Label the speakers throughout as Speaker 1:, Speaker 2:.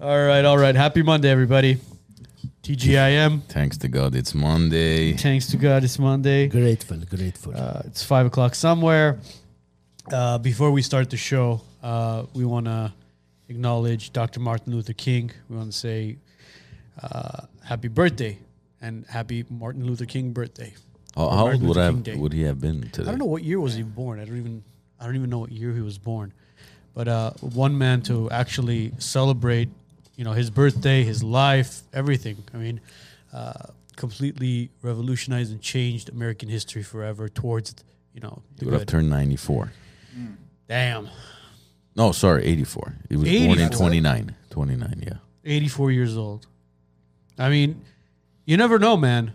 Speaker 1: All right, all right. Happy Monday, everybody. TGIM.
Speaker 2: Thanks to God, it's Monday.
Speaker 1: Thanks to God, it's Monday.
Speaker 3: Grateful, grateful.
Speaker 1: Uh, it's five o'clock somewhere. Uh, before we start the show, uh, we want to acknowledge Dr. Martin Luther King. We want to say uh, happy birthday and happy Martin Luther King birthday.
Speaker 2: How, Oh, how old
Speaker 1: Martin
Speaker 2: would,
Speaker 1: Luther
Speaker 2: I
Speaker 1: King
Speaker 2: have,
Speaker 1: Day.
Speaker 2: would he have been today?
Speaker 1: I don't know what year was he born. I don't even I don't even know what year he was born. But uh, one man to actually celebrate, you know, his birthday, his life, everything. I mean, uh, completely revolutionized and changed American history forever towards, you know,
Speaker 2: He
Speaker 1: the
Speaker 2: would have
Speaker 1: good.
Speaker 2: turned 94.
Speaker 1: Damn,
Speaker 2: No, sorry, 84. He was born in
Speaker 1: 84.
Speaker 2: 29. 29, yeah.
Speaker 1: 84 years old. I mean, you never know, man.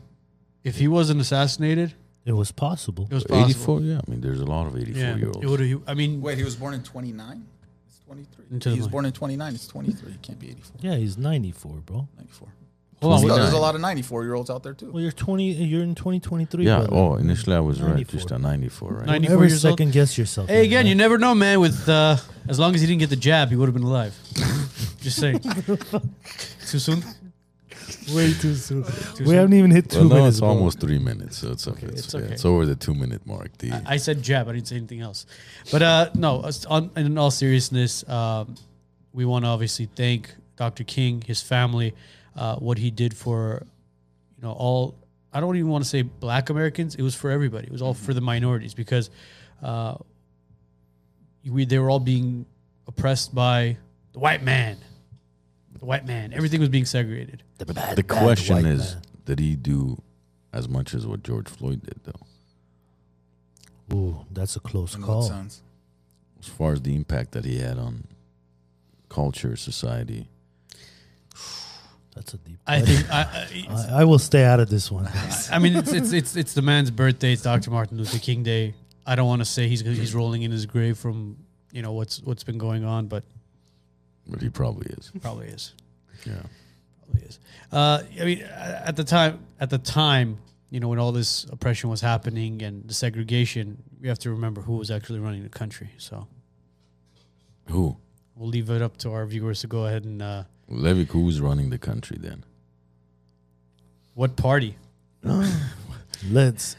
Speaker 1: If he wasn't assassinated,
Speaker 3: it was possible.
Speaker 1: it was possible.
Speaker 2: 84, yeah. I mean, there's a lot of 84
Speaker 1: Yeah,
Speaker 2: year
Speaker 1: it
Speaker 2: olds.
Speaker 1: would have. I mean,
Speaker 4: Wait, he was born in 29? It's 23.
Speaker 1: Into the
Speaker 4: he was
Speaker 1: mic.
Speaker 4: born in 29. It's 23. It can't be 84.
Speaker 3: Yeah, he's 94, bro.
Speaker 4: 94.
Speaker 1: hold on.
Speaker 4: So
Speaker 1: wait.
Speaker 4: there's
Speaker 2: 29.
Speaker 4: a lot of 94 year olds out there, too.
Speaker 3: Well, you're 20. You're in 2023.
Speaker 2: Yeah,
Speaker 3: brother.
Speaker 2: oh, initially I was right.
Speaker 3: 94.
Speaker 2: Just a 94, right?
Speaker 1: 90
Speaker 3: Never
Speaker 1: 94 years old.
Speaker 3: second guess yourself.
Speaker 1: Hey, again, you never know, man. With uh, as long as he didn't get the jab, he would have been alive. Just saying. Too soon.
Speaker 3: know. Way too soon. we haven't even hit two
Speaker 2: Well, no,
Speaker 3: minutes.
Speaker 2: it's
Speaker 3: bro.
Speaker 2: almost three minutes, so it's okay. It's,
Speaker 1: it's
Speaker 2: yeah,
Speaker 1: okay.
Speaker 2: it's over the two minute mark. The,
Speaker 1: I said jab. I didn't say anything else. But uh, no. us- On, in all seriousness, um, we want to obviously thank Dr. King, his family, uh, what he did for, you know, all. I don't even want to say Black Americans. It was for everybody. It was all for the minorities because uh, we they were all being oppressed by the white man. The white man. Everything was being segregated.
Speaker 3: The, bad,
Speaker 2: the
Speaker 3: bad
Speaker 2: question
Speaker 3: white
Speaker 2: is,
Speaker 3: man.
Speaker 2: did he do as much as what George Floyd did, though?
Speaker 3: Ooh, that's a close
Speaker 4: In what
Speaker 3: call.
Speaker 4: sense?
Speaker 2: As far as the impact that he had on culture, society.
Speaker 3: That's a deep.
Speaker 1: I think I, I,
Speaker 3: I, I will stay out of this one.
Speaker 1: I mean it's, it's it's it's the man's birthday. It's Dr. Martin Luther King Day. I don't want to say he's he's rolling in his grave from you know what's what's been going on, but
Speaker 2: But he probably is.
Speaker 1: probably is.
Speaker 2: Yeah.
Speaker 1: Probably is. Uh, I mean, a- at the time, at the time, you know, when all this oppression was happening and the segregation, we have to remember who was actually running the country. So
Speaker 2: Who?
Speaker 1: we'll leave it up to our viewers to go ahead and uh,
Speaker 2: Levick, who's running the country then?
Speaker 1: what party?
Speaker 3: Let's.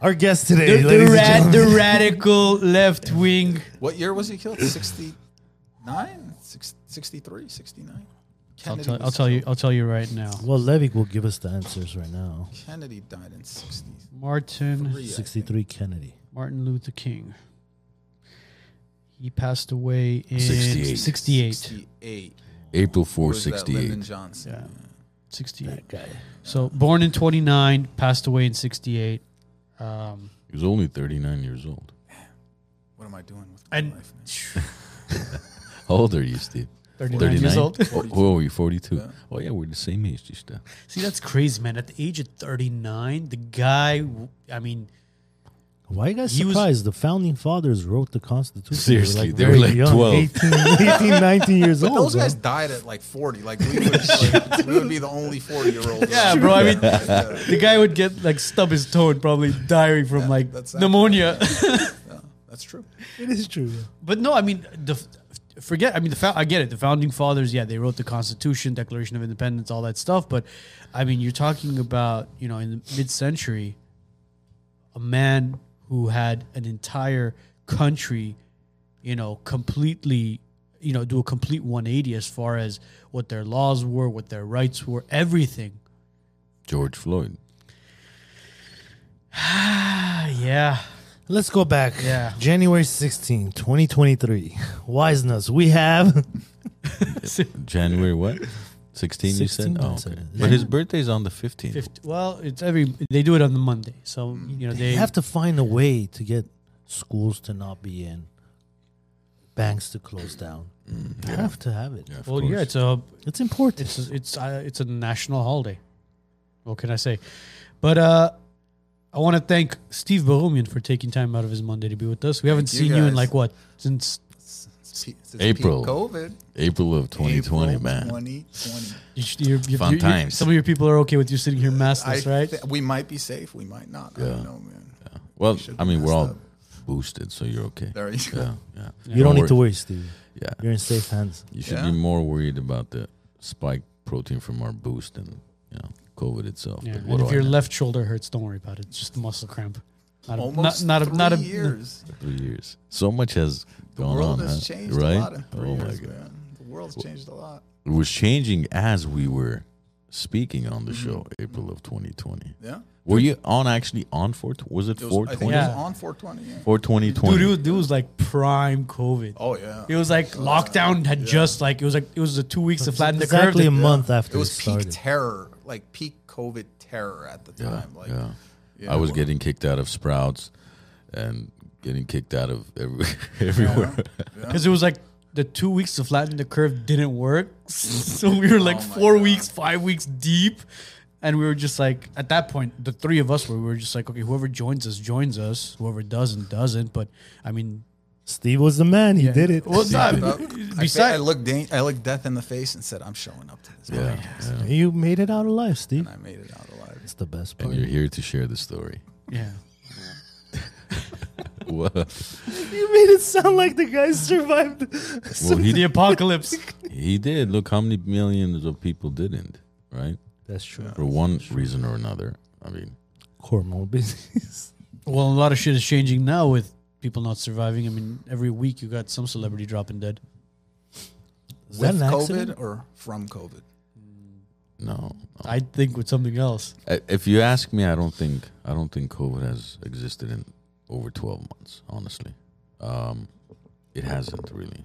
Speaker 3: Our guest today,
Speaker 1: the,
Speaker 3: ladies
Speaker 1: the,
Speaker 3: and
Speaker 1: rad,
Speaker 3: gentlemen.
Speaker 1: the radical left wing.
Speaker 4: What year was he killed? 69? Six- 63? 69?
Speaker 1: I'll
Speaker 4: Kennedy
Speaker 1: tell,
Speaker 4: was
Speaker 1: I'll tell you.
Speaker 4: killed-
Speaker 1: I'll tell you right now.
Speaker 3: Well, Levick will give us the answers right now.
Speaker 4: Kennedy died in 63.
Speaker 1: Martin.
Speaker 4: I think.
Speaker 3: 63 Kennedy.
Speaker 1: Martin Luther King. He passed away in 68.
Speaker 2: 68.
Speaker 4: 68.
Speaker 2: April 4,
Speaker 4: Who was that? Lyndon
Speaker 2: 68.
Speaker 4: Johnson.
Speaker 1: Yeah. 68.
Speaker 3: That guy.
Speaker 1: So born in 29, passed away in 68. Um,
Speaker 2: He was only 39 years old.
Speaker 4: What am I doing with my
Speaker 1: and
Speaker 4: life, man?
Speaker 2: How old are you, Steve?
Speaker 1: 39
Speaker 2: 39
Speaker 1: years old.
Speaker 2: Oh, who are you, 42?
Speaker 4: Yeah.
Speaker 2: Oh, yeah, we're the same age, Jishta.
Speaker 1: See, that's crazy, man. At the age of 39, the guy, w- I mean,
Speaker 3: Why are you guys
Speaker 1: He was-
Speaker 3: surprised? the founding fathers wrote the Constitution.
Speaker 2: Seriously, they were
Speaker 3: very
Speaker 2: like 12.
Speaker 3: 18, 18, 19 years
Speaker 4: But
Speaker 3: old.
Speaker 4: those
Speaker 3: bro.
Speaker 4: guys died at like 40. Like, we would, like, we would be the only 40 year old.
Speaker 1: Yeah, bro, I mean- the guy would get like stub his toe and probably dying from like
Speaker 4: that's accurate.
Speaker 1: pneumonia.
Speaker 4: That's true.
Speaker 3: It is true.
Speaker 1: But no, I mean, the, f- forget. I mean, the fou- I get it. The founding fathers, yeah, they wrote the Constitution, Declaration of Independence, all that stuff. But I mean, you're talking about you know in the mid-century, a man who had an entire country, you know, completely, you know, do a complete 180 as far as what their laws were, what their rights were, everything.
Speaker 2: George Floyd.
Speaker 1: Ah, yeah.
Speaker 3: Let's go back.
Speaker 1: Yeah.
Speaker 3: January 16, 2023. Wiseness. We have
Speaker 2: January what? 16, you
Speaker 3: 16,
Speaker 2: said?
Speaker 3: I
Speaker 2: Oh,
Speaker 3: said.
Speaker 2: okay.
Speaker 3: Yeah.
Speaker 2: But his birthday is on the 15th.
Speaker 1: Fifty- well, it's every they do it on the Monday, so you know
Speaker 3: Mm. they
Speaker 1: they
Speaker 3: have to find a way to get schools to not be in, banks to close down. They have to have it.
Speaker 2: Yeah, of
Speaker 1: Well, yeah,
Speaker 2: course.
Speaker 1: it's a
Speaker 3: It's important.
Speaker 1: it's a, it's uh, it's a national holiday. What can I say? But uh, I want to thank Steve Barumian for taking time out of his Monday to be with us. We haven't
Speaker 4: you,
Speaker 1: seen you in
Speaker 4: guys.
Speaker 1: like what since?
Speaker 4: It's pe- it's
Speaker 2: April.
Speaker 4: peak COVID.
Speaker 2: April of 2020,
Speaker 4: April
Speaker 2: man.
Speaker 4: 2020.
Speaker 1: You, you, you,
Speaker 2: Fun
Speaker 1: you- you-
Speaker 2: times.
Speaker 1: Some of your people are okay with you sitting here maskless,
Speaker 4: I
Speaker 1: right?
Speaker 4: thi- we might be safe. We might not. I
Speaker 2: Yeah.
Speaker 4: don't know, man.
Speaker 2: Well,
Speaker 4: should
Speaker 2: I mean, we're
Speaker 4: messed
Speaker 2: all
Speaker 4: up.
Speaker 2: boosted, so you're okay.
Speaker 4: There you go.
Speaker 2: Yeah, yeah.
Speaker 3: you don't need to
Speaker 2: worry.
Speaker 3: worry, Steve.
Speaker 2: Yeah.
Speaker 3: You're in safe hands.
Speaker 2: You should
Speaker 4: Yeah.
Speaker 2: be more worried about the spike protein from our boost and you know COVID itself.
Speaker 1: Yeah.
Speaker 2: But
Speaker 1: And
Speaker 2: what
Speaker 1: if
Speaker 2: do I
Speaker 1: your
Speaker 2: know?
Speaker 1: left shoulder hurts, don't worry about it. It's just a muscle cramp. Not a, not,
Speaker 4: Almost
Speaker 1: not a,
Speaker 4: three
Speaker 1: not a,
Speaker 4: years.
Speaker 2: three years, so much has
Speaker 4: The
Speaker 2: gone
Speaker 4: world
Speaker 2: on.
Speaker 4: has
Speaker 2: huh?
Speaker 4: changed
Speaker 2: right?
Speaker 4: a lot in three
Speaker 2: oh my
Speaker 4: years,
Speaker 2: god,
Speaker 4: man. The world's changed a lot.
Speaker 2: it was changing as we were speaking on the show, April of 2020.
Speaker 4: Mm-hmm. Yeah.
Speaker 2: Were you on actually on four? Was it
Speaker 4: It was, I
Speaker 2: 420?
Speaker 4: think it
Speaker 1: Yeah.
Speaker 4: was on 420. Yeah.
Speaker 2: 420
Speaker 1: Dude, it was, it was like prime COVID.
Speaker 4: Oh, yeah.
Speaker 1: It was like lockdown had just like it was like it was the two weeks to flatten the curve.
Speaker 3: exactly a
Speaker 1: that-
Speaker 3: month after
Speaker 4: It was peak
Speaker 3: started.
Speaker 4: terror, like peak COVID terror at the
Speaker 2: Yeah,
Speaker 4: time. like,
Speaker 2: yeah.
Speaker 4: yeah.
Speaker 2: I was getting kicked out of Sprouts and getting kicked out of every, everywhere.
Speaker 4: Uh-huh.
Speaker 1: because it was like the two weeks to flatten the curve didn't work. so we were like
Speaker 4: Oh my
Speaker 1: four
Speaker 4: God.
Speaker 1: weeks, five weeks deep. And we were just like, at that point, the three of us were, we were just like, okay, whoever joins us, joins us. Whoever doesn't, doesn't. But I mean,
Speaker 3: Steve was the man. He did it.
Speaker 1: well,
Speaker 4: Uh,
Speaker 1: not,
Speaker 4: I, fa- I
Speaker 1: besides,
Speaker 4: looked, dan- I looked death in the face and said, "I'm showing up to this."
Speaker 2: Yeah,
Speaker 4: podcast."
Speaker 2: yeah.
Speaker 3: You made it out alive, Steve.
Speaker 4: and I made it out alive.
Speaker 3: It's the best
Speaker 2: And
Speaker 3: part.
Speaker 2: you're here to share the story.
Speaker 1: yeah.
Speaker 2: well,
Speaker 3: You made it sound like the guy survived.
Speaker 1: The
Speaker 2: he,
Speaker 1: apocalypse.
Speaker 2: he did. Look how many millions of people didn't, right?
Speaker 3: That's true.
Speaker 2: For one reason or another. I mean,
Speaker 3: Comorbidities.
Speaker 1: well, a lot of shit is changing now with people not surviving. I mean, every week you got some celebrity dropping dead.
Speaker 3: Is that
Speaker 4: With
Speaker 3: an accident?
Speaker 4: COVID or from COVID?
Speaker 2: no. no.
Speaker 1: I think with something else.
Speaker 2: I, if you ask me, I don't think I don't think COVID has existed in over 12 months, honestly. Um, it hasn't really.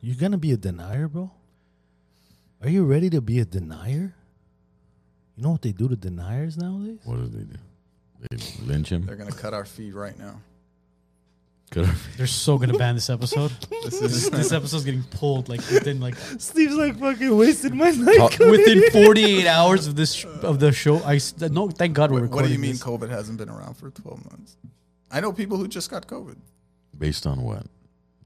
Speaker 3: You're gonna be a denier, bro. Are you ready to be a denier? You know what they do to deniers nowadays?
Speaker 2: What do they do? They lynch him?
Speaker 4: They're gonna cut our feed right now.
Speaker 2: Cut off
Speaker 1: They're so gonna ban this episode. this, is, this episode's getting pulled like within like
Speaker 3: Steve's like fucking wasted my night.
Speaker 1: within 48 hours of this sh- of the show. I s- no, thank God we're
Speaker 4: What,
Speaker 1: recording.
Speaker 4: do you mean
Speaker 1: this.
Speaker 4: COVID hasn't been around for 12 months? I know people who just got COVID.
Speaker 2: Based on what?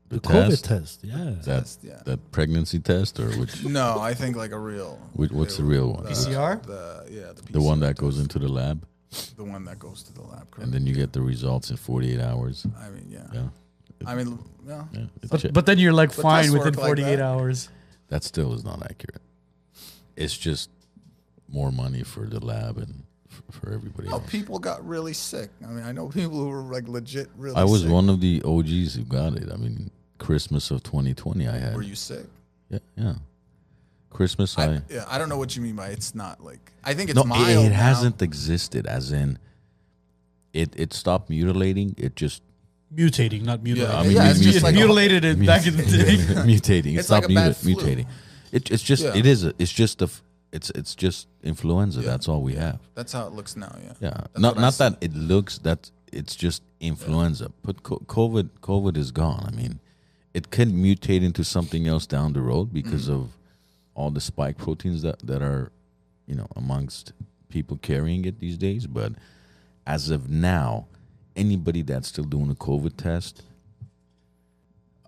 Speaker 2: The,
Speaker 3: The COVID
Speaker 2: test?
Speaker 3: test, yeah.
Speaker 2: That
Speaker 4: Test, yeah.
Speaker 2: that pregnancy test or which?
Speaker 4: No, I think like a real.
Speaker 2: Which- what's the real one?
Speaker 4: The,
Speaker 1: PCR?
Speaker 4: The, yeah, the,
Speaker 2: The one that
Speaker 4: PCR
Speaker 2: goes
Speaker 4: test.
Speaker 2: into the lab
Speaker 4: The one that goes to the lab. Correct.
Speaker 2: and then you get the results in 48 hours.
Speaker 4: I mean, yeah.
Speaker 2: Yeah.
Speaker 4: I mean, yeah.
Speaker 2: yeah it's
Speaker 1: But,
Speaker 2: shit.
Speaker 1: but then you're like
Speaker 4: But
Speaker 1: fine
Speaker 4: tests
Speaker 1: within
Speaker 4: work like
Speaker 1: 48
Speaker 4: that.
Speaker 1: hours.
Speaker 2: that still is not accurate. It's just more money for the lab and f- for everybody
Speaker 4: No,
Speaker 2: else.
Speaker 4: people got really sick. I mean, I know people who were like legit really.
Speaker 2: I was
Speaker 4: sick.
Speaker 2: one of the OGs who got it. I mean, Christmas of 2020, I had.
Speaker 4: Were you sick?
Speaker 2: Yeah, yeah. Christmas, I.
Speaker 4: I, yeah, I don't know what you mean by it's not like. I think it's
Speaker 2: no, it-
Speaker 4: mild.
Speaker 2: it,
Speaker 4: now.
Speaker 2: hasn't existed. As in, it it stopped mutilating. It just
Speaker 1: Mutating, not mutilating.
Speaker 4: Yeah,
Speaker 2: I mean,
Speaker 4: yeah, it's
Speaker 2: mu-
Speaker 4: just like a-
Speaker 1: mutilated it back in the day.
Speaker 2: mutating. It's,
Speaker 4: It's
Speaker 2: not
Speaker 4: like a bad
Speaker 2: muta- mutating. It, it's just
Speaker 4: Yeah.
Speaker 2: it is a, it's just a f- it's it's just influenza.
Speaker 4: Yeah.
Speaker 2: That's all we have.
Speaker 4: That's how it looks now. Yeah.
Speaker 2: Yeah,
Speaker 4: That's
Speaker 2: not
Speaker 4: what I
Speaker 2: not
Speaker 4: said.
Speaker 2: that it looks that it's just influenza. But co- COVID COVID is gone. I mean, it can mutate into something else down the road because
Speaker 4: Mm.
Speaker 2: of all the spike proteins that that are you know amongst people carrying it these days. But as of now, anybody that's still doing a COVID test,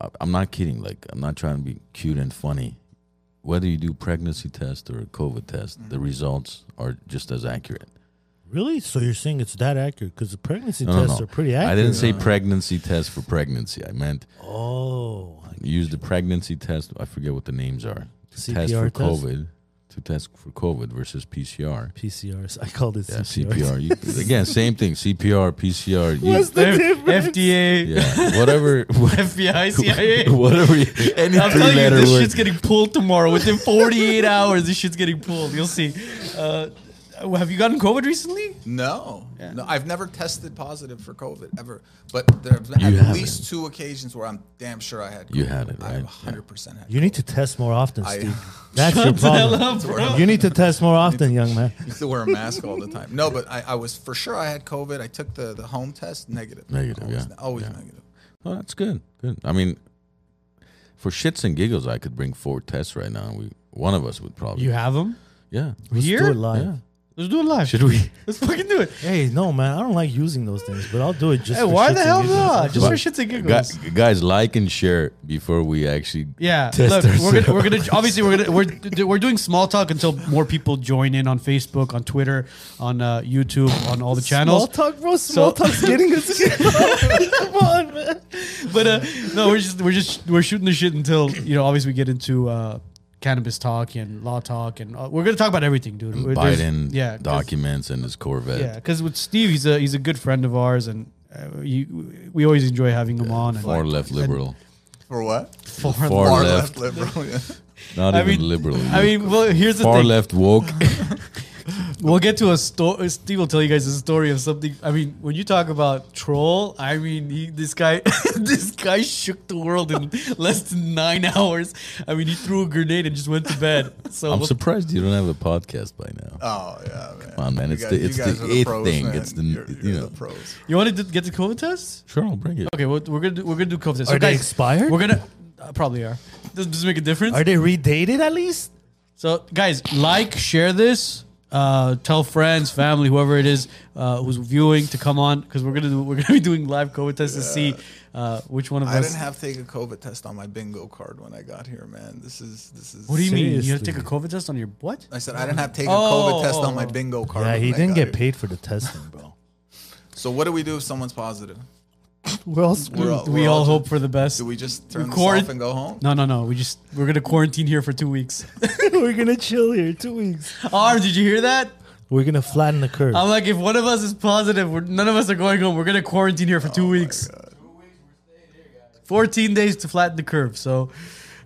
Speaker 2: I, I'm not kidding. Like I'm not trying to be cute and funny. Whether you do pregnancy test or a COVID test, the
Speaker 4: Mm-hmm.
Speaker 2: results are just as accurate.
Speaker 3: Really? So you're saying it's that accurate? Because the pregnancy
Speaker 2: No, no,
Speaker 3: tests
Speaker 2: no.
Speaker 3: are pretty accurate.
Speaker 2: I didn't say
Speaker 1: Uh-huh.
Speaker 2: pregnancy test for pregnancy. I meant
Speaker 3: Oh, I-
Speaker 2: use the pregnancy test. I forget what the names are. To test
Speaker 3: CPR
Speaker 2: for
Speaker 3: test?
Speaker 2: COVID. To test for COVID versus PCR.
Speaker 3: PCRs. I called it
Speaker 2: Yeah,
Speaker 3: CPR.
Speaker 2: CPR. You, again, same thing. CPR, PCR. You,
Speaker 3: What's the difference?
Speaker 1: FDA,
Speaker 2: yeah, whatever.
Speaker 1: FBI, CIA.
Speaker 2: whatever. you- Any
Speaker 1: I'm telling you,
Speaker 2: three-letter
Speaker 1: this
Speaker 2: word.
Speaker 1: shit's getting pulled tomorrow. Within 48 hours, this shit's getting pulled. You'll see. Uh, have you gotten COVID recently?
Speaker 4: No,
Speaker 1: Yeah.
Speaker 4: no, I've never tested positive for COVID ever. But there have been
Speaker 2: You
Speaker 4: at
Speaker 2: haven't.
Speaker 4: least two occasions where I'm damn sure I had. COVID.
Speaker 2: You had it,
Speaker 4: I
Speaker 2: right?
Speaker 4: 100 percent had.
Speaker 3: You need to test more often,
Speaker 4: I-
Speaker 3: Steve. That's your
Speaker 1: Shut the hell
Speaker 3: problem.
Speaker 1: up, bro.
Speaker 3: You need to test more often, young man.
Speaker 4: COVID. You have to wear a mask all the time. No, but I, I was for sure I had COVID. I took the the home test negative.
Speaker 2: Negative,
Speaker 4: Always,
Speaker 2: yeah.
Speaker 4: always
Speaker 2: Yeah.
Speaker 4: negative.
Speaker 2: Oh, that's good. Good. I mean, for shits and giggles, I could bring four tests right now. We one of us would probably.
Speaker 1: You have them?
Speaker 2: yeah.
Speaker 3: Let's
Speaker 1: Here?
Speaker 3: do it live.
Speaker 2: Yeah.
Speaker 1: Let's do it live.
Speaker 2: Should we?
Speaker 1: Let's fucking do it.
Speaker 3: Hey, no, man, I don't like using those things, but I'll do it just.
Speaker 1: Hey,
Speaker 3: for
Speaker 1: why
Speaker 3: shits
Speaker 1: the
Speaker 3: and
Speaker 1: hell
Speaker 3: giggles.
Speaker 1: not? Just for
Speaker 2: But-
Speaker 1: shits and giggles.
Speaker 2: Guys, guys, like and share before we actually
Speaker 1: Yeah, look,
Speaker 2: Test
Speaker 1: we're gonna,
Speaker 2: ourselves.
Speaker 1: we're gonna obviously we're gonna we're we're doing small talk until more people join in on Facebook, on Twitter, on uh, YouTube, on all the channels.
Speaker 3: Small talk, bro. Small talk's getting us. Come on, man.
Speaker 1: but uh, no, we're just we're just we're shooting the shit until you know. Obviously, we get into uh, cannabis talk and law talk, and uh, we're gonna talk about everything, dude. We're- there's-
Speaker 2: Biden
Speaker 1: yeah, 'cause-
Speaker 2: documents and his Corvette.
Speaker 1: yeah, because with Steve, he's a he's a good friend of ours, and uh, you, we always enjoy having him on. And
Speaker 2: Far left liberal.
Speaker 4: For what?
Speaker 1: Far
Speaker 2: Far
Speaker 4: Far
Speaker 2: left.
Speaker 4: left liberal. Yeah.
Speaker 2: Not
Speaker 1: I
Speaker 2: even
Speaker 1: mean-
Speaker 2: liberal.
Speaker 1: I mean, well, here's the
Speaker 2: far
Speaker 1: thing.
Speaker 2: left woke.
Speaker 1: We'll get to a story. Steve will tell you guys a story of something. I mean, when you talk about troll, I mean, he, this guy, this guy shook the world in less than nine hours. I mean, he threw a grenade and just went to bed. So
Speaker 2: I'm
Speaker 1: we'll-
Speaker 2: surprised you don't have a podcast by now.
Speaker 4: Oh yeah, man.
Speaker 2: on, man.
Speaker 4: You
Speaker 2: It's
Speaker 4: guys-
Speaker 2: the-
Speaker 4: you
Speaker 2: it's the
Speaker 4: guys are
Speaker 2: eighth
Speaker 4: pros,
Speaker 2: thing.
Speaker 4: man.
Speaker 2: It's the-
Speaker 4: You're-
Speaker 2: you
Speaker 4: you're
Speaker 2: know.
Speaker 4: the pros.
Speaker 1: you want to get the COVID test?
Speaker 2: Sure, I'll bring it.
Speaker 1: Okay, we're, we're gonna do, we're gonna do COVID test.
Speaker 3: Are they expired?
Speaker 1: We're gonna uh, probably are. Does does it make a difference?
Speaker 3: Are they redated at least?
Speaker 1: So, guys, like, share this. Uh, tell friends, family, whoever it is uh, who's viewing to come on because we're gonna do, we're gonna be doing live COVID tests to see uh, which one of
Speaker 4: I
Speaker 1: us.
Speaker 4: didn't have to take a COVID test on my bingo card when I got here, man. This is this is.
Speaker 1: what do you mean? You had to
Speaker 3: Seriously.
Speaker 1: take a COVID test on your what?
Speaker 4: I said I didn't have to take a
Speaker 1: Oh.
Speaker 4: COVID test on my bingo card.
Speaker 3: Yeah,
Speaker 4: when
Speaker 3: he
Speaker 4: I
Speaker 3: didn't
Speaker 4: got
Speaker 3: get
Speaker 4: here.
Speaker 3: paid for the testing, bro.
Speaker 4: So what do we do if someone's positive?
Speaker 3: We're all screwed.
Speaker 4: We're all-
Speaker 1: we
Speaker 4: we're
Speaker 1: all
Speaker 4: all
Speaker 1: hope for the best.
Speaker 4: Do we just turn this
Speaker 1: Record-
Speaker 4: off and go home?
Speaker 1: no, no, no. We just we're gonna quarantine here for two weeks.
Speaker 3: We're gonna chill here two weeks.
Speaker 1: Arm, did you hear that?
Speaker 3: We're gonna flatten the curve.
Speaker 1: I'm like, if one of us is positive, we're, none of us are going home. We're gonna quarantine here for
Speaker 4: Oh
Speaker 1: two weeks. Fourteen days to flatten the curve. So,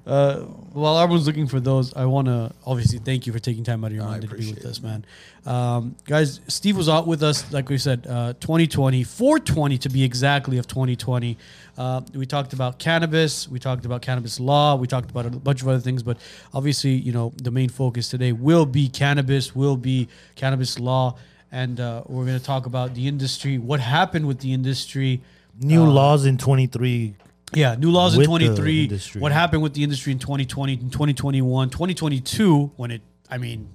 Speaker 1: uh, while everyone's looking for those, I want to obviously thank you for taking time out of your mind to be
Speaker 4: appreciate
Speaker 1: with us, man. Um, guys, Steve was out with us, like we said, uh, 2020, 420 to be exactly of 2020. Uh, we talked about cannabis, we talked about cannabis law, we talked about a bunch of other things, but obviously, you know, the main focus today will be cannabis, will be cannabis law, and uh, we're going to talk about the industry, what happened with the industry.
Speaker 3: New
Speaker 1: uh,
Speaker 3: laws in 23.
Speaker 1: Yeah, new laws in
Speaker 3: With the
Speaker 1: 23.
Speaker 3: industry.
Speaker 1: What happened with the industry in 2020, in 2021, 2022, when it, I mean,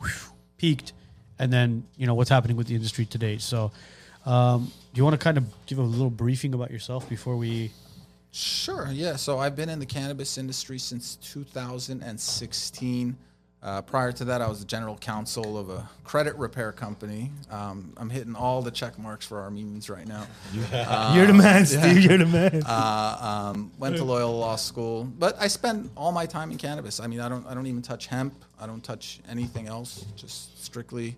Speaker 1: whew, peaked, and then, you know, what's happening with the industry today. So, um, do you want to kind of give a little briefing about yourself before we.
Speaker 4: Sure. Yeah. So I've been in the cannabis industry since 2016. Uh, prior to that, I was the general counsel of a credit repair company. Um, I'm hitting all the check marks for Armenians right now.
Speaker 1: uh,
Speaker 3: you're the man, Steve. You're the man.
Speaker 4: Uh, um, went to Loyola Law School, but I spend all my time in cannabis. I mean, I don't, I don't even touch hemp. I don't touch anything else. Just strictly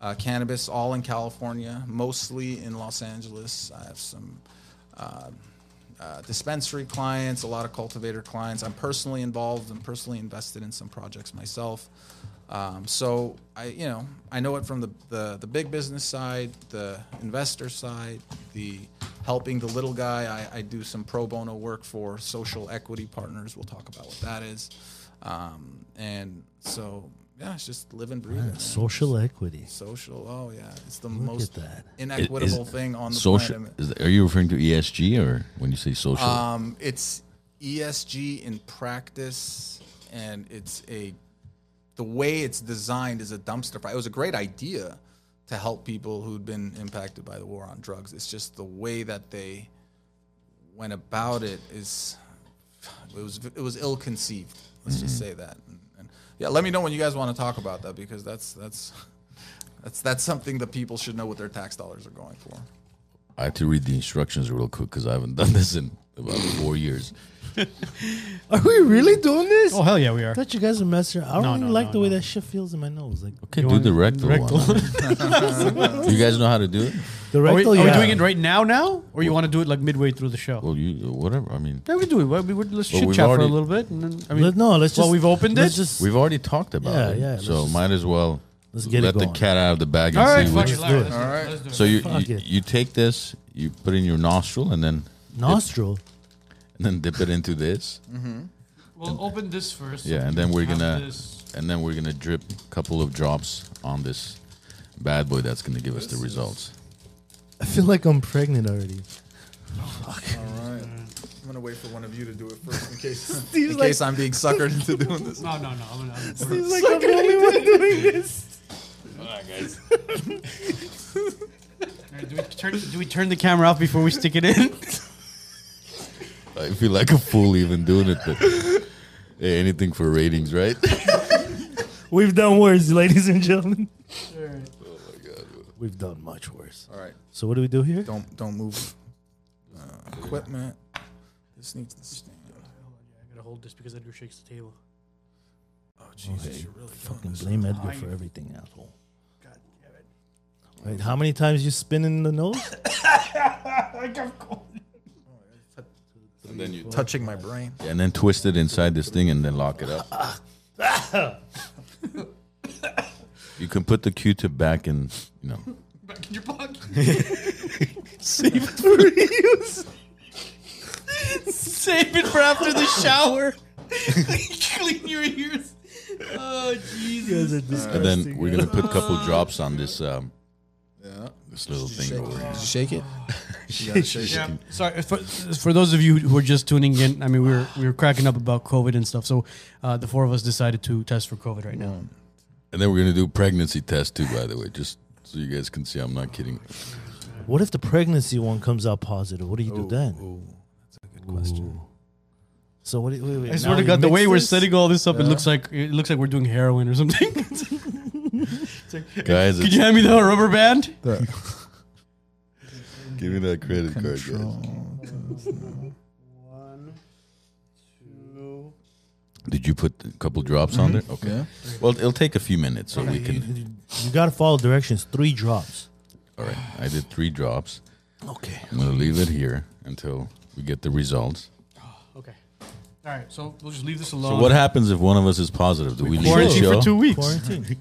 Speaker 4: uh, cannabis. All in California, mostly in Los Angeles. I have some uh, uh, dispensary clients, a lot of cultivator clients. I'm personally involved and personally invested in some projects myself. Um, so I, you know, I know it from the, the the big business side, the investor side, the helping the little guy. I, I do some pro bono work for social equity partners. We'll talk about what that is. Um, and so yeah, it's just live and breathe. it, man.
Speaker 3: Social equity.
Speaker 4: social. Oh yeah, it's the
Speaker 3: Look
Speaker 4: most
Speaker 3: at that.
Speaker 4: inequitable thing on the
Speaker 2: social.
Speaker 4: planet.
Speaker 2: Is, are you referring to ESG or when you say social?
Speaker 4: Um, it's ESG in practice, and it's a the way it's designed is a dumpster fire. It was a great idea to help people who'd been impacted by the war on drugs. It's just the way that they went about it is it was it was ill conceived. Let's just say that. And, and yeah, let me know when you guys want to talk about that because that's that's. That's, that's something the people should know what their tax dollars are going for.
Speaker 2: I had to read the instructions real quick because I haven't done this in about four years.
Speaker 3: Are we really doing this?
Speaker 1: Oh, hell yeah, we are.
Speaker 3: I thought you guys were messing. around. I don't
Speaker 1: No,
Speaker 3: even
Speaker 1: no,
Speaker 3: like
Speaker 1: no,
Speaker 3: the way
Speaker 1: no.
Speaker 3: that shit feels in my nose. Like
Speaker 2: Okay, do the rectal,
Speaker 1: rectal?
Speaker 2: one. Do you guys know how to do it?
Speaker 3: the
Speaker 1: Are we,
Speaker 3: rectal.
Speaker 1: are we
Speaker 3: yeah.
Speaker 1: doing it right now, now? Or you want to do it like midway through the show?
Speaker 2: Well, you whatever. I mean,
Speaker 1: Yeah, we can do it. Well, we, we, let's
Speaker 2: Well,
Speaker 1: chit
Speaker 2: we've
Speaker 1: chat for a
Speaker 2: already-
Speaker 1: little bit. And then, I mean,
Speaker 3: Let, no, let's just.
Speaker 1: Well, we've opened
Speaker 3: let's
Speaker 1: it?
Speaker 3: Just,
Speaker 2: we've already talked about
Speaker 3: Yeah,
Speaker 2: it.
Speaker 3: yeah, let's
Speaker 2: so
Speaker 3: just-
Speaker 2: might as well
Speaker 3: Let's get it
Speaker 2: let the
Speaker 3: going.
Speaker 2: cat out of the bag
Speaker 1: all
Speaker 2: and
Speaker 1: right,
Speaker 2: see
Speaker 1: fuck
Speaker 2: which.
Speaker 1: it,
Speaker 3: do it.
Speaker 1: let's-
Speaker 4: All right.
Speaker 1: let's do it.
Speaker 2: So you,
Speaker 3: Fuck
Speaker 2: you
Speaker 3: it.
Speaker 2: you take this, you put it in your nostril, and then
Speaker 3: nostril.
Speaker 2: and then dip it into this.
Speaker 1: We'll open this first.
Speaker 2: Yeah, and then we're
Speaker 1: Have
Speaker 2: gonna
Speaker 1: this.
Speaker 2: and then we're gonna drip a couple of drops on this bad boy. That's gonna give us the results.
Speaker 3: I feel like I'm pregnant already.
Speaker 4: All right. I'm gonna wait for one of you to do it first in case
Speaker 3: Steve's
Speaker 4: in
Speaker 3: like-
Speaker 4: case I'm being suckered into doing this.
Speaker 1: No, no, no. I'm gonna, I'm
Speaker 3: He's like I'm the only one doing this.
Speaker 1: Do we, turn, do we turn the camera off before we stick it in?
Speaker 2: I feel like a fool even doing it, but hey, anything for ratings, right?
Speaker 3: We've done worse, ladies and gentlemen. We've done much worse.
Speaker 4: All right.
Speaker 3: So what do we do here?
Speaker 4: Don't don't move. Uh, equipment. This needs to stand.
Speaker 1: I gotta hold this because Edgar shakes the table.
Speaker 4: Oh Jesus,
Speaker 3: Okay,
Speaker 4: you're really fucking
Speaker 3: Fucking blame Edgar for everything, asshole. Wait, how many times you spin in the nose?
Speaker 2: And then you
Speaker 4: touching my brain.
Speaker 2: and then twist it inside this thing and then lock it up. you can put the Q-tip back in, you know.
Speaker 4: Back in your pocket.
Speaker 1: Save it for use. Save it for after the shower. Clean your ears. Oh Jesus!
Speaker 2: And then we're gonna put a couple drops on this um,
Speaker 4: Yeah.
Speaker 2: this little thing over here.
Speaker 4: Shake it. You gotta shake it.
Speaker 1: Yeah. Sorry uh, for, for those of you who are just tuning in. I mean, we were we were cracking up about COVID and stuff. So uh, the four of us decided to test for COVID right now.
Speaker 2: And then we're gonna do pregnancy test too, by the way, just so you guys can see I'm not kidding.
Speaker 3: What if the pregnancy one comes out positive? What do you do then?
Speaker 4: Good question.
Speaker 3: So what? Do you, wait, wait,
Speaker 1: I
Speaker 3: now
Speaker 1: swear to
Speaker 3: we
Speaker 1: God, the
Speaker 3: mix
Speaker 1: way we're
Speaker 3: this?
Speaker 1: setting all this up, it looks like it looks like we're doing heroin or something. Could
Speaker 2: Guys, it's,
Speaker 1: you hand me the rubber band?
Speaker 2: give me that credit card, guys. Did you put a couple drops on there? Okay.
Speaker 4: Yeah.
Speaker 2: Well, it'll take a few minutes, so we can.
Speaker 3: You gotta follow directions. Three drops.
Speaker 2: All right, I did three drops.
Speaker 3: Okay.
Speaker 2: I'm gonna leave it here until we get the results.
Speaker 1: Okay. All right. So we'll just leave this alone.
Speaker 2: So what happens if one of us is positive? Do we leave the
Speaker 1: Uh, Quarantine
Speaker 2: show?
Speaker 1: for two weeks.
Speaker 3: Quarantine.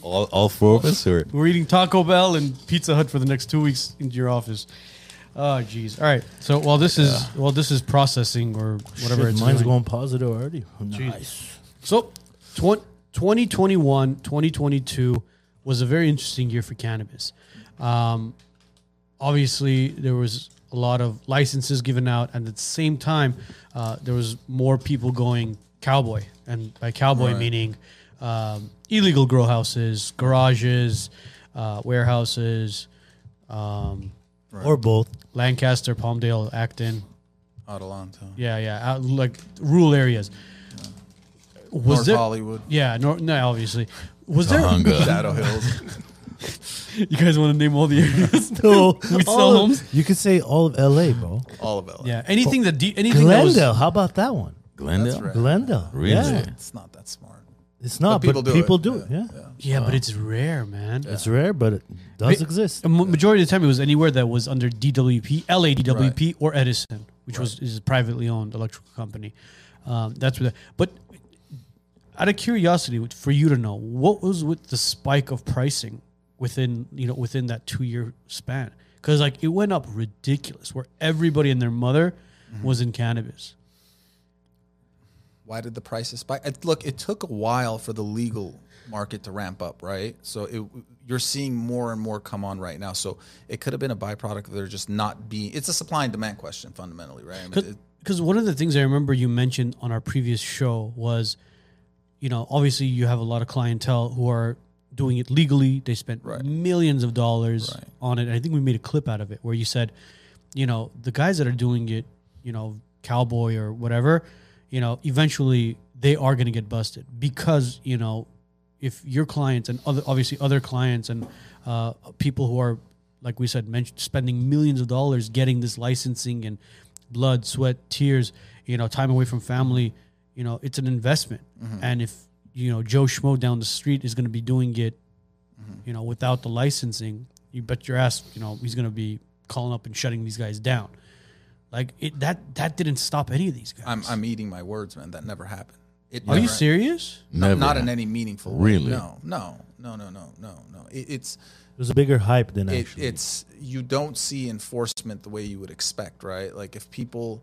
Speaker 2: All, all four of us, or
Speaker 1: We're eating Taco Bell and Pizza Hut for the next two weeks into your office. Oh, jeez. All right. So while this is while this is processing or whatever
Speaker 3: Shit,
Speaker 1: it's
Speaker 3: mine's
Speaker 1: doing.
Speaker 3: going positive already. Nice.
Speaker 1: So, twen- 2021, 2022 was a very interesting year for cannabis. Um, obviously, there was a lot of licenses given out, and at the same time, uh, there was more people going cowboy, and by cowboy meaning um, illegal grow houses, garages, uh, warehouses, um,
Speaker 3: Or both.
Speaker 1: Lancaster, Palmdale, Acton,
Speaker 4: Adelanto.
Speaker 1: yeah, yeah, out, like rural areas. Was
Speaker 4: North
Speaker 1: there-
Speaker 4: Hollywood.
Speaker 1: yeah, no, no, obviously. Was there?
Speaker 2: Tahunga.
Speaker 4: Shadow Hills.
Speaker 1: You guys want to name all the areas?
Speaker 3: No,
Speaker 1: We sell
Speaker 3: all of-
Speaker 1: homes?
Speaker 3: You could say all of LA, bro.
Speaker 4: All of LA.
Speaker 1: yeah, anything that de- anything that was-
Speaker 3: Glendale. how about that one?
Speaker 2: Glendale.
Speaker 4: right.
Speaker 3: Glendale.
Speaker 2: Really?
Speaker 3: Yeah.
Speaker 4: It's not that smart.
Speaker 3: It's not, but people do it. Yeah.
Speaker 1: yeah, but it's rare, man.
Speaker 3: It's rare, but it does
Speaker 1: Ma-
Speaker 3: exist.
Speaker 1: A ma- majority of the time, it was anywhere that was under DWP, LA DWP, or Edison, which was is a privately owned electrical company. Um, that's what. But out of curiosity, which- for you to know, what was with the spike of pricing within you know within that two year span? Because like it went up ridiculous, where everybody and their mother
Speaker 3: Mm-hmm.
Speaker 1: was in cannabis.
Speaker 4: Why did the prices spike? It, look, it took a while for the legal market to ramp up, right? So it, you're seeing more and more come on right now. So it could have been a byproduct of there just not being. It's a supply and demand question fundamentally, right? I mean, it-
Speaker 1: because one of the things I remember you mentioned on our previous show was, you know, obviously you have a lot of clientele who are doing it legally. They spent
Speaker 4: Right.
Speaker 1: millions of dollars on it. And I think we made a clip out of it where you said, you know, the guys that are doing it, you know, cowboy or whatever, you know, eventually they are going to get busted because you know, if your clients and other obviously other clients and uh, people who are like we said, mentioned spending millions of dollars getting this licensing and blood, sweat, tears, you know, time away from family, you know, it's an investment. And if, you know, Joe Schmo down the street is going to be doing it, you know, without the licensing, you bet your ass, you know, he's going to be calling up and shutting these guys down. Like it, that that didn't stop any of these guys.
Speaker 4: I'm, I'm eating my words, man. That never happened. It
Speaker 1: Are you
Speaker 4: never-
Speaker 1: serious?
Speaker 2: Never.
Speaker 4: Not in any meaningful way.
Speaker 2: Really?
Speaker 4: No, no, no, no, no, no, no. It, it's
Speaker 3: It was a bigger hype than
Speaker 4: it,
Speaker 3: actually.
Speaker 4: it's you don't see enforcement the way you would expect, right? Like if people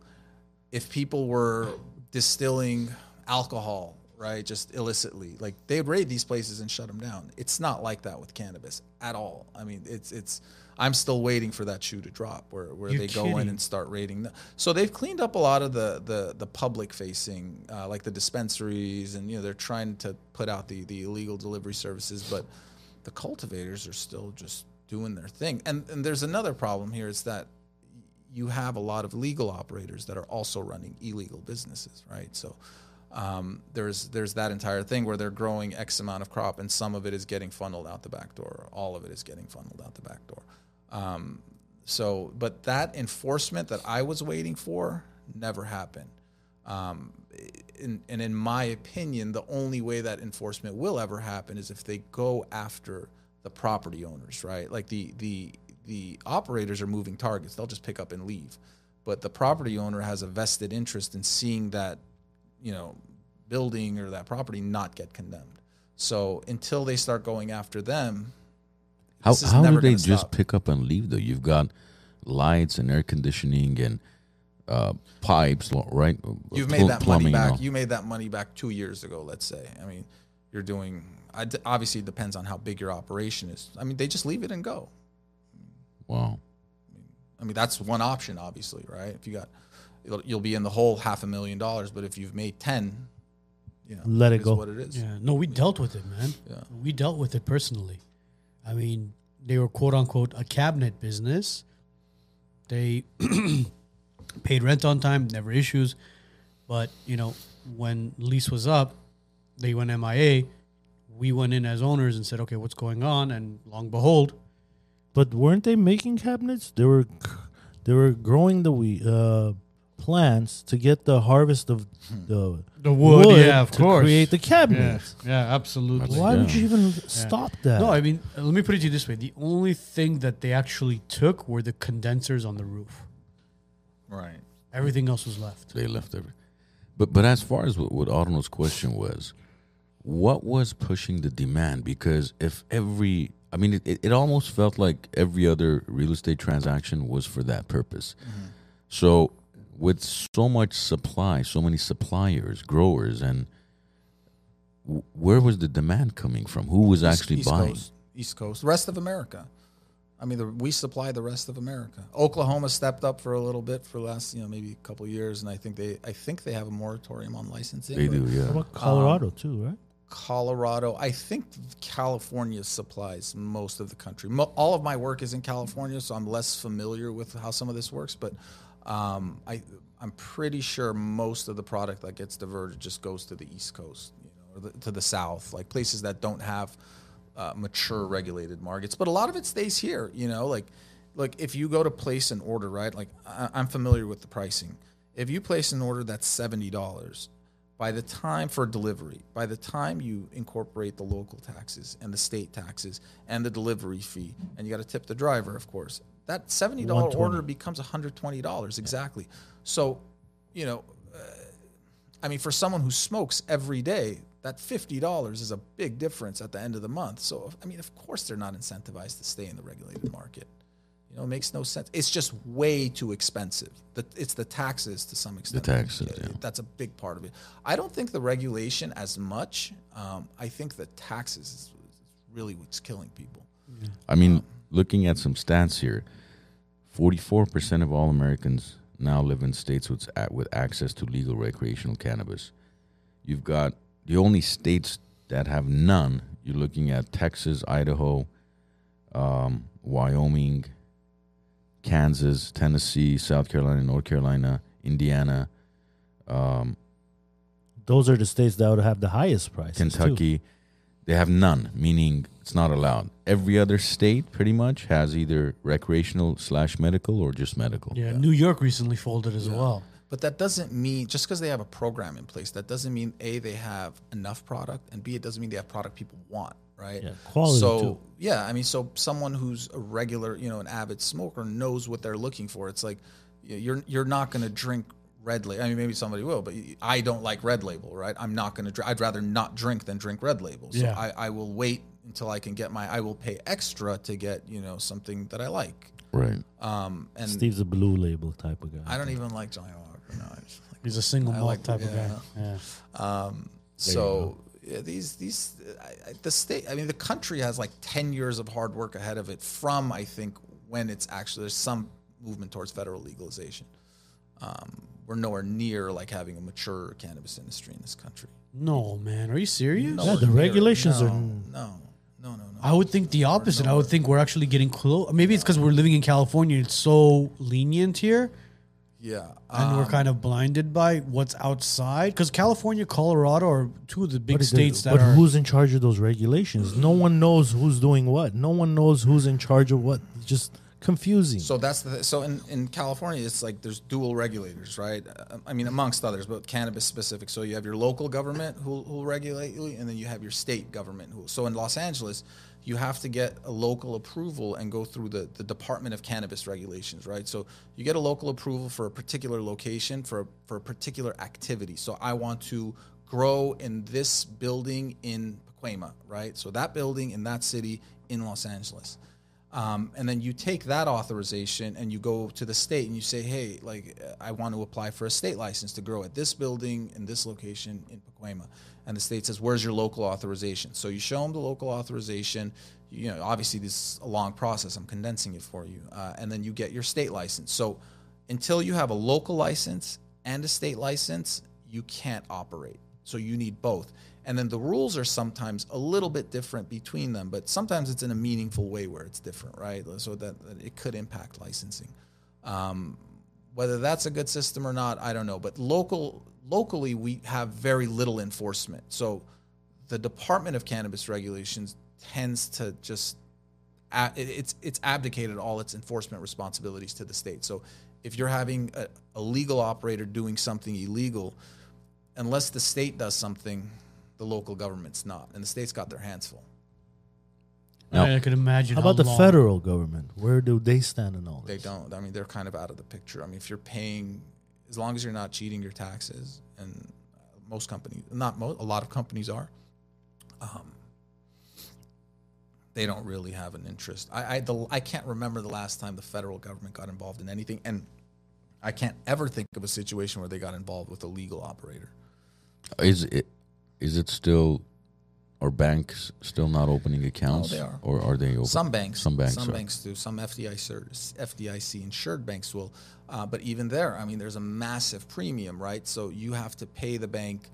Speaker 4: if people were distilling alcohol, right, just illicitly, like they'd raid these places and shut them down. It's not like that with cannabis at all. I mean, it's it's I'm still waiting for that shoe to drop where, where
Speaker 1: You're
Speaker 4: they go
Speaker 1: kidding.
Speaker 4: in and start raiding. The, so they've cleaned up a lot of the the, the public facing, uh, like the dispensaries, and you know they're trying to put out the the illegal delivery services, but the cultivators are still just doing their thing. And and there's another problem here is that you have a lot of legal operators that are also running illegal businesses, right? So um, there's there's that entire thing where they're growing X amount of crop, and some of it is getting funneled out the back door, or all of it is getting funneled out the back door. Um, so, but that enforcement that I was waiting for never happened. Um, and, and in my opinion, the only way that enforcement will ever happen is if they go after the property owners, right? Like the the the operators are moving targets; they'll just pick up and leave. But the property owner has a vested interest in seeing that, you know, building or that property not get condemned. So until they start going after them,
Speaker 2: How
Speaker 4: This is
Speaker 2: how do
Speaker 4: never
Speaker 2: they
Speaker 4: gonna
Speaker 2: just
Speaker 4: stop.
Speaker 2: pick up and leave though? You've got lights and air conditioning and uh, pipes, lo- right?
Speaker 4: you've
Speaker 2: Pl-
Speaker 4: made that
Speaker 2: plumbing
Speaker 4: money
Speaker 2: and
Speaker 4: back.
Speaker 2: all.
Speaker 4: You made that money back two years ago, let's say. I mean, you're doing. I d- obviously, it depends on how big your operation is. I mean, they just leave it and go.
Speaker 2: wow.
Speaker 4: I mean, that's one option, obviously, right? If you got, you'll, you'll be in the hole half a million dollars, but if you've made ten, you know,
Speaker 3: Let it
Speaker 4: is
Speaker 3: go.
Speaker 4: What it is,
Speaker 1: Yeah, no, we dealt with it, man.
Speaker 4: Yeah.
Speaker 1: We dealt with it personally. I mean, they were quote unquote a cabinet business. They paid rent on time, never issues. But, you know, when lease was up, they went MIA. We went in as owners and said, okay, what's going on? And long behold,
Speaker 3: But weren't they making cabinets? They were, c- they were growing the wheat, uh, plants to get the harvest of the
Speaker 1: The wood, yeah, of
Speaker 3: to
Speaker 1: course.
Speaker 3: create the cabinets.
Speaker 1: yeah, absolutely.
Speaker 3: Why would
Speaker 2: Yeah.
Speaker 3: you even stop that?
Speaker 1: No, I mean, uh, let me put it to you this way the only thing that they actually took were the condensers on the roof,
Speaker 4: right?
Speaker 1: everything else was left.
Speaker 2: They left every. But but as far as what, what Arnold's question was, what was pushing the demand? Because if every, I mean, it, it, it almost felt like every other real estate transaction was for that purpose.
Speaker 4: Mm-hmm.
Speaker 2: So with so much supply, so many suppliers, growers, and w- where was the demand coming from? Who was actually
Speaker 4: East
Speaker 2: buying?
Speaker 4: Coast, East Coast, rest of America. I mean, the, we supply the rest of America. Oklahoma stepped up for a little bit for the last, you know, maybe a couple years, and I think they, I think they have a moratorium on licensing.
Speaker 2: They
Speaker 4: but-
Speaker 2: do,
Speaker 3: How
Speaker 2: yeah.
Speaker 3: about Colorado too, right?
Speaker 4: Colorado. I think California supplies most of the country. Mo- all of my work is in California, so I'm less familiar with how some of this works. But um, I, I'm pretty sure most of the product that gets diverted just goes to the East Coast, you know, or the, to the South, like places that don't have uh, mature regulated markets. But a lot of it stays here, you know, like like if you go to place an order, right? Like I, I'm familiar with the pricing. If you place an order that's seventy dollars, by the time for delivery, by the time you incorporate the local taxes and the state taxes and the delivery fee, and you got to tip the driver, of course, that seventy dollar order becomes one hundred twenty dollars exactly. So, you know, uh, I mean, for someone who smokes every day, that fifty dollars is a big difference at the end of the month. So, I mean, of course, they're not incentivized to stay in the regulated market. You know, it makes no sense. It's just way too expensive. The, it's the taxes to some extent.
Speaker 2: taxes,
Speaker 4: Yeah,
Speaker 2: yeah.
Speaker 4: That's a big part of it. I don't think the regulation as much. Um, I think the taxes is really what's killing people.
Speaker 2: I mean, looking at some stats here, forty-four percent of all Americans now live in states with a- with access to legal recreational cannabis. You've got the only states that have none. You're looking at Texas, Idaho, um, Wyoming, Kansas, Tennessee, South Carolina, North Carolina, Indiana, um,
Speaker 3: Those are the states that would have the highest prices. too.
Speaker 2: Kentucky, they have none, meaning it's not allowed. Every other state pretty much has either recreational slash medical or just medical.
Speaker 1: Yeah, New York recently folded as well.
Speaker 4: But that doesn't mean just because they have a program in place, that doesn't mean a they have enough product, and b it doesn't mean they have product people want, right?
Speaker 3: Yeah, quality,
Speaker 4: So
Speaker 3: too.
Speaker 4: yeah, I mean, so someone who's a regular, you know, an avid smoker knows what they're looking for. It's like y- you're you're not going to drink red label. I mean, maybe somebody will, but y- I don't like red label, right? I'm not going to. Dr- I'd rather not drink than drink red label. So
Speaker 1: Yeah.
Speaker 4: I, I will wait until I can get my. I will pay extra to get you know something that I like.
Speaker 2: Right.
Speaker 4: Um, and
Speaker 3: Steve's a blue label type of guy.
Speaker 4: I don't even like Johnny Walker. No, I just like.
Speaker 1: He's a single malt
Speaker 4: like-
Speaker 1: type of guy. Yeah.
Speaker 4: yeah. Um, so yeah, these these I, I, the state. I mean, the country has like ten years of hard work ahead of it from I think when it's actually there's some movement towards federal legalization. Um, we're nowhere near like having a mature cannabis industry in this country.
Speaker 1: No, man, are you serious?
Speaker 3: Yeah, the
Speaker 4: Nowhere near it.
Speaker 3: regulations are-
Speaker 4: No, no, no, no, no.
Speaker 1: I would think the opposite. I would think we're actually getting close. Maybe it's because we're living in California; it's so lenient here,
Speaker 4: yeah,
Speaker 1: and we're
Speaker 4: um,
Speaker 1: kind of blinded by what's outside. Because California, Colorado are two of the big
Speaker 3: But it-
Speaker 1: states that
Speaker 3: but
Speaker 1: are.
Speaker 3: who's in charge of those regulations? No one knows who's doing what. No one knows who's in charge of what. It just confusing.
Speaker 4: So that's the so in, in California, it's like there's dual regulators, right? Uh, I mean, amongst others, but cannabis specific. So you have your local government who will regulate you, and then you have your state government who. So in Los Angeles, you have to get a local approval and go through the the Department of Cannabis regulations, right? So you get a local approval for a particular location for a, for a particular activity. So I want to grow in this building in Pacoima, right? So that building in that city in Los Angeles. Um, and then you take that authorization and you go to the state and you say, hey, like uh, I want to apply for a state license to grow at this building in this location in Pacoima. And the state says, where's your local authorization? So you show them the local authorization. You know, obviously this is a long process. I'm condensing it for you. Uh, and then you get your state license. So until you have a local license and a state license, you can't operate. So you need both. And then the rules are sometimes a little bit different between them, but sometimes it's in a meaningful way where it's different, right? So that, that it could impact licensing. Um, whether that's a good system or not, I don't know. But local locally, we have very little enforcement. So the Department of Cannabis Regulations tends to just a- it- it's it's abdicated all its enforcement responsibilities to the state. So if you're having a, a legal operator doing something illegal, unless the state does something, the local government's not, and the state's got their hands full.
Speaker 2: Now-
Speaker 1: I could imagine.
Speaker 3: How about the
Speaker 1: long-
Speaker 3: federal government? Where do they stand in all
Speaker 4: They
Speaker 3: this?
Speaker 4: don't. I mean, they're kind of out of the picture. I mean, if you're paying, as long as you're not cheating your taxes, and uh, most companies, not most, a lot of companies are, um, they don't really have an interest. I I, the, I can't remember the last time the federal government got involved in anything, and I can't ever think of a situation where they got involved with a legal operator.
Speaker 2: Is it is it still are banks still not opening accounts?
Speaker 4: Oh, they are.
Speaker 2: Or are they open?
Speaker 4: Some banks,
Speaker 2: Some banks are.
Speaker 4: do. Some FDIC, FDIC insured banks will, uh, but even there, I mean, there's a massive premium, right? So you have to pay the bank.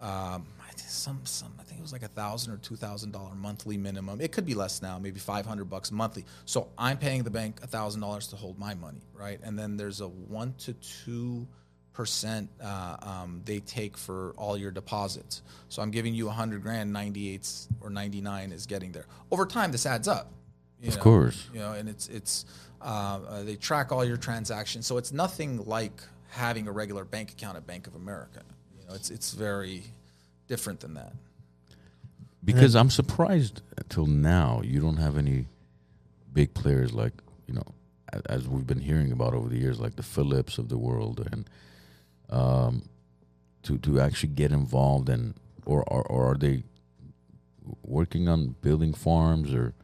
Speaker 4: Um, I think some, some, I think it was like a thousand or two thousand dollar monthly minimum. It could be less now, maybe five hundred bucks monthly. So I'm paying the bank a thousand dollars to hold my money, right? And then there's a one to two percent uh, um, they take for all your deposits. So I'm giving you 100 grand, 98 or 99 is getting there. Over time, this adds up. you
Speaker 2: Of
Speaker 4: know,
Speaker 2: course.
Speaker 4: You know, and it's it's uh, uh, they track all your transactions, so it's nothing like having a regular bank account at Bank of America. You know, it's it's very different than that.
Speaker 2: Because I'm surprised till now you don't have any big players like you know a- as we've been hearing about over the years, like the Phillips of the world, and um, to to actually get involved and or or, or are they working on building farms or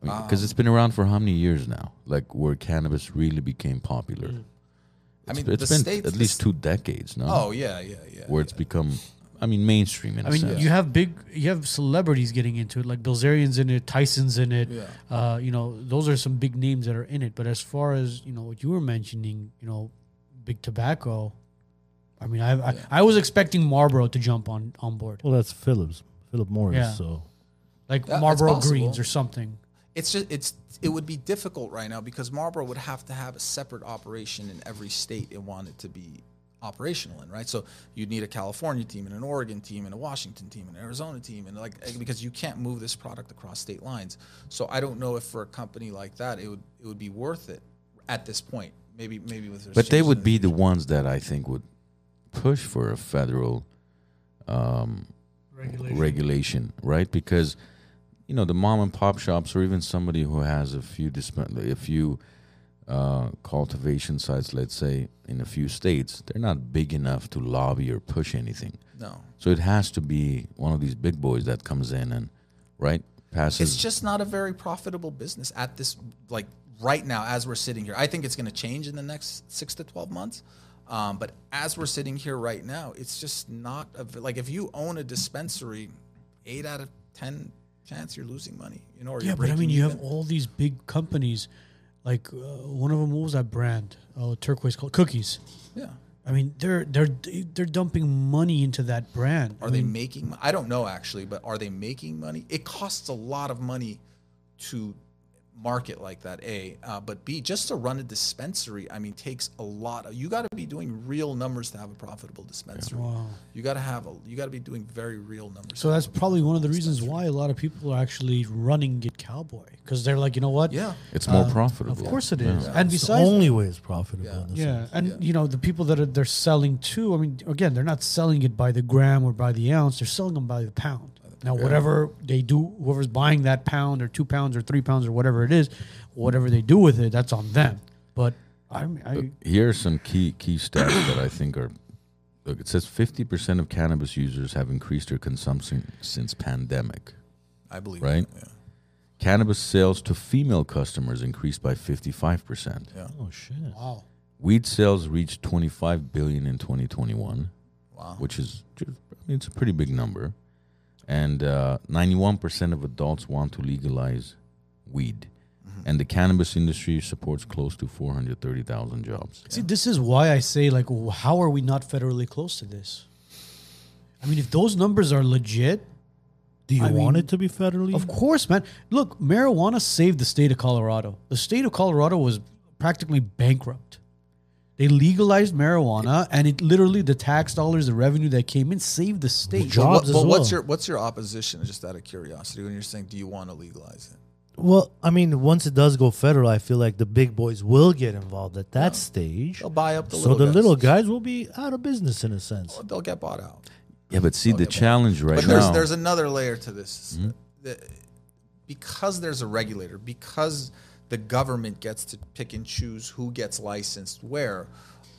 Speaker 2: because
Speaker 4: Um,
Speaker 2: it's been around for how many years now? Like where cannabis really became popular.
Speaker 4: Mm. I
Speaker 2: It's-
Speaker 4: mean,
Speaker 2: it's
Speaker 4: the
Speaker 2: been
Speaker 4: states-
Speaker 2: at
Speaker 4: the
Speaker 2: least
Speaker 4: st-
Speaker 2: two decades now,
Speaker 4: Oh yeah, yeah, yeah.
Speaker 2: where it's become, I mean, mainstream in
Speaker 1: I
Speaker 2: a
Speaker 1: mean,
Speaker 2: sense.
Speaker 1: you have big, you have celebrities getting into it, like Bilzerian's in it, Tyson's in it.
Speaker 4: Yeah.
Speaker 1: Uh, you know, those are some big names that are in it. But as far as you know, what you were mentioning, you know, big tobacco. I mean, I I, I was expecting Marlboro to jump on on board,
Speaker 3: Well, that's Phillips, Philip Morris.
Speaker 1: Yeah.
Speaker 3: So
Speaker 1: like
Speaker 4: That- that's
Speaker 1: Marlboro
Speaker 4: possible.
Speaker 1: Greens or something.
Speaker 4: it's just it's it would be difficult right now because Marlboro would have to have a separate operation in every state it wanted to be operational in, right? So you'd need a California team and an Oregon team and a Washington team and an Arizona team and like because you can't move this product across state lines. So I don't know if for a company like that it would it would be worth it at this point. Maybe maybe with
Speaker 2: But they
Speaker 4: restrictions
Speaker 2: would
Speaker 4: in
Speaker 2: be the ones that I think would push for a federal um, regulation. right? Because you know the mom and pop shops, or even somebody who has a few disp- a few uh, cultivation sites, let's say in a few states, they're not big enough to lobby or push anything.
Speaker 4: no.
Speaker 2: So it has to be one of these big boys that comes in and right passes.
Speaker 4: It's just not a very profitable business at this like right now as we're sitting here. I think it's going to change in the next six to twelve months, um, but as we're sitting here right now, it's just not a, v- like if you own a dispensary, eight out of ten chance you're losing money. You know, or
Speaker 1: Yeah,
Speaker 4: you're
Speaker 1: but I mean,
Speaker 4: breaking
Speaker 1: you have
Speaker 4: even.
Speaker 1: all these big companies, like uh, one of them. What was that brand? Oh, turquoise called Cookies.
Speaker 4: yeah.
Speaker 1: I mean, they're they're they're dumping money into that brand.
Speaker 4: Are
Speaker 1: I
Speaker 4: they
Speaker 1: mean,
Speaker 4: making? mo- I don't know actually, but are they making money? It costs a lot of money to market like that a uh, but b just to run a dispensary i mean takes a lot of you got to be doing real numbers to have a profitable dispensary
Speaker 1: Wow.
Speaker 4: you got to have a you got to be doing very real numbers
Speaker 1: So that's probably one of the reasons why a lot of people are actually running Get Cowboy because they're like, you know what?
Speaker 4: yeah
Speaker 2: It's more profitable.
Speaker 1: uh, Of course it is. And
Speaker 3: It's the
Speaker 1: besides,
Speaker 3: only way it's profitable.
Speaker 4: Yeah.
Speaker 3: in this
Speaker 1: yeah,
Speaker 3: sense.
Speaker 1: and you know the people that are, they're selling to. I mean, again, they're not selling it by the gram or by the ounce. They're selling them by the pound. Now, whatever they do, whoever's buying that pound or two pounds or three pounds or whatever it is, whatever they do with it, that's on them. But I'm, I
Speaker 2: Here are some key key stats that I think are. Look, it says fifty percent of cannabis users have increased their consumption since pandemic.
Speaker 4: i believe
Speaker 2: Right.
Speaker 4: that,
Speaker 2: Cannabis sales to female customers increased by fifty five percent.
Speaker 4: yeah, yeah.
Speaker 3: Oh shit.
Speaker 1: wow.
Speaker 2: Weed sales reached twenty five billion in twenty twenty one,
Speaker 4: wow
Speaker 2: which is ju- I mean, it's a pretty big number. And ninety one percent of adults want to legalize weed,
Speaker 4: Mm-hmm.
Speaker 2: and the cannabis industry supports close to four hundred thirty thousand jobs.
Speaker 1: See, this is why I say, like, w- how are we not federally close to this? I mean, if those numbers are legit,
Speaker 3: Do you
Speaker 1: I
Speaker 3: want
Speaker 1: mean,
Speaker 3: it to be federally?
Speaker 1: of course, man. Look, marijuana saved the state of Colorado. The state of Colorado was practically bankrupt. They legalized marijuana, and it literally the tax dollars, the revenue that came in, saved the state.
Speaker 3: Job-
Speaker 4: But what-
Speaker 3: Jobs as
Speaker 4: but what's
Speaker 3: well.
Speaker 4: your what's your opposition just out of curiosity when you're saying do you want to legalize it
Speaker 3: Well, I mean, once it does go federal, I feel like the big boys will get involved at that stage.
Speaker 4: they'll buy up the
Speaker 3: so
Speaker 4: little
Speaker 3: the
Speaker 4: guys.
Speaker 3: little guys will be out of business in a sense.
Speaker 4: they'll get bought out
Speaker 2: Yeah, but see the challenge right
Speaker 4: but there's
Speaker 2: now. Mm-hmm.
Speaker 4: there's another layer to this The- because there's a regulator because the government gets to pick and choose who gets licensed where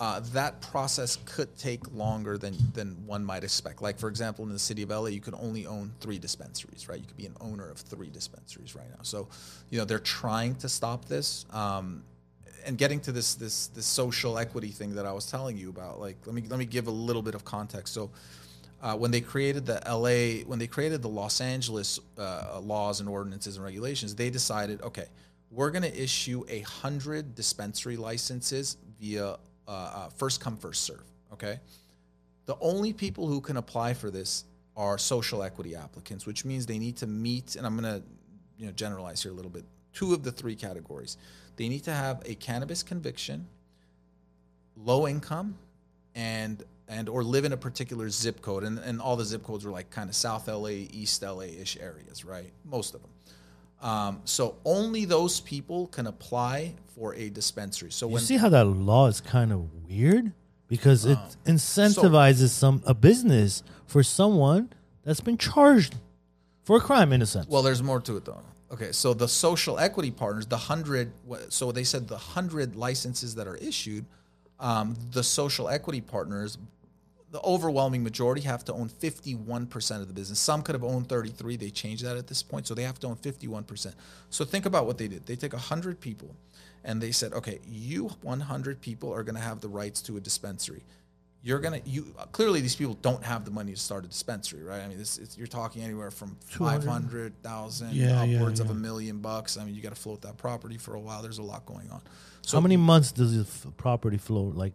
Speaker 4: uh, that process could take longer than than one might expect like for example in the city of LA you could only own 3 dispensaries right you could be an owner of 3 dispensaries right now so you know they're trying to stop this um, and getting to this this this social equity thing that I was telling you about like let me let me give a little bit of context so uh, when they created the LA, when they created the Los Angeles uh, laws and ordinances and regulations, they decided, okay, we're going to issue a hundred dispensary licenses via uh, uh, first come, first serve. Okay, the only people who can apply for this are social equity applicants, which means they need to meet, and I'm going to you know generalize here a little bit. Two of the three categories, they need to have a cannabis conviction, low income and and or live in a particular zip code and, and all the zip codes were like kind of south la east la-ish areas right most of them um, so only those people can apply for a dispensary so
Speaker 3: You
Speaker 4: when
Speaker 3: see how that law is kind of weird because it
Speaker 4: Um,
Speaker 3: incentivizes some a business for someone that's been charged for a crime in a sense.
Speaker 4: Well, there's more to it though. Okay, so the social equity partners, the hundred. So they said the hundred licenses that are issued, um, the social equity partners, the overwhelming majority have to own 51% of the business. Some could have owned 33. They changed that at this point, so they have to own 51%. So think about what they did. They take hundred people, and they said, okay, you 100 people are going to have the rights to a dispensary you're gonna you clearly these people don't have the money to start a dispensary, right? I mean, this it's, you're talking anywhere from five hundred thousand
Speaker 1: Yeah, yeah,
Speaker 4: upwards
Speaker 1: yeah.
Speaker 4: of a million bucks. I mean, you got to float that property for a while. There's a lot going on. So
Speaker 3: how many months does the f- property flow? Like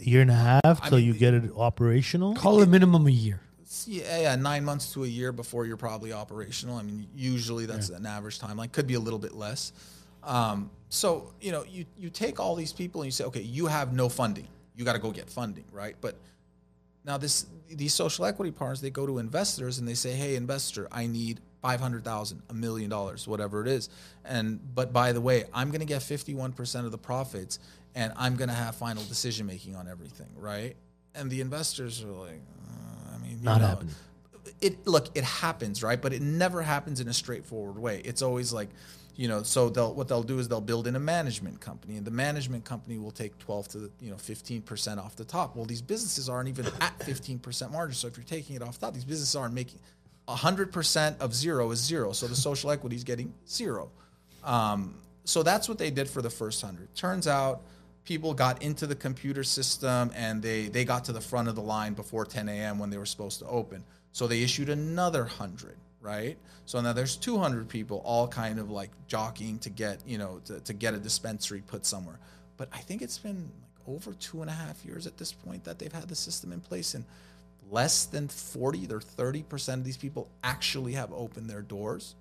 Speaker 3: a year and a half till you get it operational?
Speaker 1: Call it minimum a year.
Speaker 4: it's- yeah, yeah, nine months to a year before you're probably operational. I mean, usually that's an average timeline. Could be a little bit less. Um, so you know, you you take all these people and you say, okay, you have no funding. You got to go get funding, right? But now this these social equity partners they go to investors and they say, hey, investor, I need. 500,000, a million dollars, whatever it is. And but by the way, I'm going to get 51% of the profits and I'm going to have final decision making on everything, right? And the investors are like, uh, I mean, you
Speaker 3: Not
Speaker 4: know,
Speaker 3: happening.
Speaker 4: it look it happens right but it never happens in a straightforward way it's always like you know so they'll what they'll do is they'll build in a management company and the management company will take 12 to you know 15% off the top well these businesses aren't even at 15% margin so if you're taking it off top these businesses aren't making 100% of zero is zero so the social equity is getting zero um, so that's what they did for the first hundred. Turns out people got into the computer system and they they got to the front of the line before 10 a.m. when they were supposed to open. So they issued another hundred, right? So now there's 200 people all kind of like jockeying to get you know to, to get a dispensary put somewhere. But I think it's been like over two and a half years at this point that they've had the system in place and less than 40 or 30 percent of these people actually have opened their doors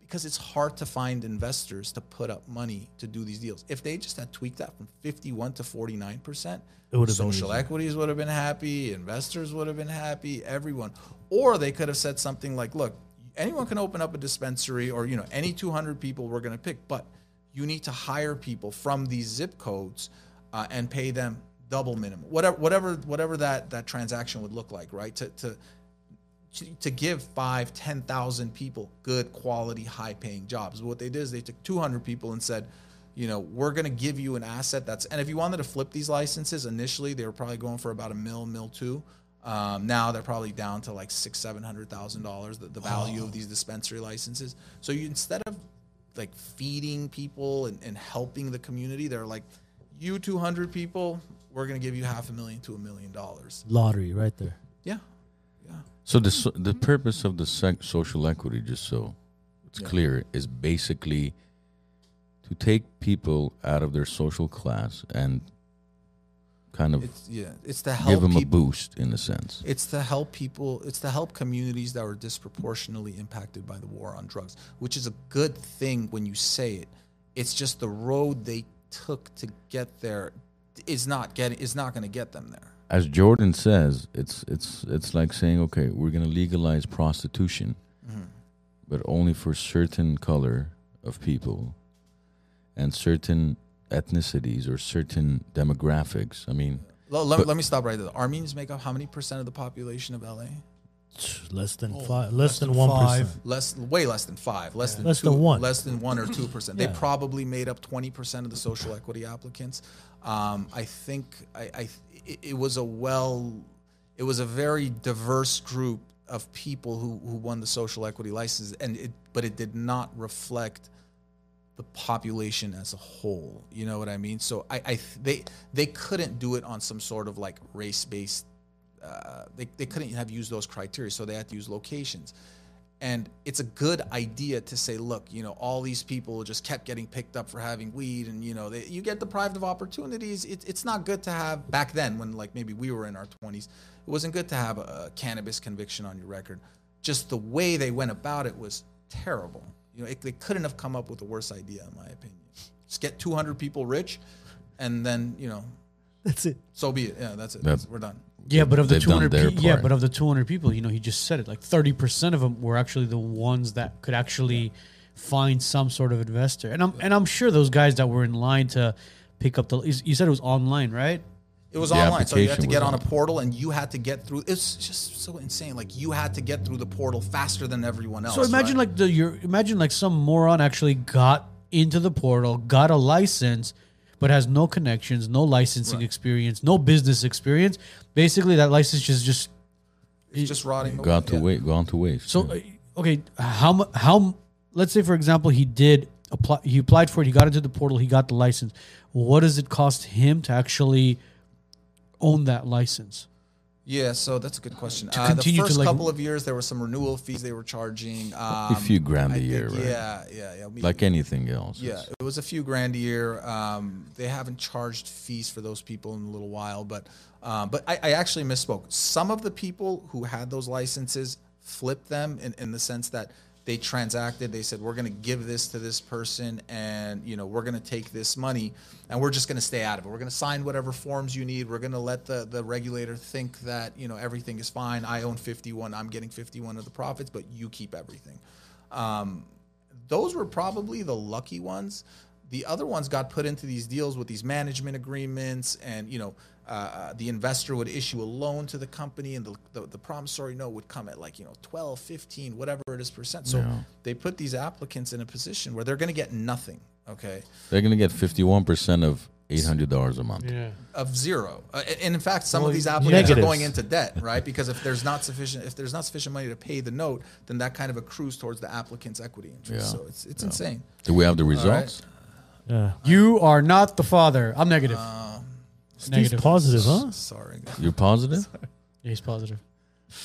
Speaker 4: because it's hard to find investors to put up money to do these deals. If they just had tweaked that from 51 to 49 percent,
Speaker 3: It would've been
Speaker 4: social
Speaker 3: easier.
Speaker 4: equities would have been happy, investors would have been happy, everyone. Or they could have said something like, "Look, anyone can open up a dispensary, or you know, any 200 people we're going to pick, but you need to hire people from these zip codes uh, and pay them double minimum, whatever, whatever, whatever that that transaction would look like, right? To to to, to give five, 10,000 people good quality, high paying jobs. What they did is they took 200 people and said, you know, we're going to give you an asset that's, and if you wanted to flip these licenses initially, they were probably going for about a mil, mil two. Um, now they're probably down to like six, seven hundred thousand dollars, the, the value of these dispensary licenses. So you instead of like feeding people and, and helping the community, they're like, you 200 people, we're going to give you half a million to a million dollars.
Speaker 3: Lottery right there.
Speaker 4: Yeah. Yeah.
Speaker 2: So the so, the purpose of the sec- social equity, just so it's clear, is basically to take people out of their social class and kind of
Speaker 4: It's yeah. It's to help
Speaker 2: give them a
Speaker 4: people.
Speaker 2: boost in a sense.
Speaker 4: It's to help people. It's to help communities that were disproportionately impacted by the war on drugs, which is a good thing when you say it. It's just the road they took to get there is not getting. Is not going to get them there.
Speaker 2: As Jordan says, it's it's it's like saying, okay, we're going to legalize prostitution,
Speaker 4: Mm-hmm.
Speaker 2: but only for certain color of people and certain ethnicities or certain demographics. I mean,
Speaker 4: Let, let, let me stop right there. Armenians make up how many percent of the population of LA?
Speaker 3: Less
Speaker 4: Oh,
Speaker 3: than five. Less, than one percent.
Speaker 4: Less, way less than five, less than
Speaker 3: Less
Speaker 4: two,
Speaker 3: than one.
Speaker 4: less than one or two percent. They
Speaker 3: Yeah.
Speaker 4: probably made up twenty percent of the social equity applicants. Um, I think I, I it, it was a well, it was a very diverse group of people who who won the social equity license, and it but it did not reflect the population as a whole. You know what I mean? So I, I they they couldn't do it on some sort of like race based. Uh, they they couldn't have used those criteria, so they had to use locations. And it's a good idea to say, look, you know, all these people just kept getting picked up for having weed, and you know, they, you get deprived of opportunities. It, it's not good to have back then, when like maybe we were in our twenties, it wasn't good to have a cannabis conviction on your record. Just the way they went about it was terrible. You know, it, they couldn't have come up with a worse idea, in my opinion. Just get 200 people rich, and then you know,
Speaker 3: That's it.
Speaker 4: so be it. Yeah, that's it. That's, we're done.
Speaker 1: Yeah, but of the
Speaker 2: They've done
Speaker 1: 200
Speaker 2: their
Speaker 1: pe- yeah,
Speaker 2: part.
Speaker 1: but of the 200 people, you know, he just said it like 30% of them were actually the ones that could actually find some sort of investor. And I'm and I'm sure those guys that were in line to pick up the you s- you said it was online, right?
Speaker 4: It was
Speaker 2: The
Speaker 4: online, so you had to
Speaker 2: application
Speaker 4: get
Speaker 2: was
Speaker 4: on a
Speaker 2: on.
Speaker 4: portal, and you had to get through. It's just so insane. Like you had to get through the portal faster than everyone else.
Speaker 1: So imagine like the your imagine like some moron actually got into the portal, got a license, but has no connections, no licensing experience, no business experience. Basically, that license is just
Speaker 4: it's just rotting. away.
Speaker 2: got to
Speaker 4: Yeah.
Speaker 2: wait, gone to waste.
Speaker 1: So uh, okay, how mu- how m- let's say for example he did apply he applied for it, he got into the portal, he got the license. What does it cost him to actually own that license?
Speaker 4: Yeah, so that's a good question.
Speaker 1: To
Speaker 4: uh,
Speaker 1: continue to,
Speaker 4: the first
Speaker 1: like-
Speaker 4: couple of years, there were some renewal fees they were charging. Um,
Speaker 2: a few grand a
Speaker 4: I
Speaker 2: year,
Speaker 4: think-
Speaker 2: right?
Speaker 4: Yeah, yeah, yeah.
Speaker 2: like anything else.
Speaker 4: Yeah,
Speaker 2: it's-
Speaker 4: it was a few grand a year. Um, they haven't charged fees for those people in a little while, but um, but I, I actually misspoke. Some of the people who had those licenses flipped them in, in the sense that they transacted. They said, "We're going to give this to this person, and you know, we're going to take this money, and we're just going to stay out of it. We're going to sign whatever forms you need. We're going to let the the regulator think that you know everything is fine. I own 51. I'm getting 51 of the profits, but you keep everything." those were probably the lucky ones. The other ones got put into these deals with these management agreements, and you know, uh, the investor would issue a loan to the company, and the, the, the promissory note would come at like you know 12, 15, whatever it is percent. So they put these applicants in a position where they're going to get nothing, okay,
Speaker 2: They're gonna get fifty-one percent of eight hundred dollars a month.
Speaker 1: Yeah.
Speaker 4: of zero. Uh, and- and in fact, some
Speaker 1: Well,
Speaker 4: of these applicants are
Speaker 3: negatives.
Speaker 4: going into debt, right? Because if there's not sufficient, if there's not sufficient money to pay the note, then that kind of accrues towards the applicant's equity interest.
Speaker 2: Yeah.
Speaker 4: So it's it's insane.
Speaker 2: Do we have the results?
Speaker 3: Yeah.
Speaker 1: You are not the father. I'm negative.
Speaker 3: He's
Speaker 1: negative.
Speaker 3: positive, huh?
Speaker 4: Sorry. guys.
Speaker 2: You're positive?
Speaker 1: Yeah, he's positive.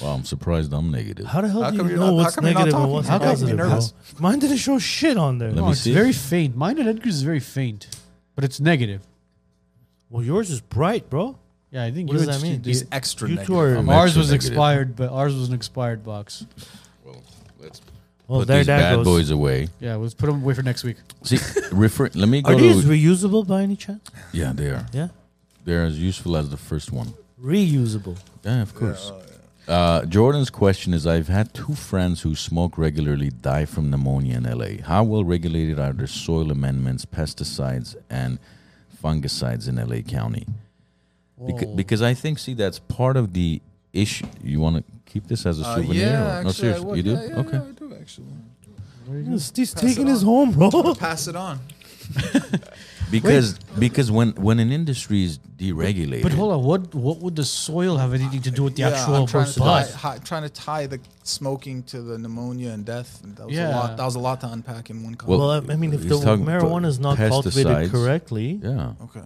Speaker 2: Wow, I'm surprised I'm negative.
Speaker 3: How the hell
Speaker 4: How
Speaker 3: do
Speaker 4: come
Speaker 3: you
Speaker 4: you're
Speaker 3: know
Speaker 4: not- how
Speaker 3: what's
Speaker 4: come you're not
Speaker 3: negative and
Speaker 4: talking?
Speaker 3: what's
Speaker 4: How
Speaker 1: come you're
Speaker 3: positive, bro?
Speaker 4: nervous?
Speaker 3: Mine didn't show shit on there.
Speaker 2: Let
Speaker 1: Oh,
Speaker 2: me
Speaker 1: it's
Speaker 2: see.
Speaker 1: very faint. Mine and Edgar's is very faint, but it's negative.
Speaker 3: Well, yours is bright, bro.
Speaker 1: Yeah, I think
Speaker 3: What
Speaker 1: you
Speaker 3: does that mean?
Speaker 4: He's extra
Speaker 3: You
Speaker 4: negative.
Speaker 3: two are
Speaker 2: I'm
Speaker 1: Ours
Speaker 2: extra
Speaker 1: was
Speaker 2: negative.
Speaker 1: expired, but ours was an expired box.
Speaker 2: Well, let's
Speaker 3: Well,
Speaker 2: put
Speaker 3: there
Speaker 2: these
Speaker 3: that
Speaker 2: bad
Speaker 3: goes.
Speaker 2: boys away.
Speaker 1: Yeah, let's put them away for next week.
Speaker 2: See, refer. Let me go
Speaker 3: Are
Speaker 2: to.
Speaker 3: these reusable by any chance?
Speaker 2: yeah, they are.
Speaker 3: Yeah,
Speaker 2: They're as useful as the first one.
Speaker 3: reusable.
Speaker 2: Yeah, of course.
Speaker 4: oh,
Speaker 2: Uh, Jordan's question is: I've had two friends who smoke regularly die from pneumonia in LA. How well regulated are their soil amendments, pesticides, and fungicides in LA County? Because,
Speaker 1: Whoa.
Speaker 2: because I think, see, that's part of the issue. You want to keep this as a
Speaker 4: Uh,
Speaker 2: souvenir?
Speaker 4: yeah,
Speaker 2: or-
Speaker 4: actually,
Speaker 2: no,
Speaker 4: I
Speaker 2: seriously,
Speaker 4: would.
Speaker 2: you do?
Speaker 4: Yeah, yeah,
Speaker 2: okay.
Speaker 4: yeah, I do actually.
Speaker 3: Steve's
Speaker 4: Pass it
Speaker 3: taking his
Speaker 4: on.
Speaker 3: home, bro.
Speaker 4: Pass it on.
Speaker 2: Because because when when an industry is deregulated,
Speaker 1: But hold on, what what would the soil have anything to do with the
Speaker 4: Yeah,
Speaker 1: actual
Speaker 4: I'm trying to,
Speaker 1: person?
Speaker 4: tie, hi, trying to tie the smoking to the pneumonia and death. That was a
Speaker 1: Yeah.
Speaker 4: lot. That was a lot to unpack in one comment.
Speaker 2: Well,
Speaker 3: Well, I I mean, if
Speaker 2: he's
Speaker 3: the
Speaker 2: talking about
Speaker 3: marijuana is not
Speaker 2: pesticides.
Speaker 3: cultivated correctly,
Speaker 2: yeah,
Speaker 4: okay.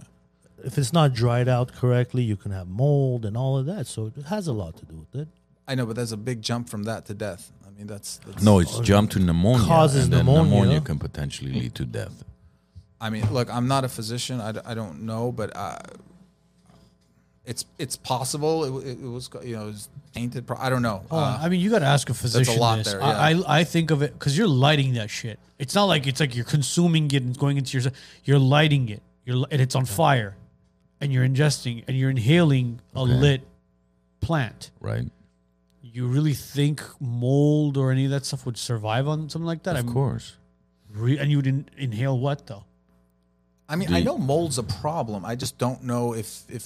Speaker 3: if it's not dried out correctly, you can have mold and all of that. So it has a lot to do with it.
Speaker 4: I know, but there's a big jump from that to death. I mean, that's, that's
Speaker 2: no, it's jumped to pneumonia,
Speaker 3: Causes
Speaker 2: and then
Speaker 3: pneumonia.
Speaker 2: pneumonia can potentially lead to death.
Speaker 4: I mean, look, I'm not a physician. I, d- I don't know, but uh, it's it's possible. It, w- it, it was you know it was tainted. Pro- I don't know.
Speaker 1: Hold on,
Speaker 4: Uh,
Speaker 1: I mean, you got to ask a physician.
Speaker 4: lot
Speaker 1: this.
Speaker 4: there,
Speaker 1: I, I I think of it because you're lighting that shit. It's not like it's like you're consuming it and going into your. You're lighting it. You're li- and it's on fire, and you're ingesting and you're inhaling a lit plant.
Speaker 2: Right.
Speaker 1: You really think mold or any of that stuff would survive on something like that?
Speaker 2: Of
Speaker 4: Um,
Speaker 1: I'm
Speaker 2: course.
Speaker 1: Re- and you would in, inhale what though?
Speaker 4: I mean, I know mold's a problem. I just don't know if if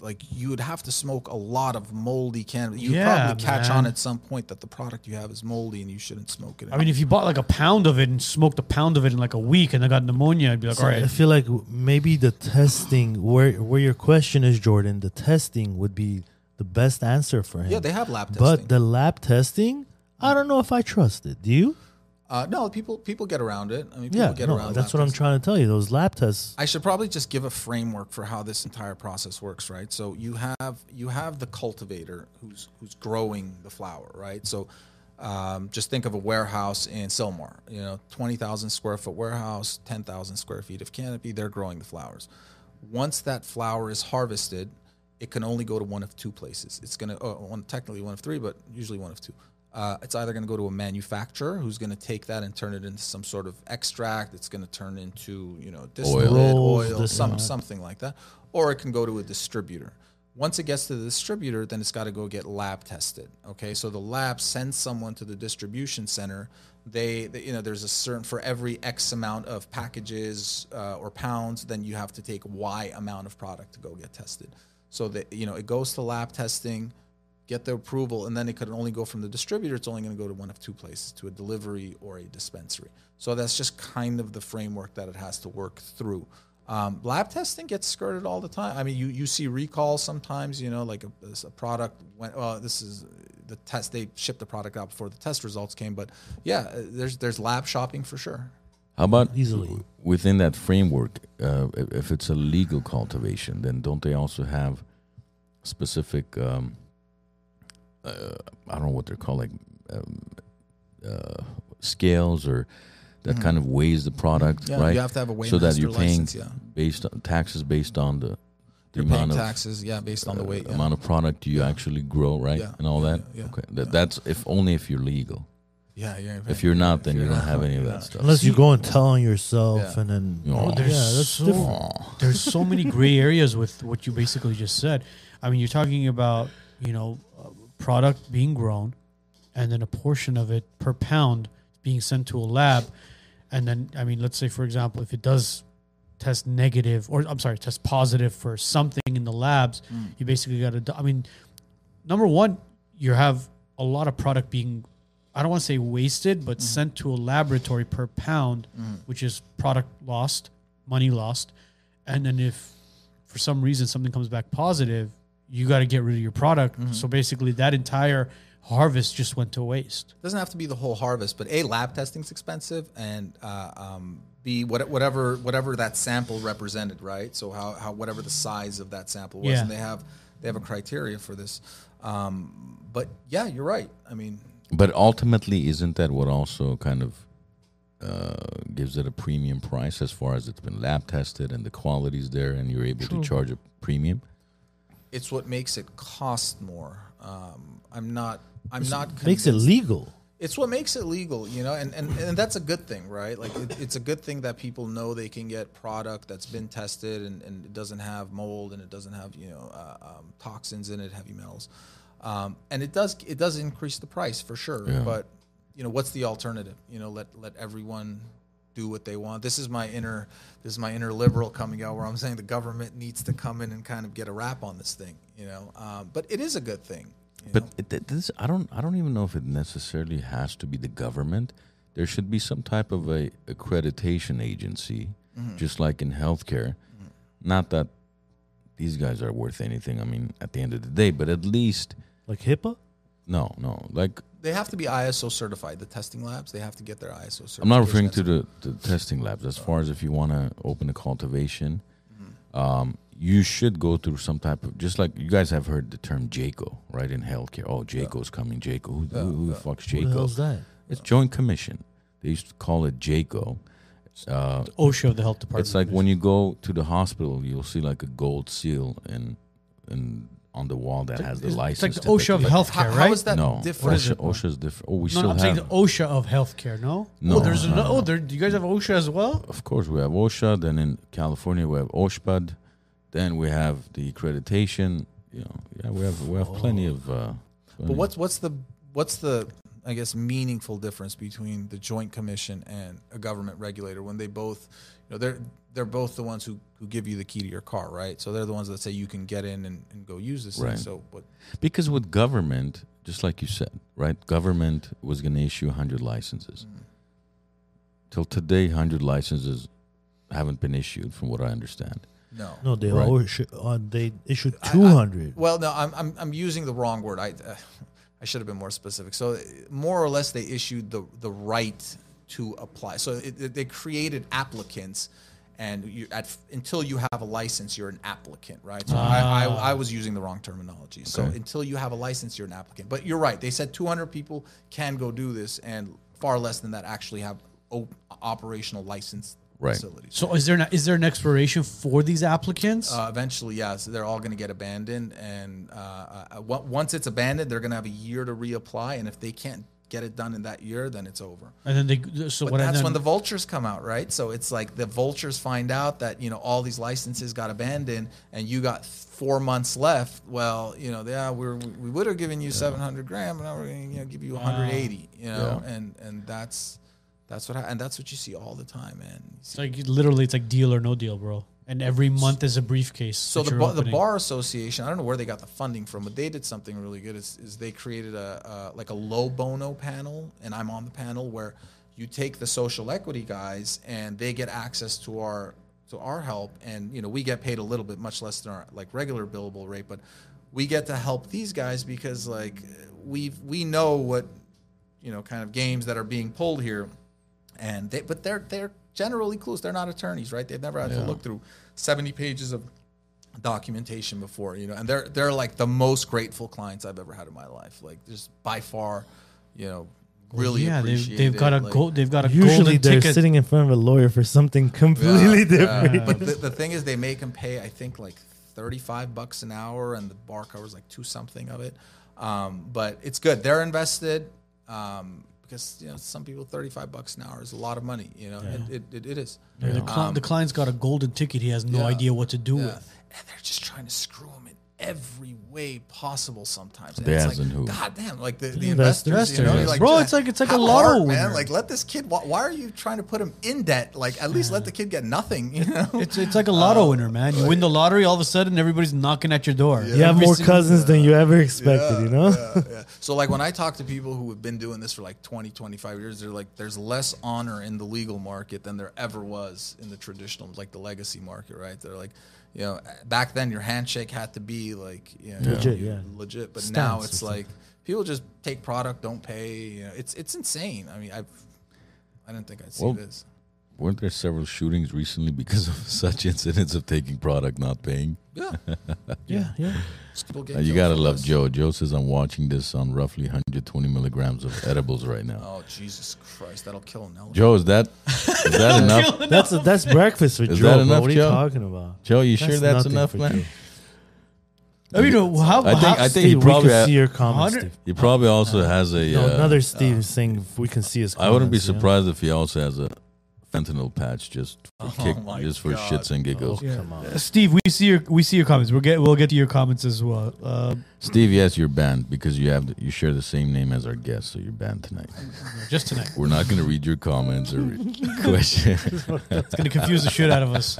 Speaker 4: like you would have to smoke a lot of moldy cannabis. You would
Speaker 1: Yeah,
Speaker 4: probably catch
Speaker 1: man.
Speaker 4: on at some point that the product you have is moldy and you shouldn't smoke it.
Speaker 1: I mean, if you bought like a pound of it and smoked a pound of it in like a week and I got pneumonia, I'd be like, all
Speaker 3: I
Speaker 1: right,
Speaker 3: feel like w- maybe the testing, where where your question is, Jordan, the testing would be the best answer for him.
Speaker 4: yeah, they have lab testing.
Speaker 3: but the lab testing, I don't know if I trust it. Do you?
Speaker 4: uh, no, people people get around it. I mean, people
Speaker 3: Yeah,
Speaker 4: get
Speaker 3: no,
Speaker 4: around.
Speaker 3: that's
Speaker 4: lab
Speaker 3: what I'm
Speaker 4: testing.
Speaker 3: trying to tell you. Those lab tests.
Speaker 4: I should probably just give a framework for how this entire process works, right? So you have you have the cultivator who's who's growing the flower, right? So um, just think of a warehouse in Silmar, you know, twenty thousand square foot warehouse, ten thousand square feet of canopy. They're growing the flowers. Once that flower is harvested, it can only go to one of two places. It's gonna uh, one technically one of three, but usually one of two. Uh, it's either going to go to a manufacturer who's going to take that and turn it into some sort of extract. It's going to turn into you know distillate
Speaker 3: Rolls,
Speaker 4: oil,
Speaker 3: this
Speaker 4: some
Speaker 3: and that.
Speaker 4: something like that, or it can go to a distributor. Once it gets to the distributor, then it's got to go get lab tested. Okay, so the lab sends someone to the distribution center. They, they- you know, there's a certain for every X amount of packages uh, or pounds, then you have to take Y amount of product to go get tested. So that you know, it goes to lab testing, get the approval, and then it could only go from the distributor. It's only going to go to one of two places, to a delivery or a dispensary. So that's just kind of the framework that it has to work through. Um, lab testing gets skirted all the time. I mean, you, you see recalls sometimes. You know, like a, this- a product went. Well, this is the test. They shipped the product out before the test results came. But yeah, uh, there's there's lab shopping for sure.
Speaker 2: How about
Speaker 3: Easily.
Speaker 2: w- within that framework? Uh, if, if it's a legal cultivation, then don't they also have specific? Um, uh, I don't know what they're called, like um, uh, scales or that kind of weighs the product,
Speaker 4: Mm-hmm. Yeah,
Speaker 2: right?
Speaker 4: you have to have a
Speaker 2: so that
Speaker 4: weighmaster
Speaker 2: you're paying
Speaker 4: license, yeah.
Speaker 2: based on taxes based on the, the
Speaker 4: You're paying
Speaker 2: amount of
Speaker 4: taxes, yeah, based on the
Speaker 2: uh,
Speaker 4: weight. Yeah.
Speaker 2: amount of product you actually grow, right,
Speaker 4: Yeah,
Speaker 2: and all
Speaker 4: yeah,
Speaker 2: that.
Speaker 4: yeah, yeah,
Speaker 2: okay, that, that's if only if you're legal.
Speaker 4: yeah, yeah you're
Speaker 2: If
Speaker 4: paying-
Speaker 2: you're not, then
Speaker 4: If
Speaker 2: you
Speaker 4: you're
Speaker 2: don't have any of
Speaker 4: you're
Speaker 2: that
Speaker 4: not.
Speaker 2: stuff.
Speaker 3: Unless you go and tell on yourself
Speaker 4: Yeah.
Speaker 3: and then.
Speaker 2: Oh,
Speaker 3: yeah,
Speaker 1: there's
Speaker 3: that's
Speaker 1: so
Speaker 3: different.
Speaker 1: there's so many gray areas with what you basically just said. I mean, you're talking about you know uh, product being grown, and then a portion of it per pound being sent to a lab, and then I mean, let's say for example, if it does test negative or I'm sorry, test positive for something in the labs, you basically got to. I mean, number one, you have a lot of product being. I don't want to say wasted,
Speaker 4: Mm-hmm.
Speaker 1: but sent to a laboratory per pound, which is product lost, money lost. And then if for some reason something comes back positive, you got to get rid of your product.
Speaker 4: Mm-hmm.
Speaker 1: So basically, that entire harvest just went to waste.
Speaker 4: doesn't have to be the whole harvest, but a lab testing's expensive, and uh, um, b what, whatever whatever that sample represented, right? So how, how whatever the size of that sample was,
Speaker 1: Yeah.
Speaker 4: and they have they have a criteria for this. Um, but yeah, you're right. I mean,
Speaker 2: But ultimately, isn't that what also kind of uh, gives it a premium price as far as it's been lab tested and the quality's there, and you're able to charge a premium?
Speaker 4: it's what makes it cost more. Um, I'm not. I'm not.
Speaker 3: Makes it
Speaker 4: convinced-
Speaker 3: legal.
Speaker 4: it's what makes it legal, you know, and, and, and that's a good thing, right? Like it, it's a good thing that people know they can get product that's been tested and, and it doesn't have mold and it doesn't have you know uh, um, toxins in it, heavy metals, um, and it does it does increase the price for sure. But you know, what's the alternative? You know, let let everyone do what they want. This is my inner this is my inner liberal coming out where I'm saying the government needs to come in and kind of get a wrap on this thing, you know. Um, but it is a good thing. you
Speaker 2: But it, th- this, I don't, I don't even know if it necessarily has to be the government. There should be some type of a accreditation agency, just like in healthcare. Not that these guys are worth anything. I mean, at the end of the day, but at least
Speaker 3: Like HIPAA?
Speaker 2: no, no. Like
Speaker 4: They have to be ISO certified. The testing labs, they have to get their ISO certified.
Speaker 2: I'm not referring to the, the testing labs. As far as if you want to open a cultivation, um, you should go through some type of just like you guys have heard the term JACO, right? In healthcare, oh JACO's coming, JACO. Who, who, who the fucks
Speaker 3: What the
Speaker 2: JACO?
Speaker 3: hell's that?
Speaker 2: It's Joint Commission. They used to call it JACO. Uh,
Speaker 1: OSHA of the health department.
Speaker 2: it's like when you go to the hospital, you'll see like a gold seal and and on the wall that has the
Speaker 1: It's
Speaker 2: license.
Speaker 1: like the OSHA of
Speaker 2: typically.
Speaker 4: How,
Speaker 1: healthcare, right?
Speaker 4: how is that
Speaker 2: No,
Speaker 4: different?
Speaker 2: OSHA, OSHA's different. Oh, we
Speaker 1: no,
Speaker 2: still
Speaker 1: no, I'm
Speaker 2: have.
Speaker 1: saying the OSHA of healthcare. No,
Speaker 2: No,
Speaker 1: Oh, there's
Speaker 2: no,
Speaker 1: no. Oh, there. Do you guys have OSHA as well?
Speaker 2: of course, we have OSHA. Then in California, we have OSHPAD. Then we have the accreditation. You know, yeah, we have we have plenty of. Uh,
Speaker 4: But what's what's the what's the I guess meaningful difference between the Joint Commission and a government regulator when they both, you know, they're they're both the ones who, who give you the key to your car, right? So they're the ones that say you can get in and, and go use this
Speaker 2: Right.
Speaker 4: thing. So what
Speaker 2: because with government, just like you said, right? Government was going to issue hundred
Speaker 4: mm,
Speaker 2: licenses. Till today, hundred licenses haven't been issued, from what I understand.
Speaker 4: no.
Speaker 3: No, they
Speaker 2: Right.
Speaker 3: always sh- uh, they issued 200.
Speaker 4: Well, no, I'm I'm, I'm using the wrong word. I uh, I should have been more specific. So uh, more or less, they issued the the right to apply. So it, it- they created applicants. And you, at, until you have a license, you're an applicant, right? So I, I, I was using the wrong terminology. So
Speaker 2: Ah. Okay.
Speaker 4: until you have a license, you're an applicant. But you're right. They said 200 people can go do this, and far less than that actually have op- operational licensed
Speaker 2: Right.
Speaker 4: facilities.
Speaker 1: So is there not, is there an expiration for these applicants?
Speaker 4: Uh, eventually, yeah. So they're all going to get abandoned, and uh, uh, uh, on- once it's abandoned, they're going to have a year to reapply. And if they can't get it done in that year, then it's over.
Speaker 1: and then they so
Speaker 4: But
Speaker 1: what?
Speaker 4: that's
Speaker 1: and
Speaker 4: when
Speaker 1: then,
Speaker 4: the vultures come out, right? So it's like the vultures find out that you know all these licenses got abandoned, and you got four months left. Well, you know, yeah, we're, we would have given you seven hundred grand, but now we're going to you know, give you one hundred eighty. You know, and and that's that's what hap- and that's what you see all the time, man. You see
Speaker 1: it's like literally, it's like deal or no deal, bro. And every month is a briefcase.
Speaker 4: So
Speaker 1: that
Speaker 4: the,
Speaker 1: you're
Speaker 4: bar, the
Speaker 1: opening.
Speaker 4: bar association, I don't know where they got the funding from, but they did something really good. Is, is they created a, a like a low bono panel, and I'm on the panel where you take the social equity guys, and they get access to our to our help, and you know we get paid a little bit, much less than our like regular billable rate, but we get to help these guys because like we we know what you know kind of games that are being pulled here and they but they're they're generally clueless they're not attorneys right they've never had to look through 70 pages of documentation before you know and they're they're like the most grateful clients i've ever had in my life like just by far you know really
Speaker 1: yeah, they've,
Speaker 4: appreciate
Speaker 1: they've got
Speaker 4: it,
Speaker 1: a
Speaker 4: like-
Speaker 1: gold. They've got a
Speaker 3: Usually
Speaker 1: golden
Speaker 3: they're
Speaker 1: ticket.
Speaker 3: sitting in front of a lawyer for something completely different.
Speaker 4: but the, the thing is they make them pay i think like 35 bucks an hour and the bar covers like two something of it um, but it's good they're invested um, because you know some people 35 bucks an hour is a lot of money you know it, it, it, it is
Speaker 1: The, cli- the client's got a golden ticket. He has no idea what to do
Speaker 4: Yeah.
Speaker 1: with.
Speaker 4: And they're just trying to screw them in every way possible sometimes. And
Speaker 2: The
Speaker 4: it's
Speaker 2: as
Speaker 4: like,
Speaker 2: and who.
Speaker 4: God damn, like the, the,
Speaker 3: investors.
Speaker 4: investors, you know,
Speaker 1: Investors.
Speaker 4: you're like,
Speaker 1: Bro,
Speaker 4: "Just
Speaker 1: it's like- it's like a
Speaker 4: have
Speaker 1: lotto
Speaker 4: heart,
Speaker 1: winner."
Speaker 4: man. Like, let this kid, why, why are you trying to put him in debt? Like, at least let the kid get nothing, you know?
Speaker 1: It's, it's like a
Speaker 4: Uh,
Speaker 1: lotto winner, man. You win the lottery, all of a sudden everybody's knocking at your door.
Speaker 3: You have
Speaker 1: Every
Speaker 3: more
Speaker 1: single-
Speaker 3: cousins than you ever expected, you know?
Speaker 4: Yeah, Uh, yeah. So, like, when I talk to people who have been doing this for like 20, 25 years, they're like, there's less honor in the legal market than there ever was in the traditional, like the legacy market, right? They're like, you know, back then your handshake had to be like, you know,
Speaker 3: Legit,
Speaker 4: you-
Speaker 3: yeah.
Speaker 4: legit. But
Speaker 3: Stamps
Speaker 4: now
Speaker 3: or
Speaker 4: it's
Speaker 3: something.
Speaker 4: like people just take product, don't pay. You know, it's it's insane. I mean, I've I didn't think I'd see
Speaker 2: Well,
Speaker 4: this.
Speaker 2: Weren't there several shootings recently because of such incidents of taking product not paying?
Speaker 4: Yeah,
Speaker 3: Yeah, yeah.
Speaker 4: people get
Speaker 2: Uh, you
Speaker 4: killed
Speaker 2: gotta
Speaker 4: for
Speaker 2: love
Speaker 4: this.
Speaker 2: Joe. Joe says I'm watching this on roughly 120 milligrams of edibles right now.
Speaker 4: Oh Jesus Christ, that'll kill an elephant.
Speaker 2: Joe, is that is that enough?
Speaker 3: That's that's breakfast with
Speaker 2: Is
Speaker 3: Joe.
Speaker 2: that
Speaker 3: bro.
Speaker 2: enough,
Speaker 3: What are you
Speaker 2: Joe?
Speaker 3: talking about?
Speaker 2: Joe, you sure that's
Speaker 3: nothing
Speaker 2: enough,
Speaker 3: for
Speaker 2: man?
Speaker 3: Joe.
Speaker 1: I mean, uh, how,
Speaker 2: I think
Speaker 1: how-
Speaker 2: I think he
Speaker 3: Steve, we
Speaker 2: probably
Speaker 3: can
Speaker 2: ha-
Speaker 3: see your comments.
Speaker 1: 100
Speaker 3: Steve.
Speaker 2: he probably also has a.
Speaker 3: No,
Speaker 2: uh,
Speaker 3: another Steve is saying if we can see his.
Speaker 2: I wouldn't be
Speaker 3: comments, you know?
Speaker 2: surprised if he also has a fentanyl patch just for kick,
Speaker 4: Oh my
Speaker 2: just for
Speaker 4: God.
Speaker 2: shits and giggles.
Speaker 3: Come on.
Speaker 5: Steve, we see your we see your comments. We'll get we'll get to your comments as well. Uh,
Speaker 2: Steve, yes, you're banned because you have the, you share the same name as our guest, so you're banned tonight.
Speaker 1: just tonight.
Speaker 2: We're not going to read your comments or re- questions.
Speaker 1: It's gonna confuse the shit out of us.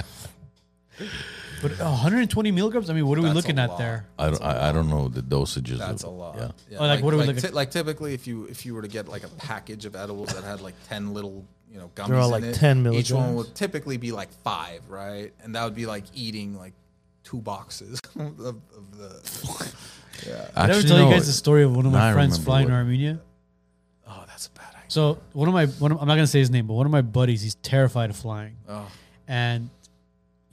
Speaker 1: But 120 milligrams. I mean, what are we
Speaker 4: That's a
Speaker 1: looking at
Speaker 4: lot.
Speaker 1: there?
Speaker 2: I don't, I, I don't know the dosages.
Speaker 4: That's a
Speaker 2: of,
Speaker 4: lot.
Speaker 2: Yeah.
Speaker 4: Yeah,
Speaker 1: Oh, like, what are we looking-
Speaker 4: ti- like typically, if you if you were to get like a package of edibles that had like ten little you know gummies,
Speaker 3: They're all,
Speaker 4: in
Speaker 3: like,
Speaker 4: it,
Speaker 3: 10
Speaker 4: Each one
Speaker 3: milligrams.
Speaker 4: would typically be like five, right? And that would be like eating like two boxes of, of the.
Speaker 1: Did I ever
Speaker 2: Actually,
Speaker 1: tell
Speaker 2: no,
Speaker 1: you guys the story of one of
Speaker 2: now
Speaker 1: my
Speaker 2: I
Speaker 1: friends
Speaker 2: remember
Speaker 1: flying to
Speaker 2: what-
Speaker 1: Armenia?
Speaker 4: Oh, that's a bad idea.
Speaker 1: So one of my one of, I'm not gonna say his name, but one of my buddies, he's terrified of flying,
Speaker 4: Oh,
Speaker 1: and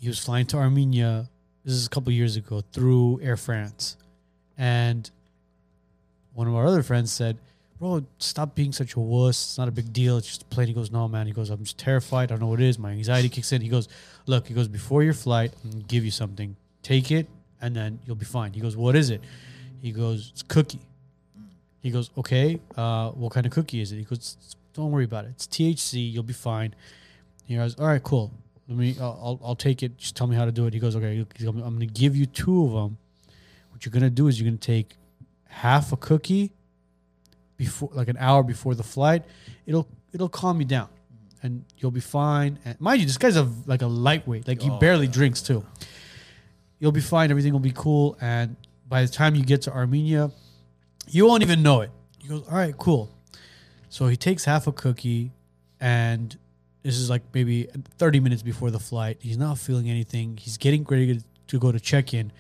Speaker 1: he was flying to Armenia. This is a couple years ago through Air France, and one of our other friends said, "Bro, stop being such a wuss. It's not a big deal. It's just a plane." He goes, "No, man." He goes, "I'm just terrified. I don't know what it is. My anxiety kicks in." He goes, "Look," he goes, "Before your flight, I'm gonna give you something. Take it, and then you'll be fine." He goes, "What is it?" He goes, "It's cookie." He goes, "Okay, uh, what kind of cookie is it?" He goes, "Don't worry about it. It's THC. You'll be fine." He goes, "All right, cool. Let me. I'll, I'll, I'll take it. Just tell me how to do it." He goes, "Okay. he goes, I'm going to give you two of them. What you're going to do is you're going to take half a cookie before, like an hour before the flight. It'll it'll calm you down, and you'll be fine. And mind you, this guy's a like a lightweight. Like he barely drinks too. You'll be fine. Everything will be cool. And by the time you get to Armenia, you won't even know it." He goes, "All right, cool." So he takes half a cookie and this is like maybe 30 minutes before the flight. He's not feeling anything. He's getting ready to go to check in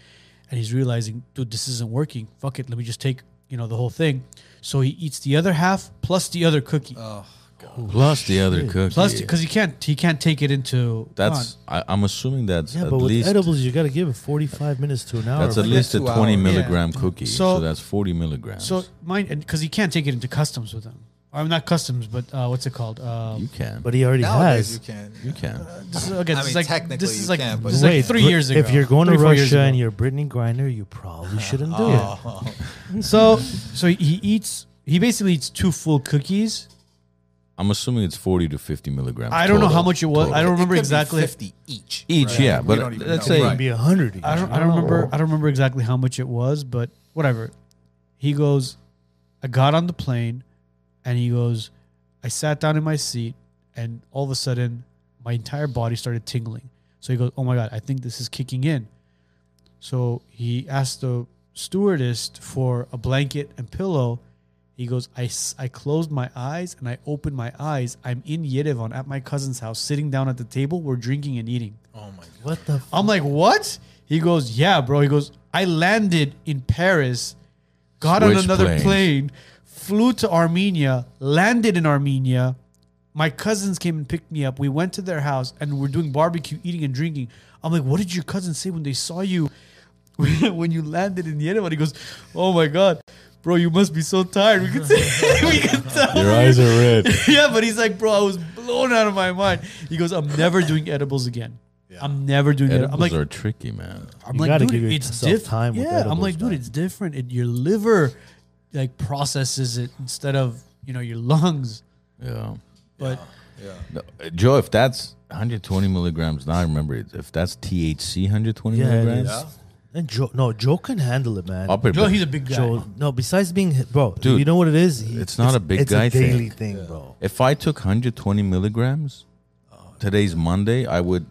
Speaker 1: and he's realizing, dude, this isn't working. Fuck it. Let me just take, you know, the whole thing. So he eats the other half plus the other cookie.
Speaker 4: Oh,
Speaker 2: plus the other cookie.
Speaker 1: plus because he can't he can't take it into
Speaker 2: that's I, I'm assuming that's
Speaker 3: Yeah,
Speaker 2: at
Speaker 3: but with
Speaker 2: least
Speaker 3: edibles, you got to give it 45 minutes to an hour.
Speaker 2: that's at
Speaker 4: like
Speaker 2: least a
Speaker 4: two
Speaker 2: 20
Speaker 4: hours.
Speaker 2: milligram cookie. So,
Speaker 1: So-
Speaker 2: that's 40 milligrams.
Speaker 1: so mind because he can't take it into customs with him. I'm not customs, but uh, what's it called? Um,
Speaker 2: you can,
Speaker 3: but he already
Speaker 4: nowadays you
Speaker 3: has.
Speaker 4: can.
Speaker 2: you can.
Speaker 1: this is, again, this
Speaker 4: I mean,
Speaker 1: is like
Speaker 4: technically
Speaker 1: this is
Speaker 4: you
Speaker 1: like,
Speaker 4: can't, but-
Speaker 1: this is like
Speaker 4: Wait,
Speaker 1: three years ago.
Speaker 3: If you're going to
Speaker 1: Three, four years
Speaker 3: Russia
Speaker 1: ago.
Speaker 3: and you're Brittany Griner, you probably shouldn't do it.
Speaker 4: Oh,
Speaker 1: so so he eats he basically eats two full cookies
Speaker 2: I'm assuming it's 40 to 50 milligrams.
Speaker 1: I don't know how
Speaker 2: total-
Speaker 1: much it was. I
Speaker 2: total.
Speaker 1: don't remember
Speaker 4: It could be
Speaker 1: exactly.
Speaker 4: fifty each.
Speaker 2: Each, yeah,
Speaker 4: We
Speaker 2: but
Speaker 4: don't even
Speaker 2: let's
Speaker 4: know.
Speaker 2: say-
Speaker 3: It'd be 100.
Speaker 1: I don't. I don't remember. I don't remember exactly how much it was, but whatever. He goes. I got on the plane, and he goes. I sat down in my seat, and all of a sudden, my entire body started tingling. So he goes, "Oh my god, I think this is kicking in." So he asked the stewardess for a blanket and pillow. He goes, I, s- I closed my eyes and I opened my eyes. I'm in Yerevan at my cousin's house, sitting down at the table. We're drinking and eating.
Speaker 4: Oh my god.
Speaker 3: What the? F-
Speaker 1: I'm like, what? He goes, yeah, bro. He goes, I landed in Paris, got on
Speaker 2: Switch
Speaker 1: another
Speaker 2: planes.
Speaker 1: plane, flew to Armenia, landed in Armenia. My cousins came and picked me up. We went to their house and we're doing barbecue, eating and drinking. I'm like, what did your cousins say when they saw you when you landed in Yerevan? He goes, oh my God. Bro, you must be so tired. We could say, we could tell.
Speaker 2: Your eyes are red.
Speaker 1: yeah, but he's like, bro, I was blown out of my mind. He goes, I'm never doing edibles again. I'm never doing it.
Speaker 2: Edibles
Speaker 1: I'm like,
Speaker 2: are tricky, man.
Speaker 1: I'm
Speaker 3: You
Speaker 1: like,
Speaker 3: gotta
Speaker 1: dude,
Speaker 3: give
Speaker 1: it's
Speaker 3: yourself
Speaker 1: different.
Speaker 3: time with
Speaker 1: yeah, I'm
Speaker 3: edibles,
Speaker 1: like, dude,
Speaker 3: man.
Speaker 1: it's different. It, your liver, like, processes it instead of you know your lungs.
Speaker 2: Yeah.
Speaker 1: But
Speaker 2: No, uh, Joe, if that's 120 milligrams, now I remember it. If that's THC 120
Speaker 3: yeah, it
Speaker 2: milligrams,
Speaker 3: is. And Joe, no, Joe can handle it, man.
Speaker 2: up it,
Speaker 1: Joe,
Speaker 2: but
Speaker 1: he's a big guy.
Speaker 3: Joe, no. Besides being, hit- bro,
Speaker 2: Dude,
Speaker 3: you know what it is? He-
Speaker 2: it's not a big
Speaker 3: it's
Speaker 2: guy
Speaker 3: a
Speaker 2: thing.
Speaker 3: daily thing, bro.
Speaker 2: if I took 120 milligrams,
Speaker 1: Oh.
Speaker 2: today's Monday, I would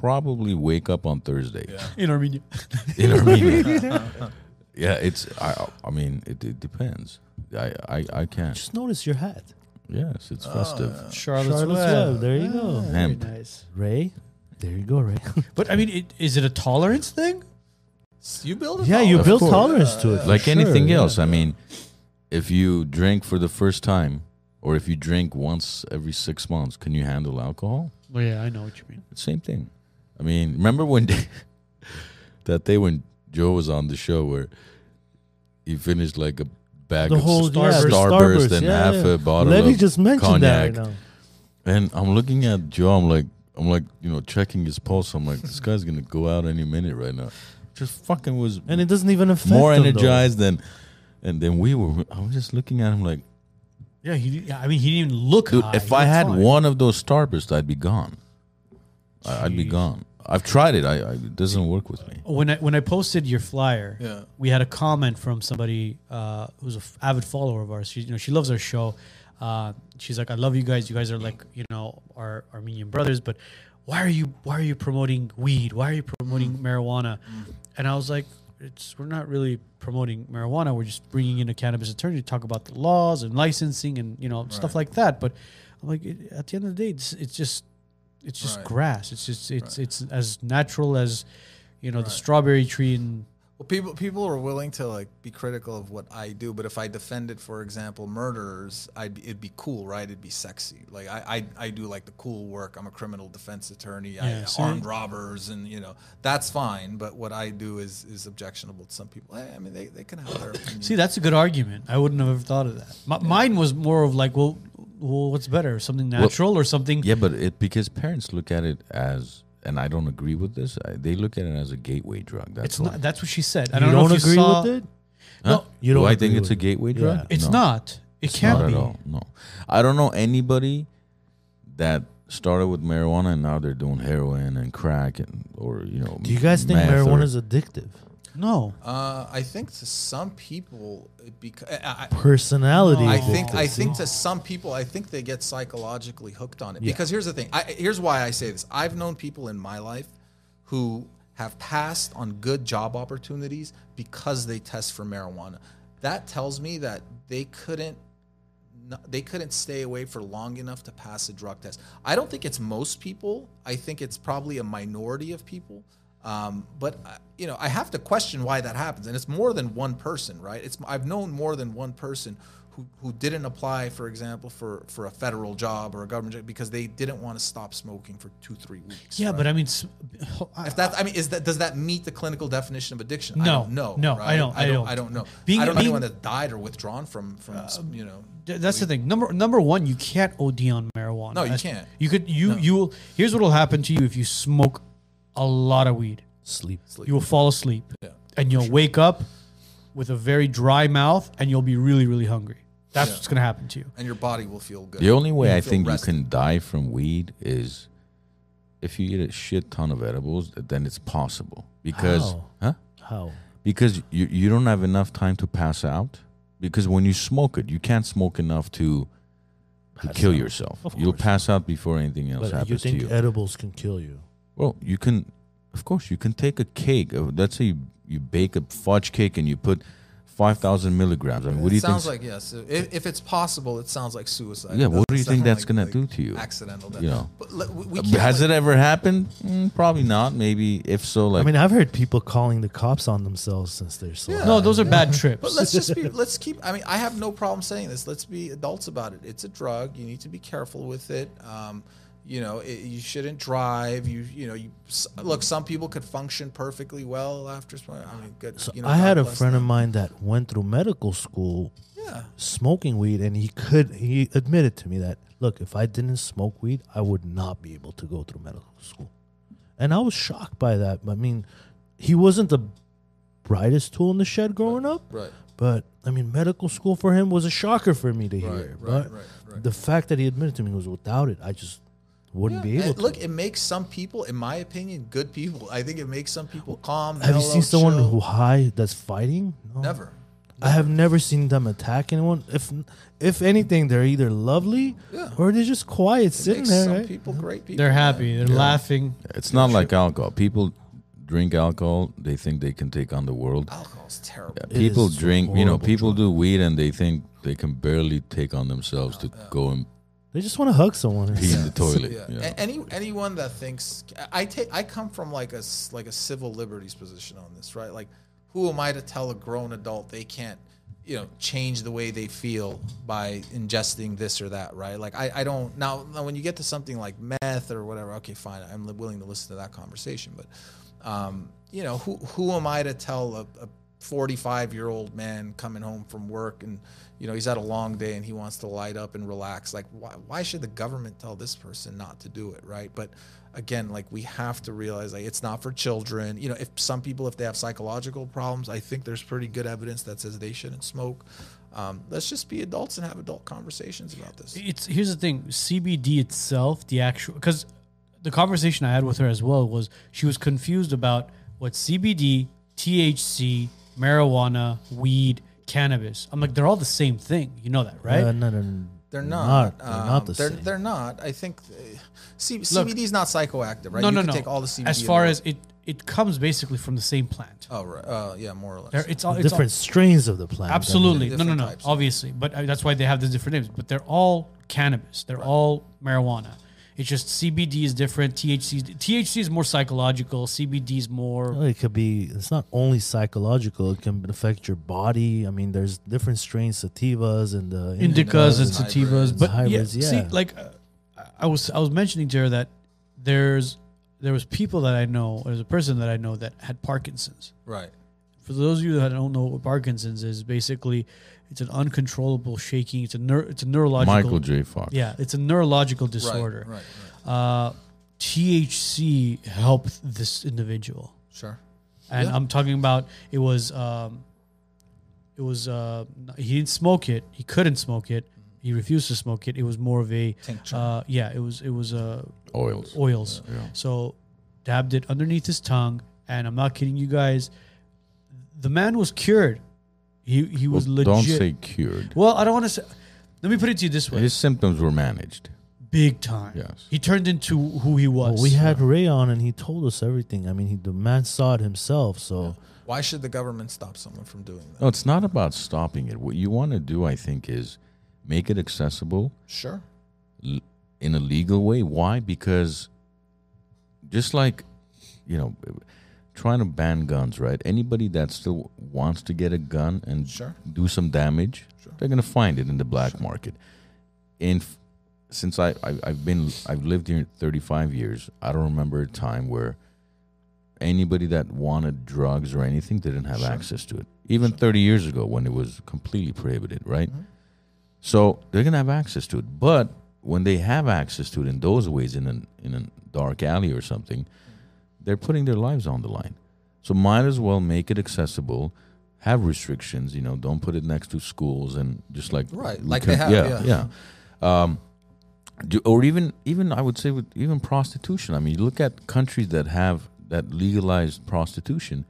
Speaker 2: probably wake up on Thursday.
Speaker 1: in Armenia,
Speaker 2: In Armenia. yeah, it's, I, I mean, it, it depends. I, I, I can't.
Speaker 3: Just notice your hat.
Speaker 2: Yes, it's
Speaker 1: Oh,
Speaker 2: festive.
Speaker 1: Charlotte's, Oh,
Speaker 3: Charlotte's
Speaker 1: Web.
Speaker 3: Web, there you go.
Speaker 1: very
Speaker 2: Hemp.
Speaker 1: nice.
Speaker 3: Ray, there you go, Ray.
Speaker 1: But I mean, it, is it a tolerance thing?
Speaker 4: You build it.
Speaker 3: yeah, you
Speaker 2: Of
Speaker 3: build
Speaker 2: course.
Speaker 3: tolerance to it. for
Speaker 2: like
Speaker 3: sure,
Speaker 2: anything
Speaker 3: yeah.
Speaker 2: else. I mean, if you drink for the first time, or if you drink once every six months, can you handle alcohol?
Speaker 1: Well, yeah, I know what you mean.
Speaker 2: It's same thing. I mean, remember when that day when Joe was on the show where he finished like a bag
Speaker 3: The
Speaker 2: of
Speaker 3: whole
Speaker 2: Starburst,
Speaker 3: yeah, the
Speaker 2: Starburst, and
Speaker 3: yeah,
Speaker 2: half
Speaker 3: yeah.
Speaker 2: a bottle
Speaker 3: Levy
Speaker 2: of
Speaker 3: just mentioned
Speaker 2: cognac,
Speaker 3: that right now.
Speaker 2: and I'm looking at Joe. I'm like, I'm like, you know, checking his pulse. I'm like, this guy's gonna go out any minute right now. just fucking was
Speaker 3: and it doesn't even affect
Speaker 2: more
Speaker 3: them, though.
Speaker 2: energized than and then we were. I was just looking at him like,
Speaker 1: Yeah, he. yeah, I mean, he didn't even look.
Speaker 3: Ah,
Speaker 2: dude,
Speaker 1: high.
Speaker 2: if
Speaker 1: He
Speaker 2: I
Speaker 1: looked
Speaker 2: had
Speaker 1: fine.
Speaker 2: one of those starbursts, I'd be gone. I, I'd be gone. I've tried it. I, I it doesn't work with me.
Speaker 1: when I when I posted your flyer,
Speaker 4: Yeah.
Speaker 1: we had a comment from somebody uh, who's an avid follower of ours. She you know she loves our show. Uh, she's like, I love you guys. You guys are like you know our Armenian brothers, but why are you why are you promoting weed? Why are you promoting marijuana? And I was like, it's we're not really promoting marijuana. We're just bringing in a cannabis attorney to talk about the laws and licensing and you know stuff like that. But I'm like, it, at the end of the day, it's it's just it's just
Speaker 4: Right.
Speaker 1: grass. It's just it's it's as natural as you know the strawberry tree and
Speaker 4: Well, people people are willing to like be critical of what I do, but if I defended, for example, murderers, I'd be, it'd be cool, right? It'd be sexy. Like I, I I do like the cool work. I'm a criminal defense attorney.
Speaker 1: Yeah,
Speaker 4: I
Speaker 1: so-
Speaker 4: armed robbers, and you know that's fine. But what I do is is objectionable to some people. I, I mean, they, they can have their opinion.
Speaker 1: see that's a good argument. I wouldn't have ever thought of that. My, Mine was more of like, well, well, what's better, something natural or something?
Speaker 2: Yeah, but it because parents look at it as, and I don't agree with this. I, they look at it as a gateway drug. That's
Speaker 1: It's
Speaker 2: why.
Speaker 1: not. That's what she said. I
Speaker 3: You
Speaker 1: don't,
Speaker 3: don't,
Speaker 1: know if
Speaker 3: agree
Speaker 1: you saw,
Speaker 3: with it?
Speaker 2: Huh?
Speaker 3: You
Speaker 2: Do
Speaker 3: don't
Speaker 2: I think
Speaker 3: agree
Speaker 2: it's a
Speaker 3: with it.
Speaker 2: gateway drug?
Speaker 3: Yeah.
Speaker 1: It's
Speaker 2: No.
Speaker 1: not. It can't
Speaker 2: not
Speaker 1: be.
Speaker 2: at all. No, I don't know anybody that started with marijuana and now they're doing heroin and crack and or you know.
Speaker 3: Do you guys think
Speaker 2: meth or-
Speaker 3: marijuana is addictive?
Speaker 1: No.
Speaker 4: Uh, I think to some people, it beca- I, I,
Speaker 3: Personality.
Speaker 4: I
Speaker 3: addictive.
Speaker 4: think I think to some people, I think they get psychologically hooked on it. Because here's the thing. I, here's why I say this. I've known people in my life who have passed on good job opportunities because they test for marijuana. That tells me that they couldn't no- they couldn't stay away for long enough to pass a drug test. I don't think it's most people. I think it's probably a minority of people. Um, but uh, you know, I have to question why that happens, and it's more than one person, right? It's I've known more than one person who, who didn't apply, for example, for for a federal job or a government job because they didn't want to stop smoking for two three weeks.
Speaker 1: Yeah,
Speaker 4: right?
Speaker 1: but I mean, s- I-
Speaker 4: If that, I mean, is that does that meet the clinical definition of addiction? I
Speaker 1: No,
Speaker 4: don't know.
Speaker 1: no, I
Speaker 4: right?
Speaker 1: don't-
Speaker 4: I
Speaker 1: I
Speaker 4: don't.
Speaker 1: don't.
Speaker 4: I don't know.
Speaker 1: Being-
Speaker 4: I don't know
Speaker 1: being- Um,
Speaker 4: anyone that died or withdrawn from from you know.
Speaker 1: Th- that's the thing. Number number one, you can't OD on marijuana.
Speaker 4: No, you
Speaker 1: That's-
Speaker 4: can't.
Speaker 1: You could you you will. Here's what will happen to you if you smoke a lot of weed.
Speaker 3: sleep.
Speaker 1: You will fall asleep,
Speaker 4: Yeah.
Speaker 1: and you'll wake up with a very dry mouth, and you'll be really really hungry. That's
Speaker 4: Yeah.
Speaker 1: what's gonna happen to you.
Speaker 4: and your body will feel good.
Speaker 2: The only way
Speaker 4: You'll
Speaker 2: I
Speaker 4: feel
Speaker 2: think
Speaker 4: rested.
Speaker 2: you can die from weed is if you eat a shit ton of edibles. Then it's possible because
Speaker 3: How?
Speaker 2: huh?
Speaker 3: How?
Speaker 2: because you you don't have enough time to pass out. Because when you smoke it, you can't smoke enough to to
Speaker 3: Pass
Speaker 2: kill
Speaker 3: out.
Speaker 2: yourself.
Speaker 3: Of
Speaker 2: You'll
Speaker 3: course.
Speaker 2: pass out before anything else
Speaker 3: But you
Speaker 2: happens to
Speaker 3: think
Speaker 2: you.
Speaker 4: uh,
Speaker 3: edibles can kill you?
Speaker 2: Well, you can, of course, you can take a cake. uh, Let's say you, you bake a fudge cake and you put five thousand milligrams. I mean, what do you
Speaker 4: it sounds
Speaker 2: think?
Speaker 4: like yes. If, if it's possible, it sounds like suicide.
Speaker 2: yeah,
Speaker 4: It
Speaker 2: what do
Speaker 4: doesn't
Speaker 2: you think
Speaker 4: sound
Speaker 2: that's
Speaker 4: like-
Speaker 2: gonna
Speaker 4: like
Speaker 2: do to you?
Speaker 4: Accidental death.
Speaker 2: You know.
Speaker 4: but let- we, we
Speaker 2: Uh,
Speaker 4: can't,
Speaker 2: Has
Speaker 4: like-
Speaker 2: it ever happened? Mm, probably not. Maybe if so, like
Speaker 3: I mean, I've heard people calling the cops on themselves since they're so.
Speaker 4: Yeah.
Speaker 1: No, those are bad
Speaker 4: But
Speaker 1: trips.
Speaker 4: let's just be. Let's keep. I mean, I have no problem saying this. Let's be adults about it. It's a drug. You need to be careful with it. Um, you know, it, you shouldn't drive. You you know, you s- look. Some people could function perfectly well after smoking. I mean, good. you know,
Speaker 3: I had
Speaker 4: God
Speaker 3: a
Speaker 4: bless
Speaker 3: friend of
Speaker 4: them.
Speaker 3: mine that went through medical school
Speaker 4: Yeah.
Speaker 3: smoking weed, and he could he admitted to me that look, if I didn't smoke weed, I would not be able to go through medical school, and I was shocked by that. I mean, he wasn't the brightest tool in the shed growing up,
Speaker 4: Right.
Speaker 3: but I mean, medical school for him was a shocker for me to hear.
Speaker 4: right,
Speaker 3: but
Speaker 4: right, right.
Speaker 3: the fact that he admitted to me was without it, I just wouldn't be
Speaker 4: And
Speaker 3: able to.
Speaker 4: look, it makes some people, in my opinion, good people. I think it makes some people calm.
Speaker 3: Have you
Speaker 4: mellow,
Speaker 3: seen someone
Speaker 4: chill.
Speaker 3: who high that's fighting? No.
Speaker 4: Never.
Speaker 3: I have never seen them attack anyone. If if anything, they're either lovely
Speaker 4: Yeah.
Speaker 3: or they're just quiet sitting
Speaker 4: Makes
Speaker 3: there.
Speaker 4: some
Speaker 3: right?
Speaker 4: people great people.
Speaker 1: They're happy. They're laughing.
Speaker 2: it's not like alcohol. People drink alcohol. They think they can take on the world.
Speaker 4: Alcohol's terrible.
Speaker 2: Yeah,
Speaker 3: It
Speaker 2: people
Speaker 3: is
Speaker 2: drink. You know,
Speaker 3: horrible
Speaker 2: people do weed and they think they can barely take on themselves to go and
Speaker 3: They just want to hug someone.
Speaker 2: pee in the toilet.
Speaker 4: Yeah.
Speaker 2: you know.
Speaker 4: A- Any anyone that thinks I take I come from like a s- like a civil liberties position on this, right? Like, who am I to tell a grown adult they can't, you know, change the way they feel by ingesting this or that, right? Like, I I don't now, now when you get to something like meth or whatever, okay, fine, I'm li- willing to listen to that conversation, but, um, you know, who who am I to tell a, a 45 year old man coming home from work and you know he's had a long day and he wants to light up and relax like why, why should the government tell this person not to do it right but again like we have to realize like it's not for children you know if some people if they have psychological problems i think there's pretty good evidence that says they shouldn't smoke um, let's just be adults and have adult conversations about this
Speaker 1: It's here's the thing. CBD itself, the actual, because the conversation I had with her as well was she was confused about what CBD, THC, marijuana, weed, cannabis. I'm like, they're all the same thing. You know that, right?
Speaker 3: Uh, no, no, no.
Speaker 4: They're not.
Speaker 3: They're not
Speaker 4: um,
Speaker 3: the
Speaker 4: they're,
Speaker 3: same.
Speaker 4: They're not. I think uh, C- CBD is not psychoactive, right?
Speaker 1: no,
Speaker 4: you
Speaker 1: no,
Speaker 4: can
Speaker 1: no.
Speaker 4: Take all the CBD.
Speaker 1: as
Speaker 4: in the
Speaker 1: far
Speaker 4: world.
Speaker 1: as it, it comes basically from the same plant.
Speaker 4: oh, right. Uh, yeah, more or less.
Speaker 1: They're- it's all it's all-
Speaker 3: different strains of the plant. I mean,
Speaker 1: Absolutely. No, no,
Speaker 4: different
Speaker 1: no.
Speaker 4: types.
Speaker 1: Obviously. But uh, that's why they have the different names. But they're all cannabis. They're all marijuana. It's just CBD is different. THC THC is more psychological. CBD is more.
Speaker 3: Well, it could be. It's not only psychological. It can affect your body. I mean, there's different strains, sativas and the
Speaker 1: indicas and
Speaker 4: hybrids.
Speaker 1: sativas, but
Speaker 3: Hybrids,
Speaker 1: yeah,
Speaker 3: yeah.
Speaker 1: see, like uh, I was I was mentioning to her that there's there was people that I know, there's a person that I know that had Parkinson's.
Speaker 4: right.
Speaker 1: For those of you that don't know what Parkinson's is, basically, it's an uncontrollable shaking. It's a neur- it's a neurological.
Speaker 2: Michael J. Fox.
Speaker 1: Yeah, it's a neurological
Speaker 4: Right,
Speaker 1: disorder.
Speaker 4: Right. Right.
Speaker 1: Uh, THC helped this individual
Speaker 4: Sure.
Speaker 1: and
Speaker 4: Yeah.
Speaker 1: I'm talking about it was um, it was uh, he didn't smoke it. He couldn't smoke it. He refused to smoke it. It was more of a
Speaker 4: Tincture.
Speaker 1: uh, yeah. It was it was uh,
Speaker 2: Oils.
Speaker 1: oils. So dabbed it underneath his tongue, and I'm not kidding you guys. The man was cured. He he was
Speaker 2: Well, Don't
Speaker 1: legit.
Speaker 2: say cured.
Speaker 1: well, I don't want to say. Let me put it to you this way:
Speaker 2: His symptoms were managed.
Speaker 1: big time.
Speaker 2: Yes.
Speaker 1: He turned into who he was.
Speaker 3: Well, we had Ray on, and he told us everything. I mean, he, the man saw it himself. So
Speaker 4: Why should the government stop someone from doing that?
Speaker 2: No, it's not about stopping it. What you want to do, I think, is make it accessible
Speaker 4: Sure.
Speaker 2: l- in a legal way. Why? Because just like, you know, trying to ban guns, right? Anybody that still wants to get a gun and
Speaker 4: Sure.
Speaker 2: do some damage, they're going to find it in the black market. And f- since I, I, I've been, I've lived here 35 years, I don't remember a time where anybody that wanted drugs or anything didn't have access to it. Even 30 years ago when it was completely prohibited, right? So they're gonna have access to it. But when they have access to it in those ways, in an in a dark alley or something, they're putting their lives on the line. So might as well make it accessible. Have restrictions, you know. Don't put it next to schools and just like
Speaker 4: Right,
Speaker 2: we
Speaker 4: like they have, yeah.
Speaker 2: yeah. Um, do, or even even I would say with even prostitution. I mean, you look at countries that have that legalized prostitution,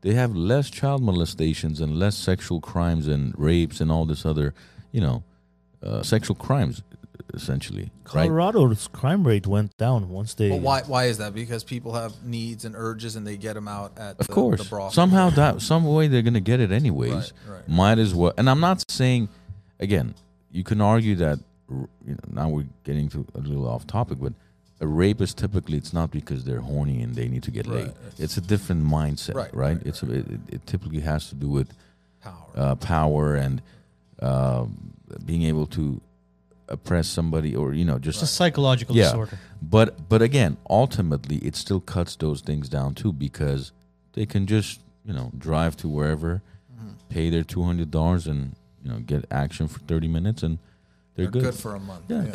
Speaker 2: they have less child molestations and less sexual crimes and rapes and all this other, you know, uh, sexual crimes essentially. Right?
Speaker 3: Colorado's crime rate went down once they.
Speaker 4: But why? Why is that? Because people have needs and urges, and they get them out at
Speaker 2: Of
Speaker 4: the,
Speaker 2: course.
Speaker 4: the brothel.
Speaker 2: Somehow that some way they're gonna get it anyways.
Speaker 4: Right, right.
Speaker 2: Might as well. And I'm not saying, again, you can argue that. r- You know, now we're getting to a little off topic, but a rape is typically it's not because they're horny and they need to get laid. It's a different mindset,
Speaker 4: Right,
Speaker 2: right?
Speaker 4: right,
Speaker 2: it's a, it, it typically has to do with
Speaker 4: Power.
Speaker 2: uh, power and uh, being able to oppress somebody, or you know, just
Speaker 1: it's a psychological disorder.
Speaker 2: but but again, ultimately, it still cuts those things down too because they can just you know drive to wherever,
Speaker 4: Mm-hmm.
Speaker 2: pay their two hundred dollars, and you know get action for thirty minutes, and they're,
Speaker 4: They're
Speaker 2: good.
Speaker 4: good. for a month.
Speaker 2: Yeah.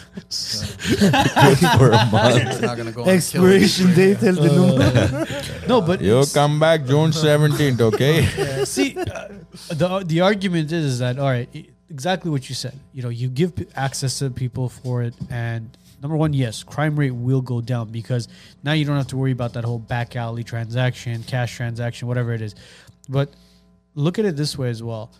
Speaker 4: good for a month. It's not gonna go on
Speaker 3: Expiration
Speaker 4: killing
Speaker 3: date
Speaker 4: spree.
Speaker 3: till the number.
Speaker 1: Uh, No, but
Speaker 2: You'll come back June seventeenth, okay?
Speaker 1: See, uh, the the argument is, is that all right? e- Exactly what you said. You know, you give p- access to people for it, and number one, yes, crime rate will go down because now you don't have to worry about that whole back alley transaction, cash transaction, whatever it is. But look at it this way as well.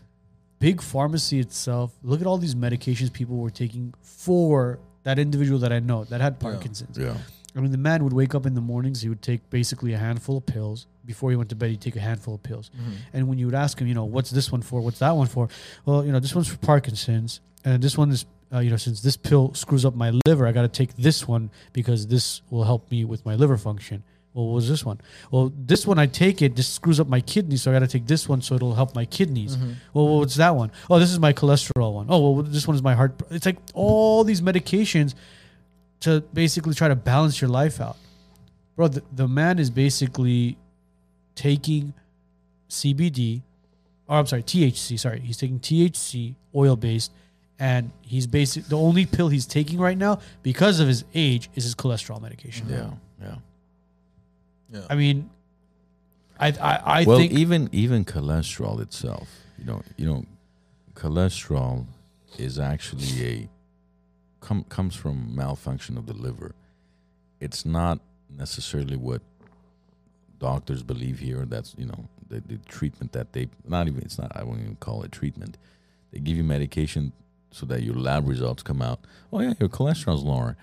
Speaker 1: Big pharmacy itself. Look at all these medications people were taking for that individual that I know that had Parkinson's.
Speaker 2: yeah,
Speaker 1: I mean, the man would wake up in the mornings. He would take basically a handful of pills before he went to bed. He'd take a handful of pills, and when you would ask him, you know, what's this one for? What's that one for? Well, you know, this one's for Parkinson's, and this one is, uh, you know, since this pill screws up my liver, I got to take this one because this will help me with my liver function. Well, what was this one? Well, this one I take it. This screws up my kidneys, so I got to take this one so it'll help my kidneys. Well, what's that one? Oh, this is my cholesterol one. Oh, well, this one is my heart. pro- It's like all these medications to basically try to balance your life out. Bro, the, the man is basically taking CBD, or oh, I'm sorry, THC. Sorry, he's taking THC oil based, and he's basic. The only pill he's taking right now because of his age is his cholesterol medication.
Speaker 2: Yeah, yeah.
Speaker 1: I mean, I I, I
Speaker 2: well,
Speaker 1: think
Speaker 2: even even cholesterol itself, you know, you know, cholesterol is actually a com- comes from malfunction of the liver. It's not necessarily what doctors believe here. That's you know the, the treatment that they not even it's not I won't even call it treatment. They give you medication so that your lab results come out. Oh yeah, your cholesterol's lower.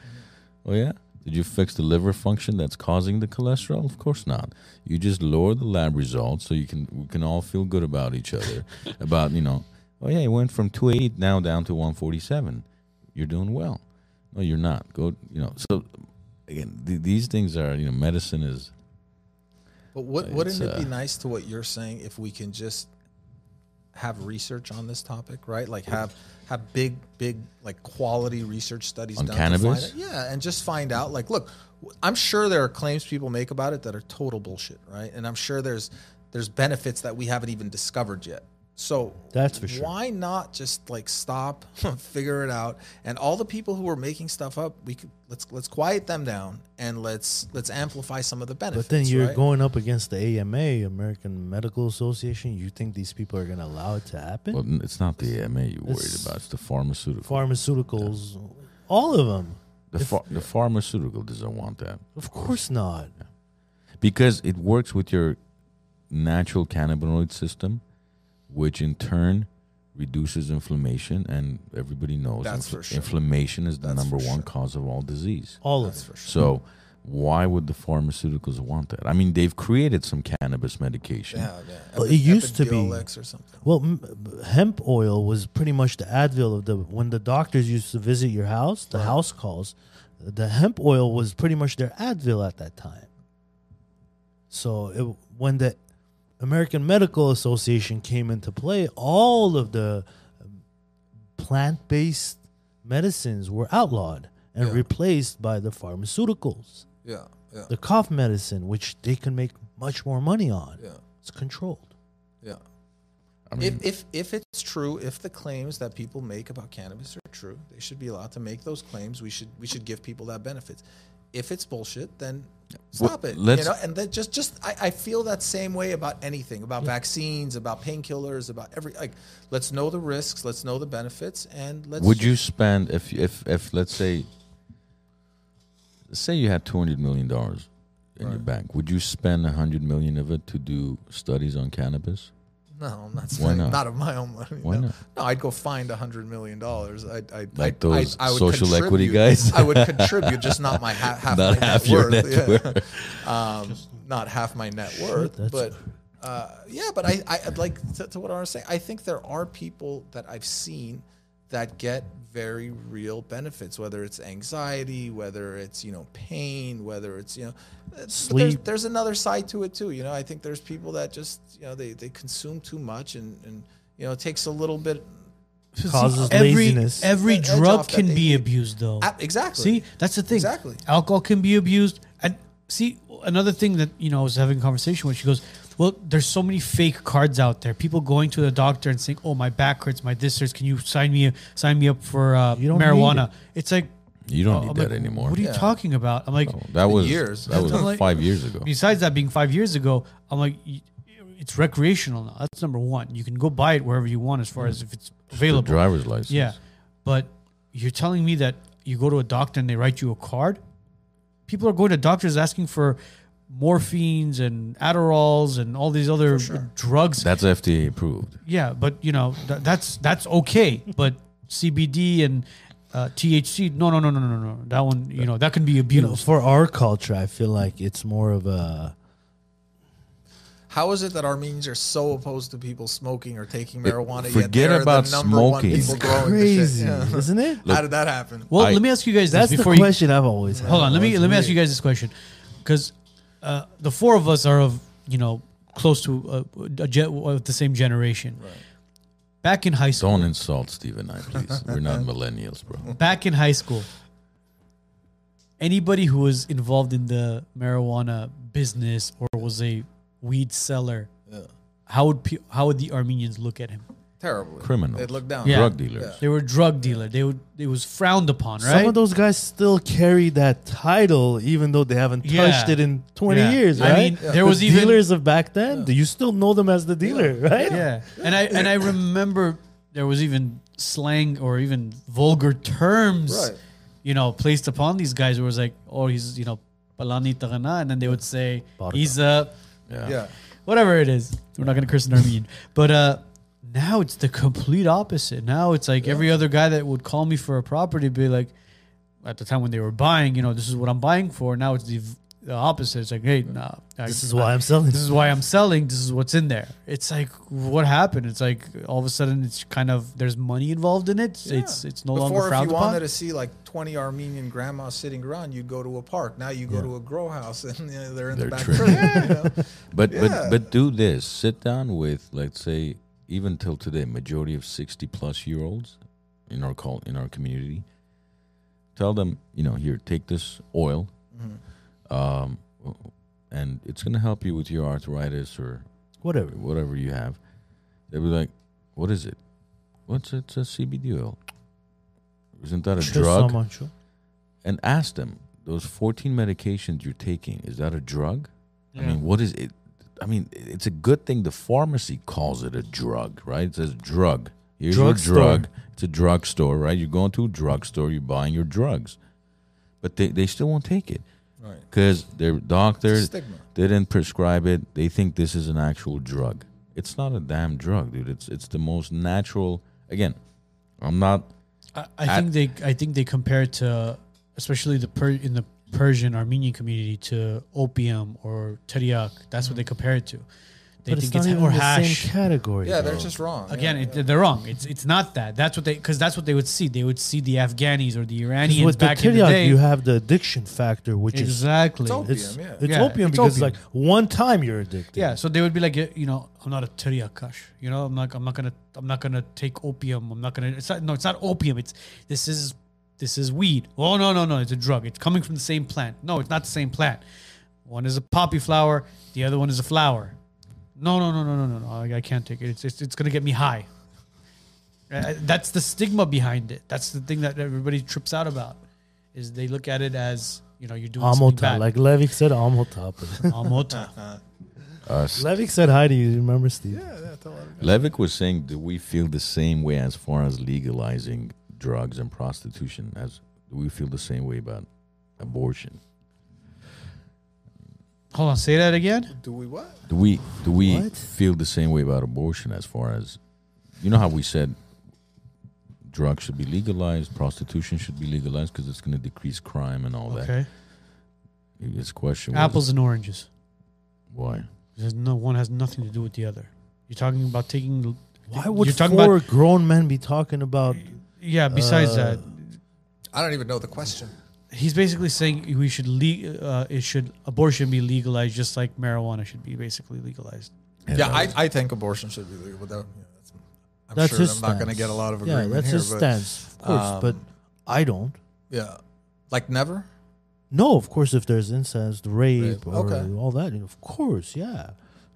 Speaker 2: Oh yeah. Did you fix the liver function that's causing the cholesterol? Of course not. You just lower the lab results so you can we can all feel good about each other. about you know, oh yeah, it went from 280 now down to 147. You're doing well. No, you're not. Go you know. So again, th- these things are you know, medicine is
Speaker 4: But what,
Speaker 2: It's,
Speaker 4: wouldn't it be
Speaker 2: uh,
Speaker 4: nice to what you're saying if we can just have research on this topic, right? Like have have big, big, like quality research studies
Speaker 2: On
Speaker 4: done to find
Speaker 2: cannabis?
Speaker 4: it. yeah, and just find out. Like, look, w- I'm sure there are claims people make about it that are total bullshit, right? And I'm sure there's there's benefits that we haven't even discovered yet. So
Speaker 3: That's for sure.
Speaker 4: Why not just like stop, figure it out, and all the people who are making stuff up, we could let's let's quiet them down and let's let's amplify some of the benefits.
Speaker 3: But then you're
Speaker 4: right?
Speaker 3: going up against the AMA, American Medical Association. You think these people are going to allow it to happen?
Speaker 2: well, n- it's not the AMA you're worried
Speaker 3: It's-
Speaker 2: about. It's the pharmaceutical.
Speaker 3: Pharmaceuticals, all of them.
Speaker 2: the, ph- the pharmaceutical doesn't want that.
Speaker 3: Of course not.
Speaker 2: because it works with your natural cannabinoid system, which in turn reduces inflammation. And everybody knows
Speaker 4: That's for sure.
Speaker 2: inflammation is the
Speaker 4: That's
Speaker 2: number
Speaker 4: for
Speaker 2: one
Speaker 4: sure.
Speaker 2: cause of all disease.
Speaker 3: All
Speaker 4: That's
Speaker 3: of
Speaker 4: for
Speaker 3: them.
Speaker 4: sure.
Speaker 2: So why would the pharmaceuticals want that? I mean, they've created some cannabis medication.
Speaker 4: Yeah, yeah.
Speaker 3: Well, it used to be-
Speaker 4: Epidiolex or something.
Speaker 3: Well, m- hemp oil was pretty much the Advil of the when the doctors used to visit your house, the house calls. The hemp oil was pretty much their Advil at that time. So it, when the American Medical Association came into play, all of the plant based medicines were outlawed and
Speaker 4: Yeah.
Speaker 3: replaced by the pharmaceuticals.
Speaker 4: Yeah, yeah,
Speaker 3: The cough medicine, which they can make much more money on,
Speaker 4: yeah,
Speaker 3: it's controlled.
Speaker 4: yeah.
Speaker 2: I mean,
Speaker 4: if, if if it's true, if the claims that people make about cannabis are true, they should be allowed to make those claims. We should we should give people that benefits. If it's bullshit, then stop it.
Speaker 2: let's-
Speaker 4: you know, and then just just I, I feel that same way about anything, about vaccines, about painkillers, about every like. Let's know the risks. Let's know the benefits, and let's.
Speaker 2: would you spend if if if let's say say you had two hundred million dollars in your bank, would you spend a hundred million of it to do studies on cannabis?
Speaker 4: No, I'm not spending
Speaker 2: not?
Speaker 4: not? of my own money.
Speaker 2: Why
Speaker 4: no.
Speaker 2: not?
Speaker 4: No, I'd go find a hundred million dollars. I'd, I'd
Speaker 2: Like
Speaker 4: I'd,
Speaker 2: those
Speaker 4: I'd, I would
Speaker 2: social equity
Speaker 4: contribute-
Speaker 2: guys?
Speaker 4: I would contribute, just not my ha- half
Speaker 2: Not
Speaker 4: my
Speaker 2: half
Speaker 4: net
Speaker 2: your
Speaker 4: worth.
Speaker 2: net
Speaker 4: yeah. um, not half my net worth,
Speaker 3: that's-
Speaker 4: but. Uh, yeah, but I, I I'd like to, to what I was saying. I think there are people that I've seen that get very real benefits, whether it's anxiety, whether it's you know pain, whether it's you know it's- but
Speaker 3: Sleep.
Speaker 4: There's, there's another side to it too. You know, I think there's people that just you know they they consume too much and and you know it takes a little bit.
Speaker 3: Causes
Speaker 1: every
Speaker 3: laziness.
Speaker 1: every
Speaker 4: The edge
Speaker 1: drug
Speaker 4: off that
Speaker 1: can
Speaker 4: they
Speaker 1: be
Speaker 4: need.
Speaker 1: abused though.
Speaker 4: Ah, exactly.
Speaker 1: See, that's the thing.
Speaker 4: Exactly.
Speaker 1: Alcohol can be abused. And see, another thing that, you know, I was having a conversation with, she goes, well, there's so many fake cards out there. People going to the doctor and saying, oh, my back hurts, my this hurts. Can you sign me sign me up for uh,
Speaker 3: You don't need
Speaker 1: marijuana? It's like,
Speaker 2: You don't
Speaker 4: Uh,
Speaker 1: I'm
Speaker 2: need
Speaker 1: like,
Speaker 2: that anymore.
Speaker 1: What are you
Speaker 4: Yeah.
Speaker 1: talking about? I'm like,
Speaker 2: Oh, that was
Speaker 4: years.
Speaker 2: that was
Speaker 1: I'm like-
Speaker 2: five years ago.
Speaker 1: besides that being five years ago, I'm like, y- it's recreational now. That's number one. You can go buy it wherever you want as
Speaker 2: Mm.
Speaker 1: far as if it's
Speaker 2: The
Speaker 1: available.
Speaker 2: driver's license.
Speaker 1: Yeah, but you're telling me that you go to a doctor and they write you a card. People are going to doctors asking for morphines and Adderalls and all these other drugs.
Speaker 2: that's FDA approved.
Speaker 1: yeah, but you know th- that's that's okay. but CBD and uh, THC, no, no, no, no, no, no. That one, you know, that can be
Speaker 3: you know,
Speaker 1: abused.
Speaker 3: for our culture, I feel like it's more of a
Speaker 4: How is it that Armenians are so opposed to people smoking or taking marijuana? yet
Speaker 2: forget
Speaker 4: they're
Speaker 2: about
Speaker 4: the number one
Speaker 2: smoking.
Speaker 4: people growing the shit?
Speaker 3: crazy,
Speaker 4: Yeah.
Speaker 3: isn't it?
Speaker 4: How did that happen?
Speaker 1: Well,
Speaker 2: I-
Speaker 1: let me ask you guys
Speaker 3: That's
Speaker 1: this
Speaker 3: the
Speaker 1: before you
Speaker 3: question I've always had.
Speaker 1: Hold on, let me
Speaker 3: It's
Speaker 1: let me ask you
Speaker 3: weird.
Speaker 1: guys this question, because uh, the four of us are of you know close to uh, a ge- of the same generation. Back in high school,
Speaker 2: Don't insult Steve and I, please. We're not millennials, bro.
Speaker 1: back in high school, anybody who was involved in the marijuana business or was a weed seller how would pe- how would the Armenians look at him?
Speaker 4: Terribly.
Speaker 2: Criminals.
Speaker 4: They'd look down.
Speaker 1: Yeah.
Speaker 2: drug dealers.
Speaker 1: They were drug dealer. They would it was frowned upon, right?
Speaker 3: Some of those guys still carry that title, even though they haven't touched
Speaker 1: Yeah.
Speaker 3: it in 20
Speaker 1: Yeah.
Speaker 3: years,
Speaker 1: I
Speaker 3: right?
Speaker 1: mean, there was
Speaker 3: the
Speaker 1: even-
Speaker 3: dealers of back then. You still know them as the dealer, right?
Speaker 1: yeah. And I and I remember there was even slang or even vulgar terms,
Speaker 4: Right.
Speaker 1: you know, placed upon these guys. Where it was like, oh, he's you know, palani tagana, and then they would say he's a
Speaker 4: Yeah.
Speaker 1: whatever it is. We're not gonna curse an Armenian, but uh, now it's the complete opposite. Now it's like every other guy that would call me for a property be like, at the time when they were buying, you know, this is what I'm buying for. Now it's the, the opposite. It's like, hey, nah, I-
Speaker 3: This is why I'm selling.
Speaker 1: this is why I'm selling. This is what's in there. It's like what happened. It's like all of a sudden it's kind of there's money involved in it. It's it's no
Speaker 4: Before,
Speaker 1: longer frowned
Speaker 4: if you
Speaker 1: upon.
Speaker 4: wanted to see like 20 Armenian grandmas sitting around, you'd go to a park. Now you go to a grow house and you know, they're in
Speaker 2: They're
Speaker 4: the back
Speaker 2: tripping.
Speaker 4: room. you know?
Speaker 2: But
Speaker 4: Yeah.
Speaker 2: but but do this. Sit down with let's say even till today, majority of sixty plus year olds in our call in our community. Tell them you know here take this oil,
Speaker 4: Mm-hmm.
Speaker 2: um, and it's gonna help you with your arthritis or
Speaker 3: Whatever.
Speaker 2: whatever you have. They'll be like, what is it? What's it? uh, It's a CBD oil. Isn't that a
Speaker 3: Sure,
Speaker 2: drug?
Speaker 3: someone, sure.
Speaker 2: and ask them those 14 medications you're taking is that a drug i
Speaker 1: Yeah.
Speaker 2: mean what is it i mean it's a good thing the pharmacy calls it a drug right it says drug here's
Speaker 3: Drug
Speaker 2: your
Speaker 3: store.
Speaker 2: drug it's a drug store right you're going to a drug store you're buying your drugs but they, they still won't take it
Speaker 4: Right.
Speaker 2: because their doctor
Speaker 4: stigma.
Speaker 2: didn't prescribe it they think this is an actual drug it's not a damn drug dude it's it's the most natural again i'm not
Speaker 1: I, I think they I think they compare it to especially the per, in the Persian Armenian community to opium or teriyak. That's what they compare it to. They
Speaker 3: Mm. but
Speaker 1: think
Speaker 3: it's
Speaker 1: it's,
Speaker 3: not even
Speaker 1: or
Speaker 3: the
Speaker 1: hash.
Speaker 3: same category.
Speaker 4: Yeah,
Speaker 3: though.
Speaker 4: they're just wrong.
Speaker 1: Again,
Speaker 4: yeah,
Speaker 1: it,
Speaker 4: yeah.
Speaker 1: they're wrong. It's it's not that. That's what they because that's what they would see. They would see the Afghanis or the
Speaker 3: 'Cause
Speaker 1: Iranians
Speaker 3: with
Speaker 1: back
Speaker 3: the
Speaker 1: in the
Speaker 3: Tiryak,
Speaker 1: day.
Speaker 3: you have the addiction factor, which is
Speaker 1: exactly.
Speaker 4: It's opium,
Speaker 3: it's
Speaker 4: yeah.
Speaker 3: it's
Speaker 1: Yeah,
Speaker 3: opium
Speaker 1: it's
Speaker 3: because
Speaker 1: opium.
Speaker 3: like one time you're addicted.
Speaker 1: Yeah, so they would be like, "Yeah, you know, I'm not a teriyakash. You know, I'm not, I'm not gonna, I'm not gonna take opium. I'm not gonna. It's not, no, it's not opium. It's this is, this is weed. Oh no, no, no, it's a drug. It's coming from the same plant. No, it's not the same plant. One is a poppy flower. The other one is a flower. No, no, no, no, no, no, no. I, I can't take it. It's, it's, it's gonna get me high. Uh, That's the stigma behind it. That's the thing that everybody trips out about. Is they look at it as you know you're doing
Speaker 3: Amotop,
Speaker 1: something bad.
Speaker 3: like Levik said, Amotop.
Speaker 1: Amota.
Speaker 2: uh,
Speaker 3: Levik said hi to you. Remember, Steve?
Speaker 4: Yeah, yeah, tell everybody.
Speaker 2: Levick was saying, do we feel the same way as far as legalizing drugs and prostitution as do we feel the same way about abortion?
Speaker 1: Hold on, say that again.
Speaker 4: Do we what?
Speaker 2: Do we do we
Speaker 3: What?
Speaker 2: feel the same way about abortion as far as you know how we said drugs should be legalized, prostitution should be legalized because it's going to decrease crime and all
Speaker 1: Okay.
Speaker 2: that. His question was,
Speaker 1: Apples and oranges.
Speaker 2: why?
Speaker 1: There's no one has nothing to do with the other. You're talking about taking. l-
Speaker 3: Why would
Speaker 1: you're talking
Speaker 3: four
Speaker 1: about?
Speaker 3: grown men be talking about?
Speaker 1: Yeah. Besides
Speaker 3: Uh,
Speaker 1: that,
Speaker 4: I don't even know the question.
Speaker 1: he's basically saying we should le- uh, it should abortion be legalized just like marijuana should be basically legalized.
Speaker 2: And
Speaker 4: Yeah,
Speaker 2: I-
Speaker 4: I, I think abortion should be legal. But that, yeah, that's, I'm
Speaker 3: That's
Speaker 4: sure
Speaker 3: his
Speaker 4: I'm not going to
Speaker 3: stance.
Speaker 4: get a lot of
Speaker 3: Yeah,
Speaker 4: agreement
Speaker 3: that's
Speaker 4: here.
Speaker 3: his
Speaker 4: but, um,
Speaker 3: stance, of course. but I don't.
Speaker 4: Yeah, like never.
Speaker 3: No, of course, if there's incest, rape,
Speaker 4: Rape,
Speaker 3: or
Speaker 4: okay.
Speaker 3: all that, of course, yeah,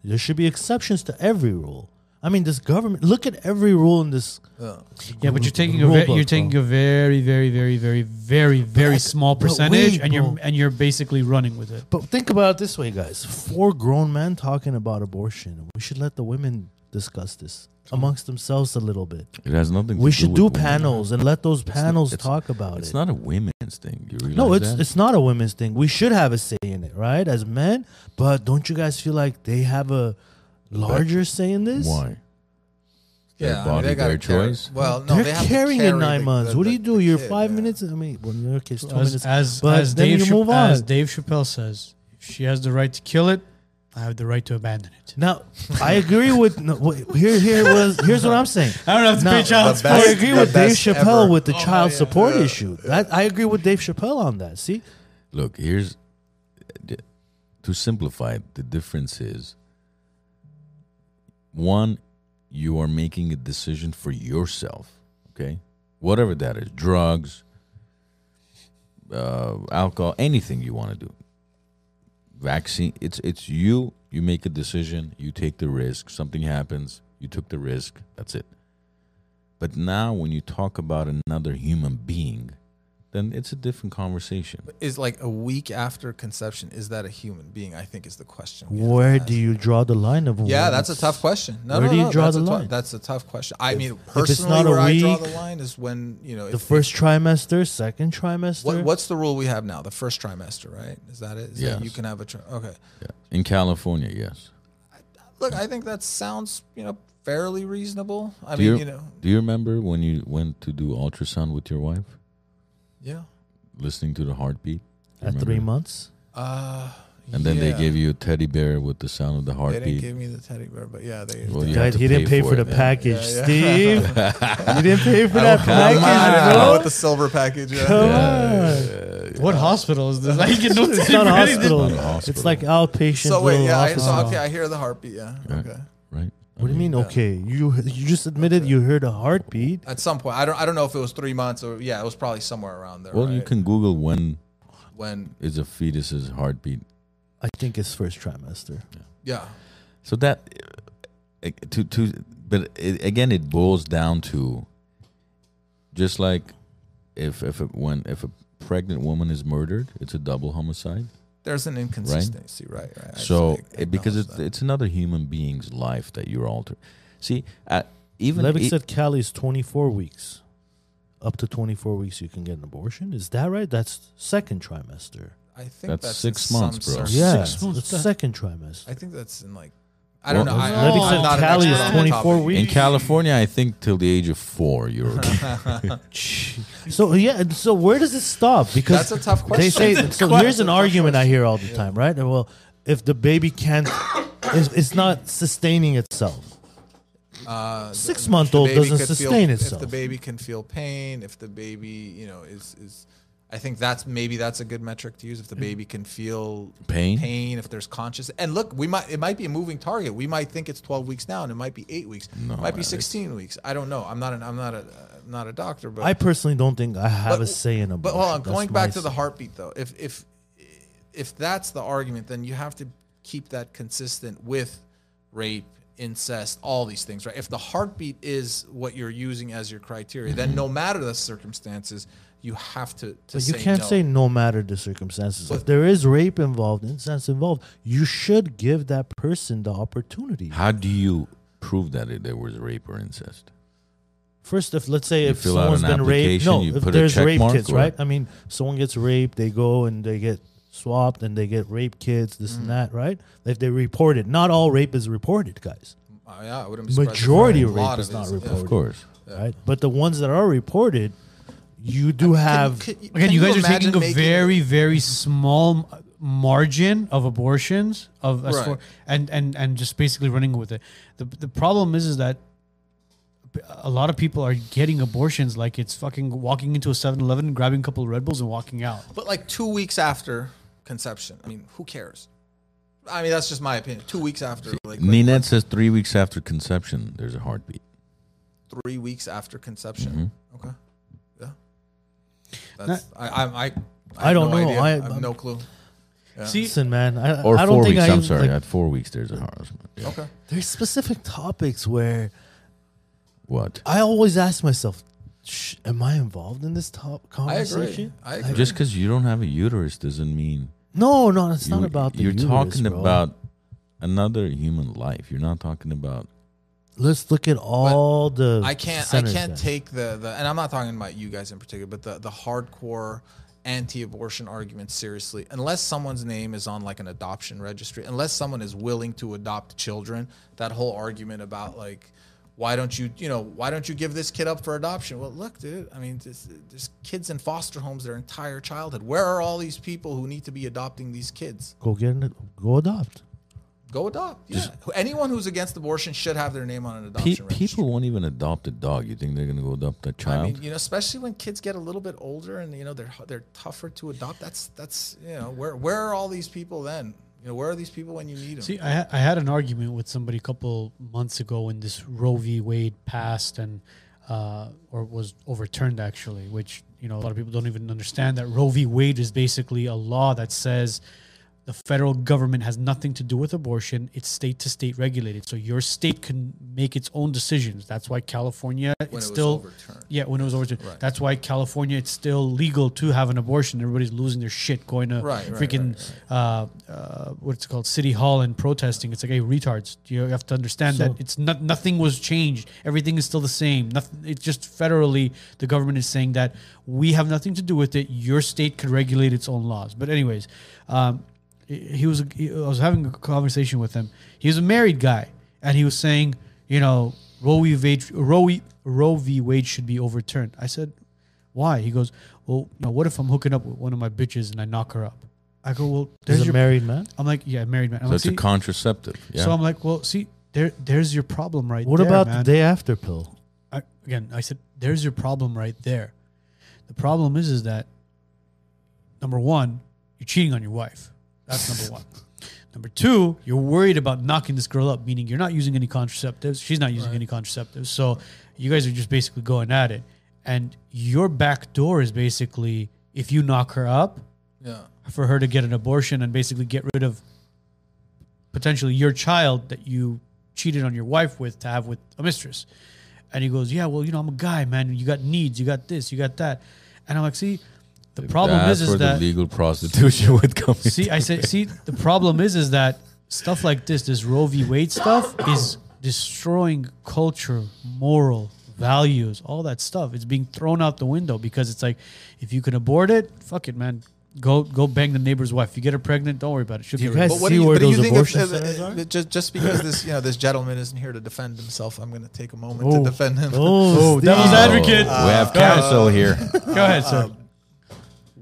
Speaker 3: there should be exceptions to every rule. I mean, this government. Look at every rule in this.
Speaker 4: Yeah.
Speaker 1: Yeah, but you're taking a
Speaker 3: Mm-hmm. Rule
Speaker 1: ve-
Speaker 3: book,
Speaker 1: you're taking
Speaker 3: bro.
Speaker 1: a very very very very very very small
Speaker 3: but
Speaker 1: percentage,
Speaker 3: wait,
Speaker 1: and you're
Speaker 3: bro.
Speaker 1: and you're basically running with it.
Speaker 3: But think about it this way, guys: four grown men talking about abortion. We should let the women discuss this amongst themselves a little bit.
Speaker 2: it has nothing.
Speaker 3: We
Speaker 2: to
Speaker 3: should
Speaker 2: with
Speaker 3: do
Speaker 2: women.
Speaker 3: panels and let those panels
Speaker 2: it's-
Speaker 3: talk about
Speaker 2: It's
Speaker 3: it.
Speaker 2: not a women's thing. You realize
Speaker 3: No, it's
Speaker 2: that?
Speaker 3: it's not a women's thing. We should have a say in it, right? As men, but don't you guys feel like they have a larger say in this?
Speaker 2: why. Their
Speaker 4: yeah, I mean,
Speaker 2: body,
Speaker 4: they gotta
Speaker 2: their
Speaker 4: carry-
Speaker 2: choice.
Speaker 4: Well, no,
Speaker 3: They're
Speaker 4: they have to
Speaker 3: carrying
Speaker 4: carry
Speaker 3: it nine
Speaker 4: the-
Speaker 3: months.
Speaker 4: the-
Speaker 3: what do you
Speaker 4: the-
Speaker 3: do?
Speaker 4: the
Speaker 3: You're
Speaker 4: kid,
Speaker 3: five
Speaker 4: yeah.
Speaker 3: minutes. I mean, well, in your case, two
Speaker 1: As
Speaker 3: minutes.
Speaker 1: as,
Speaker 3: but
Speaker 1: as
Speaker 3: then
Speaker 1: Dave
Speaker 3: you
Speaker 1: Chap-
Speaker 3: move on.
Speaker 1: as Dave Chappelle says, if she has the right to kill it, I have the right to abandon it.
Speaker 3: now, I agree with no, wait, here. Here was here's what I'm saying.
Speaker 1: I don't have to
Speaker 3: Now,
Speaker 1: pay child
Speaker 4: the
Speaker 1: support.
Speaker 3: I
Speaker 4: best-
Speaker 3: agree
Speaker 4: the
Speaker 3: with Dave
Speaker 4: best
Speaker 3: Chappelle
Speaker 4: ever.
Speaker 3: with the
Speaker 4: Oh,
Speaker 3: child
Speaker 4: yeah.
Speaker 3: support
Speaker 4: Yeah.
Speaker 3: issue. That I agree with Dave Chappelle on that. See,
Speaker 2: Look, here's to simplify it, the difference is one, you are making a decision for yourself, okay? Whatever that is drugs, uh, alcohol, anything you want to do, vaccine, it's, it's you You make a decision, you take the risk, something happens, you took the risk, that's it. But now when you talk about another human being, then it's a different conversation.
Speaker 4: Is like a week after conception, is that a human being? I think is the question. we have to
Speaker 3: Where
Speaker 4: ask.
Speaker 3: do you draw the line of?
Speaker 4: Yeah,
Speaker 3: when
Speaker 4: that's a
Speaker 3: it's-
Speaker 4: tough question. No,
Speaker 3: Where
Speaker 4: no,
Speaker 3: do you
Speaker 4: no,
Speaker 3: draw
Speaker 4: that's
Speaker 3: the
Speaker 4: a tou-
Speaker 3: line?
Speaker 4: that's a tough question. I mean,
Speaker 3: it's
Speaker 4: personally,
Speaker 3: not a
Speaker 4: where I draw
Speaker 3: week,
Speaker 4: the line is when you know
Speaker 3: The
Speaker 4: if-
Speaker 3: first trimester, second trimester.
Speaker 4: What, what's the rule we have now? The first trimester, right? Is that it? Is that you
Speaker 2: Yes.
Speaker 4: can have a tri- okay.
Speaker 2: Yeah. In California, yes.
Speaker 4: Look, I think that sounds you know fairly reasonable. I
Speaker 2: Do
Speaker 4: mean,
Speaker 2: you-
Speaker 4: you know,
Speaker 2: Do you remember when you went to do ultrasound with your wife,
Speaker 4: yeah.
Speaker 2: listening to the heartbeat? You
Speaker 3: at
Speaker 2: remember?
Speaker 3: three months?
Speaker 4: Uh,
Speaker 2: And then
Speaker 4: yeah.
Speaker 2: they gave you a teddy bear with the sound of the
Speaker 4: They didn't
Speaker 2: heartbeat.
Speaker 4: give me the teddy bear, but yeah, they.
Speaker 2: Well,
Speaker 4: they-
Speaker 2: you have
Speaker 3: Guys,
Speaker 2: to
Speaker 3: he didn't pay for the
Speaker 2: man.
Speaker 3: package,
Speaker 4: Yeah,
Speaker 3: Steve. you didn't pay for
Speaker 2: Oh,
Speaker 3: that
Speaker 4: I don't
Speaker 3: package,
Speaker 4: know
Speaker 3: bro.
Speaker 4: what the silver package. yeah.
Speaker 3: Come on.
Speaker 1: What hospital is this? Like, you know,
Speaker 3: It's not a hospital.
Speaker 2: Not a hospital.
Speaker 3: It's like outpatient
Speaker 4: So wait,
Speaker 3: little
Speaker 4: yeah. I,
Speaker 3: office.
Speaker 4: so okay, I hear the heartbeat. Yeah.
Speaker 2: Yeah.
Speaker 4: Okay.
Speaker 2: Right?
Speaker 3: what do you mean? Okay, you you just admitted you heard a heartbeat.
Speaker 4: At some point, I don't. I don't know if it was three months or yeah, it was probably somewhere around there.
Speaker 2: Well, you
Speaker 4: right?
Speaker 2: can Google when
Speaker 4: when
Speaker 2: is a fetus's heartbeat.
Speaker 3: I think it's first trimester.
Speaker 4: yeah.
Speaker 2: So that uh, to to but it, again it boils down to just like if if it, when if a pregnant woman is murdered, it's a double homicide.
Speaker 4: There's an inconsistency, right? right, I
Speaker 2: so
Speaker 4: just, like,
Speaker 2: it, because
Speaker 4: acknowledge
Speaker 2: it's
Speaker 4: that. uh,
Speaker 2: it's another human being's life that you're altering. See, uh, even
Speaker 3: Levick
Speaker 2: e-
Speaker 3: said Cali is 24 weeks. Up to 24 weeks, you can get an abortion. Is that right? That's second trimester.
Speaker 4: I think
Speaker 2: That's
Speaker 4: that's,
Speaker 2: six
Speaker 4: in
Speaker 2: months,
Speaker 4: some
Speaker 2: bro.
Speaker 4: circles.
Speaker 3: Yeah,
Speaker 1: Six months,
Speaker 3: that's
Speaker 1: that-
Speaker 3: second trimester.
Speaker 4: I think that's in like I don't
Speaker 2: Well,
Speaker 4: know. I,
Speaker 1: Levick
Speaker 4: I'm
Speaker 1: said
Speaker 4: not an
Speaker 1: Cali
Speaker 4: expert
Speaker 1: is
Speaker 4: on the
Speaker 3: 24
Speaker 4: topic.
Speaker 2: in
Speaker 3: weeks.
Speaker 2: California, I think till the age of four, you're okay.
Speaker 3: So yeah, and so where does it stop? Because
Speaker 4: That's a tough
Speaker 3: They say
Speaker 4: question.
Speaker 3: so. Here's an argument I hear all the time, right? Well, if the baby can't, it's, it's not sustaining itself.
Speaker 4: Uh,
Speaker 3: Six
Speaker 4: the-
Speaker 3: month
Speaker 4: the
Speaker 3: old
Speaker 4: baby
Speaker 3: doesn't
Speaker 4: could feel-
Speaker 3: sustain
Speaker 4: If
Speaker 3: itself.
Speaker 4: the baby can feel pain, if the baby, you know, is is, I think that's maybe that's a good metric to use. If the
Speaker 3: Mm.
Speaker 4: baby can feel
Speaker 2: Pain?
Speaker 4: pain, if there's conscious, and look, we might it might be a moving target. We might think it's 12 weeks now, and it might be eight weeks,
Speaker 2: No,
Speaker 4: it might be
Speaker 2: it's-
Speaker 4: 16 weeks. I don't know. I'm not an I'm not a uh, not a doctor, but
Speaker 3: I personally don't think I have
Speaker 4: But-
Speaker 3: a say in abortion.
Speaker 4: But hold on,
Speaker 3: That's
Speaker 4: going
Speaker 3: my
Speaker 4: back to the
Speaker 3: say.
Speaker 4: heartbeat though, if if if that's the argument, then you have to keep that consistent with rape, incest, all these things, right? If the heartbeat is what you're using as your criteria, then no matter the circumstances, you have to. to
Speaker 3: But
Speaker 4: say
Speaker 3: you can't
Speaker 4: no.
Speaker 3: say no matter the circumstances. if
Speaker 4: But-
Speaker 3: there is rape involved, incest involved, you should give that person the opportunity.
Speaker 2: How do you prove that it- there was rape or incest?
Speaker 3: First, if let's say
Speaker 2: You
Speaker 3: if
Speaker 2: fill out
Speaker 3: someone's
Speaker 2: an
Speaker 3: been raped,
Speaker 2: application,
Speaker 3: no,
Speaker 2: you
Speaker 3: if
Speaker 2: put a
Speaker 3: there's
Speaker 2: check
Speaker 3: rape
Speaker 2: mark
Speaker 3: kits,
Speaker 2: or-
Speaker 3: right? I mean, someone gets raped, they go and they get swapped and they get rape kids, this
Speaker 4: Mm.
Speaker 3: and that, right? If they report it, not all rape is reported, guys.
Speaker 4: Oh, yeah, I wouldn't be surprised if
Speaker 3: Majority
Speaker 4: a
Speaker 3: of rape
Speaker 4: lot
Speaker 3: is
Speaker 4: it
Speaker 3: not
Speaker 4: yeah.
Speaker 3: reported,
Speaker 2: Of course.
Speaker 3: right? But the ones that are reported, you do have.
Speaker 4: Can- can-
Speaker 5: Again,
Speaker 4: can
Speaker 5: you guys are taking
Speaker 4: imagine
Speaker 5: a
Speaker 4: making-
Speaker 5: very, very small m- margin of abortions of as
Speaker 4: Right.
Speaker 5: for, and and and just basically running with it. The the problem is is that a lot of people are getting abortions like it's fucking walking into a 7-Eleven, grabbing a couple of Red Bulls, and walking out.
Speaker 4: but like two weeks after conception. I mean, who cares? I mean, that's just my opinion. Two weeks after, like, like
Speaker 2: Ninette says three weeks after conception, there's a heartbeat.
Speaker 4: three weeks after conception. Okay. Yeah. That's I I I,
Speaker 3: I
Speaker 4: have
Speaker 3: don't know.
Speaker 4: idea.
Speaker 3: I-
Speaker 4: I, have
Speaker 3: I'm-
Speaker 4: no clue.
Speaker 5: See,
Speaker 3: Listen, man, I,
Speaker 2: Or
Speaker 3: I don't
Speaker 2: four
Speaker 3: think
Speaker 2: weeks,
Speaker 3: I,
Speaker 2: I'm sorry.
Speaker 3: like,
Speaker 2: at four weeks, there's a heartbeat.
Speaker 4: Okay.
Speaker 3: there's specific topics where
Speaker 2: What?
Speaker 3: I always ask myself, Shh, am I involved in this top
Speaker 4: I
Speaker 3: conversation?
Speaker 4: agree. I agree.
Speaker 2: Just because you don't have a uterus doesn't mean
Speaker 3: No, no, it's not
Speaker 2: you-
Speaker 3: about the
Speaker 2: You're
Speaker 3: uterus,
Speaker 2: talking
Speaker 3: bro.
Speaker 2: about another human life. You're not talking about
Speaker 3: Let's look at all the.
Speaker 4: I can't I
Speaker 3: centers
Speaker 4: can't
Speaker 3: then.
Speaker 4: take the, the and I'm not talking about you guys in particular, but the the hardcore anti-abortion argument seriously unless someone's name is on like an adoption registry unless someone is willing to adopt children that whole argument about like why don't you you know why don't you give this kid up for adoption well look dude i mean this, there's kids in foster homes their entire childhood where are all these people who need to be adopting these kids
Speaker 3: Go get an, go adopt.
Speaker 4: go adopt yeah anyone who's against abortion should have their name on an
Speaker 2: pe-
Speaker 4: adoption registry
Speaker 2: people won't even adopt a dog. You think they're gonna go adopt a child?
Speaker 4: I mean, you know, especially when kids get a little bit older and you know they're they're tougher to adopt. That's that's you know where where are all these people then? You know, where are these people when you need them?
Speaker 5: See, I, ha- I had an argument with somebody a couple months ago when this Roe v. Wade passed and uh, or was overturned actually, which you know a lot of people don't even understand that Roe v. Wade is basically a law that says
Speaker 1: The federal government has nothing to do with abortion. It's state to state regulated. So your state can make its own decisions. That's why California
Speaker 6: when
Speaker 1: it's
Speaker 6: it was
Speaker 1: still
Speaker 6: overturned.
Speaker 1: yeah, when it was overturned.
Speaker 6: Right.
Speaker 1: That's why California it's still legal to have an abortion. Everybody's losing their shit going to
Speaker 6: Right, right,
Speaker 1: freaking Uh, uh, what's it called city hall and protesting. It's like hey retards, you have to understand
Speaker 3: So-
Speaker 1: that it's not nothing was changed. Everything is still the same. Nothing. It's just federally the government is saying that we have nothing to do with it. Your state could regulate its own laws. But anyways, um, he he was he, I was having a conversation with him. He was a married guy, and he was saying, you know, Roe v. Wade, Roe, v- Roe v. Wade should be overturned. I said, why? He goes, well, you know, what if I'm hooking up with one of my bitches and I knock her up? I go, well,
Speaker 3: There's
Speaker 1: there's
Speaker 3: a
Speaker 1: your.
Speaker 3: married man.
Speaker 1: I'm like, yeah, married man. I'm
Speaker 2: So
Speaker 1: like,
Speaker 2: it's a
Speaker 1: "See?"
Speaker 2: contraceptive. Yeah.
Speaker 1: So I'm like, well, see, there, there's your problem right
Speaker 3: What
Speaker 1: there.
Speaker 3: about
Speaker 1: man.
Speaker 3: the day after pill?
Speaker 1: I, again, I said, there's your problem right there. The problem is, is that number one, you're cheating on your wife. That's number one. Number two, you're worried about knocking this girl up, meaning you're not using any contraceptives. She's not using any contraceptives. So you guys are just basically going at it. And your back door is basically if you knock her up
Speaker 6: Yeah.
Speaker 1: for her to get an abortion and basically get rid of potentially your child that you cheated on your wife with to have with a mistress. And he goes, Yeah, well, you know, I'm a guy, man. You got needs, you got this, you got that. And I'm like, see, the problem
Speaker 2: That's
Speaker 1: is
Speaker 2: where
Speaker 1: is that
Speaker 2: the legal prostitution would come in.
Speaker 1: see, I said, see, the problem is, is that stuff like this, this Roe v. Wade stuff, is destroying culture, moral values, all that stuff. It's being thrown out the window because it's like, if you can abort it, fuck it, man. Go go bang the neighbor's wife. You get her pregnant, don't worry about it. She'll
Speaker 3: Do you
Speaker 1: get rid of
Speaker 3: guys-
Speaker 1: it.
Speaker 3: see where those abortion
Speaker 4: of-
Speaker 3: centers are?
Speaker 4: just uh, just because this you know this gentleman isn't here to defend himself, I'm going to take a moment
Speaker 1: Oh.
Speaker 4: to defend him.
Speaker 3: Oh,
Speaker 1: devil's
Speaker 2: Oh,
Speaker 1: advocate. Uh,
Speaker 2: we have counsel here.
Speaker 1: Go ahead, sir.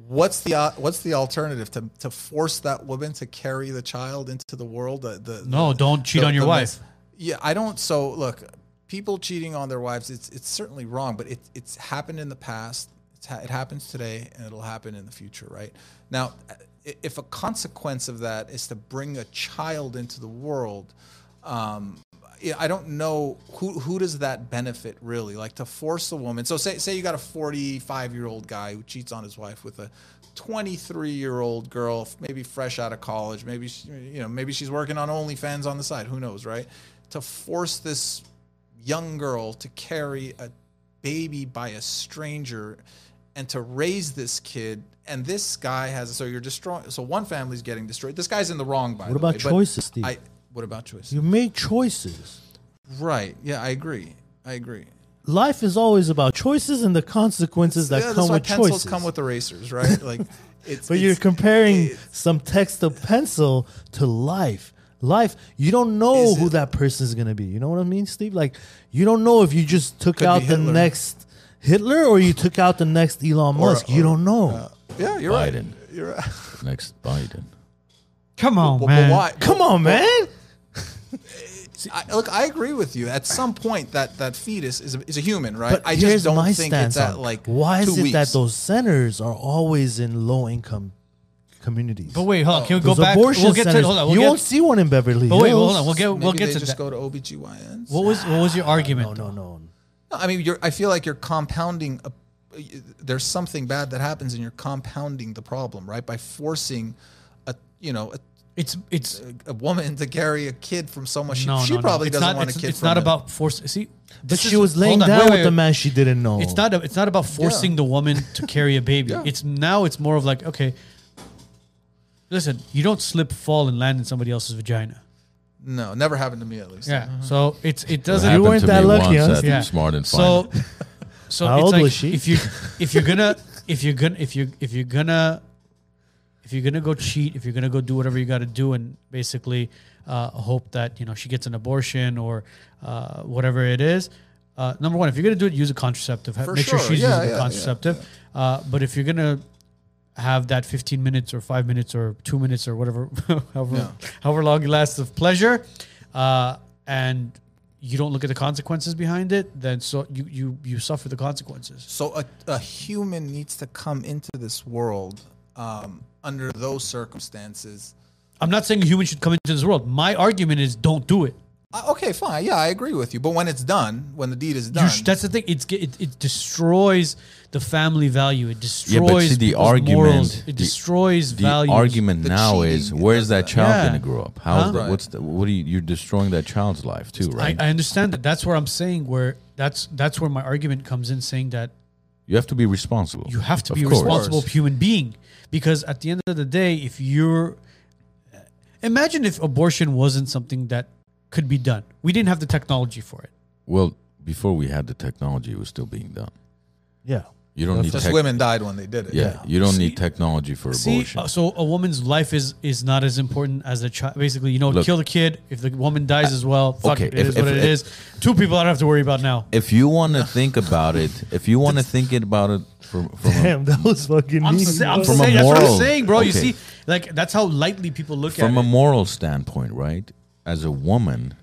Speaker 4: What's the uh, what's the alternative to to force that woman to carry the child into the world? The, the
Speaker 1: no, don't cheat
Speaker 4: the-
Speaker 1: on your
Speaker 4: the
Speaker 1: wife.
Speaker 4: mis- Yeah, I don't. So look, people cheating on their wives, it's it's certainly wrong, but it, it's happened in the past. It's ha- it happens today, and it'll happen in the future, right? Now, i- if a consequence of that is to bring a child into the world, um, yeah, I don't know who who does that benefit really. Like to force a woman. So say say you got a 45 year old guy who cheats on his wife with a 23 year old girl, f- maybe fresh out of college. Maybe she, you know maybe she's working on OnlyFans on the side. Who knows, right? To force this young girl to carry a baby by a stranger and to raise this kid and this guy has so you're destroying so one family's getting destroyed this guy's in the wrong by
Speaker 3: What
Speaker 4: the
Speaker 3: about
Speaker 4: way, but
Speaker 3: choices, Steve?
Speaker 4: I, what about choices
Speaker 3: You make choices.
Speaker 4: Right. Yeah, I agree. I agree.
Speaker 3: Life is always about choices and the consequences that
Speaker 4: yeah,
Speaker 3: come
Speaker 4: that's why
Speaker 3: with
Speaker 4: pencils
Speaker 3: choices.
Speaker 4: come with erasers, right? Like, it's
Speaker 3: but you're
Speaker 4: it's-
Speaker 3: comparing some text to pencil to life. Life, you don't know
Speaker 4: Is
Speaker 3: who
Speaker 4: it-
Speaker 3: that person is gonna be. You know what I mean, Steve? Like, you don't know if you just took
Speaker 4: Could be
Speaker 3: out the
Speaker 4: Hitler.
Speaker 3: next Hitler or you took out the next Elon Musk. you don't know.
Speaker 4: yeah, you're right.
Speaker 2: Biden.
Speaker 4: You're right.
Speaker 2: Next Biden.
Speaker 1: Come on,
Speaker 3: Oh,
Speaker 4: Well,
Speaker 1: man.
Speaker 4: but why?
Speaker 3: come on, man.
Speaker 4: I, look, I agree with you. At some point, that that fetus is a, is a human, right?
Speaker 3: But
Speaker 4: I
Speaker 3: here's
Speaker 4: just don't
Speaker 3: my
Speaker 4: think it's
Speaker 3: stance
Speaker 4: at
Speaker 3: on it.
Speaker 4: like
Speaker 3: why
Speaker 4: two
Speaker 3: is it
Speaker 4: weeks.
Speaker 3: that those centers are always in low income communities?
Speaker 1: But wait, hold on. Can we go
Speaker 3: those
Speaker 1: back?
Speaker 3: abortion
Speaker 1: We'll get to
Speaker 3: centers,
Speaker 1: hold on. We'll
Speaker 3: you
Speaker 1: get,
Speaker 3: won't see one in Beverly
Speaker 1: but
Speaker 3: Hills.
Speaker 1: wait, hold on. We'll get
Speaker 4: Maybe
Speaker 1: we'll get
Speaker 4: they
Speaker 1: to that.
Speaker 4: just go to OBGYNs.
Speaker 1: What was what was your argument?
Speaker 3: no, no, no.
Speaker 4: No, I mean, you're, I feel like you're compounding. A, there's something bad that happens, and you're compounding the problem, right? By forcing a you know a,
Speaker 1: It's it's
Speaker 4: a woman to carry a kid from someone she,
Speaker 1: no,
Speaker 4: she
Speaker 1: no, no.
Speaker 4: probably
Speaker 1: It's
Speaker 4: doesn't
Speaker 1: not,
Speaker 4: want a
Speaker 1: it's-
Speaker 4: kid.
Speaker 1: It's
Speaker 4: from
Speaker 1: not
Speaker 4: him.
Speaker 1: about force. See,
Speaker 3: But
Speaker 1: this
Speaker 3: she
Speaker 1: is-
Speaker 3: was laying
Speaker 1: hold on,
Speaker 3: down
Speaker 1: wait,
Speaker 3: with
Speaker 1: wait,
Speaker 3: the
Speaker 1: wait.
Speaker 3: man she didn't know.
Speaker 1: It's not. It's not about forcing the woman to carry a baby. It's now. It's more of like okay. Listen, you don't slip, fall, and land in somebody else's vagina.
Speaker 4: No, never happened to me at least.
Speaker 1: Yeah. So it's it
Speaker 2: It
Speaker 1: doesn't.
Speaker 2: happened
Speaker 3: weren't
Speaker 2: to
Speaker 3: that
Speaker 2: me
Speaker 3: lucky,
Speaker 2: once
Speaker 3: huh?
Speaker 2: at
Speaker 1: Yeah.
Speaker 2: Smart and Final.
Speaker 1: So, so
Speaker 3: How
Speaker 1: it's
Speaker 3: old
Speaker 1: like
Speaker 3: was she?
Speaker 1: If you if you're gonna if you're gonna if you if you're gonna if you're gonna go cheat, if you're gonna go do whatever you got to do, and basically uh, hope that you know she gets an abortion or uh, whatever it is. Uh, number one, if you're gonna do it, use a contraceptive. Ha-
Speaker 4: For
Speaker 1: Make sure,
Speaker 4: sure.
Speaker 1: she's
Speaker 4: Yeah,
Speaker 1: using
Speaker 4: yeah,
Speaker 1: a
Speaker 4: yeah,
Speaker 1: contraceptive. Uh, but if you're gonna have that 15 minutes or five minutes or two minutes or whatever, however, however long it lasts of pleasure, uh, and you don't look at the consequences behind it, then so you you you suffer the consequences.
Speaker 4: So a, a human needs to come into this world um, under those circumstances.
Speaker 1: I'm not saying a human should come into this world. My argument is don't do it.
Speaker 4: Uh, Okay, fine. Yeah, I agree with you. But when it's done, when the deed is
Speaker 1: You
Speaker 4: done,
Speaker 1: sh- that's the thing. It's ge- it, it destroys the family value. It destroys
Speaker 2: see, the
Speaker 1: people's
Speaker 2: argument-
Speaker 1: morals.
Speaker 2: the-
Speaker 1: It destroys
Speaker 2: The
Speaker 1: values. uh,
Speaker 2: argument now is
Speaker 4: cheating
Speaker 2: where's that child
Speaker 1: Yeah.
Speaker 2: going to grow up? How's
Speaker 1: Huh?
Speaker 2: the, what's the, what are you you're destroying that child's life too,
Speaker 1: I,
Speaker 2: right?
Speaker 1: I understand that. That's where I'm saying where that's that's where my argument comes in, saying that
Speaker 2: you have to be responsible.
Speaker 1: you have to
Speaker 2: Of
Speaker 1: be a
Speaker 2: course.
Speaker 1: responsible human being because at the end of the day, if you're imagine if abortion wasn't something that could be done, we didn't have the technology for it.
Speaker 2: Well, before we had the technology, it was still being done.
Speaker 3: Yeah.
Speaker 2: You don't need
Speaker 4: just
Speaker 2: tech-
Speaker 4: women died when they did it.
Speaker 2: Yeah, you don't need technology for
Speaker 1: See,
Speaker 2: abortion.
Speaker 1: uh, so a woman's life is is not as important as a child. Basically, you know,
Speaker 2: Look.
Speaker 1: kill the kid. If the woman dies as well, fuck
Speaker 2: okay,
Speaker 1: it, it
Speaker 2: if-
Speaker 1: is what
Speaker 2: if-
Speaker 1: it
Speaker 2: if-
Speaker 1: is. Two people I don't have to worry about now.
Speaker 2: if you want to think about it, if you want to think it about it from, from a,
Speaker 3: Damn, that was fucking
Speaker 1: I'm,
Speaker 3: mean,
Speaker 1: sa-
Speaker 3: bro.
Speaker 1: I'm
Speaker 2: From a
Speaker 1: saying that's what I'm
Speaker 2: moral-
Speaker 1: saying, bro. You
Speaker 2: okay.
Speaker 1: see, like that's how lightly people look
Speaker 2: from a
Speaker 1: at it.
Speaker 2: moral standpoint, right? As a woman,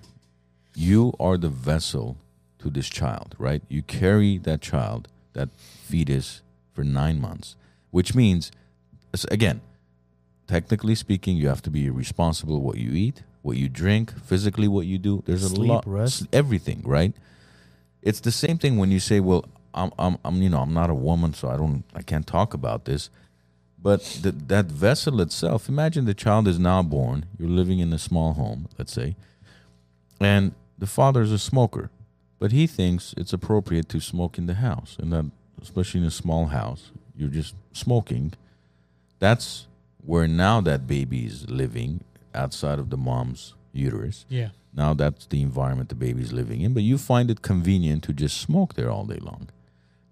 Speaker 2: you are the vessel to this child, right? You carry that child, that fetus, for nine months, which means, s- again, technically speaking, you have to be responsible what you eat, what you drink, physically what you do. There's
Speaker 3: Sleep,
Speaker 2: a lot,
Speaker 3: rest.
Speaker 2: s- everything, right? It's the same thing when you say, "Well, I'm, I'm, I'm, you know, I'm not a woman, so I don't, I can't talk about this." But th- that vessel itself, imagine the child is now born, you're living in a small home, let's say, and the father is a smoker, but he thinks it's appropriate to smoke in the house. And that, especially in a small house, you're just smoking. That's where now that baby is living outside of the mom's uterus.
Speaker 1: Yeah.
Speaker 2: Now that's the environment the baby's living in, but you find it convenient to just smoke there all day long.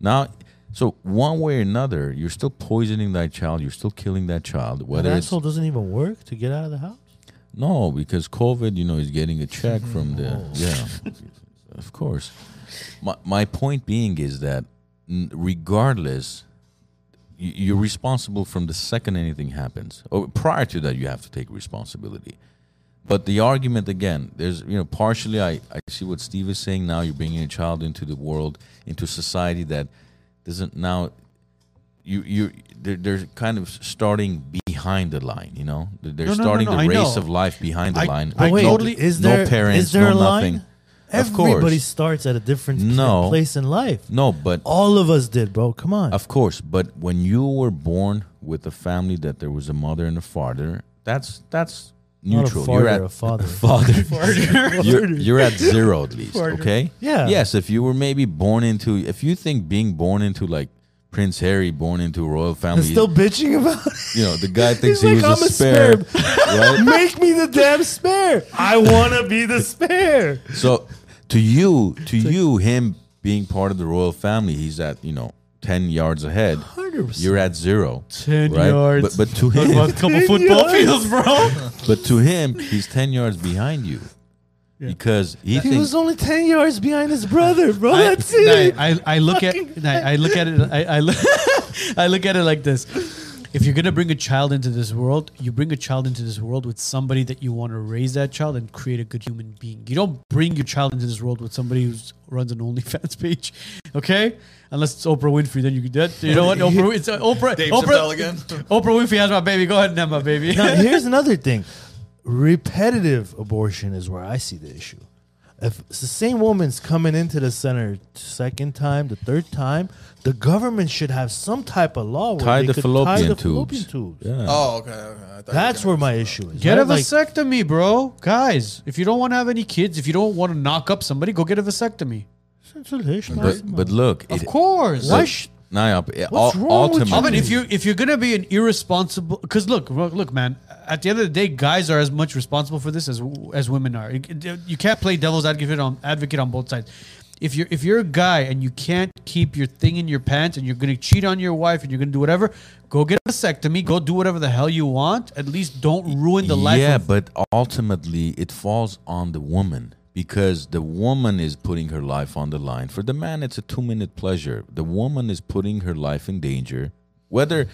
Speaker 2: Now, so one way or another, you're still poisoning that child. You're still killing that child.
Speaker 3: An
Speaker 2: Whether it's
Speaker 3: asshole doesn't even work to get out of the house.
Speaker 2: no, because COVID, you know, is getting a check from the yeah, of course. My my point being is that n- regardless, y- you're responsible from the second anything happens. Or prior to that, you have to take responsibility. But the argument again, there's you know, partially I I see what Steve is saying. Now you're bringing a child into the world, into society that doesn't now you you they're, they're kind of starting behind the line you know they're they're
Speaker 1: No, no, no,
Speaker 2: starting
Speaker 1: no,
Speaker 2: the
Speaker 1: I know.
Speaker 2: race of life behind the
Speaker 1: I-
Speaker 2: line
Speaker 1: I
Speaker 2: no,
Speaker 1: totally-
Speaker 3: is
Speaker 2: no
Speaker 3: there-
Speaker 2: parents
Speaker 3: is there
Speaker 2: no
Speaker 3: a line?
Speaker 2: nothing Of course.
Speaker 3: Everybody starts at a different
Speaker 2: No.
Speaker 3: place in life.
Speaker 2: no but
Speaker 3: All of us did, bro. Come on.
Speaker 2: of course but when you were born with a family that there was a mother and a father that's that's
Speaker 3: Not a
Speaker 2: neutral
Speaker 3: farter,
Speaker 2: you're at
Speaker 3: a father.
Speaker 2: father you're, you're at zero at least okay
Speaker 3: Yeah.
Speaker 2: yes if you were maybe born into if you think being born into like prince harry born into a royal family
Speaker 3: I'm still bitching about it.
Speaker 2: you know the guy thinks
Speaker 3: He's
Speaker 2: he
Speaker 3: like,
Speaker 2: was
Speaker 3: "I'm
Speaker 2: a
Speaker 3: a
Speaker 2: spare right
Speaker 3: Make me the damn spare. I want to be the spare.
Speaker 2: So to you, to you, him being part of the royal family, he's at you know ten yards ahead.
Speaker 3: 100%.
Speaker 2: You're at zero.
Speaker 1: 10
Speaker 2: right?
Speaker 1: yards.
Speaker 2: But, but to
Speaker 1: A
Speaker 2: him,
Speaker 1: couple football fields, bro.
Speaker 2: but to him, he's ten yards behind you because he
Speaker 3: He was
Speaker 2: thinks.
Speaker 3: only 10 yards behind his brother, bro. Oh, That's
Speaker 1: I,
Speaker 3: it.
Speaker 1: I, I, I look at
Speaker 3: Fucking
Speaker 1: I, I look at it I, I look I look at it like this. If you're gonna bring a child into this world, you bring a child into this world with somebody that you want to raise that child and create a good human being. You don't bring your child into this world with somebody who runs an OnlyFans page, okay? Unless it's Oprah Winfrey, then you could. That, you know what? Oprah, it's uh, Oprah.
Speaker 4: Dave Chappelle
Speaker 1: Oprah,
Speaker 4: again.
Speaker 1: Oprah Winfrey has my baby. Go ahead and have my baby.
Speaker 3: now, here's another thing repetitive abortion is where I see the issue. If it's the same woman's coming into the center second time, the third time, the government should have some type of law where
Speaker 2: Tie
Speaker 3: they
Speaker 2: the
Speaker 3: could
Speaker 2: fallopian
Speaker 3: tie the
Speaker 2: tubes.
Speaker 3: fallopian tubes.
Speaker 2: Yeah.
Speaker 4: Oh, okay. okay. I thought you were
Speaker 3: That's
Speaker 4: gonna-
Speaker 3: where my issue is.
Speaker 1: Get
Speaker 3: right?
Speaker 1: a vasectomy, bro. Guys, if you don't want to have any kids, if you don't want to knock up somebody, go get a vasectomy.
Speaker 2: But but look,
Speaker 1: Of course.
Speaker 3: Why sh-
Speaker 2: Nayab, it
Speaker 3: What's
Speaker 2: ul-
Speaker 3: wrong with you?
Speaker 1: I mean,
Speaker 2: ultimately,
Speaker 1: if you if you're gonna be an irresponsible, because look, look, look, man. At the end of the day, guys are as much responsible for this as as women are. You, you can't play devil's advocate on advocate on both sides. If you're if you're a guy and you can't keep your thing in your pants and you're gonna cheat on your wife and you're gonna do whatever, go get a vasectomy. Go do whatever the hell you want. At least don't ruin the life.
Speaker 2: yeah,
Speaker 1: of,
Speaker 2: but ultimately it falls on the woman because the woman is putting her life on the line. For the man, it's a two-minute pleasure. The woman is putting her life in danger. Whether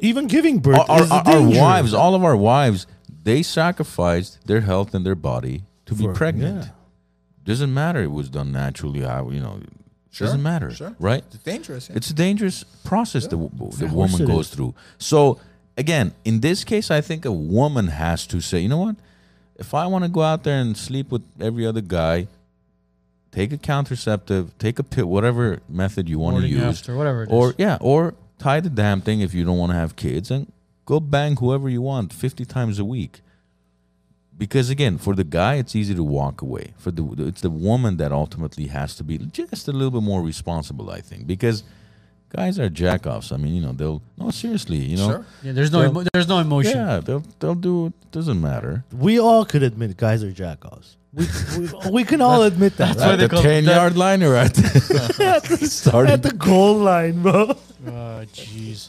Speaker 3: Even giving birth
Speaker 2: our, our,
Speaker 3: is
Speaker 2: our-
Speaker 3: a
Speaker 2: our
Speaker 3: danger.
Speaker 2: wives, all of our wives, they sacrificed their health and their body to be
Speaker 3: For-
Speaker 2: pregnant.
Speaker 3: yeah.
Speaker 2: Doesn't matter. It was done naturally. How you know? doesn't matter.
Speaker 4: sure.
Speaker 2: Right?
Speaker 4: It's dangerous. Yeah.
Speaker 2: It's a dangerous process the the, the
Speaker 3: course
Speaker 2: woman
Speaker 3: it
Speaker 2: goes
Speaker 3: is.
Speaker 2: through. So again, in this case, I think a woman has to say, you know what? If I want to go out there and sleep with every other guy, take a contraceptive, take a pill, whatever method you want to
Speaker 1: morning
Speaker 2: use,
Speaker 1: after, whatever it is.
Speaker 2: or yeah, or tie the damn thing if you don't want to have kids, and go bang whoever you want fifty times a week. Because again, for the guy, it's easy to walk away. For the it's the woman that ultimately has to be just a little bit more responsible, I think, because guys are jack offs. I mean, you know, they'll no seriously, you know,
Speaker 4: Sure.
Speaker 1: yeah, there's no
Speaker 2: Yeah.
Speaker 1: emo- there's no emotion.
Speaker 2: yeah, they'll they'll do it. Doesn't matter.
Speaker 3: We all could admit guys are jackoffs. We, we, we can all admit that.
Speaker 1: why
Speaker 2: At
Speaker 1: they
Speaker 2: the
Speaker 1: call it
Speaker 2: ten
Speaker 1: that.
Speaker 2: yard line or at
Speaker 3: at, the,
Speaker 2: starting-
Speaker 3: at the goal line, bro.
Speaker 1: Oh, jeez.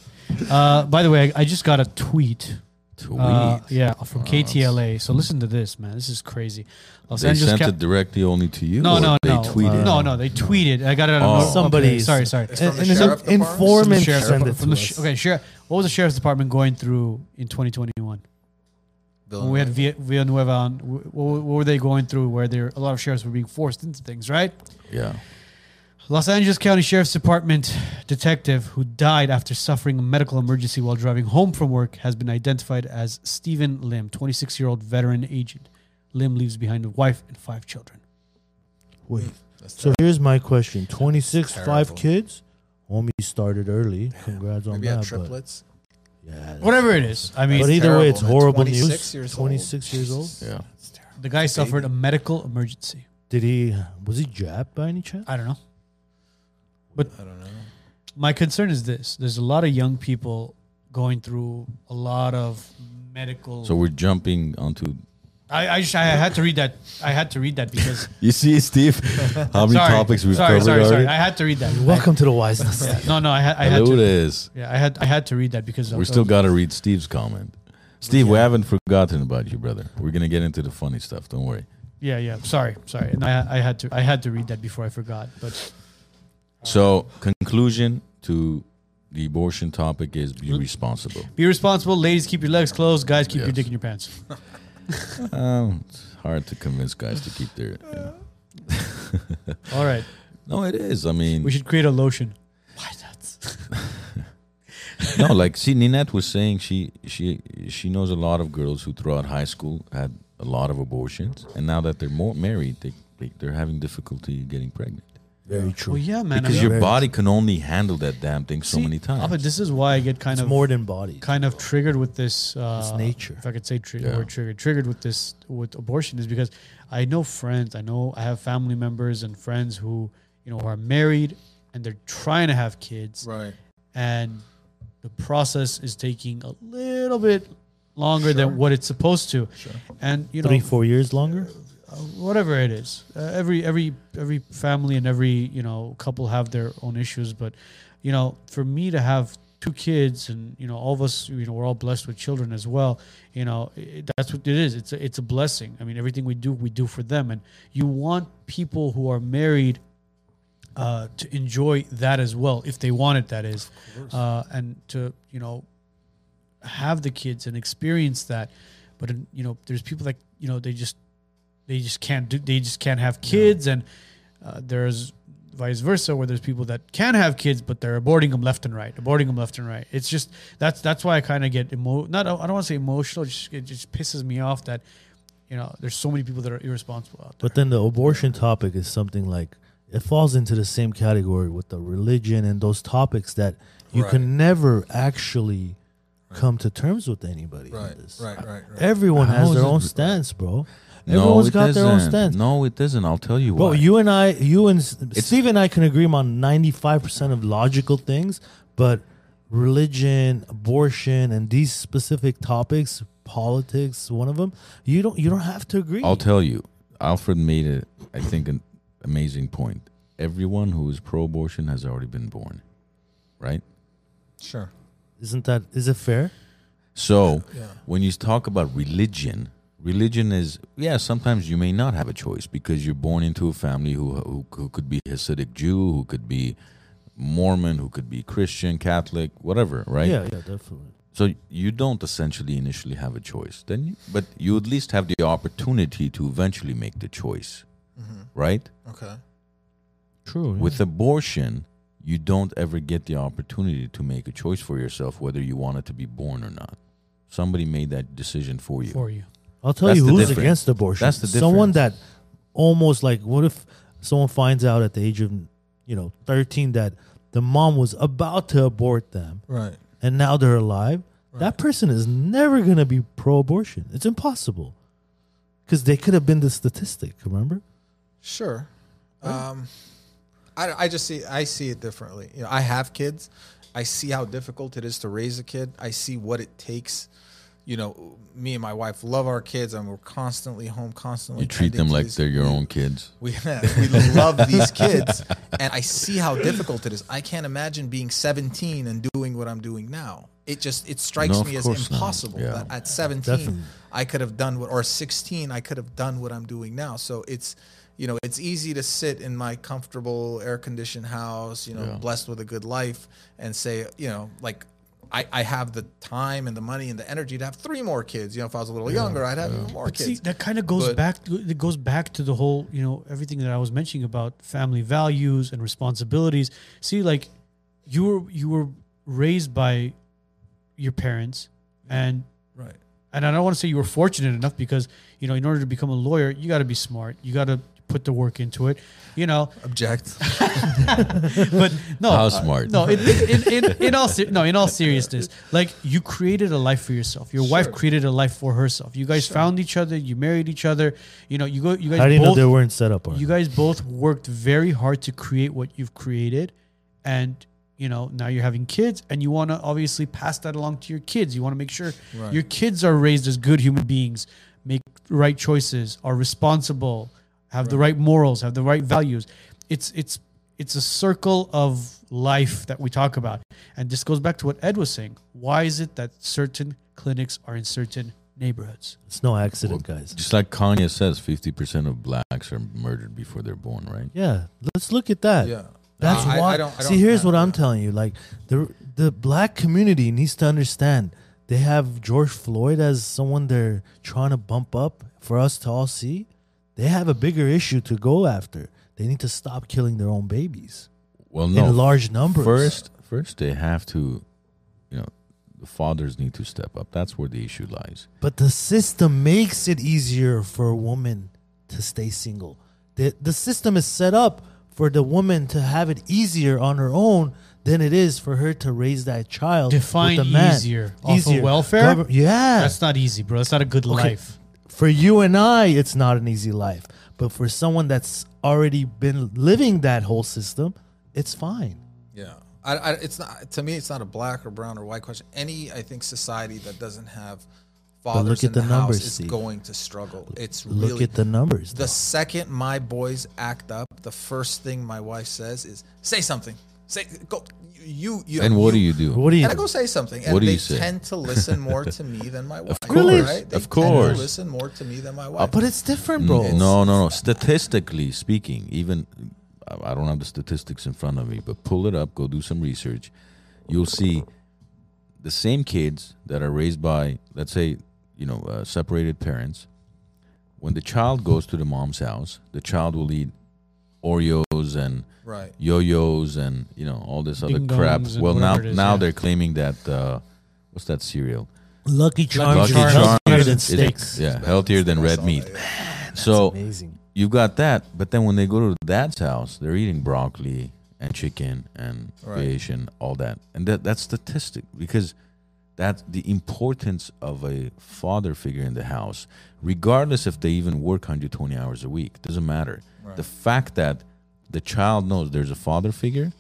Speaker 1: Uh, by the way, I, I just got a tweet.
Speaker 2: tweet.
Speaker 1: Uh, yeah, from KTLA. So listen to this, man. This is crazy. Los
Speaker 2: they
Speaker 1: Angeles.
Speaker 2: sent
Speaker 1: Ca-
Speaker 2: it directly only to you.
Speaker 1: no,
Speaker 2: or
Speaker 1: no,
Speaker 2: they
Speaker 1: no. uh,
Speaker 2: tweeted.
Speaker 1: No, no. They tweeted. I got it on
Speaker 2: Oh.
Speaker 1: a note-
Speaker 3: Somebody-
Speaker 1: okay, Sorry, sorry.
Speaker 4: It's
Speaker 3: And,
Speaker 4: from the
Speaker 3: and it's
Speaker 4: sheriff
Speaker 3: an
Speaker 4: department?
Speaker 3: informant
Speaker 1: From the sheriff
Speaker 3: sent it
Speaker 1: From
Speaker 3: to
Speaker 1: the
Speaker 3: us.
Speaker 1: sh- okay, sure. What was the sheriff's department going through in 2021? When we had Villa- Villanueva on. wh- wh- What were they going through? Where there a lot of sheriffs were being forced into things, right?
Speaker 2: Yeah.
Speaker 1: Los Angeles County Sheriff's Department detective who died after suffering a medical emergency while driving home from work has been identified as Stephen Lim, 26 year old veteran agent. Lim leaves behind a wife and five children.
Speaker 3: Wait. So here's my question: Twenty six, five
Speaker 4: terrible.
Speaker 3: kids. Homie started early. Congrats on
Speaker 4: Maybe
Speaker 3: that.
Speaker 4: have
Speaker 3: but-
Speaker 4: triplets.
Speaker 3: yeah, that's-
Speaker 1: Whatever it is, I
Speaker 3: But
Speaker 1: mean,
Speaker 3: either way, it's
Speaker 4: terrible, man.
Speaker 3: horrible
Speaker 4: 26
Speaker 3: news.
Speaker 4: years old.
Speaker 3: Twenty six years old.
Speaker 2: Yeah.
Speaker 1: the guy suffered a medical emergency.
Speaker 3: Did he? Was he jabbed by any chance?
Speaker 1: I don't know.
Speaker 4: I don't know.
Speaker 1: My concern is this there's a lot of young people going through a lot of medical.
Speaker 2: So we're jumping onto.
Speaker 1: I, I, just, I had to read that. I had to read that because.
Speaker 2: You see, Steve, how many
Speaker 1: sorry,
Speaker 2: topics we've
Speaker 1: sorry,
Speaker 2: covered
Speaker 1: sorry, sorry.
Speaker 2: already?
Speaker 1: I had to read that.
Speaker 3: Welcome to the wiseness.
Speaker 1: No, no, I, had I had
Speaker 2: Hello,
Speaker 1: to.
Speaker 2: this.
Speaker 1: Yeah, I had I had to read that because of
Speaker 2: We're
Speaker 1: the-
Speaker 2: still got to read Steve's comment. Steve, we haven't forgotten about you, brother. We're gonna get into the funny stuff. Don't worry.
Speaker 1: Yeah, yeah. Sorry, sorry. And I I had to I had to read that before I forgot. But
Speaker 2: So, conclusion to the abortion topic is be responsible.
Speaker 1: be responsible, ladies. Keep your legs closed. Guys, keep your
Speaker 2: Yes.
Speaker 1: dick in your pants.
Speaker 2: Um, it's hard to convince guys to keep their.
Speaker 1: All right.
Speaker 2: No, it is. I mean,
Speaker 1: We should create a lotion.
Speaker 2: no, like see, Ninette was saying she she she knows a lot of girls who throughout high school had a lot of abortions, and now that they're more married, they, they they're having difficulty getting pregnant
Speaker 3: Very true.
Speaker 1: Well, yeah, man.
Speaker 2: because
Speaker 1: I
Speaker 2: your
Speaker 1: mean,
Speaker 2: body can only handle that damn thing so
Speaker 1: see,
Speaker 2: many
Speaker 1: ah, But
Speaker 2: times.
Speaker 1: this is why I get kind
Speaker 3: It's
Speaker 1: of
Speaker 3: more than body.
Speaker 1: kind of triggered with this. Uh,
Speaker 3: It's nature.
Speaker 1: If I could say tri-
Speaker 2: Yeah.
Speaker 1: word triggered, triggered with this with abortion is because I know friends. I know I have family members and friends who you know are married and they're trying to have kids.
Speaker 4: Right.
Speaker 1: and the process is taking a little bit longer than what it's supposed to. And you know, uh,
Speaker 3: Three, four years longer.
Speaker 1: whatever it is, uh, every every every family and every you know couple have their own issues. But you know, for me to have two kids and you know all of us you know we're all blessed with children as well you know it, that's what it is it's a, it's a blessing i mean everything we do we do for them and you want people who are married uh, to enjoy that as well, if they want it, that is, uh, and to you know have the kids and experience that. But in, you know, there's people that you know they just they just can't do they just can't have kids, and uh, there's vice versa where there's people that can have kids but they're aborting them left and right, aborting them left and right. It's just that's that's why I kind of get emo not I don't want to say emotional, just, it just pisses me off that you know there's so many people that are irresponsible out there.
Speaker 3: But then the abortion topic is something like it falls into the same category with the religion and those topics that you can never actually come to terms with anybody. on
Speaker 4: Right.
Speaker 3: this.
Speaker 4: Right. Right. Right.
Speaker 3: Everyone
Speaker 2: How
Speaker 3: has
Speaker 2: is
Speaker 3: their
Speaker 2: it-
Speaker 3: own stance, bro.
Speaker 2: No,
Speaker 3: Everyone's
Speaker 2: it
Speaker 3: got their own
Speaker 2: doesn't.
Speaker 3: stance.
Speaker 2: No, it doesn't. I'll tell you
Speaker 3: Bro,
Speaker 2: why.
Speaker 3: you and I, you and S- Steve and I can agree on 95% of logical things, but religion, abortion, and these specific topics, politics, one of them, you don't you don't have to agree.
Speaker 2: I'll tell you. Alfred made a, I think, an amazing point. Everyone who is pro-abortion has already been born, right?
Speaker 4: Sure.
Speaker 3: Isn't that is it fair?
Speaker 2: So
Speaker 4: Yeah.
Speaker 2: when you talk about religion, religion is yeah. Sometimes you may not have a choice because you're born into a family who who, who could be Hasidic Jew, who could be Mormon, who could be Christian, Catholic, whatever, right?
Speaker 3: Yeah, yeah, definitely.
Speaker 2: So you don't essentially initially have a choice, then, you, but you at least have the opportunity to eventually make the choice, right?
Speaker 4: Mm-hmm. Okay.
Speaker 3: True.
Speaker 2: With abortion, you don't ever get the opportunity to make a choice for yourself whether you wanted to be born or not. Somebody made that decision for you.
Speaker 1: for you.
Speaker 3: I'll tell
Speaker 2: That's
Speaker 3: you
Speaker 2: the
Speaker 3: who's
Speaker 2: difference.
Speaker 3: against abortion.
Speaker 2: That's the
Speaker 3: Someone that
Speaker 2: difference.
Speaker 3: almost like what if someone finds out at the age of you know 13 that the mom was about to abort them
Speaker 4: Right.
Speaker 3: and now they're alive, that person is never going to be pro abortion. It's impossible. Cuz they could have been the statistic, remember?
Speaker 4: Sure. Um, I, I just see I see it differently. You know, I have kids. I see how difficult it is to raise a kid. I see what it takes. You know, me and my wife love our kids, and we're constantly home, constantly.
Speaker 2: You treat
Speaker 4: tending
Speaker 2: them
Speaker 4: to
Speaker 2: like
Speaker 4: these-
Speaker 2: they're your own kids.
Speaker 4: We, we love these kids, and I see how difficult it is. I can't imagine being 17 and doing what I'm doing now. It just it strikes
Speaker 2: No, of
Speaker 4: me as
Speaker 2: course not.
Speaker 4: impossible
Speaker 2: Yeah.
Speaker 4: that at 17
Speaker 3: Definitely.
Speaker 4: I could have done what, or 16 I could have done what I'm doing now. So it's, you know, it's easy to sit in my comfortable air-conditioned house, you know, blessed with a good life, and say, you know, like. I, I have the time and the money and the energy to have three more kids. You know, if I was a little younger, I'd have even more
Speaker 1: See,
Speaker 4: kids.
Speaker 1: that kind of goes
Speaker 4: But-
Speaker 1: back. To, it goes back to the whole, you know, everything that I was mentioning about family values and responsibilities. See, like you were you were raised by your parents, and
Speaker 4: right.
Speaker 1: and I don't want to say you were fortunate enough because you know, in order to become a lawyer, you got to be smart. You got to put the work into it. You know,
Speaker 4: Object.
Speaker 1: but no,
Speaker 2: How smart.
Speaker 1: Oh, uh, No, in, in, in, in, in all ser- no, in all seriousness, like you created a life for yourself. Your wife created a life for herself. You guys found each other. You married each other. You know, you go. You guys
Speaker 3: How do you know
Speaker 1: both.
Speaker 3: they weren't set up? Or
Speaker 1: you guys both worked very hard to create what you've created, and you know now you're having kids, and you want to obviously pass that along to your kids. You want to make sure your kids are raised as good human beings, make right choices, are responsible, have the right morals, have the right values. It's it's it's a circle of life that we talk about. And this goes back to what Ed was saying. Why is it that certain clinics are in certain neighborhoods?
Speaker 3: it's no accident, guys.
Speaker 2: Just like Kanye says, fifty percent of blacks are murdered before they're born, right?
Speaker 3: Yeah, let's look at that.
Speaker 4: Yeah.
Speaker 3: That's
Speaker 4: I- I
Speaker 3: why.
Speaker 4: don't- I
Speaker 3: See,
Speaker 4: don't
Speaker 3: here's
Speaker 4: have
Speaker 3: what I'm
Speaker 4: that.
Speaker 3: telling you. Like the the black community needs to understand they have George Floyd as someone they're trying to bump up for us to all see. They have a bigger issue to go after. They need to stop killing their own babies
Speaker 2: Well, no.
Speaker 3: in large numbers.
Speaker 2: First, first they have to, you know, the fathers need to step up. That's where the issue lies.
Speaker 3: But the system makes it easier for a woman to stay single. The, the system is set up for the woman to have it easier on her own than it is for her to raise that child.
Speaker 1: Define
Speaker 3: with a man.
Speaker 1: easier. Off of welfare?
Speaker 3: Gover- yeah.
Speaker 1: That's not easy, bro. That's not a good life.
Speaker 3: for you and I, it's not an easy life. But for someone that's already been living that whole system, it's fine.
Speaker 4: Yeah, I, I, it's not to me. It's not a black or brown or white question. Any, I think, society that doesn't have fathers
Speaker 3: look at
Speaker 4: in the,
Speaker 3: the
Speaker 4: house
Speaker 3: numbers,
Speaker 4: is
Speaker 3: Steve.
Speaker 4: going to struggle. It's
Speaker 3: Look
Speaker 4: really
Speaker 3: at the numbers.
Speaker 4: the
Speaker 3: though.
Speaker 4: second my boys act up, the first thing my wife says is, "Say something. Say go. You you."
Speaker 2: And what do you do?
Speaker 3: What do you?
Speaker 4: And I go say something, and
Speaker 2: What do
Speaker 4: they
Speaker 2: you say?
Speaker 4: tend to listen more to me than my wife.
Speaker 2: Really?
Speaker 4: right? They
Speaker 2: Of
Speaker 4: tend
Speaker 2: course.
Speaker 4: to listen more to me than my wife.
Speaker 3: But it's different,
Speaker 2: N-
Speaker 3: bro.
Speaker 4: Mm,
Speaker 2: Mm, No, no, no. Statistically speaking, even I I don't have the statistics in front of me, but pull it up, go do some research. You'll see the same kids that are raised by, let's say, you know, uh, separated parents. When the child goes to the mom's house, the child will eat Oreos and
Speaker 4: right.
Speaker 2: yo-yos and you know all this other crap.
Speaker 1: Ding-dongs and
Speaker 2: Well, now
Speaker 1: whatever it is,
Speaker 2: now
Speaker 1: yeah.
Speaker 2: they're claiming that uh, what's that cereal?
Speaker 3: Lucky Charms
Speaker 2: Lucky
Speaker 3: are
Speaker 2: Charms
Speaker 3: healthier than
Speaker 1: is-
Speaker 3: steaks.
Speaker 2: Yeah, healthier than red meat. So
Speaker 3: Amazing.
Speaker 2: you've got that, but then when they go to dad's house, they're eating broccoli and chicken and fish and all that, and that that's statistic because that's the importance of a father figure in the house, regardless if they even work 120 hours a week, doesn't matter. The fact that the child knows there's a father figure,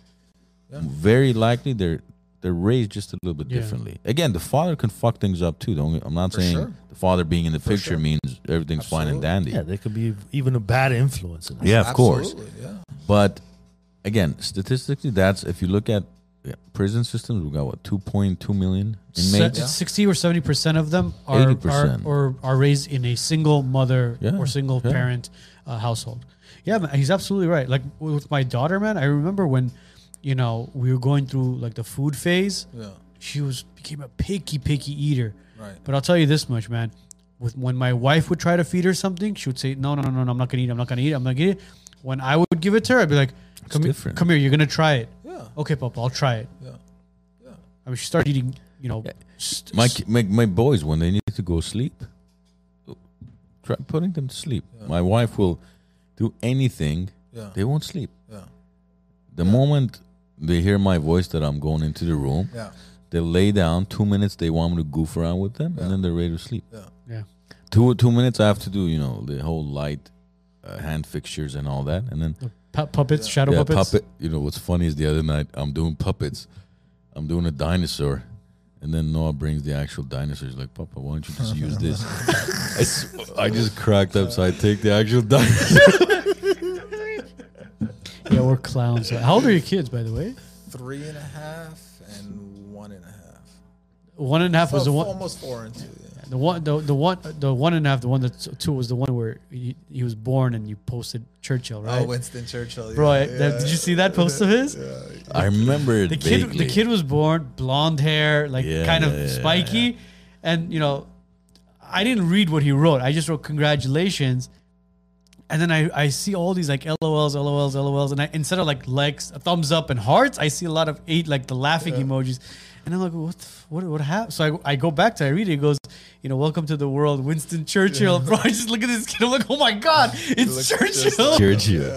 Speaker 2: very likely they're they're raised just a little bit
Speaker 1: Yeah.
Speaker 2: differently. Again, the father can fuck things up too. Don't I'm not saying
Speaker 4: sure.
Speaker 2: the father being in the picture means everything's fine and dandy.
Speaker 3: Yeah, they could be even a bad influence. In
Speaker 2: Yeah, of course.
Speaker 4: Absolutely, Yeah.
Speaker 2: But again, statistically, that's if you look at yeah, prison systems, we got what 2.2 million
Speaker 1: Se-
Speaker 2: inmates.
Speaker 1: 60 or 70 percent of them are, are
Speaker 2: 80%.
Speaker 1: or are raised in a single mother
Speaker 2: Yeah,
Speaker 1: or single
Speaker 2: yeah.
Speaker 1: parent uh, household yeah man, he's absolutely right like w- with my daughter man i remember when you know we were going through like the food phase
Speaker 4: Yeah.
Speaker 1: she was became a picky picky eater
Speaker 4: Right.
Speaker 1: but i'll tell you this much man with, when my wife would try to feed her something she would say no no no no, no i'm not gonna eat it, i'm not gonna eat it i'm not gonna eat it when i would give it to her i'd be like come, here,
Speaker 2: different.
Speaker 1: come here you're gonna try it
Speaker 4: Yeah.
Speaker 1: okay papa i'll try it
Speaker 4: Yeah.
Speaker 1: i mean she started eating you know st-
Speaker 2: My, ki- my my boys when they need to go sleep, Try putting them to sleep. My wife will do anything.
Speaker 4: Yeah.
Speaker 2: They won't sleep.
Speaker 4: Yeah.
Speaker 2: The moment they hear my voice that I'm going into the room,
Speaker 4: Yeah.
Speaker 2: they lay down. Two minutes they want me to goof around with them, and then they're ready to sleep.
Speaker 4: Yeah.
Speaker 1: Yeah.
Speaker 2: Two two minutes I have to do you know the whole light, uh, hand fixtures and all that, and then
Speaker 1: Pu- puppets, shadow
Speaker 2: yeah,
Speaker 1: puppets.
Speaker 2: puppet. You know what's funny is the other night I'm doing puppets, I'm doing a dinosaur, and then Noah brings the actual dinosaur. He's like, "Papa, why don't you just use this?" I s- I, just cracked up, so I take the actual dinosaur.
Speaker 1: Yeah, we're clowns. How old are your kids, by the way?
Speaker 4: Three and a half and one and a half.
Speaker 1: One and a half was
Speaker 4: So
Speaker 1: the one.
Speaker 4: almost four and two. Yeah.
Speaker 1: The one, the, the one, the one and a half, the one that's two was the one where he, he was born and you posted Churchill, right?
Speaker 4: Oh, Winston Churchill. Yeah,
Speaker 1: Bro, I-
Speaker 4: yeah.
Speaker 1: that- did you see that post of his?
Speaker 2: I remember it
Speaker 1: The kid,
Speaker 2: vaguely.
Speaker 1: the kid was born, blonde hair, like
Speaker 2: Yeah,
Speaker 1: kind of
Speaker 2: yeah, yeah,
Speaker 1: spiky, and you know, I didn't read what he wrote. I just wrote congratulations, and then I, I see all these like LOLs, LOLs, LOLs, and I, instead of like likes, thumbs up, and hearts, I see a lot of eight like the laughing emojis, and I'm like, what the f- what what happened? So I, I go back to I read it. It goes, you know, welcome to the world, Winston Churchill. Bro, I just look at this kid. I'm like, oh my god, it's Churchill.
Speaker 2: Churchill.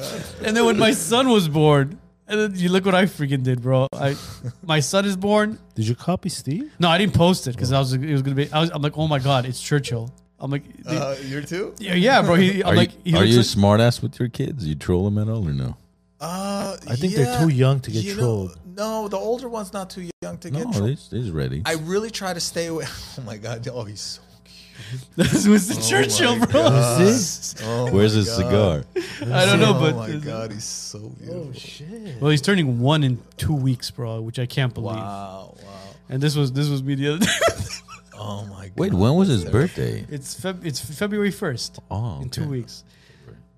Speaker 1: And then when my son was born, and then you look what I freaking did, bro. I, my son is born.
Speaker 3: Did you copy Steve?
Speaker 1: No, I didn't post it because I was it was gonna be. I was, I'm like, oh my god, it's Churchill. I'm like,
Speaker 4: Uh, you're two?
Speaker 1: yeah, yeah, bro. He, I'm
Speaker 2: Are
Speaker 1: like, he
Speaker 2: you, are
Speaker 1: looks
Speaker 2: you
Speaker 1: like-
Speaker 2: smart ass with your kids? You troll them at all or no?
Speaker 4: Uh,
Speaker 3: I think they're too young to get
Speaker 4: you know-
Speaker 3: trolled.
Speaker 4: no, the older one's not too young to
Speaker 2: No,
Speaker 4: get trolled.
Speaker 2: he's, he's ready.
Speaker 4: I really try to stay away. Oh my god! Oh, he's so
Speaker 1: this was
Speaker 4: Oh
Speaker 1: the Churchill, bro.
Speaker 3: Is it?
Speaker 2: Where's his
Speaker 1: Oh
Speaker 2: cigar?
Speaker 1: I don't know, but
Speaker 4: oh my god, he's so beautiful.
Speaker 1: well, he's turning one in two weeks, bro, which I can't believe.
Speaker 4: wow, wow.
Speaker 1: And this was this was me the other day.
Speaker 4: Oh my god.
Speaker 2: Wait, when was his birthday?
Speaker 1: it's Feb- it's February first.
Speaker 2: Oh,
Speaker 1: in two
Speaker 2: okay.
Speaker 1: weeks.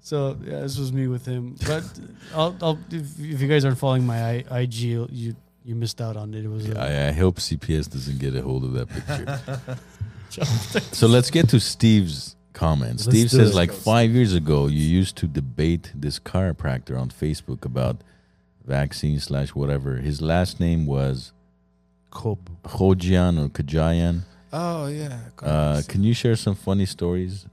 Speaker 1: So yeah, this was me with him. But I'll, I'll if, if you guys aren't following my I, IG, you you missed out on it. It was a-
Speaker 2: I, I hope CPS doesn't get a hold of that picture. so let's get to Steve's comments.
Speaker 3: Let's
Speaker 2: Steve
Speaker 3: do
Speaker 2: says,
Speaker 3: it.
Speaker 2: like five years ago, you used to debate this chiropractor on Facebook about vaccine slash whatever. His last name was
Speaker 3: Kobe.
Speaker 2: Hojian or Kajayan.
Speaker 4: Oh yeah. of course.
Speaker 2: Uh, can you share some funny stories?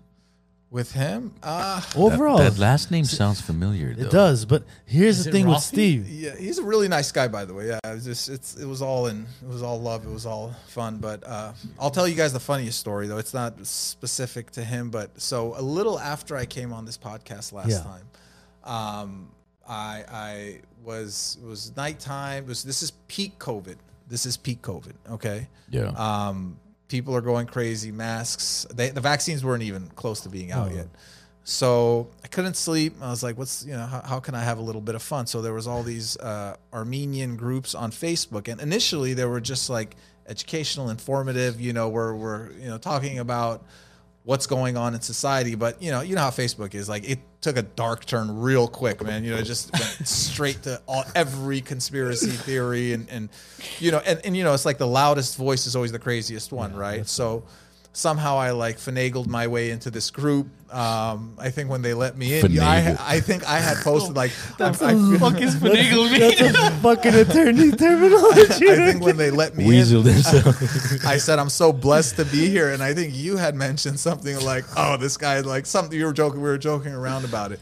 Speaker 4: With him? Uh
Speaker 3: Overall,
Speaker 2: That last name sounds familiar. Though.
Speaker 3: it does. But here's
Speaker 1: Is
Speaker 3: the
Speaker 1: it
Speaker 3: thing with
Speaker 1: Rafi?
Speaker 3: Steve.
Speaker 4: yeah, he's a really nice guy by the way. Yeah, it was just it's it was all in it was all love, it was all fun, but uh I'll tell you guys the funniest story though. It's not specific to him, but so a little after I came on this podcast last
Speaker 3: Yeah.
Speaker 4: time. Um I I was it was nighttime. It was this is peak COVID. This is peak COVID, okay?
Speaker 2: Yeah.
Speaker 3: Uh,
Speaker 4: Um, people are going crazy. Masks. They, the vaccines weren't even close to being out yet. So I couldn't sleep. I was like, "What's you know? How, how can I have a little bit of fun?" So there was all these uh, Armenian groups on Facebook, and initially they were just like educational, informative. You know, we're we're you know talking about what's going on in society. But you know, you know how Facebook is. Like it took a dark turn real quick, man. You know, it just went straight to all, every conspiracy theory and and you know and, and you know it's like the loudest voice is always the craziest one, right? So somehow I like finagled my way into this group. Um, I think when they let me in, I
Speaker 2: Finagle.
Speaker 4: I think I had posted like
Speaker 1: that's
Speaker 4: I, I-
Speaker 1: the fuck is finagle
Speaker 3: That's
Speaker 1: me.
Speaker 3: a fucking attorney terminology.
Speaker 4: I think when they let me in,
Speaker 2: Weasel himself.
Speaker 4: I said, I'm so blessed to be here. And I think you had mentioned something like, oh, this guy, like something you were joking, we were joking around about it.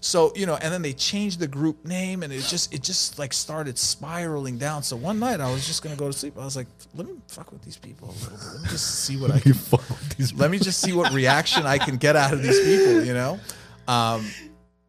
Speaker 4: So, you know, and then they changed the group name and it just, it just like started spiraling down. So one night I was just going to go to sleep. I was like, let me fuck with these people a little bit. Let me just see what I can, let me just see what reaction I can get out of these people, you know? Um,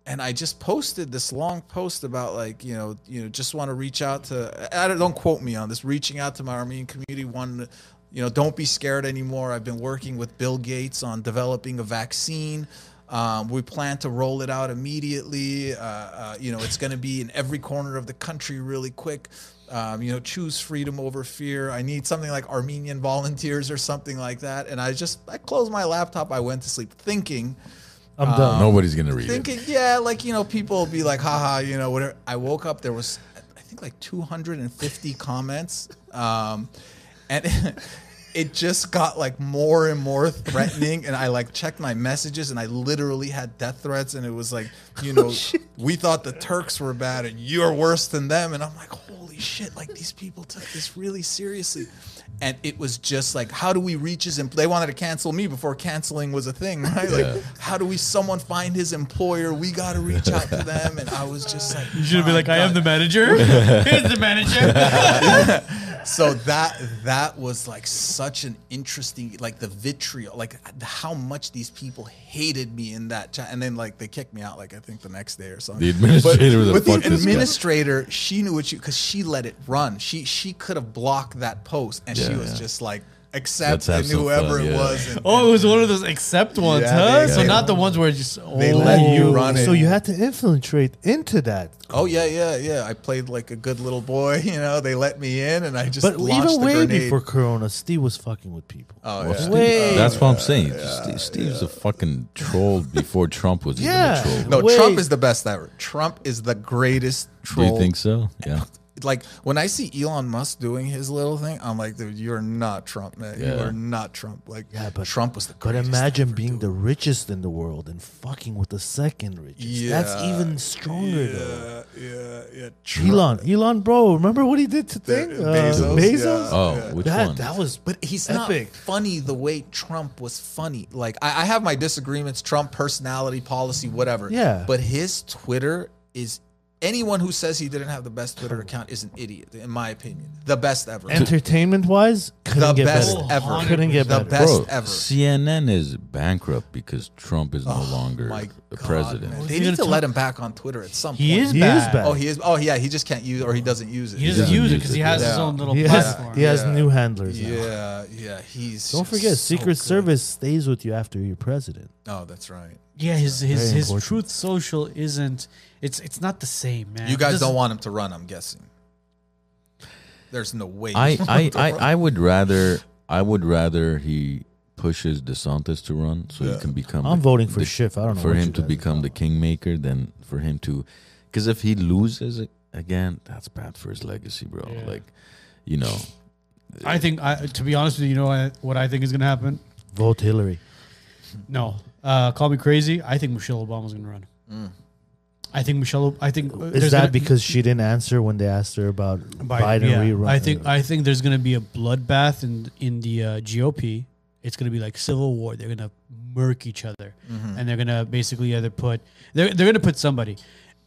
Speaker 4: and I just posted this long post about like you know you know just want to reach out to I don't, don't quote me on this reaching out to my Armenian community one you know don't be scared anymore I've been working with Bill Gates on developing a vaccine um, we plan to roll it out immediately uh, uh, you know it's going to be in every corner of the country really quick um, you know choose freedom over fear I need something like Armenian volunteers or something like that and I just I closed my laptop I went to sleep thinking
Speaker 3: I'm done.
Speaker 2: Nobody's gonna read it.
Speaker 4: thinking, yeah, like you know, people will be like, haha, you know, whatever. I woke up, there was, I think, like 250 comments, um, and it just got like more and more threatening and i like checked my messages and i literally had death threats and it was like you
Speaker 2: Oh,
Speaker 4: know we thought the turks were bad and you're worse than them and i'm like holy shit like these people took this really seriously and it was just like how do we reach his employer they wanted to cancel me before canceling was a thing right like how do we someone find his employer we got to reach out to them and i was just like
Speaker 1: You should be
Speaker 4: "My
Speaker 1: like, I am
Speaker 4: God."
Speaker 1: the manager. Here's the manager.
Speaker 4: so that that was like such an interesting like the vitriol like how much these people hated me in that chat and then like they kicked me out like i think the next day or something
Speaker 2: The administrator was
Speaker 4: but
Speaker 2: a
Speaker 4: with
Speaker 2: fuck
Speaker 4: the
Speaker 2: this guy.
Speaker 4: administrator she knew what she because she let it run she she could have blocked that post and she
Speaker 2: Yeah,
Speaker 4: was
Speaker 2: yeah.
Speaker 4: just like
Speaker 2: Let's
Speaker 4: accept
Speaker 2: have
Speaker 4: and
Speaker 2: some
Speaker 4: whoever
Speaker 2: fun,
Speaker 4: it
Speaker 2: yeah.
Speaker 4: was and,
Speaker 1: Oh, it was one of those accept ones,
Speaker 4: Yeah,
Speaker 1: huh?
Speaker 4: they-
Speaker 1: so
Speaker 4: they-
Speaker 1: not the ones where it's just
Speaker 4: They
Speaker 1: oh.
Speaker 4: let you run it
Speaker 3: So you had to infiltrate into that.
Speaker 4: oh yeah yeah yeah i played like a good little boy you know they let me in and i just
Speaker 3: But
Speaker 4: launched
Speaker 3: even
Speaker 4: the
Speaker 3: way
Speaker 4: grenade.
Speaker 3: before Corona, Steve was fucking with people.
Speaker 4: oh,
Speaker 2: Well,
Speaker 4: yeah.
Speaker 2: Steve-
Speaker 3: Way-
Speaker 2: that's what I'm saying. Steve, Steve's a fucking troll before Trump was
Speaker 3: Yeah.
Speaker 2: even a troll.
Speaker 4: No,
Speaker 3: Wait.
Speaker 4: Trump is the best ever. Trump is the greatest
Speaker 2: Do
Speaker 4: troll.
Speaker 2: you think so? Yeah.
Speaker 4: Like when I see Elon Musk doing his little thing, I'm like, dude, you're not Trump, man. You
Speaker 2: Yeah.
Speaker 4: are not Trump. Like,
Speaker 3: Yeah, but-
Speaker 4: Trump was the
Speaker 3: But
Speaker 4: greatest.
Speaker 3: imagine
Speaker 4: ever,
Speaker 3: being
Speaker 4: dude.
Speaker 3: the richest in the world and fucking with the second richest. That's
Speaker 4: Yeah,
Speaker 3: even stronger though.
Speaker 4: yeah, yeah.
Speaker 3: Elon, Elon, bro, remember what he did to thing?
Speaker 4: Uh, Bezos, yeah.
Speaker 2: Oh, which
Speaker 3: That
Speaker 2: one?
Speaker 3: that was
Speaker 4: But he's
Speaker 3: Epic.
Speaker 4: not funny the way Trump was funny. Like I, I have my disagreements, Trump personality, policy, whatever.
Speaker 3: Yeah.
Speaker 4: But his Twitter is anyone who says he didn't have the best Twitter account is an idiot, in my opinion. The best ever.
Speaker 3: entertainment wise
Speaker 4: the
Speaker 3: couldn't get
Speaker 4: best
Speaker 3: better.
Speaker 4: ever.
Speaker 3: Couldn't get
Speaker 4: the
Speaker 3: better.
Speaker 4: best
Speaker 2: Bro,
Speaker 4: ever.
Speaker 2: CNN is bankrupt because Trump is no longer
Speaker 4: my
Speaker 2: the
Speaker 4: God,
Speaker 2: president.
Speaker 4: man.
Speaker 1: He
Speaker 4: They need
Speaker 1: gonna
Speaker 4: to let him back on Twitter at some
Speaker 1: He
Speaker 4: point.
Speaker 1: is
Speaker 3: He
Speaker 1: bad.
Speaker 3: is bad.
Speaker 4: Oh, he is. Oh, yeah. He just can't use, or he doesn't use it.
Speaker 1: He doesn't
Speaker 2: doesn't
Speaker 1: use it
Speaker 2: use
Speaker 1: because
Speaker 2: it,
Speaker 1: he has
Speaker 2: yeah.
Speaker 1: his own little
Speaker 3: He has,
Speaker 1: platform.
Speaker 3: he has
Speaker 4: Yeah.
Speaker 3: new handlers. now.
Speaker 4: Yeah, yeah. He's.
Speaker 3: Don't
Speaker 4: just
Speaker 3: forget,
Speaker 4: so good.
Speaker 3: Secret Service stays with you after you're president.
Speaker 4: Oh, that's right.
Speaker 1: Yeah, his his,
Speaker 3: Very
Speaker 1: his
Speaker 3: important.
Speaker 1: truth social isn't. It's it's not the same, man.
Speaker 4: You guys
Speaker 1: This-
Speaker 4: don't want him to run. I'm guessing. There's no way.
Speaker 2: I, I, I, I would rather I would rather he pushes DeSantis to run so he can become
Speaker 3: I'm
Speaker 2: the-
Speaker 3: voting for
Speaker 2: the-
Speaker 3: Schiff. I don't know
Speaker 2: for
Speaker 3: what
Speaker 2: him
Speaker 3: you
Speaker 2: to
Speaker 3: guys-
Speaker 2: become the kingmaker than for him to because if he loses it again that's bad for his legacy bro
Speaker 1: Yeah.
Speaker 2: like you know
Speaker 1: I think, I, to be honest with you, you know what, what I think is going to happen.
Speaker 3: vote Hillary.
Speaker 1: No, uh, call me crazy. I think Michelle Obama's going to run.
Speaker 4: Mm,
Speaker 1: I think Michelle. I think uh,
Speaker 3: Is
Speaker 1: there's
Speaker 3: that
Speaker 1: gonna-
Speaker 3: because she didn't answer when they asked her about Biden,
Speaker 1: yeah.
Speaker 3: rerun?
Speaker 1: I think I think there's going to be a bloodbath in in the uh, GOP. It's going to be like civil war. They're going to murk each other,
Speaker 2: Mm-hmm.
Speaker 1: and they're going to basically either put they're they're going to put somebody,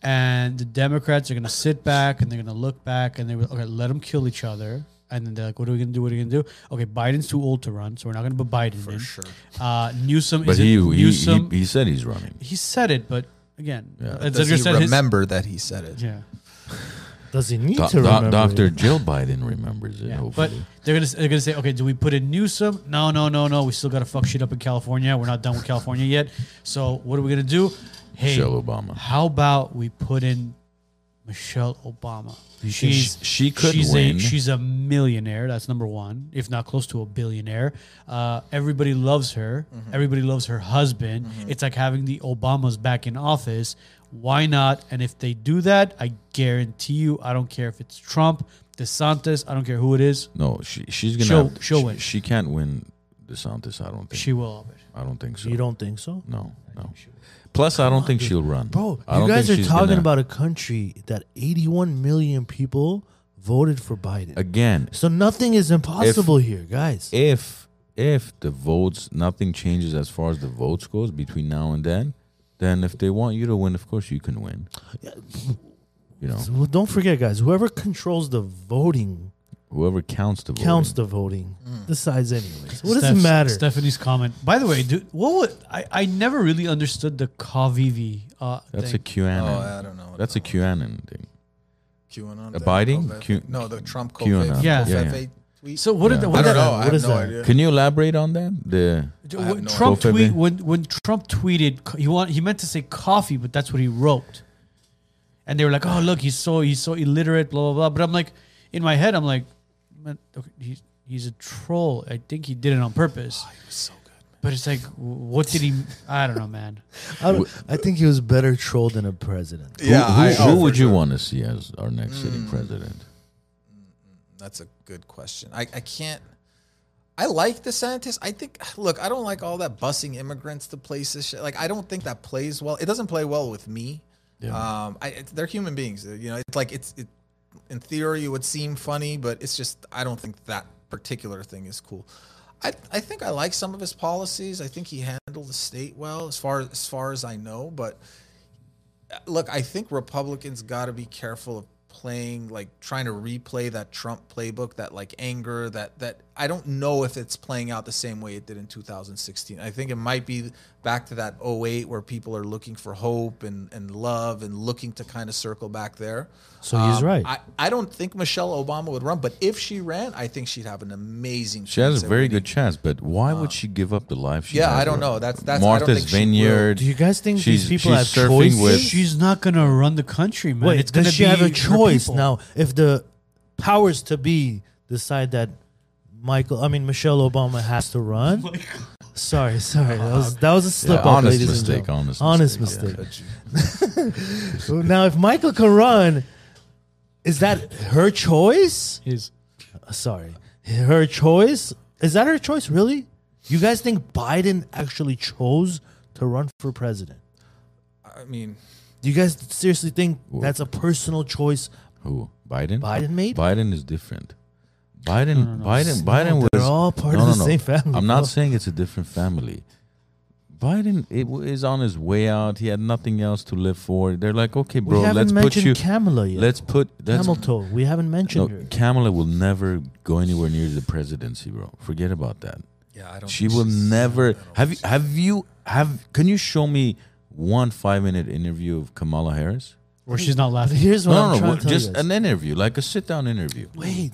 Speaker 1: and the Democrats are going to sit back and they're going to look back and they're okay. Let them kill each other, and then they're like, "What are we going to do? What are we going to do? Okay, Biden's too old to run, so we're not going to put Biden in.
Speaker 4: sure.
Speaker 1: Uh, Newsom,
Speaker 2: but
Speaker 1: is
Speaker 2: he
Speaker 1: it
Speaker 2: he, he
Speaker 1: Newsom,
Speaker 2: he said he's running
Speaker 1: he said it, but again, uh,
Speaker 4: Does
Speaker 1: Zedger
Speaker 4: he
Speaker 1: said his-
Speaker 4: remember that he said it?
Speaker 1: yeah.
Speaker 3: Does he need
Speaker 2: Do-
Speaker 3: to
Speaker 2: Do-
Speaker 3: remember?
Speaker 2: Dr.
Speaker 3: it?
Speaker 2: Jill Biden remembers it
Speaker 1: Yeah, but
Speaker 2: hopefully
Speaker 1: they're gonna they're gonna say, okay, do we put in Newsom? No, no, no, no. We still gotta fuck shit up in California. We're not done with California yet. So what are we gonna do? Hey,
Speaker 2: Michelle Obama
Speaker 1: how about we put in Michelle Obama? She's
Speaker 2: she could
Speaker 1: she's
Speaker 2: win.
Speaker 1: A, she's a millionaire. That's number one, if not close to a billionaire. Uh, everybody loves her.
Speaker 2: Mm-hmm.
Speaker 1: Everybody loves her husband. It's like having the Obamas back in office. Why not? And if they do that, I guarantee you, I don't care if it's Trump, DeSantis, I don't care who it is,
Speaker 2: no she, she's gonna
Speaker 1: She'll-
Speaker 2: have-
Speaker 1: she'll
Speaker 2: she,
Speaker 1: win.
Speaker 2: she can't win DeSantis I don't think
Speaker 1: she will. Albert.
Speaker 2: I don't think so
Speaker 3: You don't think so?
Speaker 2: no no plus I don't think she'll run
Speaker 3: Bro,
Speaker 2: I
Speaker 3: you
Speaker 2: don't
Speaker 3: guys
Speaker 2: think
Speaker 3: are
Speaker 2: she's
Speaker 3: talking
Speaker 2: gonna-
Speaker 3: about a country that 81 million people voted for Biden.
Speaker 2: again
Speaker 3: so nothing is impossible here, guys.
Speaker 2: if if the votes nothing changes as far as the votes goes between now and then, then if they want you to win, of course you can win. You know,
Speaker 3: well, don't forget, guys, whoever controls the voting
Speaker 2: whoever counts the votes.
Speaker 3: counts the voting, decides anyways. What does
Speaker 1: Steph's-
Speaker 3: it matter?
Speaker 1: Stephanie's comment. By the way, dude, what would, I, I never really understood the Kavivi uh,
Speaker 2: That's a
Speaker 1: thing.
Speaker 2: QAnon.
Speaker 4: Oh, I don't know.
Speaker 2: That's a QAnon thing.
Speaker 4: QAnon.
Speaker 2: A Biden?
Speaker 4: Covfefe-
Speaker 2: Q-
Speaker 4: no, the Trump
Speaker 2: QAnon.
Speaker 4: Covfefe,
Speaker 1: Yeah.
Speaker 2: Yeah,
Speaker 4: Covfefe tweet.
Speaker 1: So what did
Speaker 2: Yeah.
Speaker 1: the,
Speaker 4: I
Speaker 1: what
Speaker 4: don't
Speaker 1: did-
Speaker 4: know. I
Speaker 3: What
Speaker 4: have
Speaker 3: is
Speaker 4: no
Speaker 3: that?
Speaker 4: idea.
Speaker 2: Can you elaborate on that? The
Speaker 1: D-
Speaker 4: I have
Speaker 1: When
Speaker 4: no
Speaker 1: Trump
Speaker 2: idea.
Speaker 1: tweet when when Trump tweeted co- he want, he meant to say coffee, but that's what he wrote. And they were like, "Oh, look, he's so he's so illiterate, blah blah blah." But I'm like, in my head, I'm like, man, okay, he's he's a troll. I think he did it on purpose.
Speaker 3: Oh,
Speaker 1: But it's like, w- what did he? I don't know, man.
Speaker 3: I, don't- I think he was better trolled than a president.
Speaker 2: who,
Speaker 4: yeah,
Speaker 2: who,
Speaker 4: I,
Speaker 2: who
Speaker 4: oh,
Speaker 2: would
Speaker 4: for
Speaker 2: you
Speaker 4: sure. Mm.
Speaker 2: want to see as our next sitting president?
Speaker 4: That's a good question. I, I can't. I like the scientists. I think, look, I don't like all that busing immigrants to places. Shit. Like, I don't think that plays well. It doesn't play well with me. Um, I, it's they're human beings. You know, it's like it's it. In theory, it would seem funny, but it's just I don't think that particular thing is cool. I, I think I like some of his policies. I think he handled the state well, as far as far as I know. But uh, look, I think Republicans got to be careful of playing like trying to replay that Trump playbook, that like anger, that that I don't know if it's playing out the same way it did in 2016. I think it might be back to that 08 where people are looking for hope and and love and looking to kind of circle back there.
Speaker 3: So
Speaker 5: Um,
Speaker 3: he's right.
Speaker 4: Um, I, I don't think Michelle Obama would run, but if she ran, I think she'd have an amazing
Speaker 2: She has a very good chance, but why would she give up the life? She
Speaker 4: Uh, Yeah,
Speaker 2: has
Speaker 4: I don't
Speaker 2: right?
Speaker 4: know. That's- that's- I don't
Speaker 2: Martha's
Speaker 4: think she will.
Speaker 2: Vineyard.
Speaker 3: Do you guys think these
Speaker 2: She's-
Speaker 3: people
Speaker 2: she's
Speaker 3: have
Speaker 2: surfing
Speaker 3: choices?
Speaker 2: with-
Speaker 5: She's not gonna run the country, man.
Speaker 3: Wait,
Speaker 5: it's gonna
Speaker 3: does she
Speaker 5: be
Speaker 3: have
Speaker 5: her
Speaker 3: a choice
Speaker 5: people.
Speaker 3: now? If the powers to be decide that Michael, I mean Michelle Obama has to run. sorry, sorry, that was that was a slip up,
Speaker 2: honest
Speaker 3: ladies
Speaker 2: mistake,
Speaker 3: and gentlemen.
Speaker 2: honest mistake,
Speaker 3: mistake. now, if Michael can run, is that her choice?
Speaker 5: His-
Speaker 3: Sorry, her choice. Is that her choice? Really? You guys think Biden actually chose to run for president?
Speaker 4: I mean,
Speaker 3: Do you guys seriously think that's a personal choice?
Speaker 2: Who? Biden?
Speaker 3: Biden made?
Speaker 2: Biden is different. Biden, Biden, Biden was.
Speaker 3: they're all part of the same family,
Speaker 2: I'm not
Speaker 3: bro.
Speaker 2: saying it's a different family. Biden it w- is on his way out. He had nothing else to live for. They're like, okay,
Speaker 3: We
Speaker 2: bro,
Speaker 3: haven't
Speaker 2: let's put
Speaker 3: mentioned
Speaker 2: you.
Speaker 3: Kamala yet.
Speaker 2: Let's put. Let's,
Speaker 3: Camel toe. We haven't
Speaker 2: no,
Speaker 3: mentioned her.
Speaker 2: Kamala will never go anywhere near the presidency, bro. Forget about that.
Speaker 4: yeah, I don't.
Speaker 2: She
Speaker 4: think
Speaker 2: will
Speaker 4: she's-
Speaker 2: never. Have you? Have you? Have? Can you show me one five-minute interview of Kamala Harris?
Speaker 5: or she's not laughing.
Speaker 3: Here's what I'm
Speaker 2: No, no,
Speaker 3: trying
Speaker 2: no.
Speaker 3: to tell
Speaker 2: Just
Speaker 3: you guys.
Speaker 2: an e- interview, like a sit-down interview.
Speaker 3: Wait.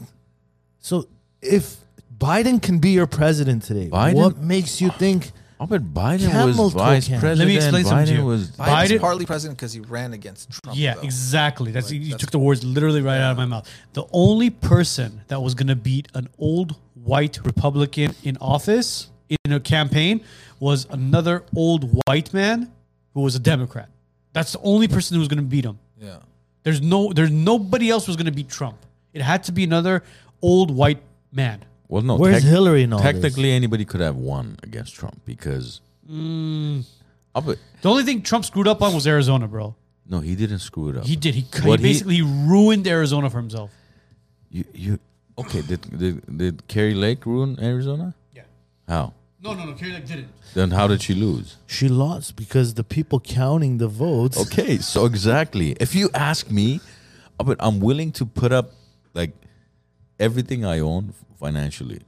Speaker 3: So if Biden can be your president today,
Speaker 2: Biden-
Speaker 3: what makes you think?
Speaker 2: I bet Biden
Speaker 3: Camel
Speaker 2: was
Speaker 3: toe
Speaker 2: vice
Speaker 3: can.
Speaker 2: president.
Speaker 5: Let me explain
Speaker 2: Biden
Speaker 5: something to you.
Speaker 2: Was,
Speaker 4: Biden's
Speaker 5: Biden-
Speaker 4: partly president because he ran against Trump.
Speaker 5: Yeah,
Speaker 4: though.
Speaker 5: exactly. That's you
Speaker 4: that's-
Speaker 5: took the words literally right out of my mouth. The only person that was going to beat an old white Republican in office in a campaign was another old white man who was a Democrat. That's the only person who was going to beat him.
Speaker 4: Yeah.
Speaker 5: There's no there's nobody else was going to beat Trump. It had to be another old white man.
Speaker 2: well, no.
Speaker 3: Where's Hillary in all this?
Speaker 2: Technically, anybody could have won against Trump because.
Speaker 3: Mm.
Speaker 2: I bet-
Speaker 5: The only thing Trump screwed up on was Arizona, bro.
Speaker 2: no, he didn't screw it up.
Speaker 5: He did. He, he
Speaker 2: What he-
Speaker 5: basically ruined Arizona for himself.
Speaker 2: You, you okay? Did, did did Carrie Lake ruin Arizona?
Speaker 5: Yeah.
Speaker 2: How?
Speaker 5: No, no, no. Kerry Lake didn't.
Speaker 2: Then how did she lose?
Speaker 3: She lost because the people counting the votes.
Speaker 2: Okay, so exactly. If you ask me, uh, but I'm willing to put up like everything I own financially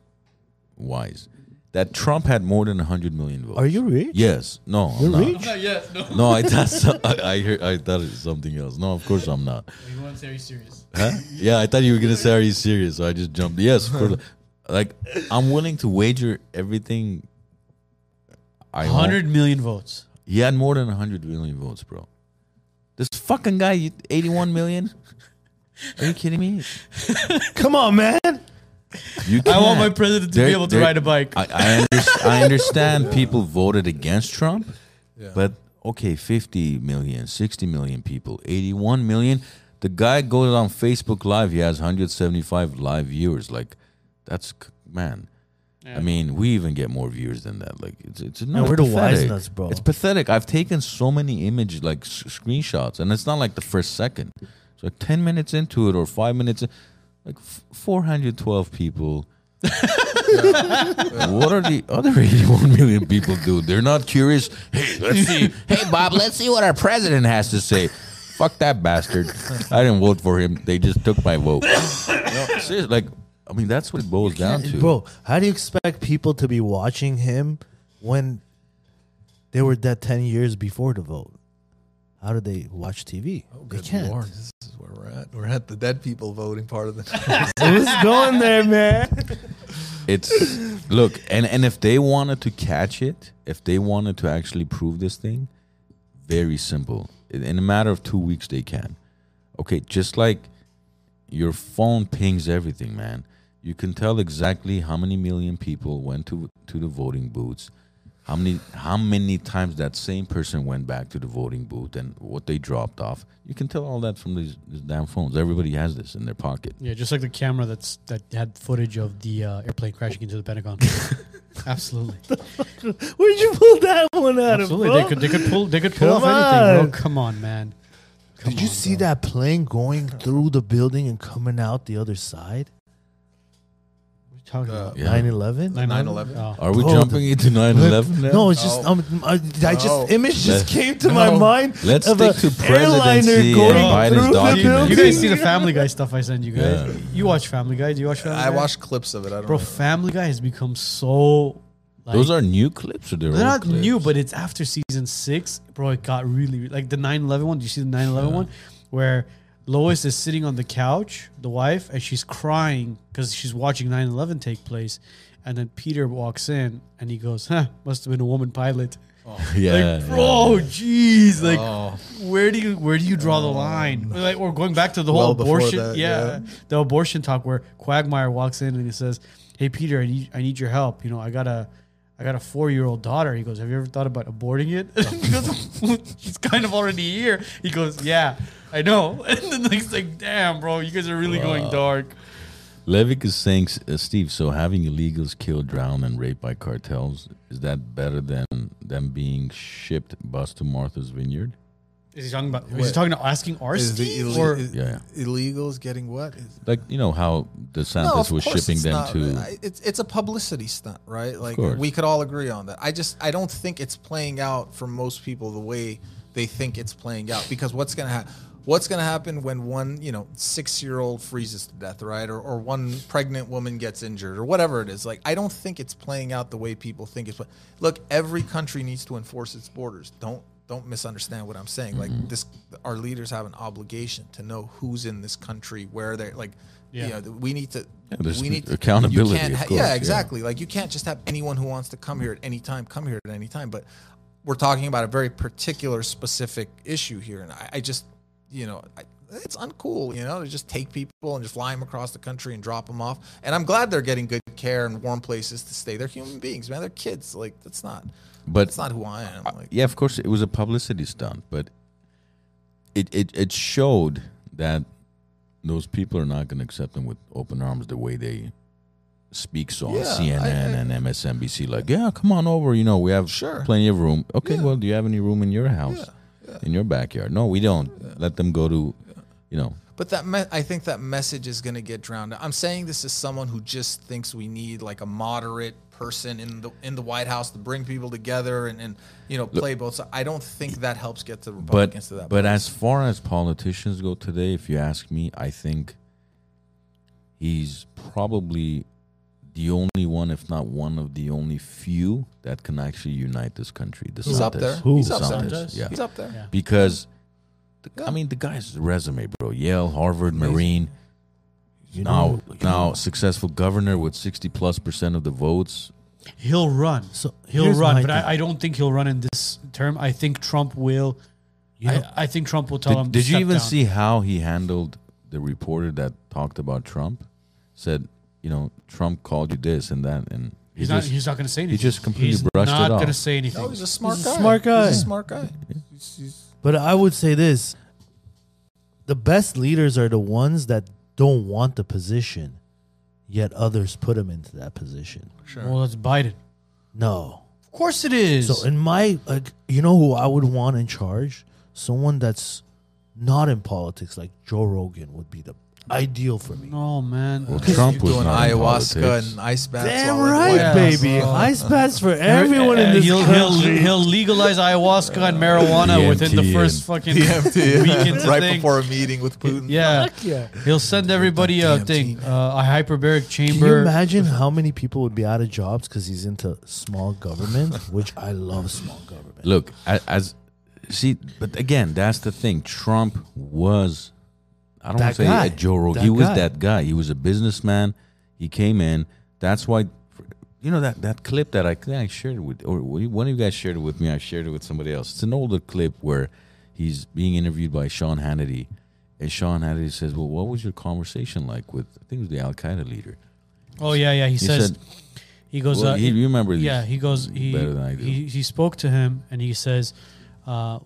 Speaker 2: wise. That Trump had more than 100 million votes.
Speaker 3: Are you rich?
Speaker 2: Yes. No, I'm
Speaker 3: You're
Speaker 2: not.
Speaker 3: rich?
Speaker 2: No, I that's I, I hear I thought it's something else. No, of course I'm not.
Speaker 5: He was very serious.
Speaker 2: Huh? Yeah, I thought you were gonna say are you serious? So I just jumped. Yes, of course. Like I'm willing to wager everything. I own.
Speaker 5: 100 million votes.
Speaker 2: He had more than 100 million votes, bro. This fucking guy, you- 81 million? Are you kidding me?
Speaker 3: Come on, man.
Speaker 2: You
Speaker 5: I want my
Speaker 2: can't.
Speaker 5: president to
Speaker 2: There-
Speaker 5: be able to
Speaker 2: there-
Speaker 5: ride a bike.
Speaker 2: I, I, under- I understand people voted against Trump, but okay, 50 million, 60 million people, 81 million. The guy goes on Facebook Live, he has 175 live viewers. Like, that's, c- man. I mean, we even get more viewers than that. Like, it's it's no,
Speaker 3: we're
Speaker 2: it's
Speaker 3: the wise
Speaker 2: pathetic.
Speaker 3: nuts, bro.
Speaker 2: It's pathetic. I've taken so many image like s- screenshots, and it's not like the first second. It's like ten minutes into it or five minutes, in- like f- four hundred twelve people. What are the other 81 million people do? They're not curious. Hey, let's see. Hey, Bob, let's see what our president has to say. Fuck that bastard. I didn't vote for him. They just took my vote. No, seriously, like, I mean, that's what it boils down to.
Speaker 3: Bro, how do you expect people to be watching him when they were dead 10 years before the vote? How do they watch TV?
Speaker 1: Oh,
Speaker 3: they can't.
Speaker 7: Lord, this is where we're at. We're at the dead people voting part of the.
Speaker 3: Who's going there, man?
Speaker 2: it's look and and if they wanted to catch it if they wanted to actually prove this thing very simple in, in a matter of two weeks they can okay just like your phone pings everything man you can tell exactly how many million people went to to the voting booths How many how many times that same person went back to the voting booth and what they dropped off? You can tell all that from these, these damn phones. Everybody has this in their pocket.
Speaker 1: Yeah, just like the camera that's that had footage of the uh, airplane crashing into the Pentagon. Absolutely,
Speaker 3: Where'd you pull that one out
Speaker 1: absolutely.
Speaker 3: of?
Speaker 1: They
Speaker 3: bro?
Speaker 1: could they could pull they could pull
Speaker 3: Come
Speaker 1: off anything.
Speaker 3: on.
Speaker 1: Bro. Come on, man. Come
Speaker 3: Did you
Speaker 1: on,
Speaker 3: see
Speaker 1: bro.
Speaker 3: that plane going through the building and coming out the other side?
Speaker 1: What are you talking
Speaker 4: Uh,
Speaker 1: about?
Speaker 2: Yeah.
Speaker 3: 9/11?
Speaker 4: 9/11?
Speaker 1: Oh.
Speaker 2: Are we
Speaker 3: Oh,
Speaker 2: jumping into 9-11 now?
Speaker 3: No, it's just
Speaker 4: No.
Speaker 3: um, I, I just
Speaker 4: No.
Speaker 3: image just
Speaker 2: Let-
Speaker 3: came to my
Speaker 4: No.
Speaker 3: mind.
Speaker 2: Let's
Speaker 3: of
Speaker 2: stick to
Speaker 3: a airliner
Speaker 2: presidency and
Speaker 3: going
Speaker 2: Biden's
Speaker 3: through the
Speaker 2: documents.
Speaker 3: building.
Speaker 1: You guys see the Family Guy stuff I send you guys?
Speaker 2: Yeah.
Speaker 1: You watch Family Guy? Do you watch Family
Speaker 4: I
Speaker 1: Guy?
Speaker 4: watched clips of it. I don't
Speaker 1: Bro,
Speaker 4: know.
Speaker 1: Family Guy has become so. Like,
Speaker 2: Those are new clips or they're,
Speaker 1: They're
Speaker 2: old
Speaker 1: not
Speaker 2: clips?
Speaker 1: new, but it's after season six, bro. It got really like the 9-11 one. Do you see the 9-11 one where Lois is sitting on the couch, the wife, and she's crying because she's watching 9-11 take place, and then Peter walks in and he goes, "Huh, must have been a woman pilot."
Speaker 2: yeah,
Speaker 1: like,
Speaker 2: yeah.
Speaker 1: bro, Oh, jeez, like,
Speaker 4: Oh.
Speaker 1: where do you where do you draw the line? Like, we're going back to the whole
Speaker 4: Well before
Speaker 1: abortion,
Speaker 4: that,
Speaker 1: yeah, the abortion talk where Quagmire walks in and he says, "Hey, Peter, I need I need your help. You know, I got a I got a four year old daughter." He goes, "Have you ever thought about aborting it?" he goes, "She's kind of already here." He goes, "Yeah, I know." And then he's like, "Damn, bro, you guys are really going dark."
Speaker 2: Levick is saying, S- uh, Steve, so having illegals killed, drowned, and raped by cartels, is that better than them being shipped bus to Martha's Vineyard?
Speaker 1: Is he talking about? Is he talking about asking our
Speaker 7: Is the
Speaker 1: Steve
Speaker 7: ille-
Speaker 1: or
Speaker 7: is
Speaker 2: Yeah,
Speaker 7: illegals getting what? Is-
Speaker 2: Like, you know how
Speaker 4: No,
Speaker 2: DeSantis
Speaker 4: of
Speaker 2: was
Speaker 4: course
Speaker 2: shipping
Speaker 4: it's
Speaker 2: them
Speaker 4: not.
Speaker 2: to.
Speaker 4: I- It's it's a publicity stunt, right? Like
Speaker 2: course.
Speaker 4: we could all agree on that. I just I don't think it's playing out for most people the way they think it's playing out because what's gonna happen? What's gonna happen when one you know six year old freezes to death, right? Or or one pregnant woman gets injured or whatever it is. Like I don't think it's playing out the way people think it's. pla- Look, every country needs to enforce its borders. Don't. Don't misunderstand what I'm saying. Like this, our leaders have an obligation to know who's in this country, where they're like, you know, we need to
Speaker 2: Yeah, there's
Speaker 4: we need to-
Speaker 2: accountability,
Speaker 4: you can't
Speaker 2: of
Speaker 4: ha-
Speaker 2: course, yeah.
Speaker 4: yeah, exactly. Like you can't just have anyone who wants to come here at any time come here at any time. But we're talking about a very particular, specific issue here, and I, I just, you know, I, it's uncool. You know, to just take people and just fly them across the country and drop them off. And I'm glad they're getting good care and warm places to stay. They're human beings, man. They're kids. Like that's not.
Speaker 2: But
Speaker 4: That's not who I am. Like,
Speaker 2: yeah, of course, it was a publicity stunt, but it it, it showed that those people are not going to accept them with open arms the way they speak so on
Speaker 4: Yeah,
Speaker 2: CNN
Speaker 4: I- I-
Speaker 2: and MSNBC. Like, yeah, come on over. You know, we have
Speaker 4: Sure.
Speaker 2: plenty of room. Okay,
Speaker 4: Yeah.
Speaker 2: well, do you have any room in your house, in your backyard? No, we don't. Let them go to, you know.
Speaker 4: But that me- I think that message is going to get drowned. out. I'm saying this is someone who just thinks we need like a moderate person in the in the White House to bring people together and, and you know play both. sides. I don't think that helps get the
Speaker 2: But
Speaker 4: Republicans to that.
Speaker 2: but as far as politicians go today, if you ask me, I think he's probably the only one, if not one of the only few, that can actually unite this country. DeSantis.
Speaker 4: he's up there.
Speaker 3: Who?
Speaker 4: He's up there.
Speaker 2: DeSantis, Yeah.
Speaker 4: He's up there.
Speaker 1: Yeah.
Speaker 2: Because, the, I mean, the guy's resume, bro. Yale, Harvard, Marine.
Speaker 3: You
Speaker 2: now,
Speaker 3: know-
Speaker 2: now successful governor with sixty plus percent of the votes.
Speaker 1: He'll run.
Speaker 3: So
Speaker 1: He'll
Speaker 3: here's my
Speaker 1: run, but
Speaker 3: thing.
Speaker 1: I, I don't think he'll run in this term. I think Trump will. I, I think Trump will tell him.
Speaker 2: Did, did you
Speaker 1: "Step
Speaker 2: even
Speaker 1: down."
Speaker 2: see how he handled the reporter that talked about Trump? Said, you know, Trump called you this and that, and he
Speaker 1: He's not.
Speaker 2: just-
Speaker 1: He's not going to say anything.
Speaker 2: just completely
Speaker 1: he's
Speaker 2: brushed it
Speaker 1: not
Speaker 2: off.
Speaker 1: going to say anything.
Speaker 3: Oh,
Speaker 4: No, he's a smart
Speaker 3: He's a
Speaker 4: guy.
Speaker 3: smart guy.
Speaker 4: He's a smart guy.
Speaker 3: But I would say this the best leaders are the ones that don't want the position, yet others put them into that position.
Speaker 1: Well, that's Biden.
Speaker 3: No.
Speaker 1: Of course it is.
Speaker 3: So, in my, like, you know who I would want in charge? Someone that's not in politics, like Joe Rogan, would be the ideal for me.
Speaker 1: no oh, man.
Speaker 2: Well, Trump was
Speaker 4: doing
Speaker 2: not in
Speaker 4: ayahuasca
Speaker 2: politics.
Speaker 4: and ice baths.
Speaker 3: Damn
Speaker 4: while in
Speaker 3: right,
Speaker 4: Hawaii.
Speaker 1: Yeah,
Speaker 3: baby.
Speaker 1: so-
Speaker 3: Ice pass for everyone in
Speaker 1: Uh,
Speaker 3: this
Speaker 1: he'll, he'll
Speaker 3: country.
Speaker 1: he'll legalize ayahuasca and marijuana
Speaker 2: DMT
Speaker 1: within the first
Speaker 2: and-
Speaker 1: fucking
Speaker 4: DMT,
Speaker 1: week into
Speaker 4: right
Speaker 1: thing.
Speaker 4: before a meeting with Putin.
Speaker 1: Yeah.
Speaker 3: yeah.
Speaker 1: he'll send everybody a
Speaker 4: DMT,
Speaker 1: thing, uh, a hyperbaric
Speaker 3: Can you
Speaker 1: chamber.
Speaker 3: imagine how many people would be out of jobs because he's into small government, which I love small government.
Speaker 2: Look, as, as see, but again, that's the thing. Trump was, I don't
Speaker 3: That
Speaker 2: want to say
Speaker 3: guy.
Speaker 2: a Joe Rogan.
Speaker 3: That
Speaker 2: He was
Speaker 3: guy.
Speaker 2: that guy. He was a businessman. He came in. That's why, you know that that clip that I think I shared with, or one of you guys shared it with me. I shared it with somebody else. It's an older clip where he's being interviewed by Sean Hannity, and Sean Hannity says, "Well, what was your conversation like with? I think it was the Al Qaeda leader."
Speaker 1: oh yeah, yeah. He,
Speaker 2: He
Speaker 1: says.
Speaker 2: said-
Speaker 1: He goes,
Speaker 2: Well,
Speaker 1: uh,
Speaker 2: he, you remember these
Speaker 1: yeah, he goes, he,
Speaker 2: better than I do.
Speaker 1: he he spoke to him and he says, uh,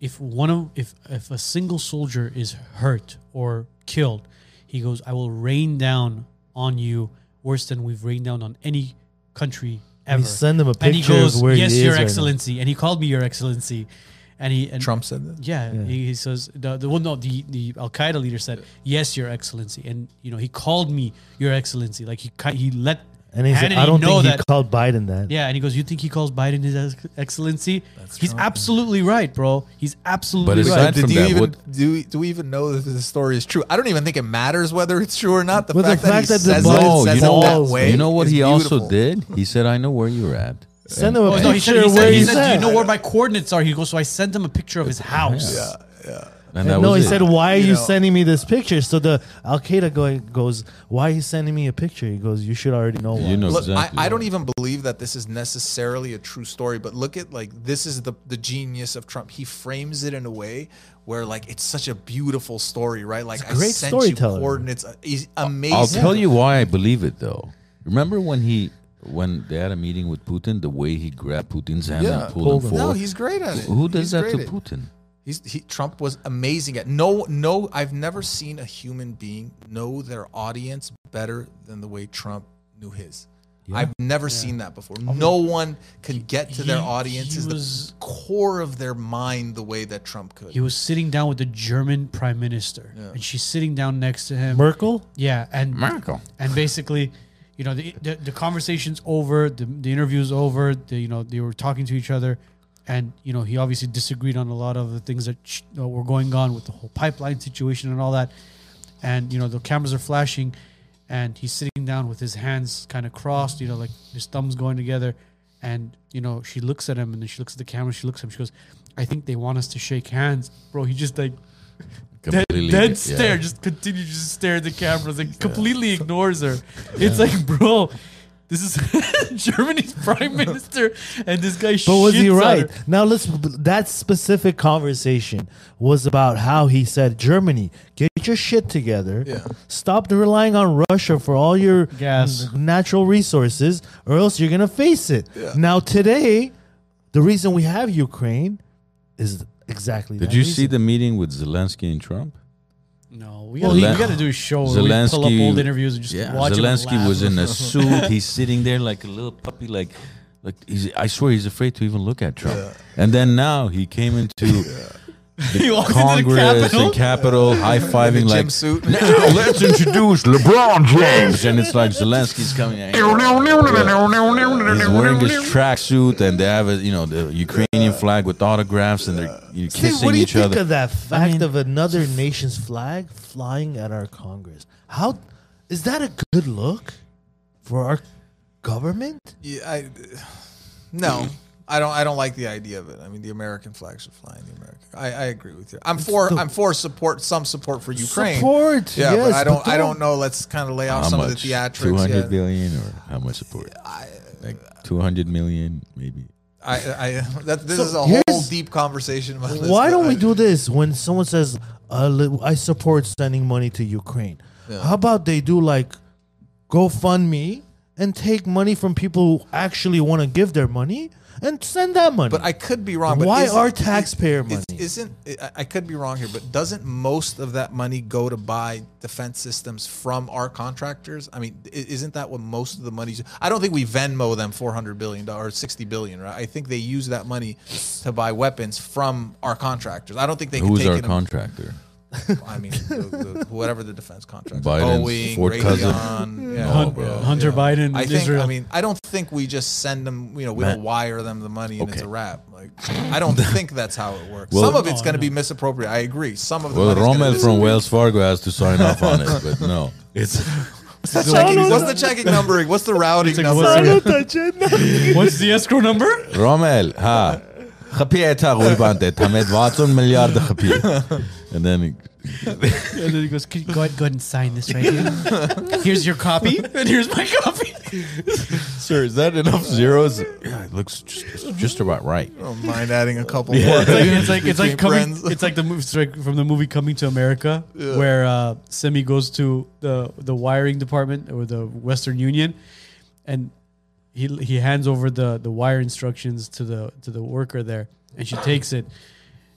Speaker 1: if one of if if a single soldier is hurt or killed, he goes, I will rain down on you worse than we've rained down on any country ever.
Speaker 3: And he send them a
Speaker 1: and he
Speaker 3: picture
Speaker 1: goes,
Speaker 3: of where
Speaker 1: yes,
Speaker 3: he is
Speaker 1: your
Speaker 3: right now.
Speaker 1: excellency, and he called me your excellency, and he and
Speaker 4: Trump said that.
Speaker 1: yeah, He, he says the, the well, no, the the Al Qaeda leader said, "Yes, Your Excellency," and you know he called me Your Excellency. Like he ki- he let
Speaker 3: And he said,
Speaker 1: Hannity
Speaker 3: I don't
Speaker 1: know
Speaker 3: think he
Speaker 1: that.
Speaker 3: called Biden that.
Speaker 1: yeah, and he goes, "You think he calls Biden His ex- Excellency?" He's absolutely right, bro. He's absolutely
Speaker 2: But
Speaker 1: right.
Speaker 2: aside
Speaker 4: Did
Speaker 2: from
Speaker 4: you
Speaker 2: that,
Speaker 4: even
Speaker 2: what-
Speaker 4: do? We, do we even know that this story is true? I don't even think it matters whether it's true or not. The
Speaker 3: Well, the
Speaker 4: fact that he
Speaker 3: fact that the
Speaker 4: says it,
Speaker 3: balls-
Speaker 4: says
Speaker 2: you
Speaker 4: it
Speaker 2: know
Speaker 4: that
Speaker 3: balls-
Speaker 4: way
Speaker 2: you know what
Speaker 4: is
Speaker 2: he also
Speaker 4: beautiful.
Speaker 2: did? He said, "I know where you're at."
Speaker 3: Send
Speaker 2: And-
Speaker 3: him a
Speaker 1: Oh, no,
Speaker 3: picture
Speaker 1: he said, he
Speaker 3: of
Speaker 1: said,
Speaker 3: where
Speaker 1: he
Speaker 3: he's
Speaker 1: said, "Do you
Speaker 3: at.
Speaker 1: know where my coordinates are?" He goes, "So I sent him a picture of his house."
Speaker 2: and that
Speaker 3: And no, he
Speaker 2: was it.
Speaker 3: said, "Why are you,
Speaker 4: You know.
Speaker 3: sending me this picture?" So the Al Qaeda guy goes, "Why are you sending me a picture?" He goes, "You should already know." Why.
Speaker 2: "You know
Speaker 4: Look,
Speaker 2: exactly."
Speaker 4: I, I don't even believe that this is necessarily a true story, but look at like this is the the genius of Trump. He frames it in a way where like it's such a beautiful story, right? Like I
Speaker 3: great
Speaker 4: sent you
Speaker 3: storyteller.
Speaker 4: coordinates. Uh, He's amazing.
Speaker 2: I'll tell you why I believe it though. Remember when he when they had a meeting with Putin, the way he grabbed Putin's hand
Speaker 4: Yeah,
Speaker 2: and pulled,
Speaker 3: pulled
Speaker 2: him
Speaker 3: him.
Speaker 4: No,
Speaker 2: forward.
Speaker 4: he's great at it.
Speaker 2: Who does
Speaker 4: He's
Speaker 2: that
Speaker 4: great
Speaker 2: to
Speaker 4: at it.
Speaker 2: Putin?
Speaker 4: He's he, Trump was amazing at no no. I've never seen a human being know their audience better than the way Trump knew his. I've never seen that before. No one could get to their
Speaker 1: he-
Speaker 4: audiences,
Speaker 1: he was-
Speaker 4: the core of their mind, the way that Trump could.
Speaker 1: He was sitting down with the German prime minister, and she's sitting down next to him.
Speaker 3: Merkel.
Speaker 1: Yeah, and
Speaker 2: Merkel.
Speaker 1: and basically, you know, the the, the conversation's over, the, the interview's over. The, you know, they were talking to each other, and you know, he obviously disagreed on a lot of the things that sh- uh, were going on with the whole pipeline situation and all that. And you know, the cameras are flashing, and he's sitting down with his hands kind of crossed, you know, like his thumbs going together. And you know, she looks at him, and then she looks at the camera. She looks at him. She goes, "I think they want us to shake hands, bro." He just like dead,
Speaker 2: Completely,
Speaker 1: dead
Speaker 2: yeah.
Speaker 1: stare, just continue to just stare at the cameras and completely ignores her. It's like, bro, this is Germany's prime minister, and this guy.
Speaker 3: But was he
Speaker 1: shits on
Speaker 3: right?
Speaker 1: her.
Speaker 3: Now let's. That specific conversation was about how he said, "Germany, get your shit together. Stop relying on Russia for all your
Speaker 1: Gas.
Speaker 3: natural resources, or else you're gonna face it." Now today, the reason we have Ukraine is exactly.
Speaker 2: Did
Speaker 3: that
Speaker 2: you
Speaker 3: reason.
Speaker 2: see the meeting with Zelensky and Trump?
Speaker 1: No, we gotta,
Speaker 2: Zelen-
Speaker 1: we gotta do a show. Where we pull up old interviews and just
Speaker 2: yeah,
Speaker 1: watch
Speaker 2: Zelensky
Speaker 1: them
Speaker 2: was in a suit. He's sitting there like a little puppy, like like he's. I swear he's afraid to even look at Trump. And then now he came into.
Speaker 1: He walked into the
Speaker 2: Congress
Speaker 1: Capitol.
Speaker 2: and Capitol high fiving
Speaker 4: gym
Speaker 2: like
Speaker 4: suit.
Speaker 2: now let's introduce LeBron James and it's like Zelensky's coming out. He's wearing his tracksuit and they have a you know the Ukrainian flag with autographs and they're you know,
Speaker 3: Hey,
Speaker 2: kissing
Speaker 3: what do you
Speaker 2: each
Speaker 3: think
Speaker 2: other.
Speaker 3: of that fact of another nation's flag flying at our Congress? How is that a good look for our government?
Speaker 4: Yeah, I, no, I don't. I don't like the idea of it. I mean, the American flags are flying. The American. I, I agree with you. I'm for. I'm for support. Some support for Ukraine.
Speaker 3: Support,
Speaker 4: Yeah,
Speaker 3: yes,
Speaker 4: but I don't.
Speaker 3: but
Speaker 4: I
Speaker 3: don't-
Speaker 4: don't know. Let's kind of lay off
Speaker 2: How
Speaker 4: some of
Speaker 2: much?
Speaker 4: the
Speaker 2: Two
Speaker 4: theatrics.
Speaker 2: hundred
Speaker 4: Yeah.
Speaker 2: billion or how much support? like two hundred million maybe.
Speaker 4: I, I, that, this
Speaker 3: So
Speaker 4: is a whole
Speaker 3: here's-
Speaker 4: deep conversation about this.
Speaker 3: Why
Speaker 4: but
Speaker 3: don't we
Speaker 4: I-
Speaker 3: do this when someone says, "I li- "I support sending money to Ukraine"? How about they do like GoFundMe and take money from people who actually want to give their money and send that money?
Speaker 4: But I could be wrong. But
Speaker 3: Why
Speaker 4: isn't-
Speaker 3: are taxpayer
Speaker 4: is-
Speaker 3: money?
Speaker 4: Isn't I- I could be wrong here, but doesn't most of that money go to buy defense systems from our contractors? I mean, i- isn't that what most of the money? I don't think we Venmo them four hundred billion dollars, sixty billion. Right? I think they use that money to buy weapons from our contractors. I don't think they.
Speaker 2: Who's
Speaker 4: can take
Speaker 2: our
Speaker 4: it
Speaker 2: contractor?
Speaker 4: and- I mean, the, the, whatever the defense contractors,
Speaker 2: Biden's
Speaker 4: Boeing,
Speaker 2: Ford cousin.
Speaker 4: Raytheon, uh, yeah.
Speaker 2: No,
Speaker 1: Hun-
Speaker 2: bro.
Speaker 1: Hunter Biden,
Speaker 4: I
Speaker 1: in
Speaker 4: think.
Speaker 1: Israel.
Speaker 4: I mean, I don't think we just send them. You know, we don't wire them the money and it's
Speaker 2: Okay.
Speaker 4: a wrap. Like, I don't think that's how it works.
Speaker 2: Well-
Speaker 4: Some of it's going to be misappropriate. I agree. Some of the
Speaker 2: Well,
Speaker 4: money's gonna
Speaker 2: Rommel
Speaker 4: be
Speaker 2: from Wells Fargo has to sign off on it, but no, it's
Speaker 4: What's the checking- what's the checking number? What's the routing number?
Speaker 1: What's the escrow number?
Speaker 2: Rommel, ha. خبي تا غلبانت تمد واتون مليار خبي and then he-
Speaker 1: And then he goes, "Can- "Go ahead, go ahead and sign this right here. Here's your copy, and here's my copy."
Speaker 2: sir is that enough zeros yeah it looks just, it's just about right
Speaker 4: Don't mind adding a couple more.
Speaker 1: It's like it's like, it's like
Speaker 4: Between
Speaker 1: coming.
Speaker 4: friends.
Speaker 1: It's like the movie it's like from the movie Coming to America, where uh, Semi goes to the the wiring department or the Western Union, and he he hands over the the wire instructions to the to the worker there, and she takes it,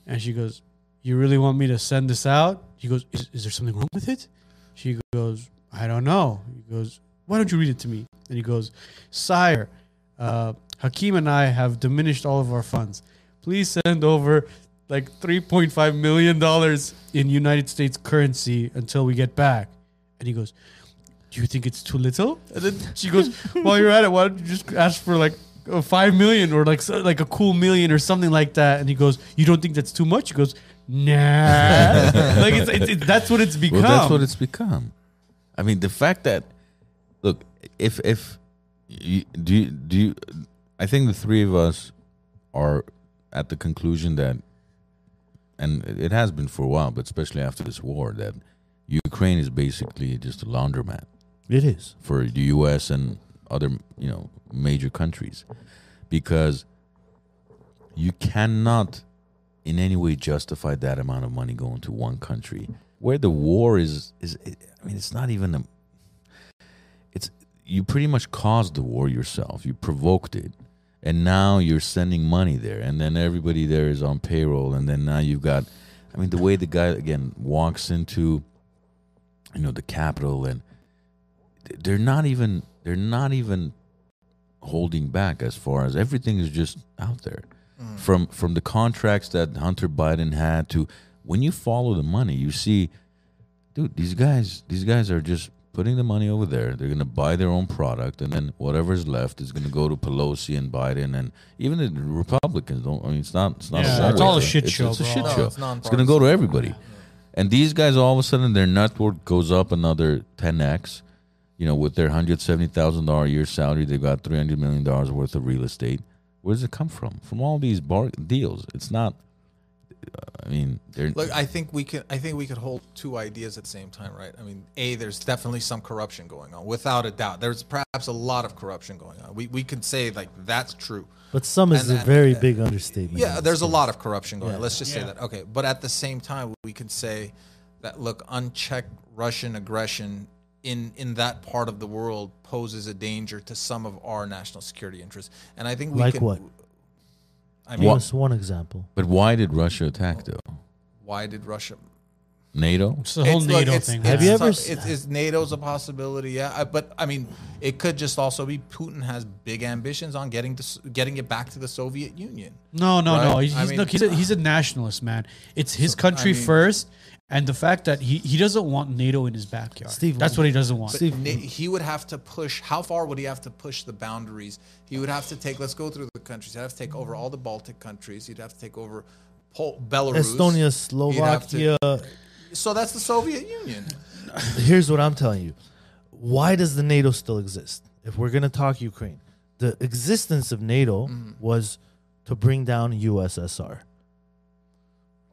Speaker 1: and she goes, "You really want me to send this out?" He goes, "Is, is there something wrong with it?" She goes, "I don't know." He goes, "Why don't you read it to me?" And he goes, "Sire, uh, Hakim and I have diminished all of our funds. Please send over." Like three point five million dollars in United States currency until we get back, and he goes, do you think it's too little? And then she goes, while you're at it, why don't you just ask for like a five million or like so- like a cool million or something like that? And he goes, you don't think that's too much? He goes, nah. like it's, it's, it's that's what it's become.
Speaker 2: Well, that's what it's become. I mean, the fact that look, if if you, do you, do you, I think the three of us are at the conclusion that, and it it has been for a while, but especially after this war, that Ukraine is basically just a laundromat
Speaker 3: It is.
Speaker 2: for the U.S. and other you know major countries, because you cannot in any way justify that amount of money going to one country where the war is is I mean it's not even a it's you pretty much caused the war yourself you provoked it and now you're sending money there and then everybody there is on payroll and then now you've got I mean the way the guy again walks into you know the capital and they're not even they're not even holding back as far as everything is just out there from from the contracts that Hunter Biden had to when you follow the money you see dude these guys these guys are just putting the money over there they're going to buy their own product and then whatever's left is going to go to Pelosi and Biden and even the Republicans don't I mean it's not it's not
Speaker 1: Yeah,
Speaker 2: one
Speaker 1: it's all
Speaker 2: way
Speaker 1: a
Speaker 2: thing.
Speaker 1: shit
Speaker 2: It's-
Speaker 1: show,
Speaker 2: it's a
Speaker 1: bro.
Speaker 2: shit
Speaker 1: No,
Speaker 2: show
Speaker 4: Oh, it's
Speaker 2: it's going to go to everybody and these guys, all of a sudden, their net worth goes up another 10x. You know, with their hundred seventy thousand dollar a year salary, they've got three hundred million dollars worth of real estate. Where does it come from? From all these bar deals. It's not. uh, I mean, they're
Speaker 4: Look, I think we can. I think we could hold two ideas at the same time, right? I mean, a there's definitely some corruption going on, without a doubt. There's perhaps a lot of corruption going on. We we could say like that's true.
Speaker 3: But some is
Speaker 4: And
Speaker 3: a
Speaker 4: that-
Speaker 3: very big understatement.
Speaker 4: Yeah, there's a lot of corruption going on.
Speaker 3: Mm-hmm. Yeah.
Speaker 4: Let's just say that. Okay, but at the same time, we could say that look, unchecked Russian aggression in in that part of the world poses a danger to some of our national security interests, and I think we
Speaker 3: Like
Speaker 4: can,
Speaker 3: what?
Speaker 4: I
Speaker 3: Give
Speaker 4: mean,
Speaker 3: us one example.
Speaker 2: but why did Russia attack though?
Speaker 4: why did Russia?
Speaker 2: NATO.
Speaker 1: It's the whole
Speaker 4: It's- look,
Speaker 1: NATO
Speaker 4: it's-
Speaker 1: thing.
Speaker 4: it's
Speaker 1: man.
Speaker 3: Have you ever
Speaker 4: some- It's, it's NATO's a possibility, yeah. I, but I mean, it could just also be Putin has big ambitions on getting to, s- getting it back to the Soviet Union.
Speaker 1: No, no, no.
Speaker 4: Right?
Speaker 1: He's,
Speaker 4: I
Speaker 1: he's-
Speaker 4: mean-
Speaker 1: look, he's a, he's a nationalist, man. It's his country
Speaker 4: mean-
Speaker 1: first, and the fact that he, he doesn't want NATO in his backyard.
Speaker 3: Steve,
Speaker 1: that's what he doesn't want.
Speaker 3: Steve,
Speaker 4: Na- he would have to push. How far would he have to push the boundaries? He would have to take. Let's go through the countries. He'd have to take over all the Baltic countries. He'd have to take over Pol- Belarus,
Speaker 3: Estonia,
Speaker 4: He'd have to-
Speaker 3: Slovakia.
Speaker 4: so that's the Soviet Union.
Speaker 3: Here's what I'm telling you. Why does the NATO still exist? If we're going to talk Ukraine, the existence of NATO was to bring down USSR.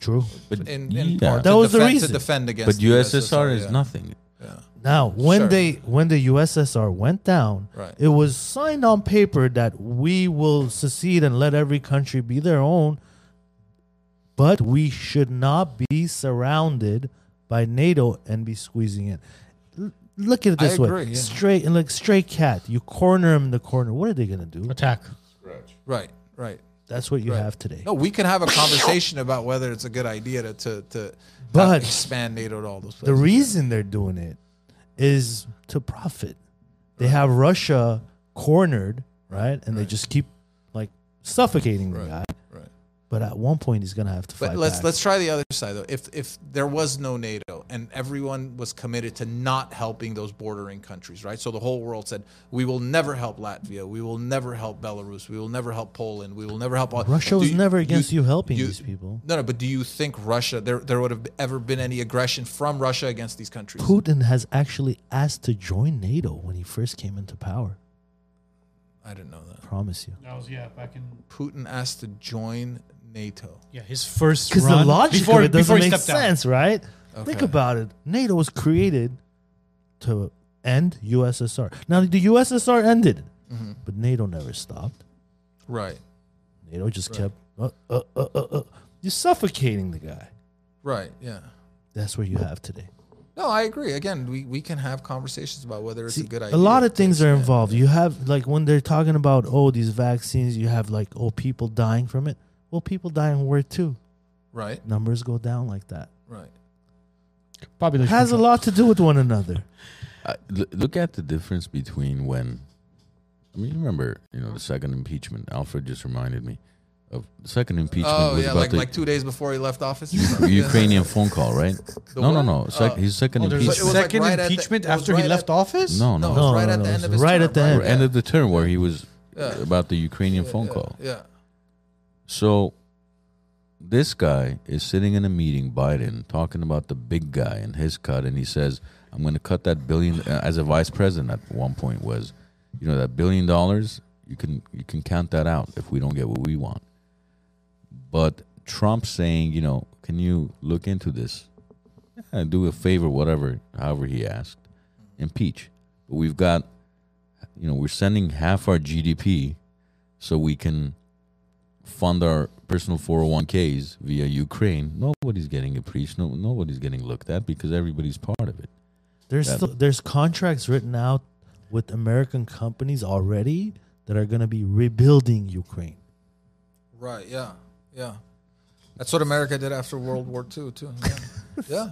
Speaker 3: True.
Speaker 2: But
Speaker 4: In, in
Speaker 2: yeah.
Speaker 4: part,
Speaker 3: That
Speaker 4: to
Speaker 3: was the
Speaker 4: defend-
Speaker 3: reason.
Speaker 4: to defend
Speaker 2: but
Speaker 4: against. the
Speaker 2: USSR is
Speaker 4: yeah.
Speaker 2: nothing.
Speaker 3: Now, when
Speaker 4: Sure.
Speaker 3: they when the USSR went down,
Speaker 4: Right.
Speaker 3: it was signed on paper that we will secede and let every country be their own, but we should not be surrounded by NATO and be squeezing in. L- look at it
Speaker 4: I
Speaker 3: this way:
Speaker 4: agree, yeah.
Speaker 3: straight and like stray cat, you corner him in the corner. What are they gonna do?
Speaker 1: attack.
Speaker 4: Right, right.
Speaker 3: That's what you have today.
Speaker 4: No, we can have a conversation about whether it's a good idea to to, to
Speaker 3: But-
Speaker 4: expand NATO to all those places.
Speaker 3: The reason they're doing it is to profit. They have Russia cornered, right? And they just keep like suffocating the guy.
Speaker 4: right.
Speaker 3: But at one point, he's gonna have to fight
Speaker 4: But let's
Speaker 3: back.
Speaker 4: let's try the other side though. If if there was no NATO and everyone was committed to not helping those bordering countries, right? So the whole world said, "We will never help Latvia. We will never help Belarus. We will never help Poland. We will never help." all-"
Speaker 3: Russia
Speaker 4: Do
Speaker 3: was
Speaker 4: you-
Speaker 3: never against you, helping these people.
Speaker 4: No, no. But do you think Russia there there would have ever been any aggression from Russia against these countries?
Speaker 3: Putin has actually asked to join NATO when he first came into power.
Speaker 4: I didn't know that.
Speaker 3: Promise you.
Speaker 1: That was yeah, back in
Speaker 4: Putin asked to join NATO.
Speaker 1: yeah his first
Speaker 3: Because the
Speaker 1: run
Speaker 3: logic
Speaker 1: before
Speaker 3: of it
Speaker 1: before
Speaker 3: doesn't
Speaker 1: he
Speaker 3: make
Speaker 1: stepped out.
Speaker 3: sense, right? Think
Speaker 4: Okay.
Speaker 3: about it. NATO was created to end USSR. Now the USSR ended,
Speaker 4: Mm-hmm.
Speaker 3: but NATO never stopped.
Speaker 4: Right.
Speaker 3: NATO just kept uh, uh, uh, uh, uh. you're suffocating the guy.
Speaker 4: Right. Yeah.
Speaker 3: That's what you have today.
Speaker 4: No, I agree. Again, we, we can have conversations about whether it's
Speaker 3: See,
Speaker 4: a good idea.
Speaker 3: a lot of things are
Speaker 4: Yeah.
Speaker 3: involved. You have like when they're talking about oh these vaccines, you have like oh people dying from it. Well, people dying were too.
Speaker 4: Right,
Speaker 3: Numbers go down like that.
Speaker 4: right.
Speaker 1: Probably
Speaker 3: Has a lot to do with one another.
Speaker 2: I- l- look at the difference between when I mean, you remember, you know, the second impeachment. Alfred just reminded me of the second impeachment
Speaker 4: Oh
Speaker 2: was
Speaker 4: yeah,
Speaker 2: about
Speaker 4: like
Speaker 2: the
Speaker 4: like two days before he left office.
Speaker 2: Ukrainian phone call, right? no, no,
Speaker 4: Uh,
Speaker 2: no, Sec- his second
Speaker 1: Oh, there's a
Speaker 4: But it was
Speaker 2: impeachment.
Speaker 4: like
Speaker 1: second
Speaker 4: right at the-
Speaker 1: impeachment
Speaker 4: it was
Speaker 1: after he
Speaker 4: right
Speaker 1: left
Speaker 4: at-
Speaker 1: office.
Speaker 2: No,
Speaker 4: No,
Speaker 2: no,
Speaker 4: it was
Speaker 3: No,
Speaker 4: right
Speaker 3: no,
Speaker 4: at
Speaker 3: no,
Speaker 4: the
Speaker 3: it
Speaker 4: end of
Speaker 3: was
Speaker 4: his
Speaker 3: right
Speaker 4: term,
Speaker 3: at the end.
Speaker 2: end of the term where he was
Speaker 4: Yeah.
Speaker 2: about the Ukrainian phone
Speaker 4: Yeah,
Speaker 2: call.
Speaker 4: Yeah,
Speaker 2: So this guy is sitting in a meeting, Biden, talking about the big guy and his cut, and he says, "I'm going to cut that billion." uh, As a vice president, at one point was, you know, that billion dollars. You can you can count that out if we don't get what we want. But Trump saying, you know, can you look into this? Yeah, do a favor, whatever, however he asked, impeach. But we've got, you know, we're sending half our GDP, so we can fund our personal 401ks via Ukraine, nobody's getting appreciated. No, nobody's getting looked at because everybody's part of it.
Speaker 3: There's
Speaker 2: Yeah.
Speaker 3: still, there's contracts written out with American companies already that are going to be rebuilding Ukraine.
Speaker 4: right. Yeah, yeah. That's what America did after World War II too. Yeah. yeah.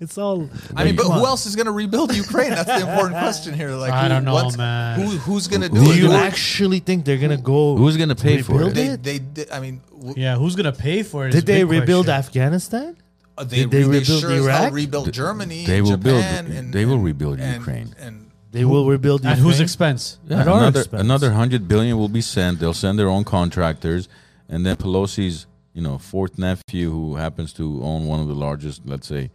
Speaker 3: It's all.
Speaker 4: I mean, but
Speaker 3: Come
Speaker 4: who
Speaker 3: on.
Speaker 4: else is going to rebuild Ukraine? That's the important question here. Like,
Speaker 1: I
Speaker 4: who-
Speaker 1: don't know,
Speaker 4: what's-
Speaker 1: man.
Speaker 4: Who, who's going to do
Speaker 2: Who
Speaker 3: Do
Speaker 4: it?
Speaker 3: you
Speaker 4: Who-
Speaker 3: actually think they're going to go?
Speaker 2: Who's going to pay for
Speaker 3: Rebuild
Speaker 2: it?
Speaker 3: it?
Speaker 4: they, they, did- I mean, w-
Speaker 1: Yeah, who's gonna pay for it? is
Speaker 3: Did
Speaker 1: a
Speaker 3: they
Speaker 1: big
Speaker 3: rebuild
Speaker 1: question.
Speaker 3: Afghanistan?
Speaker 4: Uh, they,
Speaker 3: Did
Speaker 4: they,
Speaker 3: they rebuild
Speaker 4: sure as hell
Speaker 3: Iraq?
Speaker 4: rebuilt Germany.
Speaker 2: they
Speaker 4: and
Speaker 2: will build-
Speaker 4: Japan And,
Speaker 2: they will
Speaker 4: and-
Speaker 2: rebuild
Speaker 4: and-
Speaker 2: Ukraine.
Speaker 4: And
Speaker 3: They will rebuild
Speaker 1: At
Speaker 3: Ukraine.
Speaker 1: whose expense?
Speaker 2: Yeah,
Speaker 3: At our
Speaker 2: another
Speaker 3: expense.
Speaker 2: another hundred billion will be sent. They'll send their own contractors, and then Pelosi's you know fourth nephew, who happens to own one of the largest, let's say,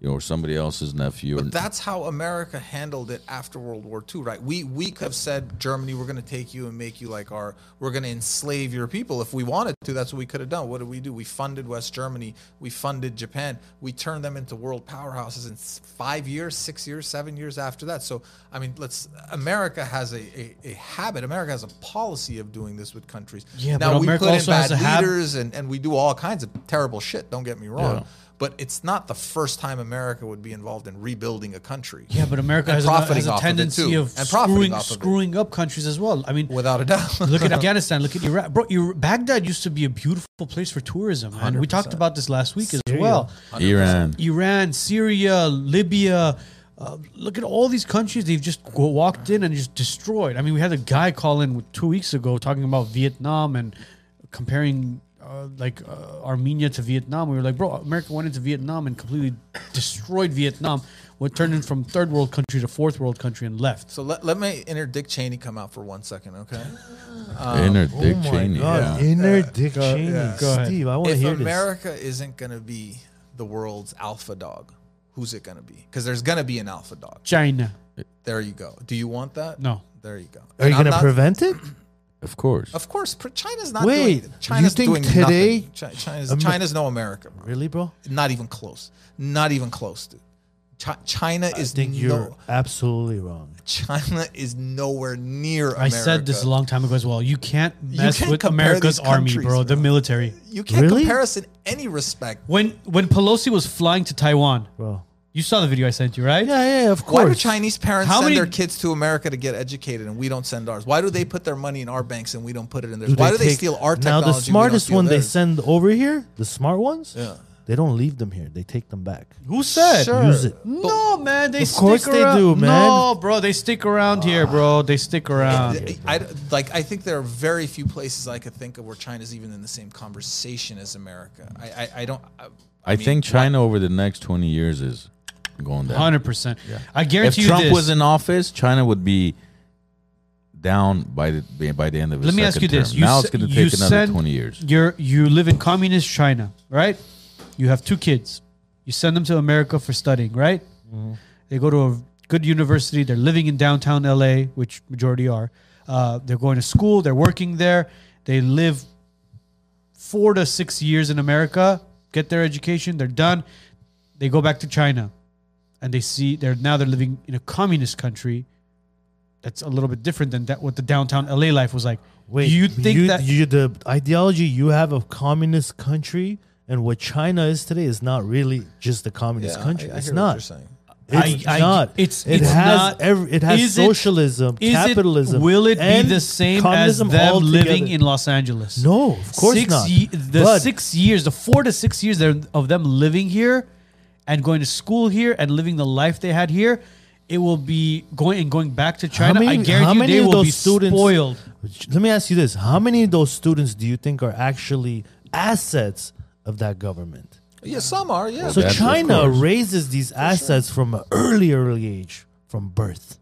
Speaker 2: you know, or somebody else's nephew.
Speaker 4: but
Speaker 2: or-
Speaker 4: that's how America handled it after World War II, right? We we could have said Germany, we're going to take you and make you like our, we're going to enslave your people if we wanted to. That's what we could have done. What did we do? We funded West Germany, we funded Japan, we turned them into world powerhouses in s- five years, six years, seven years after that. So I mean, let's. America has a a, a habit. America has a policy of doing this with countries.
Speaker 1: Yeah,
Speaker 4: now
Speaker 1: but
Speaker 4: we
Speaker 1: America
Speaker 4: put in
Speaker 1: also has
Speaker 4: bad
Speaker 1: a hab-
Speaker 4: leaders and and we do all kinds of terrible shit. Don't get me wrong
Speaker 2: Yeah.
Speaker 4: but it's not the first time America would be involved in rebuilding a country.
Speaker 1: Yeah, but America
Speaker 4: And
Speaker 1: has a, has
Speaker 4: profiting
Speaker 1: a
Speaker 4: off of it,
Speaker 1: tendency
Speaker 4: too.
Speaker 1: of,
Speaker 4: And profiting
Speaker 1: screwing,
Speaker 4: off of it.
Speaker 1: screwing up countries as well. I mean,
Speaker 4: without a doubt.
Speaker 1: look at Afghanistan, look at Iraq. Bro, Ir- Baghdad used to be a beautiful place for tourism. And we talked about this last week as well.
Speaker 2: Iran.
Speaker 1: Iran, Syria, Libya. Uh, look at all these countries they've just go- walked in and just destroyed. I mean, we had a guy call in two weeks ago talking about Vietnam and comparing uh, like uh, Armenia to Vietnam. We were like, bro, America went into Vietnam and completely destroyed Vietnam. What turned in from third world country to fourth world country and left.
Speaker 4: So let, let me enter Dick Cheney come out for one second, okay?
Speaker 2: Inner Dick
Speaker 3: oh my
Speaker 2: Cheney.
Speaker 3: God,
Speaker 2: yeah.
Speaker 3: inner Dick
Speaker 1: Go-
Speaker 3: Cheney.
Speaker 1: yeah. Go ahead.
Speaker 3: Steve, I want to
Speaker 4: if
Speaker 3: hear
Speaker 4: America isn't going to be the world's alpha dog, who's it going to be? Because there's going to be an alpha dog.
Speaker 1: China.
Speaker 4: There you go. Do you want that?
Speaker 1: No.
Speaker 4: There you go.
Speaker 3: this. Are
Speaker 4: And
Speaker 3: you
Speaker 4: I'm
Speaker 3: going to
Speaker 4: not-
Speaker 3: prevent it?
Speaker 2: Of course.
Speaker 4: Of course, pr- China's not
Speaker 3: Wait,
Speaker 4: doing.
Speaker 3: you
Speaker 4: China's
Speaker 3: think
Speaker 4: doing
Speaker 3: today-
Speaker 4: nothing. Chi- China's,
Speaker 3: Amer-
Speaker 4: China's no America. Bro.
Speaker 3: Really, bro?
Speaker 4: Not even close. Not even close, dude. Chi- China is
Speaker 3: I think
Speaker 4: no.
Speaker 3: you're absolutely wrong.
Speaker 4: China is nowhere near America.
Speaker 1: I said this a long time ago as well. You can't mess
Speaker 4: can't
Speaker 1: with
Speaker 4: compare
Speaker 1: America's
Speaker 4: these
Speaker 1: army,
Speaker 4: countries,
Speaker 1: bro. The
Speaker 4: bro.
Speaker 1: military.
Speaker 4: You can't
Speaker 3: Really?
Speaker 4: compare us in any respect.
Speaker 1: When when Pelosi was flying to Taiwan,
Speaker 3: Bro.
Speaker 1: you saw the video I sent you, right?
Speaker 3: Yeah, yeah, of course.
Speaker 4: Why do Chinese parents
Speaker 1: How
Speaker 4: send
Speaker 1: many-
Speaker 4: their kids to America to get educated and we don't send ours? Why do they put their money in our banks and we don't put it in theirs?
Speaker 3: Do
Speaker 4: Why do they
Speaker 3: take-
Speaker 4: steal our
Speaker 3: Now,
Speaker 4: technology?
Speaker 3: the smartest
Speaker 4: we
Speaker 3: one
Speaker 4: don't steal
Speaker 3: they
Speaker 4: theirs?
Speaker 3: send over here, the smart ones,
Speaker 4: Yeah.
Speaker 3: they don't leave them here. They take them back.
Speaker 1: Who said?
Speaker 4: Sure.
Speaker 3: Use it.
Speaker 1: No, man. They
Speaker 3: Of
Speaker 1: stick
Speaker 3: course they
Speaker 1: around.
Speaker 3: do, man.
Speaker 1: No, bro. They stick around here, bro. They stick around.
Speaker 4: I, I- like I think there are very few places I could think of where China's even in the same conversation as America. I I, I don't. I,
Speaker 2: I, think China over the next 20 years is going down.
Speaker 1: Hundred percent. I
Speaker 2: if
Speaker 1: guarantee you
Speaker 2: Trump
Speaker 1: this.
Speaker 2: was in office, China would be down by the by the end of his
Speaker 1: Let me ask
Speaker 2: second
Speaker 1: you this:
Speaker 2: term.
Speaker 1: You
Speaker 2: now
Speaker 1: s-
Speaker 2: it's going to
Speaker 1: you
Speaker 2: take another
Speaker 1: send-
Speaker 2: 20 years.
Speaker 1: You're you live in communist China, right? You have two kids. You send them to America for studying, right? They go to a good university. They're living in downtown LA, which majority are. Uh, they're going to school. They're working there. They live four to six years in America, get their education. They're done. They go back to China, and they see they're now they're living in a communist country. That's a little bit different than that what the downtown LA life was like.
Speaker 3: Wait,
Speaker 1: you think
Speaker 3: you,
Speaker 1: that
Speaker 3: you- the ideology you have of communist country and what China is today is not really just a communist
Speaker 4: yeah,
Speaker 3: country.
Speaker 4: I- I
Speaker 3: it's
Speaker 4: hear what
Speaker 3: not.
Speaker 4: you're saying.
Speaker 3: It's
Speaker 5: I- I-
Speaker 3: not.
Speaker 5: it's-
Speaker 3: it
Speaker 5: it's
Speaker 3: has
Speaker 5: not-
Speaker 3: every, it has
Speaker 5: Is it-
Speaker 3: socialism,
Speaker 5: is it-
Speaker 3: capitalism.
Speaker 5: will it be
Speaker 3: and
Speaker 5: the same as
Speaker 3: communism
Speaker 5: them
Speaker 3: all
Speaker 5: living
Speaker 3: together.
Speaker 5: in Los Angeles?
Speaker 3: No, of course
Speaker 5: six
Speaker 3: not.
Speaker 5: ye- the
Speaker 3: But-
Speaker 5: six years, the four to six years there- of them living here and going to school here and living the life they had here, it will be going and going back to China. I guarantee you they will be spoiled.
Speaker 3: Let me ask you this: How many of those students do you think are actually assets of that government?
Speaker 4: Yeah, some are. Yeah.
Speaker 3: So
Speaker 2: That's of
Speaker 3: China
Speaker 2: course.
Speaker 3: raises these assets from an early, early age, from birth.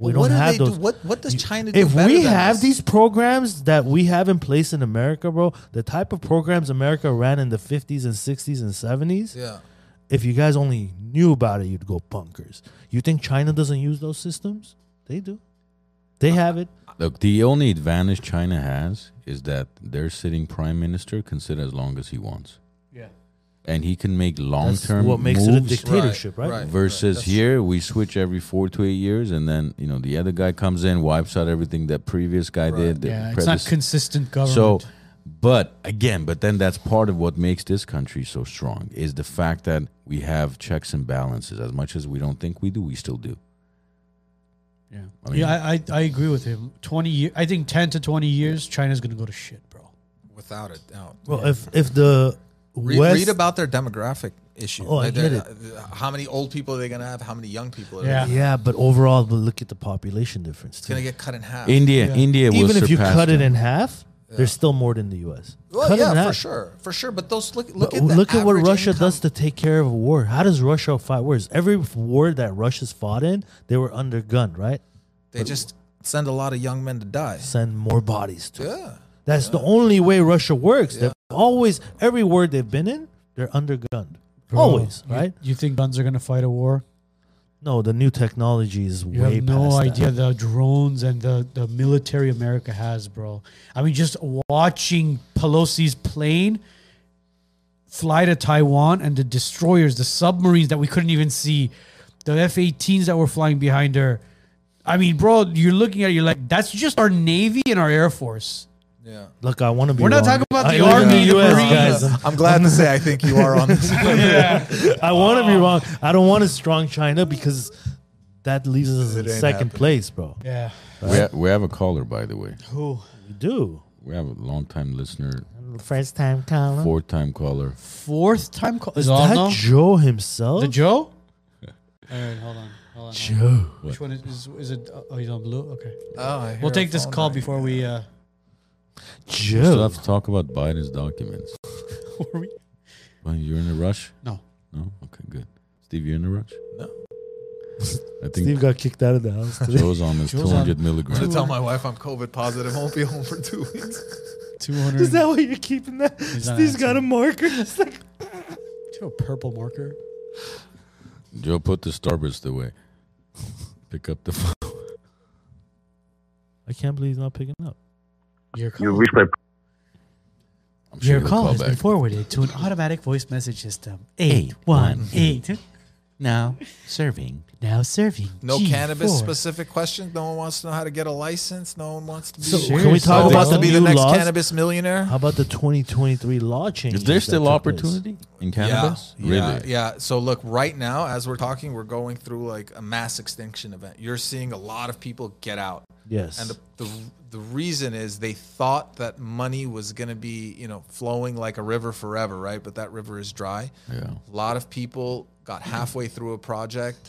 Speaker 3: We don't
Speaker 4: what do
Speaker 3: have
Speaker 4: they
Speaker 3: those.
Speaker 4: do? What What does China do?
Speaker 3: if
Speaker 4: better
Speaker 3: we
Speaker 4: than
Speaker 3: have
Speaker 4: us?
Speaker 3: these programs that we have in place in America, bro, the type of programs America ran in the 50s and 60s and 70s,
Speaker 4: yeah,
Speaker 3: if you guys only knew about it, you'd go bunkers. You think China doesn't use those systems? They do.
Speaker 4: Uh,
Speaker 3: They have it.
Speaker 2: Look, the only advantage China has is that their sitting prime minister can sit as long as he wants.
Speaker 5: Yeah.
Speaker 2: And he can make long
Speaker 3: That's
Speaker 2: term
Speaker 3: what makes
Speaker 2: moves.
Speaker 3: it a dictatorship, right?
Speaker 4: right.
Speaker 2: versus here we switch every four to eight years and then you know the other guy comes in wipes out everything that previous guy did the
Speaker 5: Yeah, it's not
Speaker 2: predes-
Speaker 5: consistent government.
Speaker 2: so but again but then that's part of what makes this country so strong is the fact that we have checks and balances as much as we don't think we do we still do
Speaker 5: yeah,
Speaker 2: I mean-
Speaker 5: yeah, I, I, I agree with him. Twenty, year, I think ten to twenty years, China's gonna go to shit, bro.
Speaker 4: without a doubt.
Speaker 3: Well, if if the
Speaker 4: Read,
Speaker 3: West,
Speaker 4: read about their demographic issue.
Speaker 3: Oh, I
Speaker 4: they're- uh,
Speaker 3: get
Speaker 4: How many old people are they going to have? How many young people? Are yeah,
Speaker 5: Yeah.
Speaker 4: gonna,
Speaker 3: yeah, but overall, but look at the population difference.
Speaker 4: it's
Speaker 3: too.
Speaker 4: going to get cut in half.
Speaker 2: india india will
Speaker 3: Even if you
Speaker 2: surpass
Speaker 3: cut it
Speaker 2: them.
Speaker 3: in half, there's still more than the U.S.
Speaker 4: well,
Speaker 3: cut it in
Speaker 4: yeah, for
Speaker 3: half.
Speaker 4: sure, for sure. But those look
Speaker 3: But
Speaker 4: look at
Speaker 3: Look,
Speaker 4: the
Speaker 3: at what
Speaker 4: average
Speaker 3: Russia
Speaker 4: income.
Speaker 3: does to take care of a war. How does Russia fight wars? Every war that Russia's fought in, they were undergunned, right?
Speaker 4: They just send a lot of young men to die.
Speaker 3: Send more bodies to. it.
Speaker 4: Yeah,
Speaker 3: That's the only way Russia works. They've always every war they've been in, they're undergunned. Always,
Speaker 5: You-
Speaker 3: right?
Speaker 5: You think guns are gonna fight a war?
Speaker 3: No, the new technology is
Speaker 5: You
Speaker 3: way
Speaker 5: have no
Speaker 3: past that.
Speaker 5: idea the drones and the, the military America has, bro. I mean, just watching Pelosi's plane fly to Taiwan and the destroyers, the submarines that we couldn't even see, the F 18s that were flying behind her. I mean, bro, you're looking at it, you're like, that's just our Navy and our Air Force.
Speaker 4: yeah.
Speaker 3: Look, I want to be.
Speaker 5: We're not
Speaker 3: wrong.
Speaker 5: talking about
Speaker 3: I
Speaker 5: the
Speaker 3: live in
Speaker 5: Army, the
Speaker 3: US,
Speaker 5: Marines.
Speaker 3: guys.
Speaker 4: I'm glad to say I think you are on this.
Speaker 3: I want to be wrong. I don't want a strong China because that leaves us in
Speaker 4: It ain't
Speaker 3: second
Speaker 4: happening.
Speaker 3: place, bro.
Speaker 5: Yeah.
Speaker 2: we, ha- we have a caller by the way
Speaker 5: Who?
Speaker 3: We do.
Speaker 2: we have a long time listener
Speaker 3: First time caller.
Speaker 2: four time caller
Speaker 5: Fourth time call. Is
Speaker 3: Is that
Speaker 5: Alno?
Speaker 3: Joe himself?
Speaker 5: The Joe? All right, hold on. Hold on. Hold on.
Speaker 3: Joe.
Speaker 5: Which one is, is, is it? Oh, he's on blue? Okay.
Speaker 4: Oh, I hear
Speaker 5: We'll
Speaker 4: a
Speaker 5: take this
Speaker 4: phone
Speaker 5: call
Speaker 4: ring.
Speaker 5: before we. Uh,
Speaker 2: still
Speaker 3: Joe.
Speaker 2: have to talk about biden's documents
Speaker 5: before we-
Speaker 2: well, you're in a rush
Speaker 5: No.
Speaker 2: no okay good steve you're in a rush
Speaker 4: No.
Speaker 2: i think
Speaker 3: Steve got kicked out of the house today.
Speaker 2: Joe's on his
Speaker 5: Joe's
Speaker 2: 200
Speaker 4: I'm gonna
Speaker 2: milligrams.
Speaker 4: tell my wife I'm COVID positive. Won't be home for two weeks.
Speaker 5: 200.
Speaker 3: Is that why you're keeping that?
Speaker 5: not
Speaker 3: Steve's got a
Speaker 5: answering.
Speaker 3: marker. It's like,
Speaker 5: Do you have a purple marker?
Speaker 2: Joe, put the starburst away. Pick up the phone.
Speaker 3: I can't believe he's not picking up.
Speaker 5: Your call,
Speaker 8: You reached my
Speaker 2: I'm
Speaker 5: your
Speaker 2: he'll
Speaker 5: call has
Speaker 2: back.
Speaker 5: been forwarded to an automatic voice message system. 818.
Speaker 2: Now serving.
Speaker 5: Now serving.
Speaker 4: No
Speaker 5: G4.
Speaker 4: cannabis specific questions. No one wants to know how to get a license. No one wants to be,
Speaker 5: So-
Speaker 4: no
Speaker 3: can we
Speaker 5: Seriously.
Speaker 3: talk
Speaker 4: one
Speaker 3: about
Speaker 4: wants to
Speaker 3: the
Speaker 4: be the
Speaker 3: new
Speaker 4: next
Speaker 3: laws?
Speaker 4: cannabis millionaire.
Speaker 3: How about the 2023 law change?
Speaker 2: Is there still opportunity in cannabis?
Speaker 4: Yeah, yeah,
Speaker 2: Really?
Speaker 4: yeah. So look, right now as we're talking, we're going through like a mass extinction event. You're seeing a lot of people get out,
Speaker 3: Yes.
Speaker 4: and the the, the reason is they thought that money was going to be you know flowing like a river forever, right? But that river is dry.
Speaker 2: Yeah.
Speaker 4: A lot of people got halfway through a project,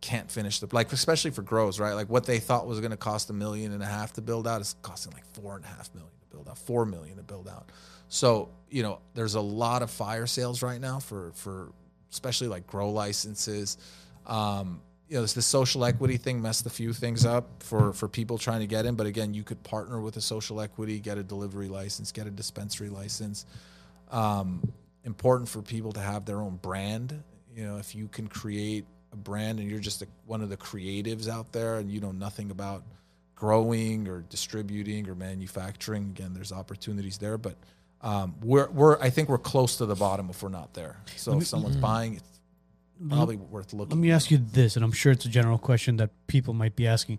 Speaker 4: can't finish the like, especially for grows, right? Like what they thought was going to cost a million and a half to build out is costing like four and a half million to build out, four million to build out. So you know, there's a lot of fire sales right now for for especially like grow licenses. Um, you know, this the social equity thing messed a few things up for for people trying to get in. But again, you could partner with a social equity, get a delivery license, get a dispensary license um, important for people to have their own brand. You know, if you can create a brand and you're just a, one of the creatives out there and you know nothing about growing or distributing or manufacturing, again, there's opportunities there. But um, we're, we're, I think we're close to the bottom if we're not there. So if someone's buying, it's probably worth looking.
Speaker 5: mm-hmm. Let me ask you this, and I'm sure it's a general question that people might be asking.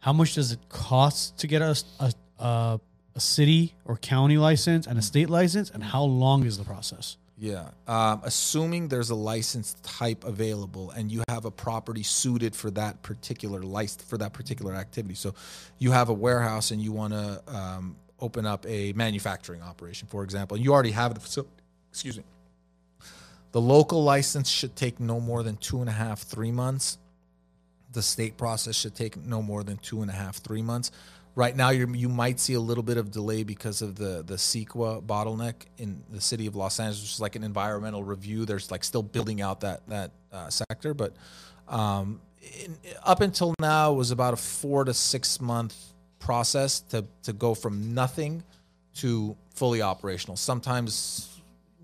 Speaker 5: How much does it cost to get a, a, a, a city or county license and a state license, and how long is the process?
Speaker 4: Yeah. Um, assuming there's a license type available and you have a property suited for that particular license for that particular activity. So you have a warehouse and you want to um, open up a manufacturing operation, for example, and you already have the facility. Excuse me. The local license should take no more than two and a half, three months. The state process should take no more than two and a half, three months. Right now, you you might see a little bit of delay because of the the CEQA bottleneck in the city of Los Angeles, which is like an environmental review. There's like still building out that that uh, sector, but um, in, up until now, it was about a four to six month process to to go from nothing to fully operational. Sometimes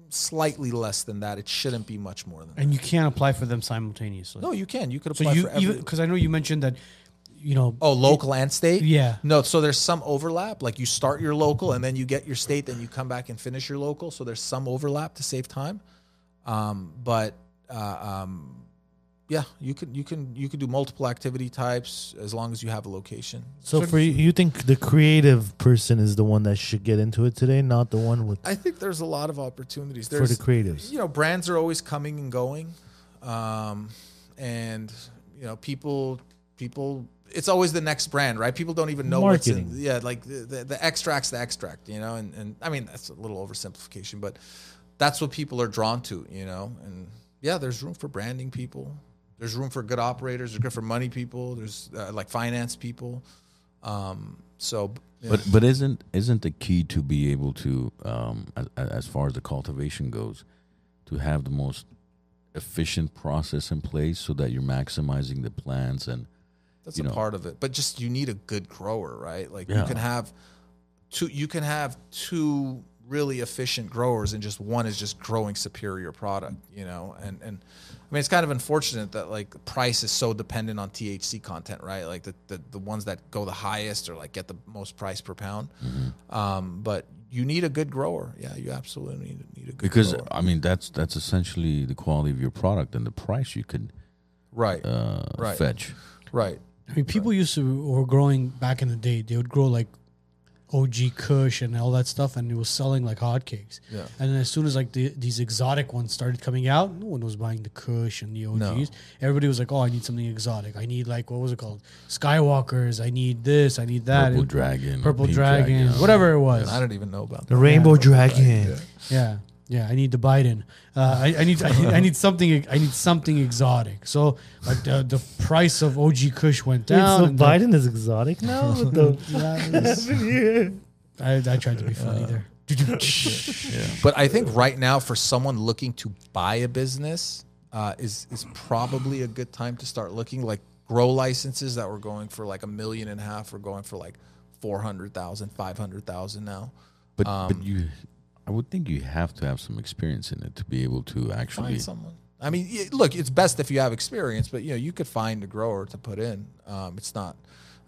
Speaker 4: slightly less than that. It shouldn't be much more than that.
Speaker 5: and you can't apply for them simultaneously.
Speaker 4: No, you can. You could
Speaker 5: so
Speaker 4: apply
Speaker 5: you
Speaker 4: for every.
Speaker 5: even because I know you mentioned that, you know,
Speaker 4: oh, local and state.
Speaker 5: Yeah.
Speaker 4: No, so there's some overlap. Like you start your local and then you get your state, then you come back and finish your local. So there's some overlap to save time. Um, but uh, um, yeah, you can you can you can do multiple activity types as long as you have a location.
Speaker 3: So for you, you think the creative person is the one that should get into it today, not the one with
Speaker 4: I think there's a lot of opportunities.
Speaker 3: for the
Speaker 4: There's
Speaker 3: creatives?
Speaker 4: you know brands are always coming and going um, and you know people people it's always the next brand right people don't even know what's
Speaker 3: Marketing.
Speaker 4: in yeah like the, the, the extracts the extract you know and, and i mean that's a little oversimplification but that's what people are drawn to you know and yeah there's room for branding people there's room for good operators there's good for money people there's uh, like finance people um, so yeah.
Speaker 2: But but isn't isn't the key to be able to um, as, as far as the cultivation goes, to have the most efficient process in place so that you're maximizing the plants and
Speaker 4: That's
Speaker 2: you
Speaker 4: a
Speaker 2: know.
Speaker 4: part of it, but just you need a good grower, right? Like
Speaker 2: Yeah.
Speaker 4: you can have two, you can have two really efficient growers, and just one is just growing superior product, you know. And and I mean, it's kind of unfortunate that like price is so dependent on THC content, right? Like the the, the ones that go the highest or like get the most price per pound.
Speaker 2: Mm-hmm.
Speaker 4: Um, but you need a good grower, yeah. You absolutely need, need a good
Speaker 2: because
Speaker 4: grower.
Speaker 2: I mean that's that's essentially the quality of your product and the price you could
Speaker 4: right,
Speaker 2: uh,
Speaker 4: Right.
Speaker 2: fetch.
Speaker 4: right.
Speaker 5: I mean, people used to were growing back in the day. They would grow like OG Kush and all that stuff, and it was selling like hotcakes.
Speaker 4: Yeah.
Speaker 5: And then as soon as like the, these exotic ones started coming out, no one was buying the Kush and the OGs. Everybody was like, "Oh, I need something exotic. I need like what was it called? Skywalkers. I need this. I need that.
Speaker 2: Purple
Speaker 5: And-
Speaker 2: Dragon,
Speaker 5: Purple
Speaker 2: Pink
Speaker 5: Dragon.
Speaker 2: Dragon.
Speaker 5: Whatever it was.
Speaker 4: I don't even know about that.
Speaker 3: The rainbow dragon.
Speaker 5: Yeah, yeah. I need the Biden. Uh, I, I need I need I need something I need something exotic. So like the, the price of OG Kush went
Speaker 3: Wait,
Speaker 5: down.
Speaker 3: so
Speaker 5: and the-
Speaker 3: Biden is exotic now. What the
Speaker 5: I, I tried to be funny there.
Speaker 4: But I think right now, for someone looking to buy a business, uh, is is probably a good time to start looking. Like grow licenses that were going for like a million and a half are going for like 400,000, 500,000 now.
Speaker 2: But
Speaker 4: Um,
Speaker 2: but you, I would think you have to have some experience in it to be able to actually.
Speaker 4: Find someone. I mean, y- look, it's best if you have experience, but you know you could find a grower to put in. Um, it's not.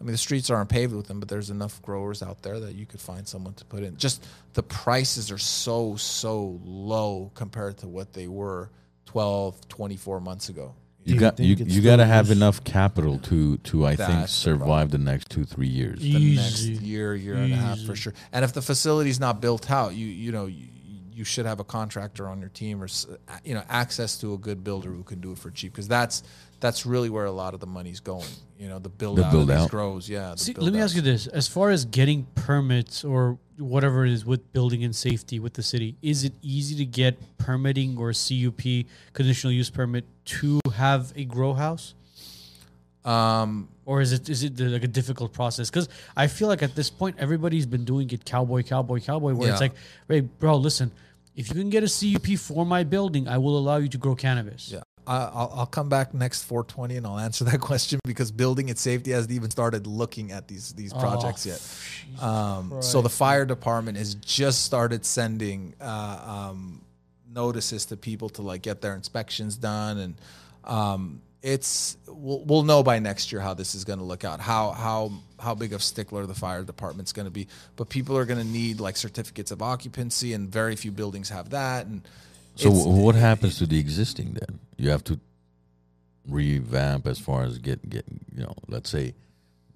Speaker 4: I mean, the streets aren't paved with them, but there's enough growers out there that you could find someone to put in. Just the prices are so so low compared to what they were 12, 24 months ago.
Speaker 2: You
Speaker 3: you
Speaker 2: got
Speaker 3: think
Speaker 2: you,
Speaker 3: it's
Speaker 2: you got to
Speaker 3: still
Speaker 2: have
Speaker 3: used?
Speaker 2: enough capital to to I think
Speaker 4: That's the problem.
Speaker 2: survive the next two three years.
Speaker 4: the
Speaker 5: Easy.
Speaker 4: next year, year and a half for sure. And if the facility's not built out, you you know you, you should have a contractor on your team or s- you know access to a good builder who can do it for cheap because that's that's really where a lot of the money's going. You know, the build out
Speaker 2: build
Speaker 4: of these
Speaker 2: out.
Speaker 4: grows. Yeah. the
Speaker 5: See,
Speaker 4: build
Speaker 5: let me
Speaker 4: out.
Speaker 5: ask you this: as far as getting permits or whatever it is with building and safety with the city, is it easy to get permitting or CUP conditional use permit to have a grow house?
Speaker 4: Um,
Speaker 5: or is it is it the- like a difficult process? Because I feel like at this point everybody's been doing it cowboy, cowboy, cowboy, where it's
Speaker 4: Yeah.
Speaker 5: like, hey, bro, listen, if you can get a CUP for my building, I will allow you to grow cannabis.
Speaker 4: yeah. I, I'll, I'll come back next 420 and I'll answer that question because building and safety hasn't even started looking at these these projects yet. Um, so the fire department has just started sending uh, um, notices to people to like get their inspections done, and um, it's we'll, we'll know by next year how this is going to look out, how how how big of stickler the fire department's going to be. But people are going to need like certificates of occupancy, and very few buildings have that. And
Speaker 2: So
Speaker 4: it's-
Speaker 2: wh- what happens to the existing then? You have to revamp as far as get get you know. Let's say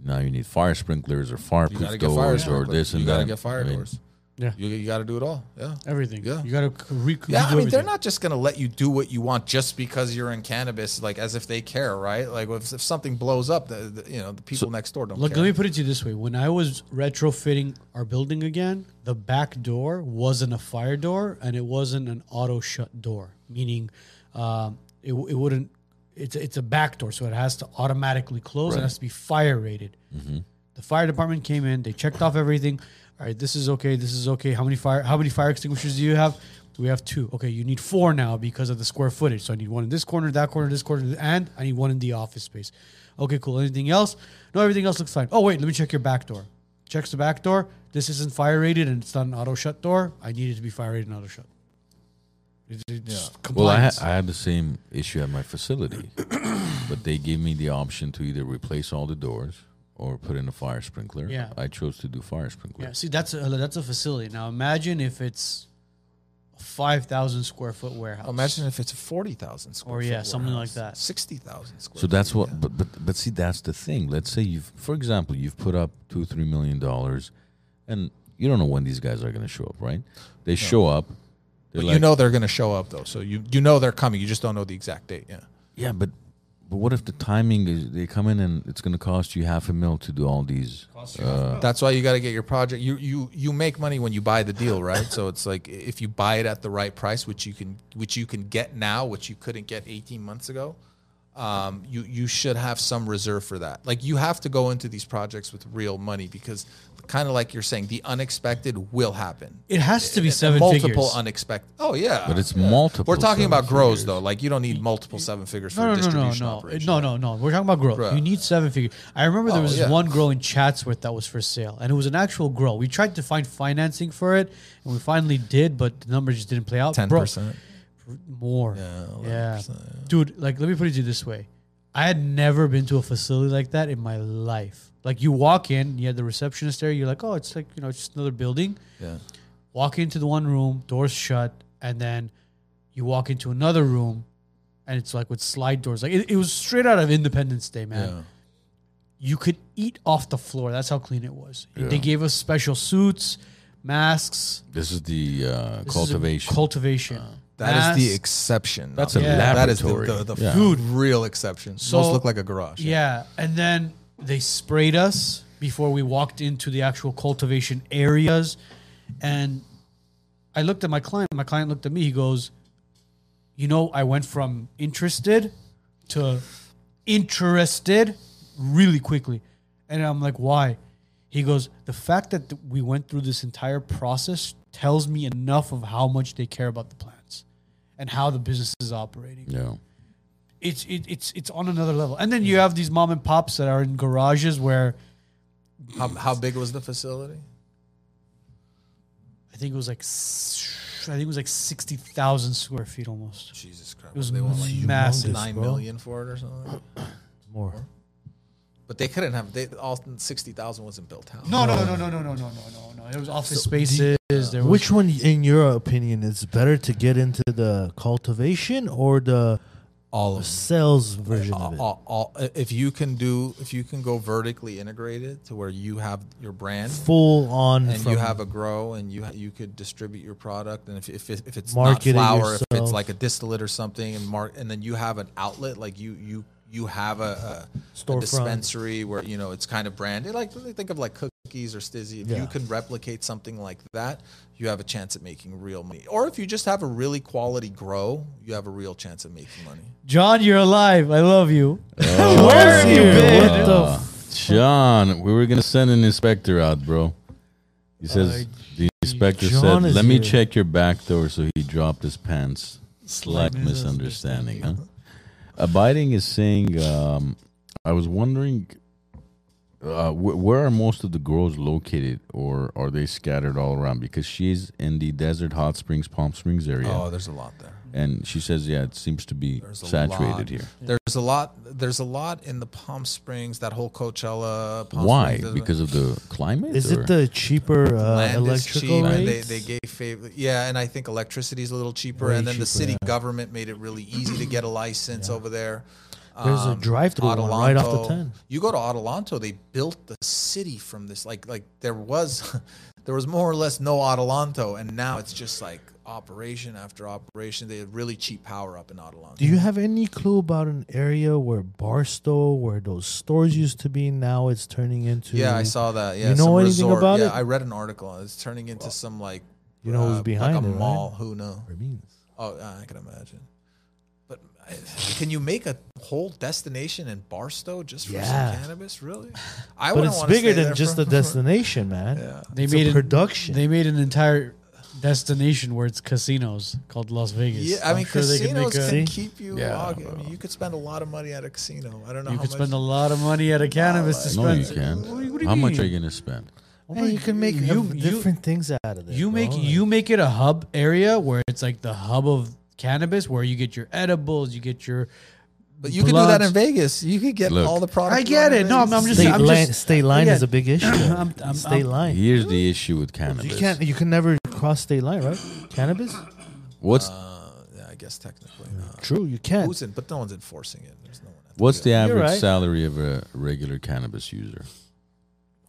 Speaker 2: now you need fire sprinklers or
Speaker 4: You gotta
Speaker 2: fireproof
Speaker 4: get fire
Speaker 2: doors or
Speaker 4: sprinklers.
Speaker 2: this and
Speaker 4: you
Speaker 2: that.
Speaker 4: gotta get fire
Speaker 2: I mean,
Speaker 4: doors.
Speaker 5: Yeah.
Speaker 4: You, you got to do it all. Yeah.
Speaker 5: Everything.
Speaker 4: Yeah.
Speaker 5: You got to re-
Speaker 4: Yeah,
Speaker 5: redo
Speaker 4: I mean, they're
Speaker 5: everything.
Speaker 4: not just going to let you do what you want just because you're in cannabis, like as if they care, right? Like if, if something blows up, the, the, you know, the people next door don't
Speaker 5: Look,
Speaker 4: care.
Speaker 5: let me put it to you this way: When I was retrofitting our building again, the back door wasn't a fire door, and it wasn't an auto shut door, meaning um, it, it wouldn't. It's it's a back door, so it has to automatically close. It has to be fire rated. The fire department came in. They checked off everything. All right, this is okay. This is okay. How many fire? How many fire extinguishers do you have? We have two. Okay, you need four now because of the square footage. So I need one in this corner, that corner, this corner, and I need one in the office space. Okay, cool. Anything else? No, everything else looks fine. Oh wait, let me check your back door. Checks the back door. This isn't fire rated and it's not an auto shut door. I need it to be fire rated and auto shut. It's, it's
Speaker 2: Well, I,
Speaker 5: compliance.
Speaker 2: ha- I had the same issue at my facility, but they gave me the option to either replace all the doors or put in a fire sprinkler.
Speaker 5: Yeah.
Speaker 2: I chose to do fire sprinkler.
Speaker 5: yeah, see, that's a that's a facility. Now imagine if it's a five thousand square foot warehouse.
Speaker 4: Oh, Imagine if it's a 40,000 square
Speaker 5: Or,
Speaker 4: foot
Speaker 5: yeah, something like
Speaker 4: warehouse,
Speaker 5: that.
Speaker 4: 60,000 square
Speaker 2: So that's
Speaker 4: feet,
Speaker 2: what,
Speaker 4: yeah.
Speaker 2: but, but but see, that's the thing. Let's say you've, for example, you've put up two, three million dollars, and you don't know when these guys are going to show up, right? They show up. They're
Speaker 4: But
Speaker 2: like,
Speaker 4: you know they're going to show up though, so you you know they're coming. You just don't know the exact date. Yeah,
Speaker 2: yeah, but but what if the timing is they come in and it's going to cost you half a mil to do all these? Uh,
Speaker 4: that's why you got to get your project. You you you make money when you buy the deal, right? so it's like if you buy it at the right price, which you can which you can get now, which you couldn't get eighteen months ago. Um, you you should have some reserve for that. Like you have to go into these projects with real money because, kind of like you're saying, the unexpected will happen.
Speaker 5: It has to be
Speaker 4: And
Speaker 5: seven
Speaker 4: multiple
Speaker 5: figures.
Speaker 4: unexpected. Oh yeah,
Speaker 2: but it's
Speaker 4: yeah.
Speaker 2: multiple.
Speaker 4: We're talking
Speaker 2: seven
Speaker 4: about grows
Speaker 2: figures.
Speaker 4: though. Like you don't need multiple seven figures for
Speaker 5: no,
Speaker 4: a
Speaker 5: no, no, no,
Speaker 4: distribution
Speaker 5: no,
Speaker 4: operation.
Speaker 5: no, no, no. We're talking about growth.
Speaker 4: Bruh.
Speaker 5: You need seven figures. I remember there
Speaker 4: Oh,
Speaker 5: was this
Speaker 4: yeah.
Speaker 5: one grow in Chatsworth that was for sale, and it was an actual grow. We tried to find financing for it, and we finally did, but the number just didn't play out.
Speaker 4: Ten
Speaker 5: Bro,
Speaker 4: percent.
Speaker 5: more.
Speaker 4: Yeah,
Speaker 5: yeah,
Speaker 4: 11%,
Speaker 5: dude. Like, let me put it to you this way: I had never been to a facility like that in my life. Like, you walk in, you had the receptionist there. You're like, oh, it's like you know, it's just another building.
Speaker 4: Yeah.
Speaker 5: walk into the one room, doors shut, and then you walk into another room, and it's like with slide doors. Like it, it was straight out of Independence Day, man.
Speaker 4: Yeah.
Speaker 5: You could eat off the floor. That's how clean it was. They gave us special suits, masks,
Speaker 2: This is the uh,
Speaker 5: This is a
Speaker 2: cultivation.
Speaker 5: cultivation.
Speaker 4: That is the
Speaker 5: Masks.
Speaker 4: exception.
Speaker 2: That's
Speaker 4: not
Speaker 2: a
Speaker 4: the rule. That is
Speaker 2: laboratory.
Speaker 4: the, the, the
Speaker 2: Yeah.
Speaker 4: food real exception.
Speaker 5: So-
Speaker 4: Most look like a garage.
Speaker 5: Yeah, and then they sprayed us before we walked into the actual cultivation areas, and I looked at my client. My client looked at me. He goes, "You know, I went from interested to interested really quickly," and I'm like, "Why?" He goes, "The fact that th- we went through this entire process tells me enough of how much they care about the plants and how the business is operating."
Speaker 2: yeah.
Speaker 5: it's it, it's it's on another level. And then you have these mom and pops that are in garages where
Speaker 4: How, how big was the facility?
Speaker 5: I think it was like s- I think it was like sixty thousand square feet almost.
Speaker 4: Jesus Christ.
Speaker 5: It was
Speaker 4: they want like
Speaker 5: massive.
Speaker 4: nine
Speaker 3: bro.
Speaker 4: million for it or something.
Speaker 3: More.
Speaker 4: But they couldn't have. They all sixty thousand wasn't built out.
Speaker 5: No, no, no, no, no, no, no, no, no, no. There was office spaces. there was
Speaker 3: Which one, in your opinion, is better to get into the cultivation or the
Speaker 4: all of
Speaker 3: sales version of it?
Speaker 4: all, all, if you can do if you can go vertically integrated to where you have your brand
Speaker 3: Full on.
Speaker 4: and
Speaker 3: from,
Speaker 4: you have a grow and you you could distribute your product and if if, it- if it's
Speaker 3: Market it
Speaker 4: not flour if it's
Speaker 3: yourself.
Speaker 4: like a distillate or something and mark and then you have an outlet like you you you have a, a, a
Speaker 3: Storefront.
Speaker 4: dispensary where you know it's kind of branded like think of like cookies or stizzy if
Speaker 3: Yeah.
Speaker 4: you can replicate something like that you have a chance at making real money or if you just have a really quality grow you have a real chance of making money
Speaker 5: John, you're alive. I love you.
Speaker 3: Oh. Where have you been?
Speaker 2: What the John, Uh, we were gonna send an inspector out, bro. He says the inspector
Speaker 3: Uh, John
Speaker 2: said,
Speaker 3: is
Speaker 2: "Let me
Speaker 3: here."
Speaker 2: check your back door." So he dropped his pants. Slight misunderstanding, huh? Abiding is saying, um, "I was wondering, uh, wh- where are most of the grows located, or are they scattered all around?" Because she's in the desert, hot springs, Palm Springs area,
Speaker 4: oh there's a lot there
Speaker 2: and she says, "Yeah, it seems to be
Speaker 4: There's a lot.
Speaker 2: saturated here."
Speaker 4: There's a lot. There's a lot in the Palm Springs. That whole Coachella. Palm
Speaker 2: Why?
Speaker 4: Springs,
Speaker 2: Because of the climate?
Speaker 3: Is
Speaker 2: or-
Speaker 3: it the cheaper uh,
Speaker 4: land is
Speaker 3: electrical
Speaker 4: cheap. and They,
Speaker 3: rates?
Speaker 4: they gave favor. Yeah, and I think electricity is a little cheaper.
Speaker 3: Way
Speaker 4: and then the
Speaker 3: cheaper,
Speaker 4: city
Speaker 3: yeah.
Speaker 4: government made it really easy to get a license over there. Um,
Speaker 3: There's a drive-through one right off the
Speaker 4: Adelanto.
Speaker 3: 10.
Speaker 4: You go to Adelanto, they built the city from this. Like like there was there was more or less no Adelanto, and now it's just like operation after operation. They had really cheap power up in Adelanto.
Speaker 3: Do you have any clue about an area where Barstow, where those stores used to be, now it's turning into?
Speaker 4: yeah, I saw that. Yeah,
Speaker 3: You know
Speaker 4: some
Speaker 3: anything
Speaker 4: resort.
Speaker 3: about
Speaker 4: yeah,
Speaker 3: it?
Speaker 4: I read an article. It's turning into some like uh,
Speaker 3: You know who's behind
Speaker 4: like a
Speaker 3: it, right?
Speaker 4: mall. Who knows?
Speaker 3: Ramirez.
Speaker 4: Oh, I can imagine. But I, can you make a whole destination in Barstow just for
Speaker 3: Yeah.
Speaker 4: some cannabis? Really? I
Speaker 3: But
Speaker 4: wouldn't
Speaker 3: it's
Speaker 4: wanna
Speaker 3: bigger
Speaker 4: stay there
Speaker 3: than just
Speaker 4: for-
Speaker 3: a destination, man.
Speaker 4: Yeah.
Speaker 5: They
Speaker 3: It's
Speaker 5: made
Speaker 3: a
Speaker 5: an-
Speaker 3: production.
Speaker 5: They made an entire destination where it's casinos called Las Vegas.
Speaker 4: Yeah, I
Speaker 5: I'm
Speaker 4: mean,
Speaker 5: sure they could
Speaker 4: casinos
Speaker 5: make a-
Speaker 4: can, keep you.
Speaker 2: Yeah,
Speaker 4: log- I mean, you could spend a lot of money at a casino. I don't know
Speaker 5: you
Speaker 4: how
Speaker 5: could
Speaker 4: much.
Speaker 5: spend a lot of money at a cannabis
Speaker 2: No, you
Speaker 5: dispenser.
Speaker 2: can't.
Speaker 5: What do you- what do you
Speaker 2: How much
Speaker 5: mean?
Speaker 2: are you gonna spend?
Speaker 3: Hey, you can make
Speaker 5: You-
Speaker 3: ev-
Speaker 5: you-
Speaker 3: different things out of it.
Speaker 5: You make
Speaker 3: bro.
Speaker 5: you make it a hub area where it's like the hub of cannabis, where you get your edibles, you get your.
Speaker 4: but you could do that
Speaker 5: blunts.
Speaker 4: in Vegas. You could get
Speaker 2: Look.
Speaker 4: all the products.
Speaker 5: I get it. No, I'm, I'm just.
Speaker 3: state
Speaker 5: I'm
Speaker 3: line.
Speaker 5: just
Speaker 3: state line is
Speaker 5: again,
Speaker 3: a big issue.
Speaker 5: I'm- I'm-
Speaker 3: state
Speaker 5: I'm-
Speaker 3: line.
Speaker 2: Here's the issue with cannabis.
Speaker 3: You can't. You can never cross state line, right? Cannabis.
Speaker 2: What's
Speaker 5: Uh,
Speaker 4: Uh, Yeah, I guess technically not.
Speaker 3: True, you can.
Speaker 4: Who's in? But no one's enforcing it. There's no one. at
Speaker 2: what's the average
Speaker 3: right.
Speaker 2: salary of a regular cannabis user?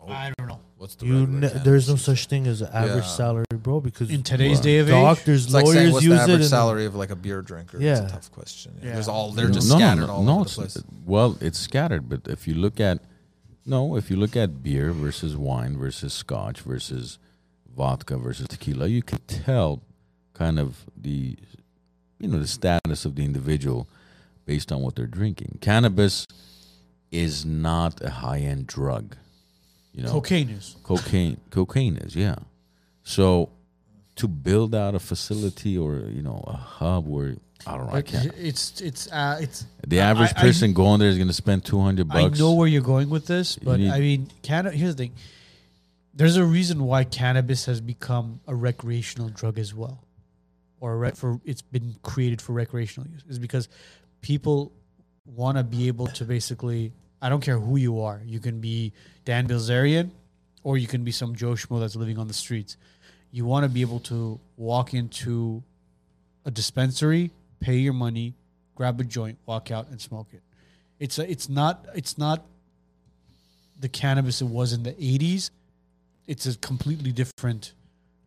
Speaker 5: I don't know.
Speaker 4: What's the
Speaker 3: You
Speaker 4: regular
Speaker 3: ne-
Speaker 4: cannabis?
Speaker 3: there's no such thing as an average
Speaker 4: Yeah.
Speaker 3: salary, bro. Because
Speaker 5: In today's day of age,
Speaker 3: doctors,
Speaker 4: It's like
Speaker 3: lawyers
Speaker 4: saying what's the
Speaker 3: use it.
Speaker 4: average
Speaker 3: and-
Speaker 4: salary of like a beer drinker. Yeah,
Speaker 3: Yeah.
Speaker 4: it's a tough question. Yeah.
Speaker 5: Yeah.
Speaker 4: There's all they're just
Speaker 2: no,
Speaker 4: scattered
Speaker 2: no, no,
Speaker 4: all
Speaker 2: no,
Speaker 4: over the
Speaker 2: it's-
Speaker 4: place.
Speaker 2: Well, it's scattered, but if you look at no, if you look at beer versus wine versus scotch versus vodka versus tequila, you can tell kind of the you know the status of the individual based on what they're drinking. Cannabis is not a high-end drug. You know,
Speaker 5: cocaine is.
Speaker 2: cocaine cocaine is yeah so to build out a facility or you know a hub where i don't know i
Speaker 5: But
Speaker 2: can't
Speaker 5: it's it's uh, it's.
Speaker 2: the average
Speaker 5: I- I-
Speaker 2: person going there is going to spend 200
Speaker 5: I
Speaker 2: bucks
Speaker 5: know where you're going with this, but
Speaker 2: need-
Speaker 5: I mean, canna- here's the thing. There's a reason why cannabis has become a recreational drug as well, or a rec- for it's been created for recreational use. Is because people want to be able to basically. I don't care who you are. You can be Dan Bilzerian, or you can be some Joe Schmo that's living on the streets. You want to be able to walk into a dispensary, pay your money, grab a joint, walk out and smoke it. It's a, it's not it's not the cannabis it was in the 80s. It's a completely different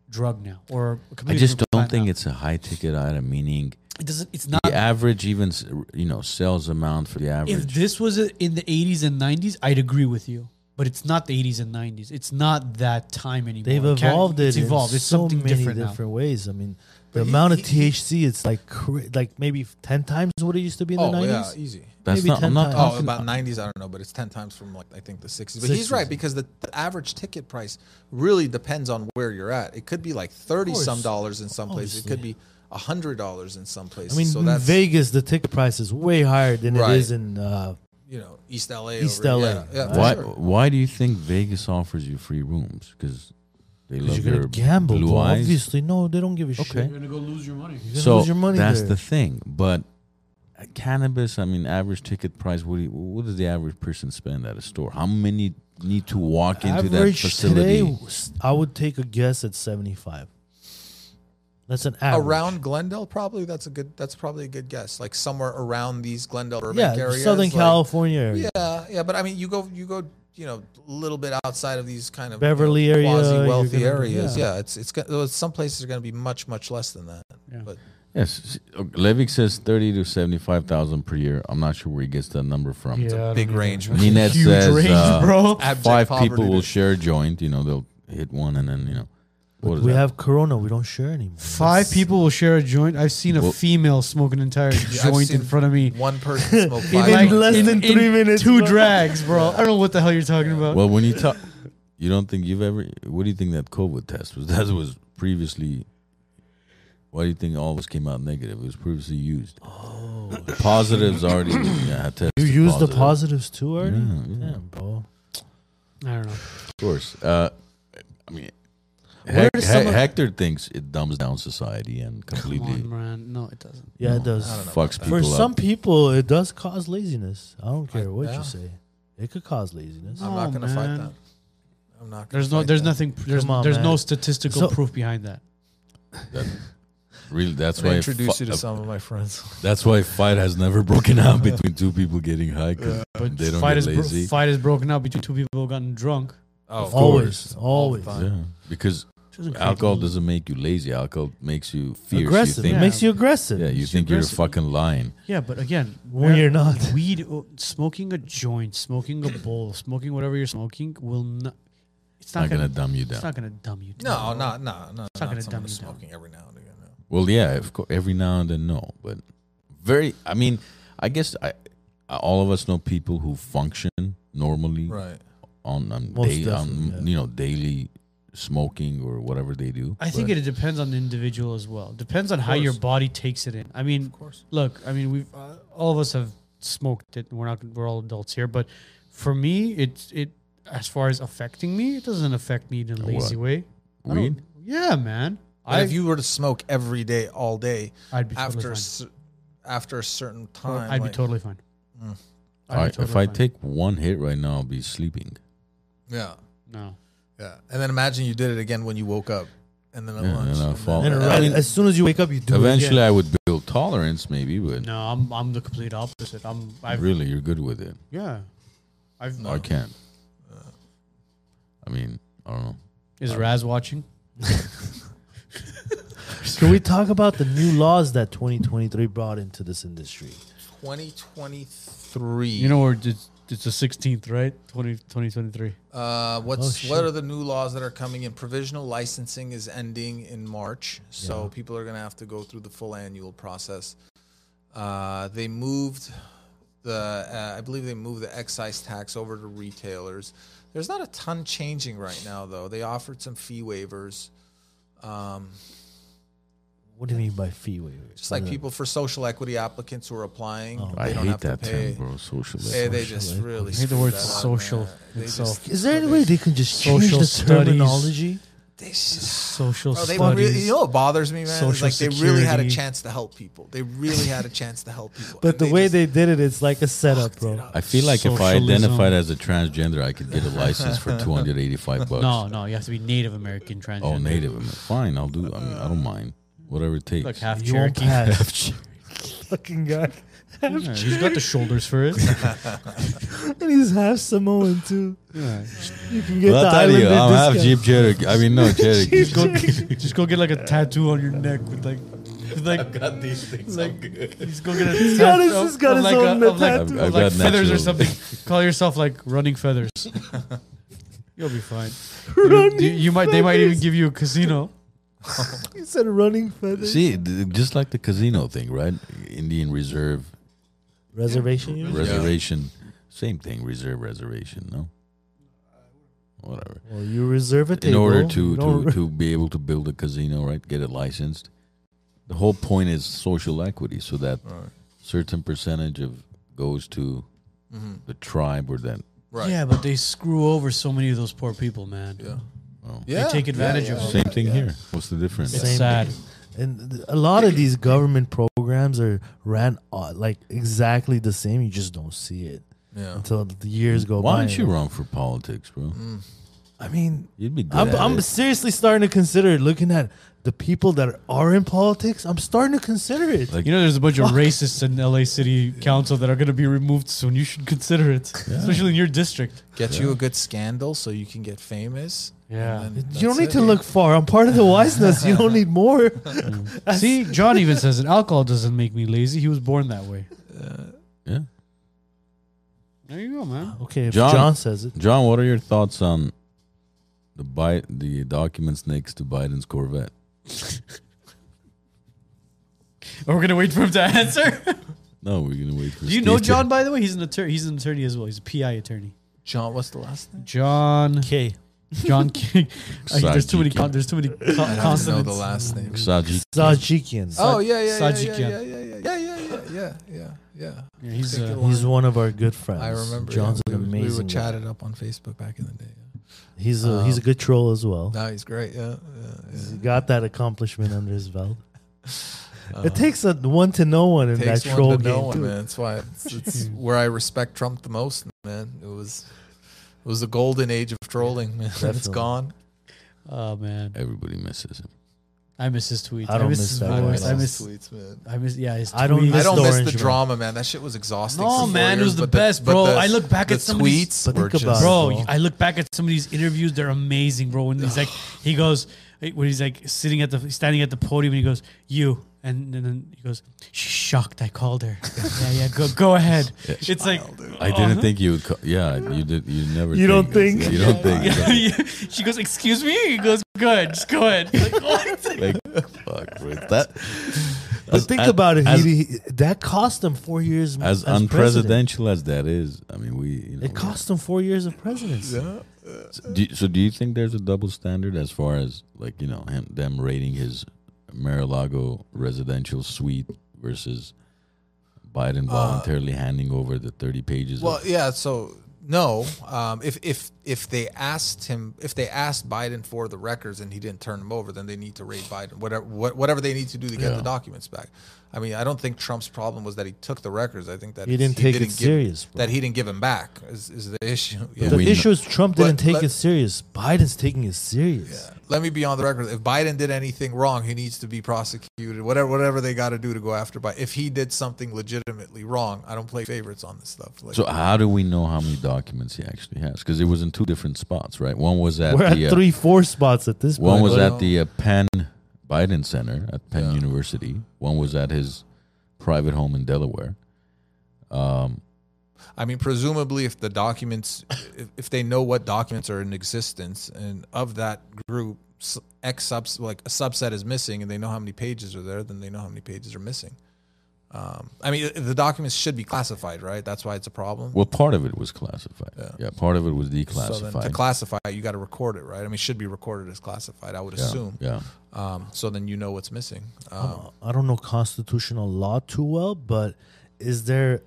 Speaker 5: drug now or a
Speaker 2: i
Speaker 5: completely
Speaker 2: just
Speaker 5: different
Speaker 2: don't
Speaker 5: plant
Speaker 2: think
Speaker 5: now.
Speaker 2: it's a high ticket item meaning
Speaker 5: it doesn't it's not
Speaker 2: the average even s- you know sales amount for the
Speaker 5: if
Speaker 2: average
Speaker 5: this was a- in the 80s and 90s, I'd agree with you. But it's not the 80s and 90s. It's not that time anymore.
Speaker 3: They've
Speaker 5: Can-
Speaker 3: evolved it.
Speaker 5: It's evolved.
Speaker 3: In
Speaker 5: It's
Speaker 3: so
Speaker 5: something
Speaker 3: many
Speaker 5: different, now.
Speaker 3: ways. I mean, the amount of THC, it's like cra- like maybe ten times what it used to be in
Speaker 4: Oh
Speaker 3: the
Speaker 4: yeah,
Speaker 3: nineties.
Speaker 4: easy.
Speaker 2: that's
Speaker 3: maybe
Speaker 2: not i'm
Speaker 3: 10
Speaker 2: not
Speaker 3: times.
Speaker 4: Oh,
Speaker 2: talking
Speaker 4: about nineties, I don't know, but it's ten times from like I think the sixties. But he's
Speaker 3: 60s.
Speaker 4: right because the, the average ticket price really depends on where you're at. It could be like thirty some
Speaker 3: course.
Speaker 4: dollars in some places. It could be hundred dollars in some places.
Speaker 3: I mean,
Speaker 4: so
Speaker 3: in
Speaker 4: that's
Speaker 3: Vegas, the ticket price is way higher than
Speaker 4: Right.
Speaker 3: it is in. Uh,
Speaker 4: you know East LA.
Speaker 3: East
Speaker 4: over,
Speaker 3: LA.
Speaker 4: Yeah, yeah, for
Speaker 2: why
Speaker 4: sure.
Speaker 2: why do you think vegas offers you free rooms because they love
Speaker 3: you're
Speaker 2: your
Speaker 3: gonna gamble,
Speaker 2: blue
Speaker 3: bro.
Speaker 2: eyes
Speaker 3: obviously. No, they don't give a shit.
Speaker 2: Okay.
Speaker 5: gonna go lose your money.
Speaker 3: You're gonna
Speaker 2: so
Speaker 3: lose your money
Speaker 2: that's
Speaker 3: there.
Speaker 2: the thing. But cannabis, I mean, average ticket price. What do you, what does the average person spend at a store? How many need to walk into that
Speaker 3: average
Speaker 2: facility?
Speaker 3: today. s- I would take a guess at seventy-five. That's an average.
Speaker 4: around Glendale, probably that's a good. That's probably a good guess. Like somewhere around these Glendale urban
Speaker 3: yeah,
Speaker 4: areas,
Speaker 3: Southern
Speaker 4: like-
Speaker 3: California area.
Speaker 4: Yeah, yeah, but I mean, you go, you go, you know, a little bit outside of these kind of
Speaker 3: Beverly area, you're
Speaker 4: quasi wealthy
Speaker 3: gonna-
Speaker 4: areas.
Speaker 3: yeah.
Speaker 4: Yeah. it's it's go- well, some places are going to be much much less than that. But
Speaker 2: yes, Levick says thirty to seventy-five thousand per year. I'm not sure where he gets that number from.
Speaker 4: big range.
Speaker 2: Ninette says uh,
Speaker 5: bro.
Speaker 4: Abject
Speaker 2: five
Speaker 4: poverty
Speaker 2: people will
Speaker 4: dude.
Speaker 2: share a joint. You know, they'll hit one and then you know. What is
Speaker 3: We
Speaker 2: that?
Speaker 3: have Corona. We don't share anymore.
Speaker 5: Five people will share a joint. I've seen a
Speaker 2: Well-
Speaker 5: female smoke an entire
Speaker 4: Yeah, I've
Speaker 5: joint
Speaker 4: seen
Speaker 5: in front of me.
Speaker 4: One person smoked
Speaker 3: In
Speaker 4: five.
Speaker 3: like
Speaker 4: joints.
Speaker 3: less
Speaker 4: Yeah.
Speaker 3: than three minutes,
Speaker 5: Two
Speaker 3: bro.
Speaker 5: drags, bro. I don't know what the hell you're talking about.
Speaker 2: well, when you talk, you don't think you've ever. What do you think that COVID test was? That was previously. Why do you think all of us came out negative? It was previously used. Oh, the positives already. Yeah, tested
Speaker 3: You use the
Speaker 2: positive,
Speaker 3: positives too already.
Speaker 2: Yeah, yeah.
Speaker 3: Damn, bro.
Speaker 5: I don't know.
Speaker 2: of course. Uh, I mean,
Speaker 3: Where
Speaker 2: Hec-
Speaker 3: does
Speaker 2: Hec-
Speaker 3: someone-
Speaker 2: Hector thinks it dumbs down society and
Speaker 5: Come
Speaker 2: completely
Speaker 5: on, man. No, it doesn't.
Speaker 3: Yeah, it does.
Speaker 2: fucks people
Speaker 3: For
Speaker 2: up.
Speaker 3: some people, it does cause laziness. I don't care what
Speaker 4: yeah.
Speaker 3: you say. It could cause laziness.
Speaker 4: I'm not
Speaker 5: No,
Speaker 4: going to fight
Speaker 5: man.
Speaker 4: that. I'm not. Gonna
Speaker 5: There's no.
Speaker 4: fight
Speaker 5: There's
Speaker 4: that.
Speaker 5: nothing. There's,
Speaker 3: Come on,
Speaker 5: there's no
Speaker 3: man.
Speaker 5: statistical
Speaker 3: So-
Speaker 5: proof behind that.
Speaker 2: Really, that's
Speaker 4: I'm gonna
Speaker 2: why
Speaker 4: introduce
Speaker 2: fi- uh,
Speaker 4: you to some of my friends.
Speaker 2: that's why fight has never broken out between two people getting high because
Speaker 5: But
Speaker 2: they don't
Speaker 5: fight
Speaker 2: get
Speaker 5: is bro-
Speaker 2: lazy.
Speaker 5: fight is broken up between two people who have gotten drunk.
Speaker 4: Oh, of
Speaker 3: always, always.
Speaker 2: yeah, because
Speaker 5: Doesn't create
Speaker 2: alcohol
Speaker 5: lazy.
Speaker 2: doesn't make you lazy. Alcohol makes you fierce.
Speaker 3: Aggressive.
Speaker 2: You
Speaker 3: It
Speaker 2: think,
Speaker 3: makes you aggressive.
Speaker 2: yeah, you think you're
Speaker 5: aggressive.
Speaker 2: fucking lying.
Speaker 5: Yeah, but again,
Speaker 3: When you're not.
Speaker 5: weed, oh, smoking a joint, smoking a bowl, smoking whatever you're smoking will not. It's not,
Speaker 2: Not
Speaker 5: gonna,
Speaker 2: gonna dumb you
Speaker 5: It's
Speaker 2: down.
Speaker 5: not gonna dumb you.
Speaker 4: No,
Speaker 5: down.
Speaker 4: no, no, no.
Speaker 5: not gonna
Speaker 4: Not someone
Speaker 5: dumb you down.
Speaker 4: smoking every now and again. no.
Speaker 2: Well, yeah, of course, every now and then, no, but very. I mean, I guess I, I all of us know people who function normally
Speaker 4: Right.
Speaker 2: on on,
Speaker 3: Most
Speaker 2: day, on
Speaker 3: definitely, yeah.
Speaker 2: you know daily smoking or whatever they do.
Speaker 5: I think
Speaker 2: but-
Speaker 5: it depends on the individual as well. Depends on how your body takes it in. I mean,
Speaker 4: Of course.
Speaker 5: look, I mean, we've uh, all of us have smoked it. We're not we're all adults here, but for me, it it as far as affecting me, it doesn't affect me in a lazy way. I don't-
Speaker 2: Weed?
Speaker 5: Yeah, man.
Speaker 4: But if you were to smoke every day, all day,
Speaker 5: I'd be totally
Speaker 4: after
Speaker 5: fine.
Speaker 4: s after a certain
Speaker 5: Tot-
Speaker 4: time,
Speaker 5: I'd
Speaker 4: like-
Speaker 5: be totally fine.
Speaker 4: Mm.
Speaker 5: I'd be
Speaker 2: I- if
Speaker 5: totally
Speaker 2: I
Speaker 5: fine.
Speaker 2: take one hit right now, I'll be sleeping.
Speaker 4: yeah,
Speaker 5: no,
Speaker 4: yeah. And then imagine you did it again when you woke up, and then at
Speaker 2: Yeah,
Speaker 4: lunch,
Speaker 2: and I
Speaker 4: and
Speaker 2: fall-
Speaker 4: then-
Speaker 3: And
Speaker 2: I
Speaker 3: right,
Speaker 2: mean,
Speaker 3: as soon as you wake up, you do
Speaker 2: Eventually, I
Speaker 3: it.
Speaker 2: would build tolerance, maybe, but
Speaker 5: no, I'm I'm the complete opposite. I'm I have
Speaker 2: really, you're good with it.
Speaker 5: yeah. I've
Speaker 2: I can't. I mean, I don't know.
Speaker 5: is Raz watching?
Speaker 3: Eventually, can we talk about the new laws that 2023 brought into this industry?
Speaker 4: 2023.
Speaker 5: You know, we're it's, it's the 16th, right? 20, 2023.
Speaker 4: uh, what's
Speaker 3: Oh,
Speaker 4: what
Speaker 3: shit.
Speaker 4: are the new laws that are coming in? Provisional licensing is ending in March, so people are going to have to go through the full annual process. Uh, they moved the, uh, I believe they moved the excise tax over to retailers. There's not a ton changing right now, though. They offered some fee waivers. Um,
Speaker 3: What do you mean by fee waivers?
Speaker 4: just like people for social equity applicants who are applying, they
Speaker 2: Oh, I
Speaker 4: don't
Speaker 2: hate
Speaker 4: have
Speaker 2: that
Speaker 4: to pay.
Speaker 2: term, bro. Social.
Speaker 4: Hey, they just really
Speaker 5: I hate the
Speaker 4: screwed
Speaker 5: word
Speaker 4: that up,
Speaker 5: social
Speaker 4: man. They
Speaker 5: itself.
Speaker 4: just-
Speaker 3: Is there any way they can just change
Speaker 5: Social
Speaker 3: the
Speaker 5: studies.
Speaker 3: terminology?
Speaker 4: they just-
Speaker 5: Social
Speaker 4: Bro, Oh, they
Speaker 5: studies.
Speaker 4: really, you know what bothers me, man? Is
Speaker 5: social
Speaker 4: like they really had a
Speaker 5: security.
Speaker 4: chance to help people. They really had a chance to help people. and
Speaker 3: But the way
Speaker 4: just-
Speaker 3: they did it, it's like a setup, bro.
Speaker 2: I feel like if I
Speaker 5: Socialism.
Speaker 2: identified as a transgender, I could get a license for 285 bucks.
Speaker 5: No, no, you have to be Native American transgender.
Speaker 2: Oh, native. I'm like, Fine, I'll do. I, mean, I don't mind. Whatever it takes.
Speaker 5: Like half
Speaker 3: You won't
Speaker 5: Cherokee.
Speaker 3: pass. Fucking guy.
Speaker 5: Yeah, he's got the shoulders for it.
Speaker 3: And he's half Samoan, too. You can get
Speaker 2: Well,
Speaker 3: the
Speaker 2: I tell
Speaker 3: island
Speaker 2: you,
Speaker 3: in
Speaker 2: I'm half
Speaker 3: discount.
Speaker 2: Jeep Cherokee. I mean, no Cherokee.
Speaker 5: Just go, just go get like a tattoo on your neck with like, with like
Speaker 2: got these things.
Speaker 5: like he's going to get a
Speaker 3: got his-
Speaker 5: tattoo
Speaker 3: he's got
Speaker 5: of
Speaker 3: his
Speaker 5: like
Speaker 3: own
Speaker 5: a, of like,
Speaker 3: tattoo.
Speaker 5: of
Speaker 2: I've- I've
Speaker 5: like
Speaker 2: got
Speaker 5: feathers or
Speaker 2: natural.
Speaker 5: something. Call yourself like running feathers. You'll be fine. You, you- you might they might even give you a casino.
Speaker 3: He said running feathers.
Speaker 2: See, th- just like the casino thing, right? Indian Reserve
Speaker 3: Reservation unit?
Speaker 2: reservation, same thing. Reserve reservation, no. Whatever.
Speaker 3: Well, you reserve a
Speaker 2: In
Speaker 3: table.
Speaker 2: order to,
Speaker 3: you don't-
Speaker 2: to, to be able to build a casino, right? Get it licensed. The whole point is social equity, so that certain percentage of goes to
Speaker 3: Mm-hmm.
Speaker 2: the tribe or that.
Speaker 4: right?
Speaker 5: Yeah, but they screw over so many of those poor people, man.
Speaker 4: Yeah.
Speaker 2: Well,
Speaker 4: Yeah.
Speaker 5: They take advantage of them.
Speaker 2: Same thing here. What's the difference?
Speaker 5: It's
Speaker 3: Same
Speaker 5: sad.
Speaker 3: And th- a lot of these government programs are ran uh, like exactly the same. You just don't see it
Speaker 4: Yeah.
Speaker 3: until the years go by.
Speaker 2: Why don't you run for politics, bro?
Speaker 3: I mean,
Speaker 2: You'd be good.
Speaker 3: Mm. I'm,
Speaker 2: at
Speaker 3: I'm
Speaker 2: it.
Speaker 3: seriously starting to consider looking at the people that are in politics. I'm starting to consider it.
Speaker 2: Like-
Speaker 5: You know, there's a bunch of racists in LA City Council that are going to be removed soon. You should consider it, especially in your district.
Speaker 4: Get you a good scandal so you can get famous.
Speaker 5: Yeah.
Speaker 4: and then
Speaker 3: you don't
Speaker 4: that's
Speaker 3: need
Speaker 4: it.
Speaker 3: to look far. I'm part of the wiseness. You don't need more.
Speaker 5: See, John even says it. Alcohol doesn't make me lazy. He was born that way.
Speaker 2: yeah.
Speaker 5: There you go, man.
Speaker 3: Okay, if
Speaker 2: John-
Speaker 3: John, says it.
Speaker 2: John, what are your thoughts on the Bi- the documents next to Biden's Corvette?
Speaker 5: We're going to wait for him to answer.
Speaker 2: No, we're gonna wait for.
Speaker 5: Do you know
Speaker 2: Steve to-
Speaker 5: John, by the way? He's an attorney. He's an attorney as well. He's a PI attorney.
Speaker 4: John, what's the last name?
Speaker 5: John.
Speaker 3: Okay.
Speaker 5: John King. Uh, there's too many.
Speaker 2: Sajikian.
Speaker 5: Con- there's too many co-
Speaker 4: I don't even know
Speaker 5: consonants.
Speaker 4: the last name.
Speaker 2: Saji-
Speaker 3: Sajikian.
Speaker 4: Oh yeah, yeah, yeah, yeah,
Speaker 5: Sajikian.
Speaker 4: yeah, yeah, yeah, yeah, yeah, yeah, yeah, yeah.
Speaker 5: Yeah, he's
Speaker 4: Take
Speaker 5: uh,
Speaker 4: it away.
Speaker 3: He's one of our good friends.
Speaker 4: I remember.
Speaker 3: John's
Speaker 4: yeah.
Speaker 3: an
Speaker 4: We-
Speaker 3: amazing.
Speaker 4: We would
Speaker 3: guy.
Speaker 4: chat it up on Facebook back in the day. yeah.
Speaker 3: He's a
Speaker 4: Uh,
Speaker 3: he's a good troll as well.
Speaker 4: No, he's great. Yeah, yeah, yeah.
Speaker 3: He's got that accomplishment under his belt. it takes a one to know one in
Speaker 4: takes
Speaker 3: that troll
Speaker 4: one to
Speaker 3: game.
Speaker 4: know one,
Speaker 3: too.
Speaker 4: man. That's why it's, it's where I respect Trump the most, man. It was it was the golden age of trolling, man. it's
Speaker 3: Definitely.
Speaker 4: gone.
Speaker 5: oh man,
Speaker 2: Everybody misses him.
Speaker 5: I miss his tweets.
Speaker 3: I don't
Speaker 5: miss,
Speaker 3: miss
Speaker 5: his
Speaker 3: that
Speaker 5: voice.
Speaker 3: one.
Speaker 5: I
Speaker 3: I
Speaker 5: miss.
Speaker 4: tweets, man.
Speaker 5: I miss. Yeah, his tweets.
Speaker 3: I don't
Speaker 4: I
Speaker 3: miss
Speaker 4: don't
Speaker 3: the
Speaker 4: miss
Speaker 3: orange
Speaker 4: the
Speaker 3: one.
Speaker 4: drama, man. That shit was exhausting.
Speaker 5: No,
Speaker 4: for four
Speaker 5: man, it was
Speaker 4: years,
Speaker 5: the
Speaker 4: but
Speaker 5: best,
Speaker 4: but
Speaker 5: bro. I look back
Speaker 4: the
Speaker 5: at some of these-
Speaker 4: tweets.
Speaker 3: But
Speaker 4: were
Speaker 3: think
Speaker 4: just-
Speaker 3: about it.
Speaker 5: bro.
Speaker 3: Bro.
Speaker 5: I look back at some of these interviews; they're amazing, bro. When he's like, he goes, when he's like sitting at the, standing at the podium, and he goes, "You," and, and then he goes, "She's shocked. I called her. yeah, yeah. Go, go ahead." it's like
Speaker 2: I didn't think you would. Co- yeah, you did. You never.
Speaker 3: Uh-huh. You don't think?
Speaker 2: You don't think.
Speaker 5: she goes, "Excuse me." He goes, "Good, just go ahead." Like, what?
Speaker 2: Like, fuck, bro. That.
Speaker 3: But think
Speaker 2: as-
Speaker 3: about it.
Speaker 2: as-
Speaker 3: he, he- that cost him four years
Speaker 2: As,
Speaker 3: president.
Speaker 2: unpresidential as that is, I mean, we. You know,
Speaker 3: It cost him four years of presidency.
Speaker 2: Do you- so do you think there's a double standard as far as like you know him them rating his Mar-a-Lago residential suite versus
Speaker 3: Uh,
Speaker 2: Biden voluntarily handing over the 30 pages?
Speaker 4: Well,
Speaker 2: of,
Speaker 4: yeah. So no, um, if if if they asked him, if they asked Biden for the records and he didn't turn them over, then they need to raid Biden, whatever what, whatever they need to do to get the documents back. I mean, I don't think Trump's problem was that he took the records. I think that
Speaker 3: He didn't take it
Speaker 4: give-
Speaker 3: serious, bro.
Speaker 4: That he didn't give them back is, is the issue. Yeah.
Speaker 3: The
Speaker 2: we
Speaker 3: issue is Trump
Speaker 4: But
Speaker 3: didn't take
Speaker 4: let-
Speaker 3: it serious. Biden's taking it serious.
Speaker 4: Let me be on the record. If Biden did anything wrong, he needs to be prosecuted. Whatever, whatever they got to do to go after Biden. If he did something legitimately wrong, I don't play favorites on this stuff. Like,
Speaker 2: so how do we know how many documents he actually has? Because it was in two different spots, right? One was at
Speaker 3: We're
Speaker 2: the
Speaker 3: at
Speaker 2: uh,
Speaker 3: three, four spots at this
Speaker 2: one
Speaker 3: point.
Speaker 2: was
Speaker 3: Like,
Speaker 2: at the uh, Penn Biden Center at Penn University. One was at his private home in Delaware.
Speaker 4: I mean, presumably, if the documents, if, if they know what documents are in existence, and of that group, s- X subs like a subset is missing, and they know how many pages are there, then they know how many pages are missing. Um, I mean, i- the documents should be classified, right? That's why it's a problem.
Speaker 2: Well, part of it was classified. Yeah, part of it was declassified.
Speaker 4: So then to classify, it, you got to record it, right? I mean, it should be recorded as classified, I would assume.
Speaker 2: yeah.
Speaker 4: Um, so then you know what's missing. Um,
Speaker 3: I don't know constitutional law too well, but is there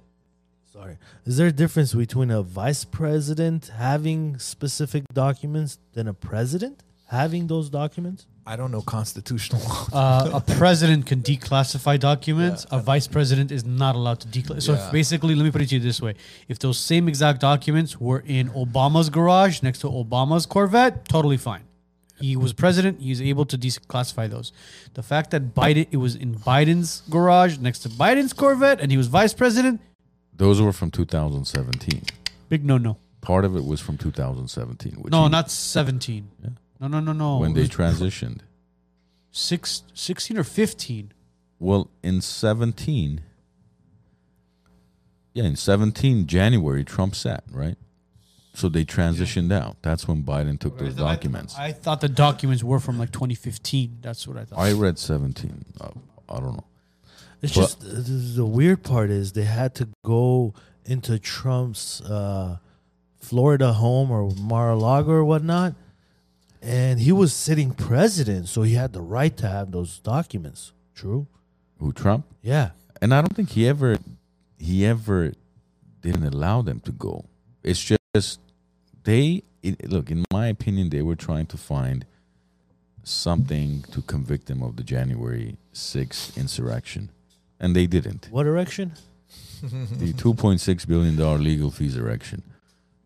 Speaker 3: sorry, is there a difference between a vice president having specific documents than a president having those documents?
Speaker 4: I don't know constitutional law.
Speaker 5: Uh, a president can declassify documents. A vice president is not allowed to declassify. So if
Speaker 4: Yeah.
Speaker 5: basically, let me put it to you this way: if those same exact documents were in Obama's garage next to Obama's Corvette, totally fine. He was president; he's able to declassify those. The fact that Biden, it was in Biden's garage next to Biden's Corvette, and he was vice president,
Speaker 2: Those were from 2017.
Speaker 5: big no no.
Speaker 2: Part of it was from 2017. Which
Speaker 5: No,
Speaker 2: he-
Speaker 5: not seventeen. No, no, no, no.
Speaker 2: when
Speaker 5: It
Speaker 2: they
Speaker 5: was
Speaker 2: transitioned.
Speaker 5: six, 16 or fifteen.
Speaker 2: Well, in 17, yeah, in 17 January, Trump sat right. So they transitioned out. That's when Biden took those documents.
Speaker 5: I thought the documents were from like 2015. That's what I thought.
Speaker 2: I read 17. Uh, I don't know.
Speaker 3: It's
Speaker 2: But-
Speaker 3: just the, the weird part is they had to go into Trump's uh, Florida home or Mar-a-Lago or whatnot, and he was sitting president, so he had the right to have those documents. True.
Speaker 2: Who Trump?
Speaker 3: Yeah.
Speaker 2: And I don't think he ever, he ever didn't allow them to go. It's just they it, look. In my opinion, they were trying to find something to convict them of the January 6th insurrection, and they didn't.
Speaker 3: What erection?
Speaker 2: the 2.6 billion dollar legal fees erection.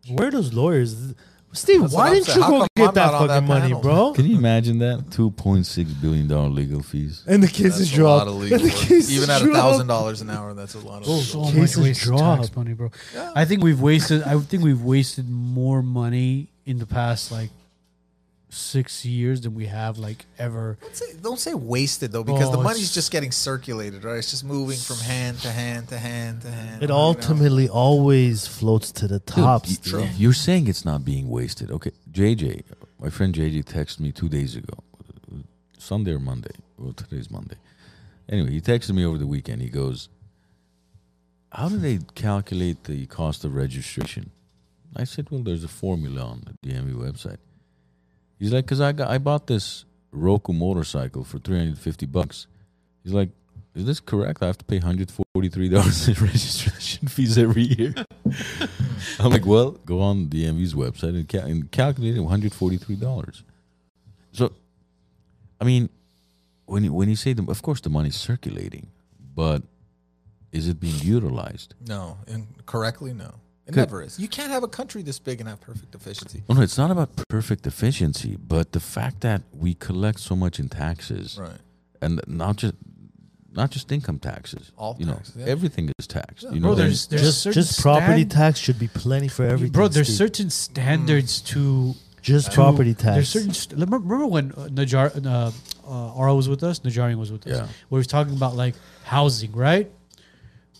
Speaker 3: Where are those lawyers? Steve,
Speaker 4: That's
Speaker 3: why
Speaker 4: what I'm
Speaker 3: didn't
Speaker 4: saying.
Speaker 3: you
Speaker 4: How
Speaker 3: go
Speaker 4: come
Speaker 3: get
Speaker 4: I'm
Speaker 3: that
Speaker 4: not on
Speaker 3: fucking
Speaker 4: that
Speaker 3: money,
Speaker 4: panel?
Speaker 3: bro?
Speaker 2: Can you imagine that 2.6 billion dollar legal fees?
Speaker 3: And the kids
Speaker 4: That's
Speaker 3: is
Speaker 4: a lot
Speaker 3: dropped.
Speaker 4: of
Speaker 3: And
Speaker 4: legal
Speaker 3: the
Speaker 4: work.
Speaker 3: kids
Speaker 4: Even
Speaker 3: is
Speaker 4: at a
Speaker 3: dropped.
Speaker 4: thousand dollars an hour, that's a lot of. legal
Speaker 5: so
Speaker 4: work.
Speaker 5: much
Speaker 3: Cases
Speaker 5: wasted tax
Speaker 3: dropped.
Speaker 5: money, bro. I think we've wasted. I think we've wasted more money in the past like six years than we have like ever.
Speaker 4: Don't say, don't say wasted though, because
Speaker 5: Oh,
Speaker 4: the money's
Speaker 5: it's-
Speaker 4: just getting circulated, right? It's just moving from hand to hand to hand to hand.
Speaker 3: It
Speaker 4: you know?
Speaker 3: ultimately always floats to the top.
Speaker 2: Dude,
Speaker 3: Steve.
Speaker 2: you- You're saying it's not being wasted. Okay, JJ, my friend JJ texted me two days ago, Sunday or Monday. Well, today's Monday. Anyway, he texted me over the weekend. He goes, "How do they calculate the cost of registration?" I said, "Well, there's a formula on the DMV website." He's like, "Cause I got, I bought this Roku motorcycle for 350 bucks." He's like, "Is this correct? I have to pay 143 dollars in registration fees every year." I'm like, well, go on DMV's website and, cal- and calculate it, $143. So, I mean, when you, when you say, the, of course, the money's circulating, but is it being utilized?
Speaker 4: No, in, correctly, no.
Speaker 9: It never is. You can't have a country this big and have perfect efficiency.
Speaker 2: Well, Oh, no, it's not about perfect efficiency, but the fact that we collect so much in taxes,
Speaker 9: Right.
Speaker 2: and not just not just income taxes.
Speaker 9: All
Speaker 2: you
Speaker 9: taxes,
Speaker 2: know,
Speaker 9: yeah.
Speaker 2: everything is taxed. you know,
Speaker 5: Bro, there's there's
Speaker 3: just
Speaker 5: certain
Speaker 3: just property
Speaker 5: stan-
Speaker 3: tax should be plenty for everything.
Speaker 5: Bro, there's
Speaker 3: Steve.
Speaker 5: certain standards to
Speaker 3: just
Speaker 5: to-
Speaker 3: property tax.
Speaker 5: There's certain. St- remember, remember when uh, Najar uh, uh, Ara was with us, Najarian was with us.
Speaker 2: Yeah.
Speaker 5: Where he was talking about like housing, right?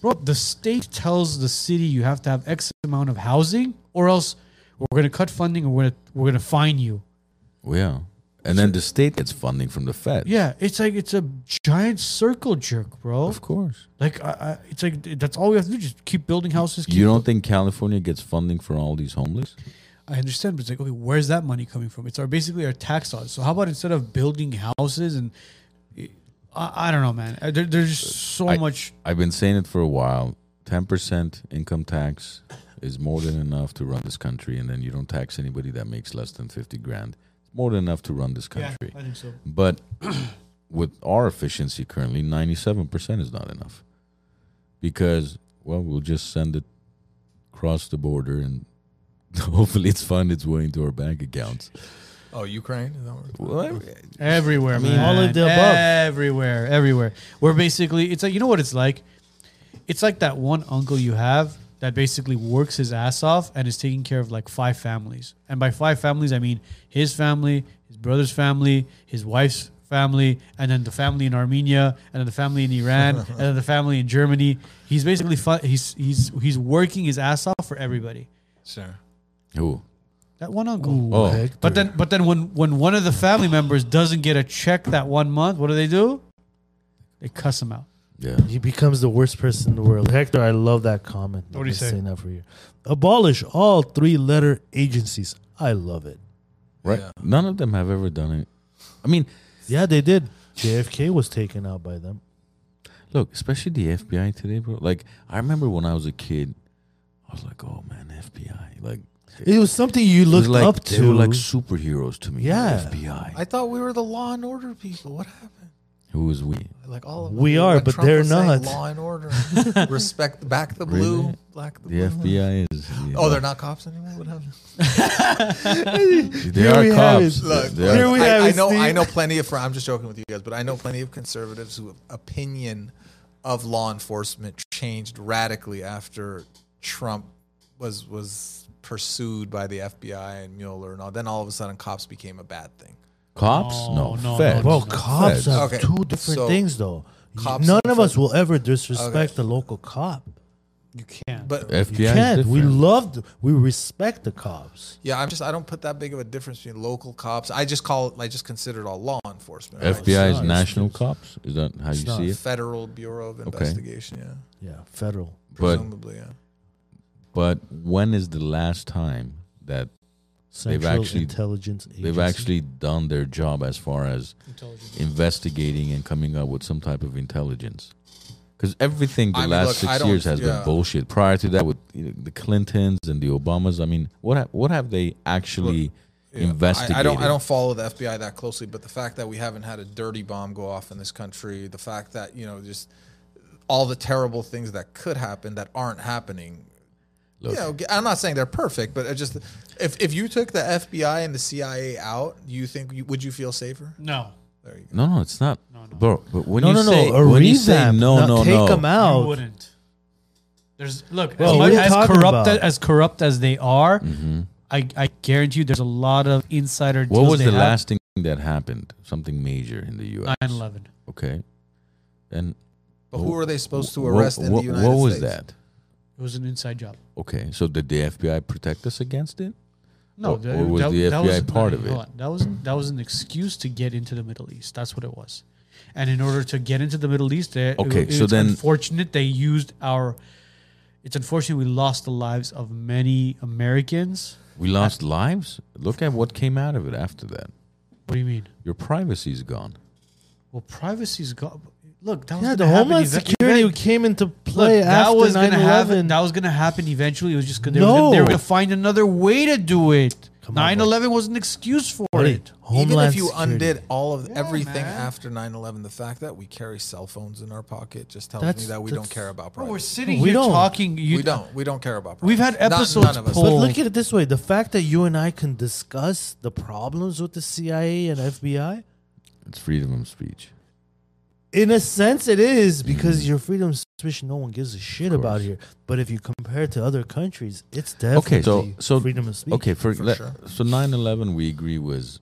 Speaker 5: Bro, the state tells the city you have to have X amount of housing, or else we're gonna cut funding, or we're gonna we're gonna fine you.
Speaker 2: Well, yeah, and then the state gets funding from the Fed.
Speaker 5: Yeah, it's like it's a giant circle jerk, bro.
Speaker 2: of course.
Speaker 5: Like, I, I, it's like th- that's all we have to do. Just keep building houses. Keep
Speaker 2: You don't think California gets funding for all these homeless?
Speaker 5: I understand, but it's like, okay, where's that money coming from? It's our basically our tax dollars. So how about instead of building houses and I, I don't know, man. Uh, There, there's just so
Speaker 2: I-
Speaker 5: much.
Speaker 2: I've been saying it for a while. Ten percent income tax is more than enough to run this country, and then you don't tax anybody that makes less than fifty grand. It's more than enough to run this country.
Speaker 5: I think so.
Speaker 2: But with our efficiency currently, 97% is not enough because, well, we'll just send it across the border and hopefully it's found its way into our bank accounts.
Speaker 4: Oh, Ukraine? Is that what-
Speaker 2: Well,
Speaker 5: Everywhere,
Speaker 3: mean,
Speaker 5: man.
Speaker 3: all of the above.
Speaker 5: Everywhere, everywhere. We're basically, it's like you know what it's like. It's like that one uncle you have that basically works his ass off and is taking care of like five families. And by five families, I mean his family, his brother's family, his wife's family, and then the family in Armenia, and then the family in Iran, and then the family in Germany. He's basically fu- he's he's he's working his ass off for everybody.
Speaker 4: Sure.
Speaker 2: who?
Speaker 5: That one uncle.
Speaker 2: Oh,
Speaker 5: But then, but then when when one of the family members doesn't get a check that one month, what do they do? They cuss him out.
Speaker 2: yeah.
Speaker 3: he becomes the worst person in the world. Hector, I love that comment.
Speaker 5: What do
Speaker 3: I've been
Speaker 5: you say?
Speaker 3: saying that for you. Abolish all three-letter agencies. I love it.
Speaker 2: Right?
Speaker 4: Yeah.
Speaker 2: None of them have ever done it. I mean,
Speaker 3: Yeah, they did. JFK was taken out by them.
Speaker 2: look, especially the FBI today, bro. Like, I remember when I was a kid, I was like, oh man, FBI. Like,
Speaker 3: It was something you
Speaker 2: it was
Speaker 3: looked
Speaker 2: like,
Speaker 3: up
Speaker 2: They
Speaker 3: to.
Speaker 2: were like superheroes to me. the
Speaker 3: Yeah.
Speaker 2: FBI.
Speaker 4: I thought we were the law and order people. What happened?
Speaker 2: who was we?
Speaker 4: Like all of
Speaker 3: We
Speaker 4: them,
Speaker 3: are,
Speaker 4: like
Speaker 3: but
Speaker 4: Trump
Speaker 3: they're
Speaker 4: was saying,
Speaker 3: not.
Speaker 4: Law and order. Respect. Back the
Speaker 2: Really?
Speaker 4: blue. Black the,
Speaker 2: The
Speaker 4: blue.
Speaker 3: Uh-huh.
Speaker 2: FBI is. you
Speaker 4: Oh,
Speaker 2: know.
Speaker 4: they're not cops anymore. What happened?
Speaker 2: They
Speaker 3: Here
Speaker 2: are
Speaker 3: we have
Speaker 2: cops.
Speaker 3: it.
Speaker 2: Look,
Speaker 4: Look,
Speaker 2: they are,
Speaker 3: here we
Speaker 4: I,
Speaker 3: have
Speaker 4: I
Speaker 3: it,
Speaker 4: know.
Speaker 3: Steve.
Speaker 4: I know plenty of. fr- I'm just joking with you guys, but I know plenty of conservatives who opinion of law enforcement changed radically after Trump was was pursued by the FBI and Mueller and all. Then all of a sudden, cops became a bad thing.
Speaker 2: cops?
Speaker 3: Oh,
Speaker 2: No,
Speaker 5: No, no, no,
Speaker 2: feds.
Speaker 3: Well,
Speaker 5: no.
Speaker 3: cops
Speaker 2: Feds.
Speaker 3: are
Speaker 4: Okay,
Speaker 3: two different
Speaker 4: so
Speaker 3: things, though.
Speaker 4: cops
Speaker 3: None
Speaker 4: and
Speaker 3: of us will ever disrespect the local cop.
Speaker 5: You can't.
Speaker 4: But
Speaker 2: FBI.
Speaker 3: You
Speaker 2: Is
Speaker 3: can't. We
Speaker 2: different.
Speaker 3: loved. We respect the cops.
Speaker 4: yeah, I'm just. I don't put that big of a difference between local cops. I just call it. I just consider it all law enforcement. right?
Speaker 2: FBI is
Speaker 3: not.
Speaker 2: national cops. Is that how you
Speaker 3: not.
Speaker 2: see it?
Speaker 4: Federal Bureau of Investigation. Yeah,
Speaker 3: Yeah, federal.
Speaker 2: But
Speaker 4: presumably. Yeah.
Speaker 2: but when is the last time that
Speaker 3: Central
Speaker 2: actually-
Speaker 3: intelligence. Agency.
Speaker 2: they've actually done their job as far as investigating and coming up with some type of intelligence? Because everything the
Speaker 4: I mean,
Speaker 2: last
Speaker 4: look, I
Speaker 2: six
Speaker 4: don't-
Speaker 2: years has
Speaker 4: yeah.
Speaker 2: been bullshit. Prior to that, with you know, the Clintons and the Obamas, I mean, what ha- what have they actually
Speaker 4: Yeah. I-
Speaker 2: investigated?
Speaker 4: I, don't. I don't follow the FBI that closely, but the fact that we haven't had a dirty bomb go off in this country, the fact that you know just all the terrible things that could happen that aren't happening.
Speaker 2: Look.
Speaker 4: You know, g- I'm not saying they're perfect, but it just if if you took the FBI and the CIA out, you think you, would you feel safer?
Speaker 5: no,
Speaker 4: There you go.
Speaker 2: No, no, it's not, bro. But when
Speaker 3: No,
Speaker 2: you
Speaker 3: no, no.
Speaker 2: say
Speaker 3: a
Speaker 2: when you say
Speaker 3: revamp.
Speaker 2: no,
Speaker 3: not
Speaker 2: no,
Speaker 3: take
Speaker 2: no,
Speaker 3: them
Speaker 5: you
Speaker 3: out.
Speaker 5: wouldn't. There's look
Speaker 3: Oh. Well,
Speaker 5: as, much,
Speaker 3: what are you
Speaker 5: as
Speaker 3: talking about?
Speaker 5: corrupt as, corrupt as they are. I, I guarantee you, there's a lot of insider.
Speaker 2: What
Speaker 5: deals
Speaker 2: was
Speaker 5: they
Speaker 2: the
Speaker 5: have.
Speaker 2: last thing that happened? Something major in the U.S.
Speaker 5: 9/11.
Speaker 2: Okay, and
Speaker 4: But who are they supposed to
Speaker 2: wh-
Speaker 4: arrest
Speaker 2: wh-
Speaker 4: in the United
Speaker 2: What was
Speaker 4: States?
Speaker 2: that?
Speaker 5: It was an inside job.
Speaker 2: Okay, so did the FBI protect us against it?
Speaker 5: No,
Speaker 2: Or- or was the FBI part of it?
Speaker 5: hold on. That was that was an excuse to get into the Middle East. That's what it was. And in order to get into the Middle East, they,
Speaker 2: Okay,
Speaker 5: it-
Speaker 2: so
Speaker 5: it's
Speaker 2: then-
Speaker 5: unfortunate they used our. It's unfortunate we lost the lives of many Americans.
Speaker 2: We lost lives. Look at what came out of it after that.
Speaker 5: What do you mean?
Speaker 2: Your privacy's gone.
Speaker 5: Well, privacy's got. Look, that was
Speaker 3: Yeah,
Speaker 5: gonna
Speaker 3: the
Speaker 5: happen
Speaker 3: Homeland
Speaker 5: eve-
Speaker 3: Security
Speaker 5: event-
Speaker 3: came into
Speaker 5: Look,
Speaker 3: play
Speaker 5: that
Speaker 3: after
Speaker 5: was
Speaker 3: 9/11.
Speaker 5: gonna happen. That was gonna happen eventually. It was just gonna. They, were gonna, they
Speaker 3: No.
Speaker 5: were gonna find another way to do it.
Speaker 3: Come on,
Speaker 5: 9
Speaker 3: bro.
Speaker 5: 11 was an excuse for
Speaker 3: Buddy,
Speaker 5: it.
Speaker 3: Homeland
Speaker 7: Even if you
Speaker 3: Security.
Speaker 7: undid all of everything
Speaker 5: man.
Speaker 7: after 9/11, the fact that we carry cell phones in our pocket just tells
Speaker 3: That's-
Speaker 7: me that we don't
Speaker 3: that's-
Speaker 7: care about
Speaker 5: Bro,
Speaker 7: privacy.
Speaker 5: we're sitting
Speaker 3: We
Speaker 5: here
Speaker 3: don't.
Speaker 5: talking. You,
Speaker 7: we don't. We don't care about. Privacy.
Speaker 5: We've had
Speaker 7: Not-
Speaker 5: episodes
Speaker 7: none of us.
Speaker 3: But
Speaker 5: pulled.
Speaker 3: look at it this way: the fact that you and I can discuss the problems with the CIA and FBI,
Speaker 2: It's freedom of speech.
Speaker 3: in a sense, it is because your freedom of speech, no one gives a shit
Speaker 2: Mm-hmm. course.
Speaker 3: about here. But if you compare it to other countries, it's definitely
Speaker 2: Okay, so- so-
Speaker 3: freedom of speech.
Speaker 2: Okay, for,
Speaker 7: For
Speaker 2: let-
Speaker 7: sure.
Speaker 2: so 9/11 we agree was.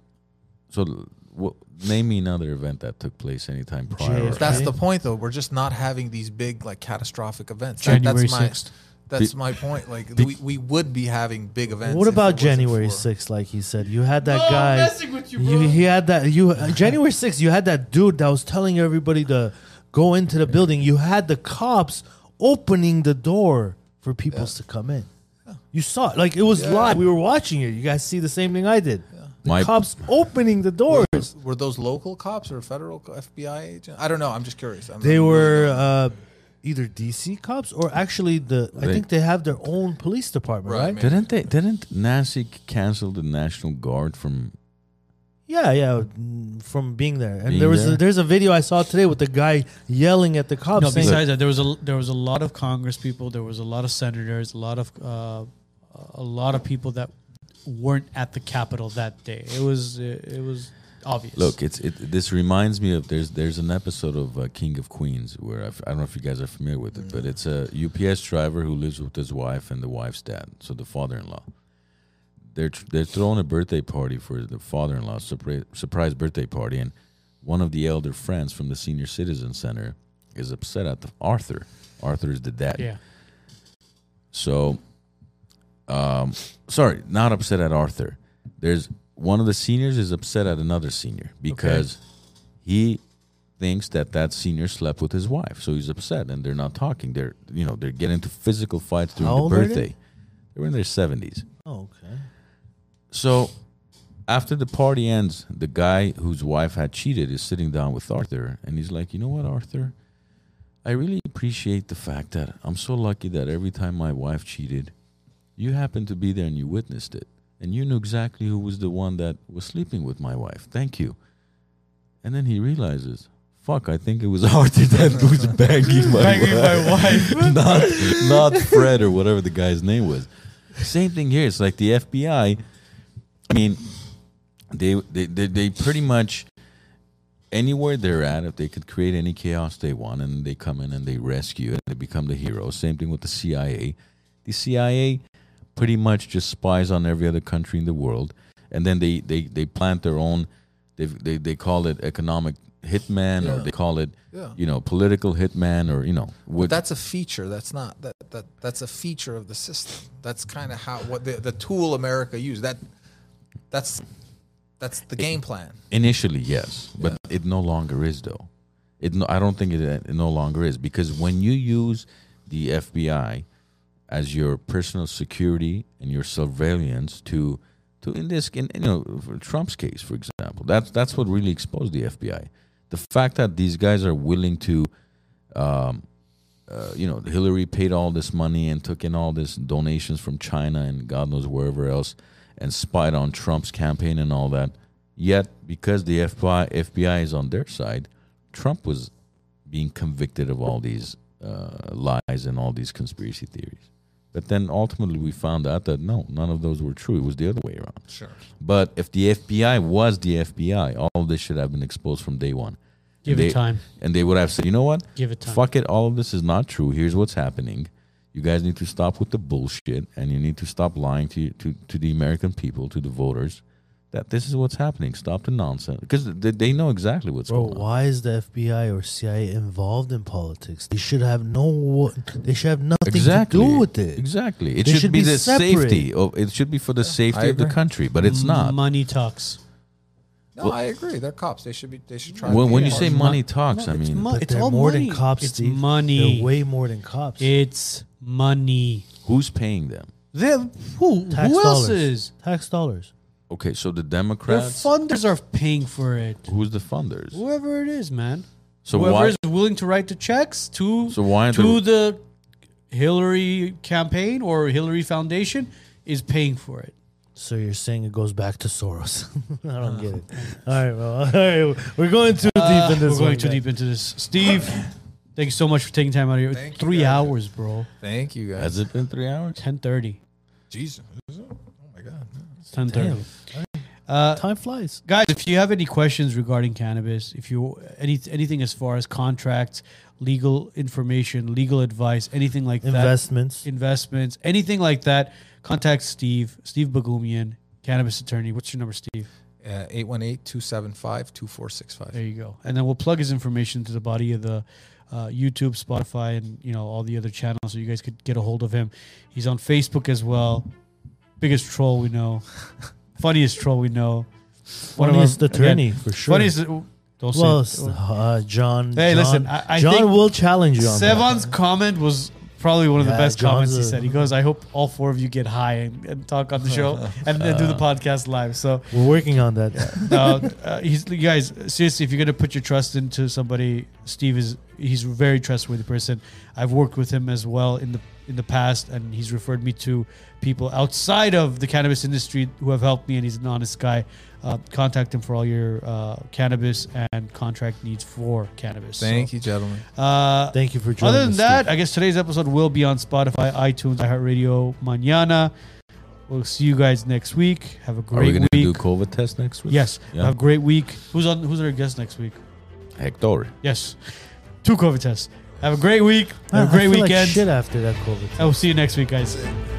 Speaker 2: So what, name me another event that took place anytime prior. or-
Speaker 3: JFK.
Speaker 7: That's
Speaker 3: Okay.
Speaker 7: the point, though. We're just not having these big, like, catastrophic events.
Speaker 5: January
Speaker 7: that's my,
Speaker 5: 6th.
Speaker 7: That's my point. Like, we, we would be having big events.
Speaker 3: What
Speaker 7: if it
Speaker 3: about
Speaker 7: wasn't
Speaker 3: January
Speaker 7: for-
Speaker 3: 6th? Like he said, you had that
Speaker 5: No, I'm
Speaker 3: guy.
Speaker 5: messing with you,
Speaker 3: you-
Speaker 5: bro.
Speaker 3: he had that. You uh, January 6th, you had that dude that was telling everybody to go into the building. You had the cops opening the door for people to come in. You saw it. Like it was live. We were watching it. You guys see the same thing I did. The
Speaker 2: My-
Speaker 3: cops opening the doors.
Speaker 7: Were those local cops or federal co- FBI agents? I don't know. I'm just curious. I'm
Speaker 3: They
Speaker 7: I'm really
Speaker 3: were
Speaker 7: not-
Speaker 3: uh, either DC cops or actually the. I
Speaker 2: They-
Speaker 3: think they have their own police department,
Speaker 7: Right,
Speaker 3: right?
Speaker 7: man.
Speaker 2: Didn't they? Didn't Nancy cancel the National Guard from?
Speaker 3: Yeah, yeah, mm, from being there. And
Speaker 2: Being
Speaker 3: there was
Speaker 2: there?
Speaker 3: A, there's a video I saw today with the guy yelling at the cops.
Speaker 5: No,
Speaker 3: saying,
Speaker 5: besides that, there was a there was a lot of Congress people, there was a lot of senators, a lot of uh, a lot of people that weren't at the Capitol that day. It was it, it was obvious.
Speaker 2: Look, it's it. This reminds me of there's there's an episode of uh, King of Queens where I, f- I don't know if you guys are familiar with it, but it's a UPS driver who lives with his wife and the wife's dad, so the father-in-law. They're tr- they're throwing a birthday party for the father-in-law surprise surprise birthday party, and one of the elder friends from the senior citizen center is upset at the Arthur. Arthur is the dad.
Speaker 5: yeah,
Speaker 2: So, um, sorry, not upset at Arthur. There's one of the seniors is upset at another senior because he thinks that that senior slept with his wife, so he's upset, and they're not talking. They're you know they're getting into physical fights during
Speaker 3: How
Speaker 2: the
Speaker 3: old are they?
Speaker 2: birthday. They were in their seventies.
Speaker 3: oh, okay.
Speaker 2: So after the party ends, the guy whose wife had cheated is sitting down with Arthur and he's like, You know what, Arthur? I really appreciate the fact that I'm so lucky that every time my wife cheated, you happened to be there and you witnessed it. And you knew exactly who was the one that was sleeping with my wife. Thank you. And then he realizes, fuck, I think it was Arthur that was banging my wife. not, not Fred or whatever the guy's name was. Same thing here. It's like the FBI. I mean, they they they, they pretty much anywhere they're at, if they could create any chaos they want, and they come in and they rescue and they become the hero. Same thing with the CIA. The CIA pretty much just spies on every other country in the world, and then they they they plant their own. They they they call it economic hitman, or
Speaker 7: Yeah.
Speaker 2: they call it
Speaker 7: Yeah.
Speaker 2: you know political hitman, or you know what.
Speaker 7: That's a feature. That's not that that that's a feature of the system. That's kind of how what the, the tool America used. That that's that's the game plan.
Speaker 2: Initially, yes, but it no longer is though. It no, I don't think it, it no longer is because when you use the FBI as your personal security and your surveillance to to in this in you know for Trump's case for example, that's that's what really exposed the FBI. The fact that these guys are willing to um, uh, you know, Hillary paid all this money and took in all this donations from China and God knows wherever else and spied on Trump's campaign and all that. Yet, because the FBI, FBI is on their side, Trump was being convicted of all these uh, lies and all these conspiracy theories. But then ultimately, we found out that no, none of those were true. It was the other way around.
Speaker 7: Sure.
Speaker 2: But if the FBI was the FBI, all of this should have been exposed from day one.
Speaker 5: Give it
Speaker 2: They-
Speaker 5: time.
Speaker 2: And they would have said, you know what?
Speaker 5: Give it time.
Speaker 2: Fuck it. All of this is not true. Here's what's happening. You guys need to stop with the bullshit and you need to stop lying to, to, to the American people, to the voters, that this is what's happening. Stop the nonsense. Because they, they know exactly what's
Speaker 3: Bro,
Speaker 2: going on.
Speaker 3: why is the FBI or CIA involved in politics? They should have no. They should have nothing
Speaker 2: Exactly.
Speaker 3: to do with it.
Speaker 2: Exactly. It
Speaker 3: They
Speaker 2: should,
Speaker 3: should
Speaker 2: be,
Speaker 3: be
Speaker 2: the
Speaker 3: separate.
Speaker 2: safety of it should be for the safety of the
Speaker 7: agree.
Speaker 2: country, but it's not.
Speaker 5: Money talks.
Speaker 7: No, I agree. They're cops. They should be. They should try. to
Speaker 2: When,
Speaker 7: be
Speaker 2: when you
Speaker 7: more-
Speaker 2: say money talks, I
Speaker 5: it's
Speaker 2: mean,
Speaker 5: mo-
Speaker 3: But
Speaker 5: it's
Speaker 3: they're
Speaker 5: all
Speaker 3: more
Speaker 5: money.
Speaker 3: than cops.
Speaker 5: It's
Speaker 3: Steve.
Speaker 5: money.
Speaker 3: They're way more than cops.
Speaker 5: It's money.
Speaker 2: who's paying them?
Speaker 5: They who
Speaker 3: Tax
Speaker 5: who else
Speaker 3: dollars.
Speaker 5: is?
Speaker 3: Tax dollars.
Speaker 2: Okay, so the
Speaker 5: Their
Speaker 2: Democrats,
Speaker 5: funders are paying for it.
Speaker 2: who's the funders?
Speaker 5: Whoever it is, man.
Speaker 2: So
Speaker 5: Whoever
Speaker 2: why?
Speaker 5: is willing to write the checks to
Speaker 2: So why
Speaker 5: to
Speaker 2: the-
Speaker 5: the Hillary campaign or Hillary Foundation is paying for it.
Speaker 3: So you're saying it goes back to Soros? I don't get it. All right, well, all right, we're going too
Speaker 5: Uh,
Speaker 3: deep in this.
Speaker 5: we're going
Speaker 3: one,
Speaker 5: too
Speaker 3: guys.
Speaker 5: deep into this. Steve, thanks so much for taking time out of your
Speaker 7: Thank you,
Speaker 5: three
Speaker 7: guys.
Speaker 5: hours, bro.
Speaker 7: Thank you guys.
Speaker 2: Has it been three hours?
Speaker 5: Ten thirty.
Speaker 7: Jesus. Is it? Oh my God.
Speaker 5: Ten thirty.
Speaker 3: Damn.
Speaker 5: Uh,
Speaker 3: Time flies.
Speaker 5: guys, if you have any questions regarding cannabis, if you any anything as far as contracts, legal information, legal advice, anything like that,
Speaker 3: Investments.
Speaker 5: investments, anything like that, contact Steve, Steve Bagumian, cannabis attorney. What's your number, Steve?
Speaker 7: Uh, 818-275-2465.
Speaker 5: There you go. And then we'll plug his information to the body of the uh, YouTube, Spotify, and you know all the other channels, so you guys could get a hold of him. He's on Facebook as well. Biggest troll we know, funniest troll we know. One of our-
Speaker 3: Funniest attorney
Speaker 5: again,
Speaker 3: for sure.
Speaker 5: Funniest. Don't say
Speaker 3: Well,
Speaker 5: it.
Speaker 3: s- uh, John.
Speaker 5: Hey,
Speaker 3: John,
Speaker 5: listen, I- I
Speaker 3: John
Speaker 5: think
Speaker 3: will challenge you on that.
Speaker 5: Sevan's comment was probably one of the
Speaker 3: Yeah,
Speaker 5: best
Speaker 3: John's
Speaker 5: comments he
Speaker 3: a-
Speaker 5: said. He goes, "I hope all four of you get high and, and talk on the show and, and do the podcast live." So
Speaker 3: We're working on that.
Speaker 5: uh, uh, he's you guys seriously if you're gonna put your trust into somebody steve is he's a very trustworthy person i've worked with him as well in the in the past and he's referred me to people outside of the cannabis industry who have helped me and he's an honest guy uh, contact him for all your uh, cannabis and contract needs for cannabis
Speaker 7: Thank you, gentlemen.
Speaker 5: you uh,
Speaker 3: Thank you for joining
Speaker 5: other than
Speaker 3: us,
Speaker 5: that
Speaker 3: Steve.
Speaker 5: i guess today's episode will be on spotify itunes iheartradio mañana we'll see you guys next week have a
Speaker 2: Are we
Speaker 5: great
Speaker 2: going to do
Speaker 5: week
Speaker 2: COVID test next week?
Speaker 5: Yes. Uh,
Speaker 2: Yeah.
Speaker 5: Have a great week. Who's on? Who's our guest next week?
Speaker 2: Hector.
Speaker 5: Yes. Two COVID tests. Have a great week.
Speaker 3: Man,
Speaker 5: Have a great
Speaker 3: I feel like
Speaker 5: weekend.
Speaker 3: shit after that COVID.
Speaker 5: I will see you next week, guys.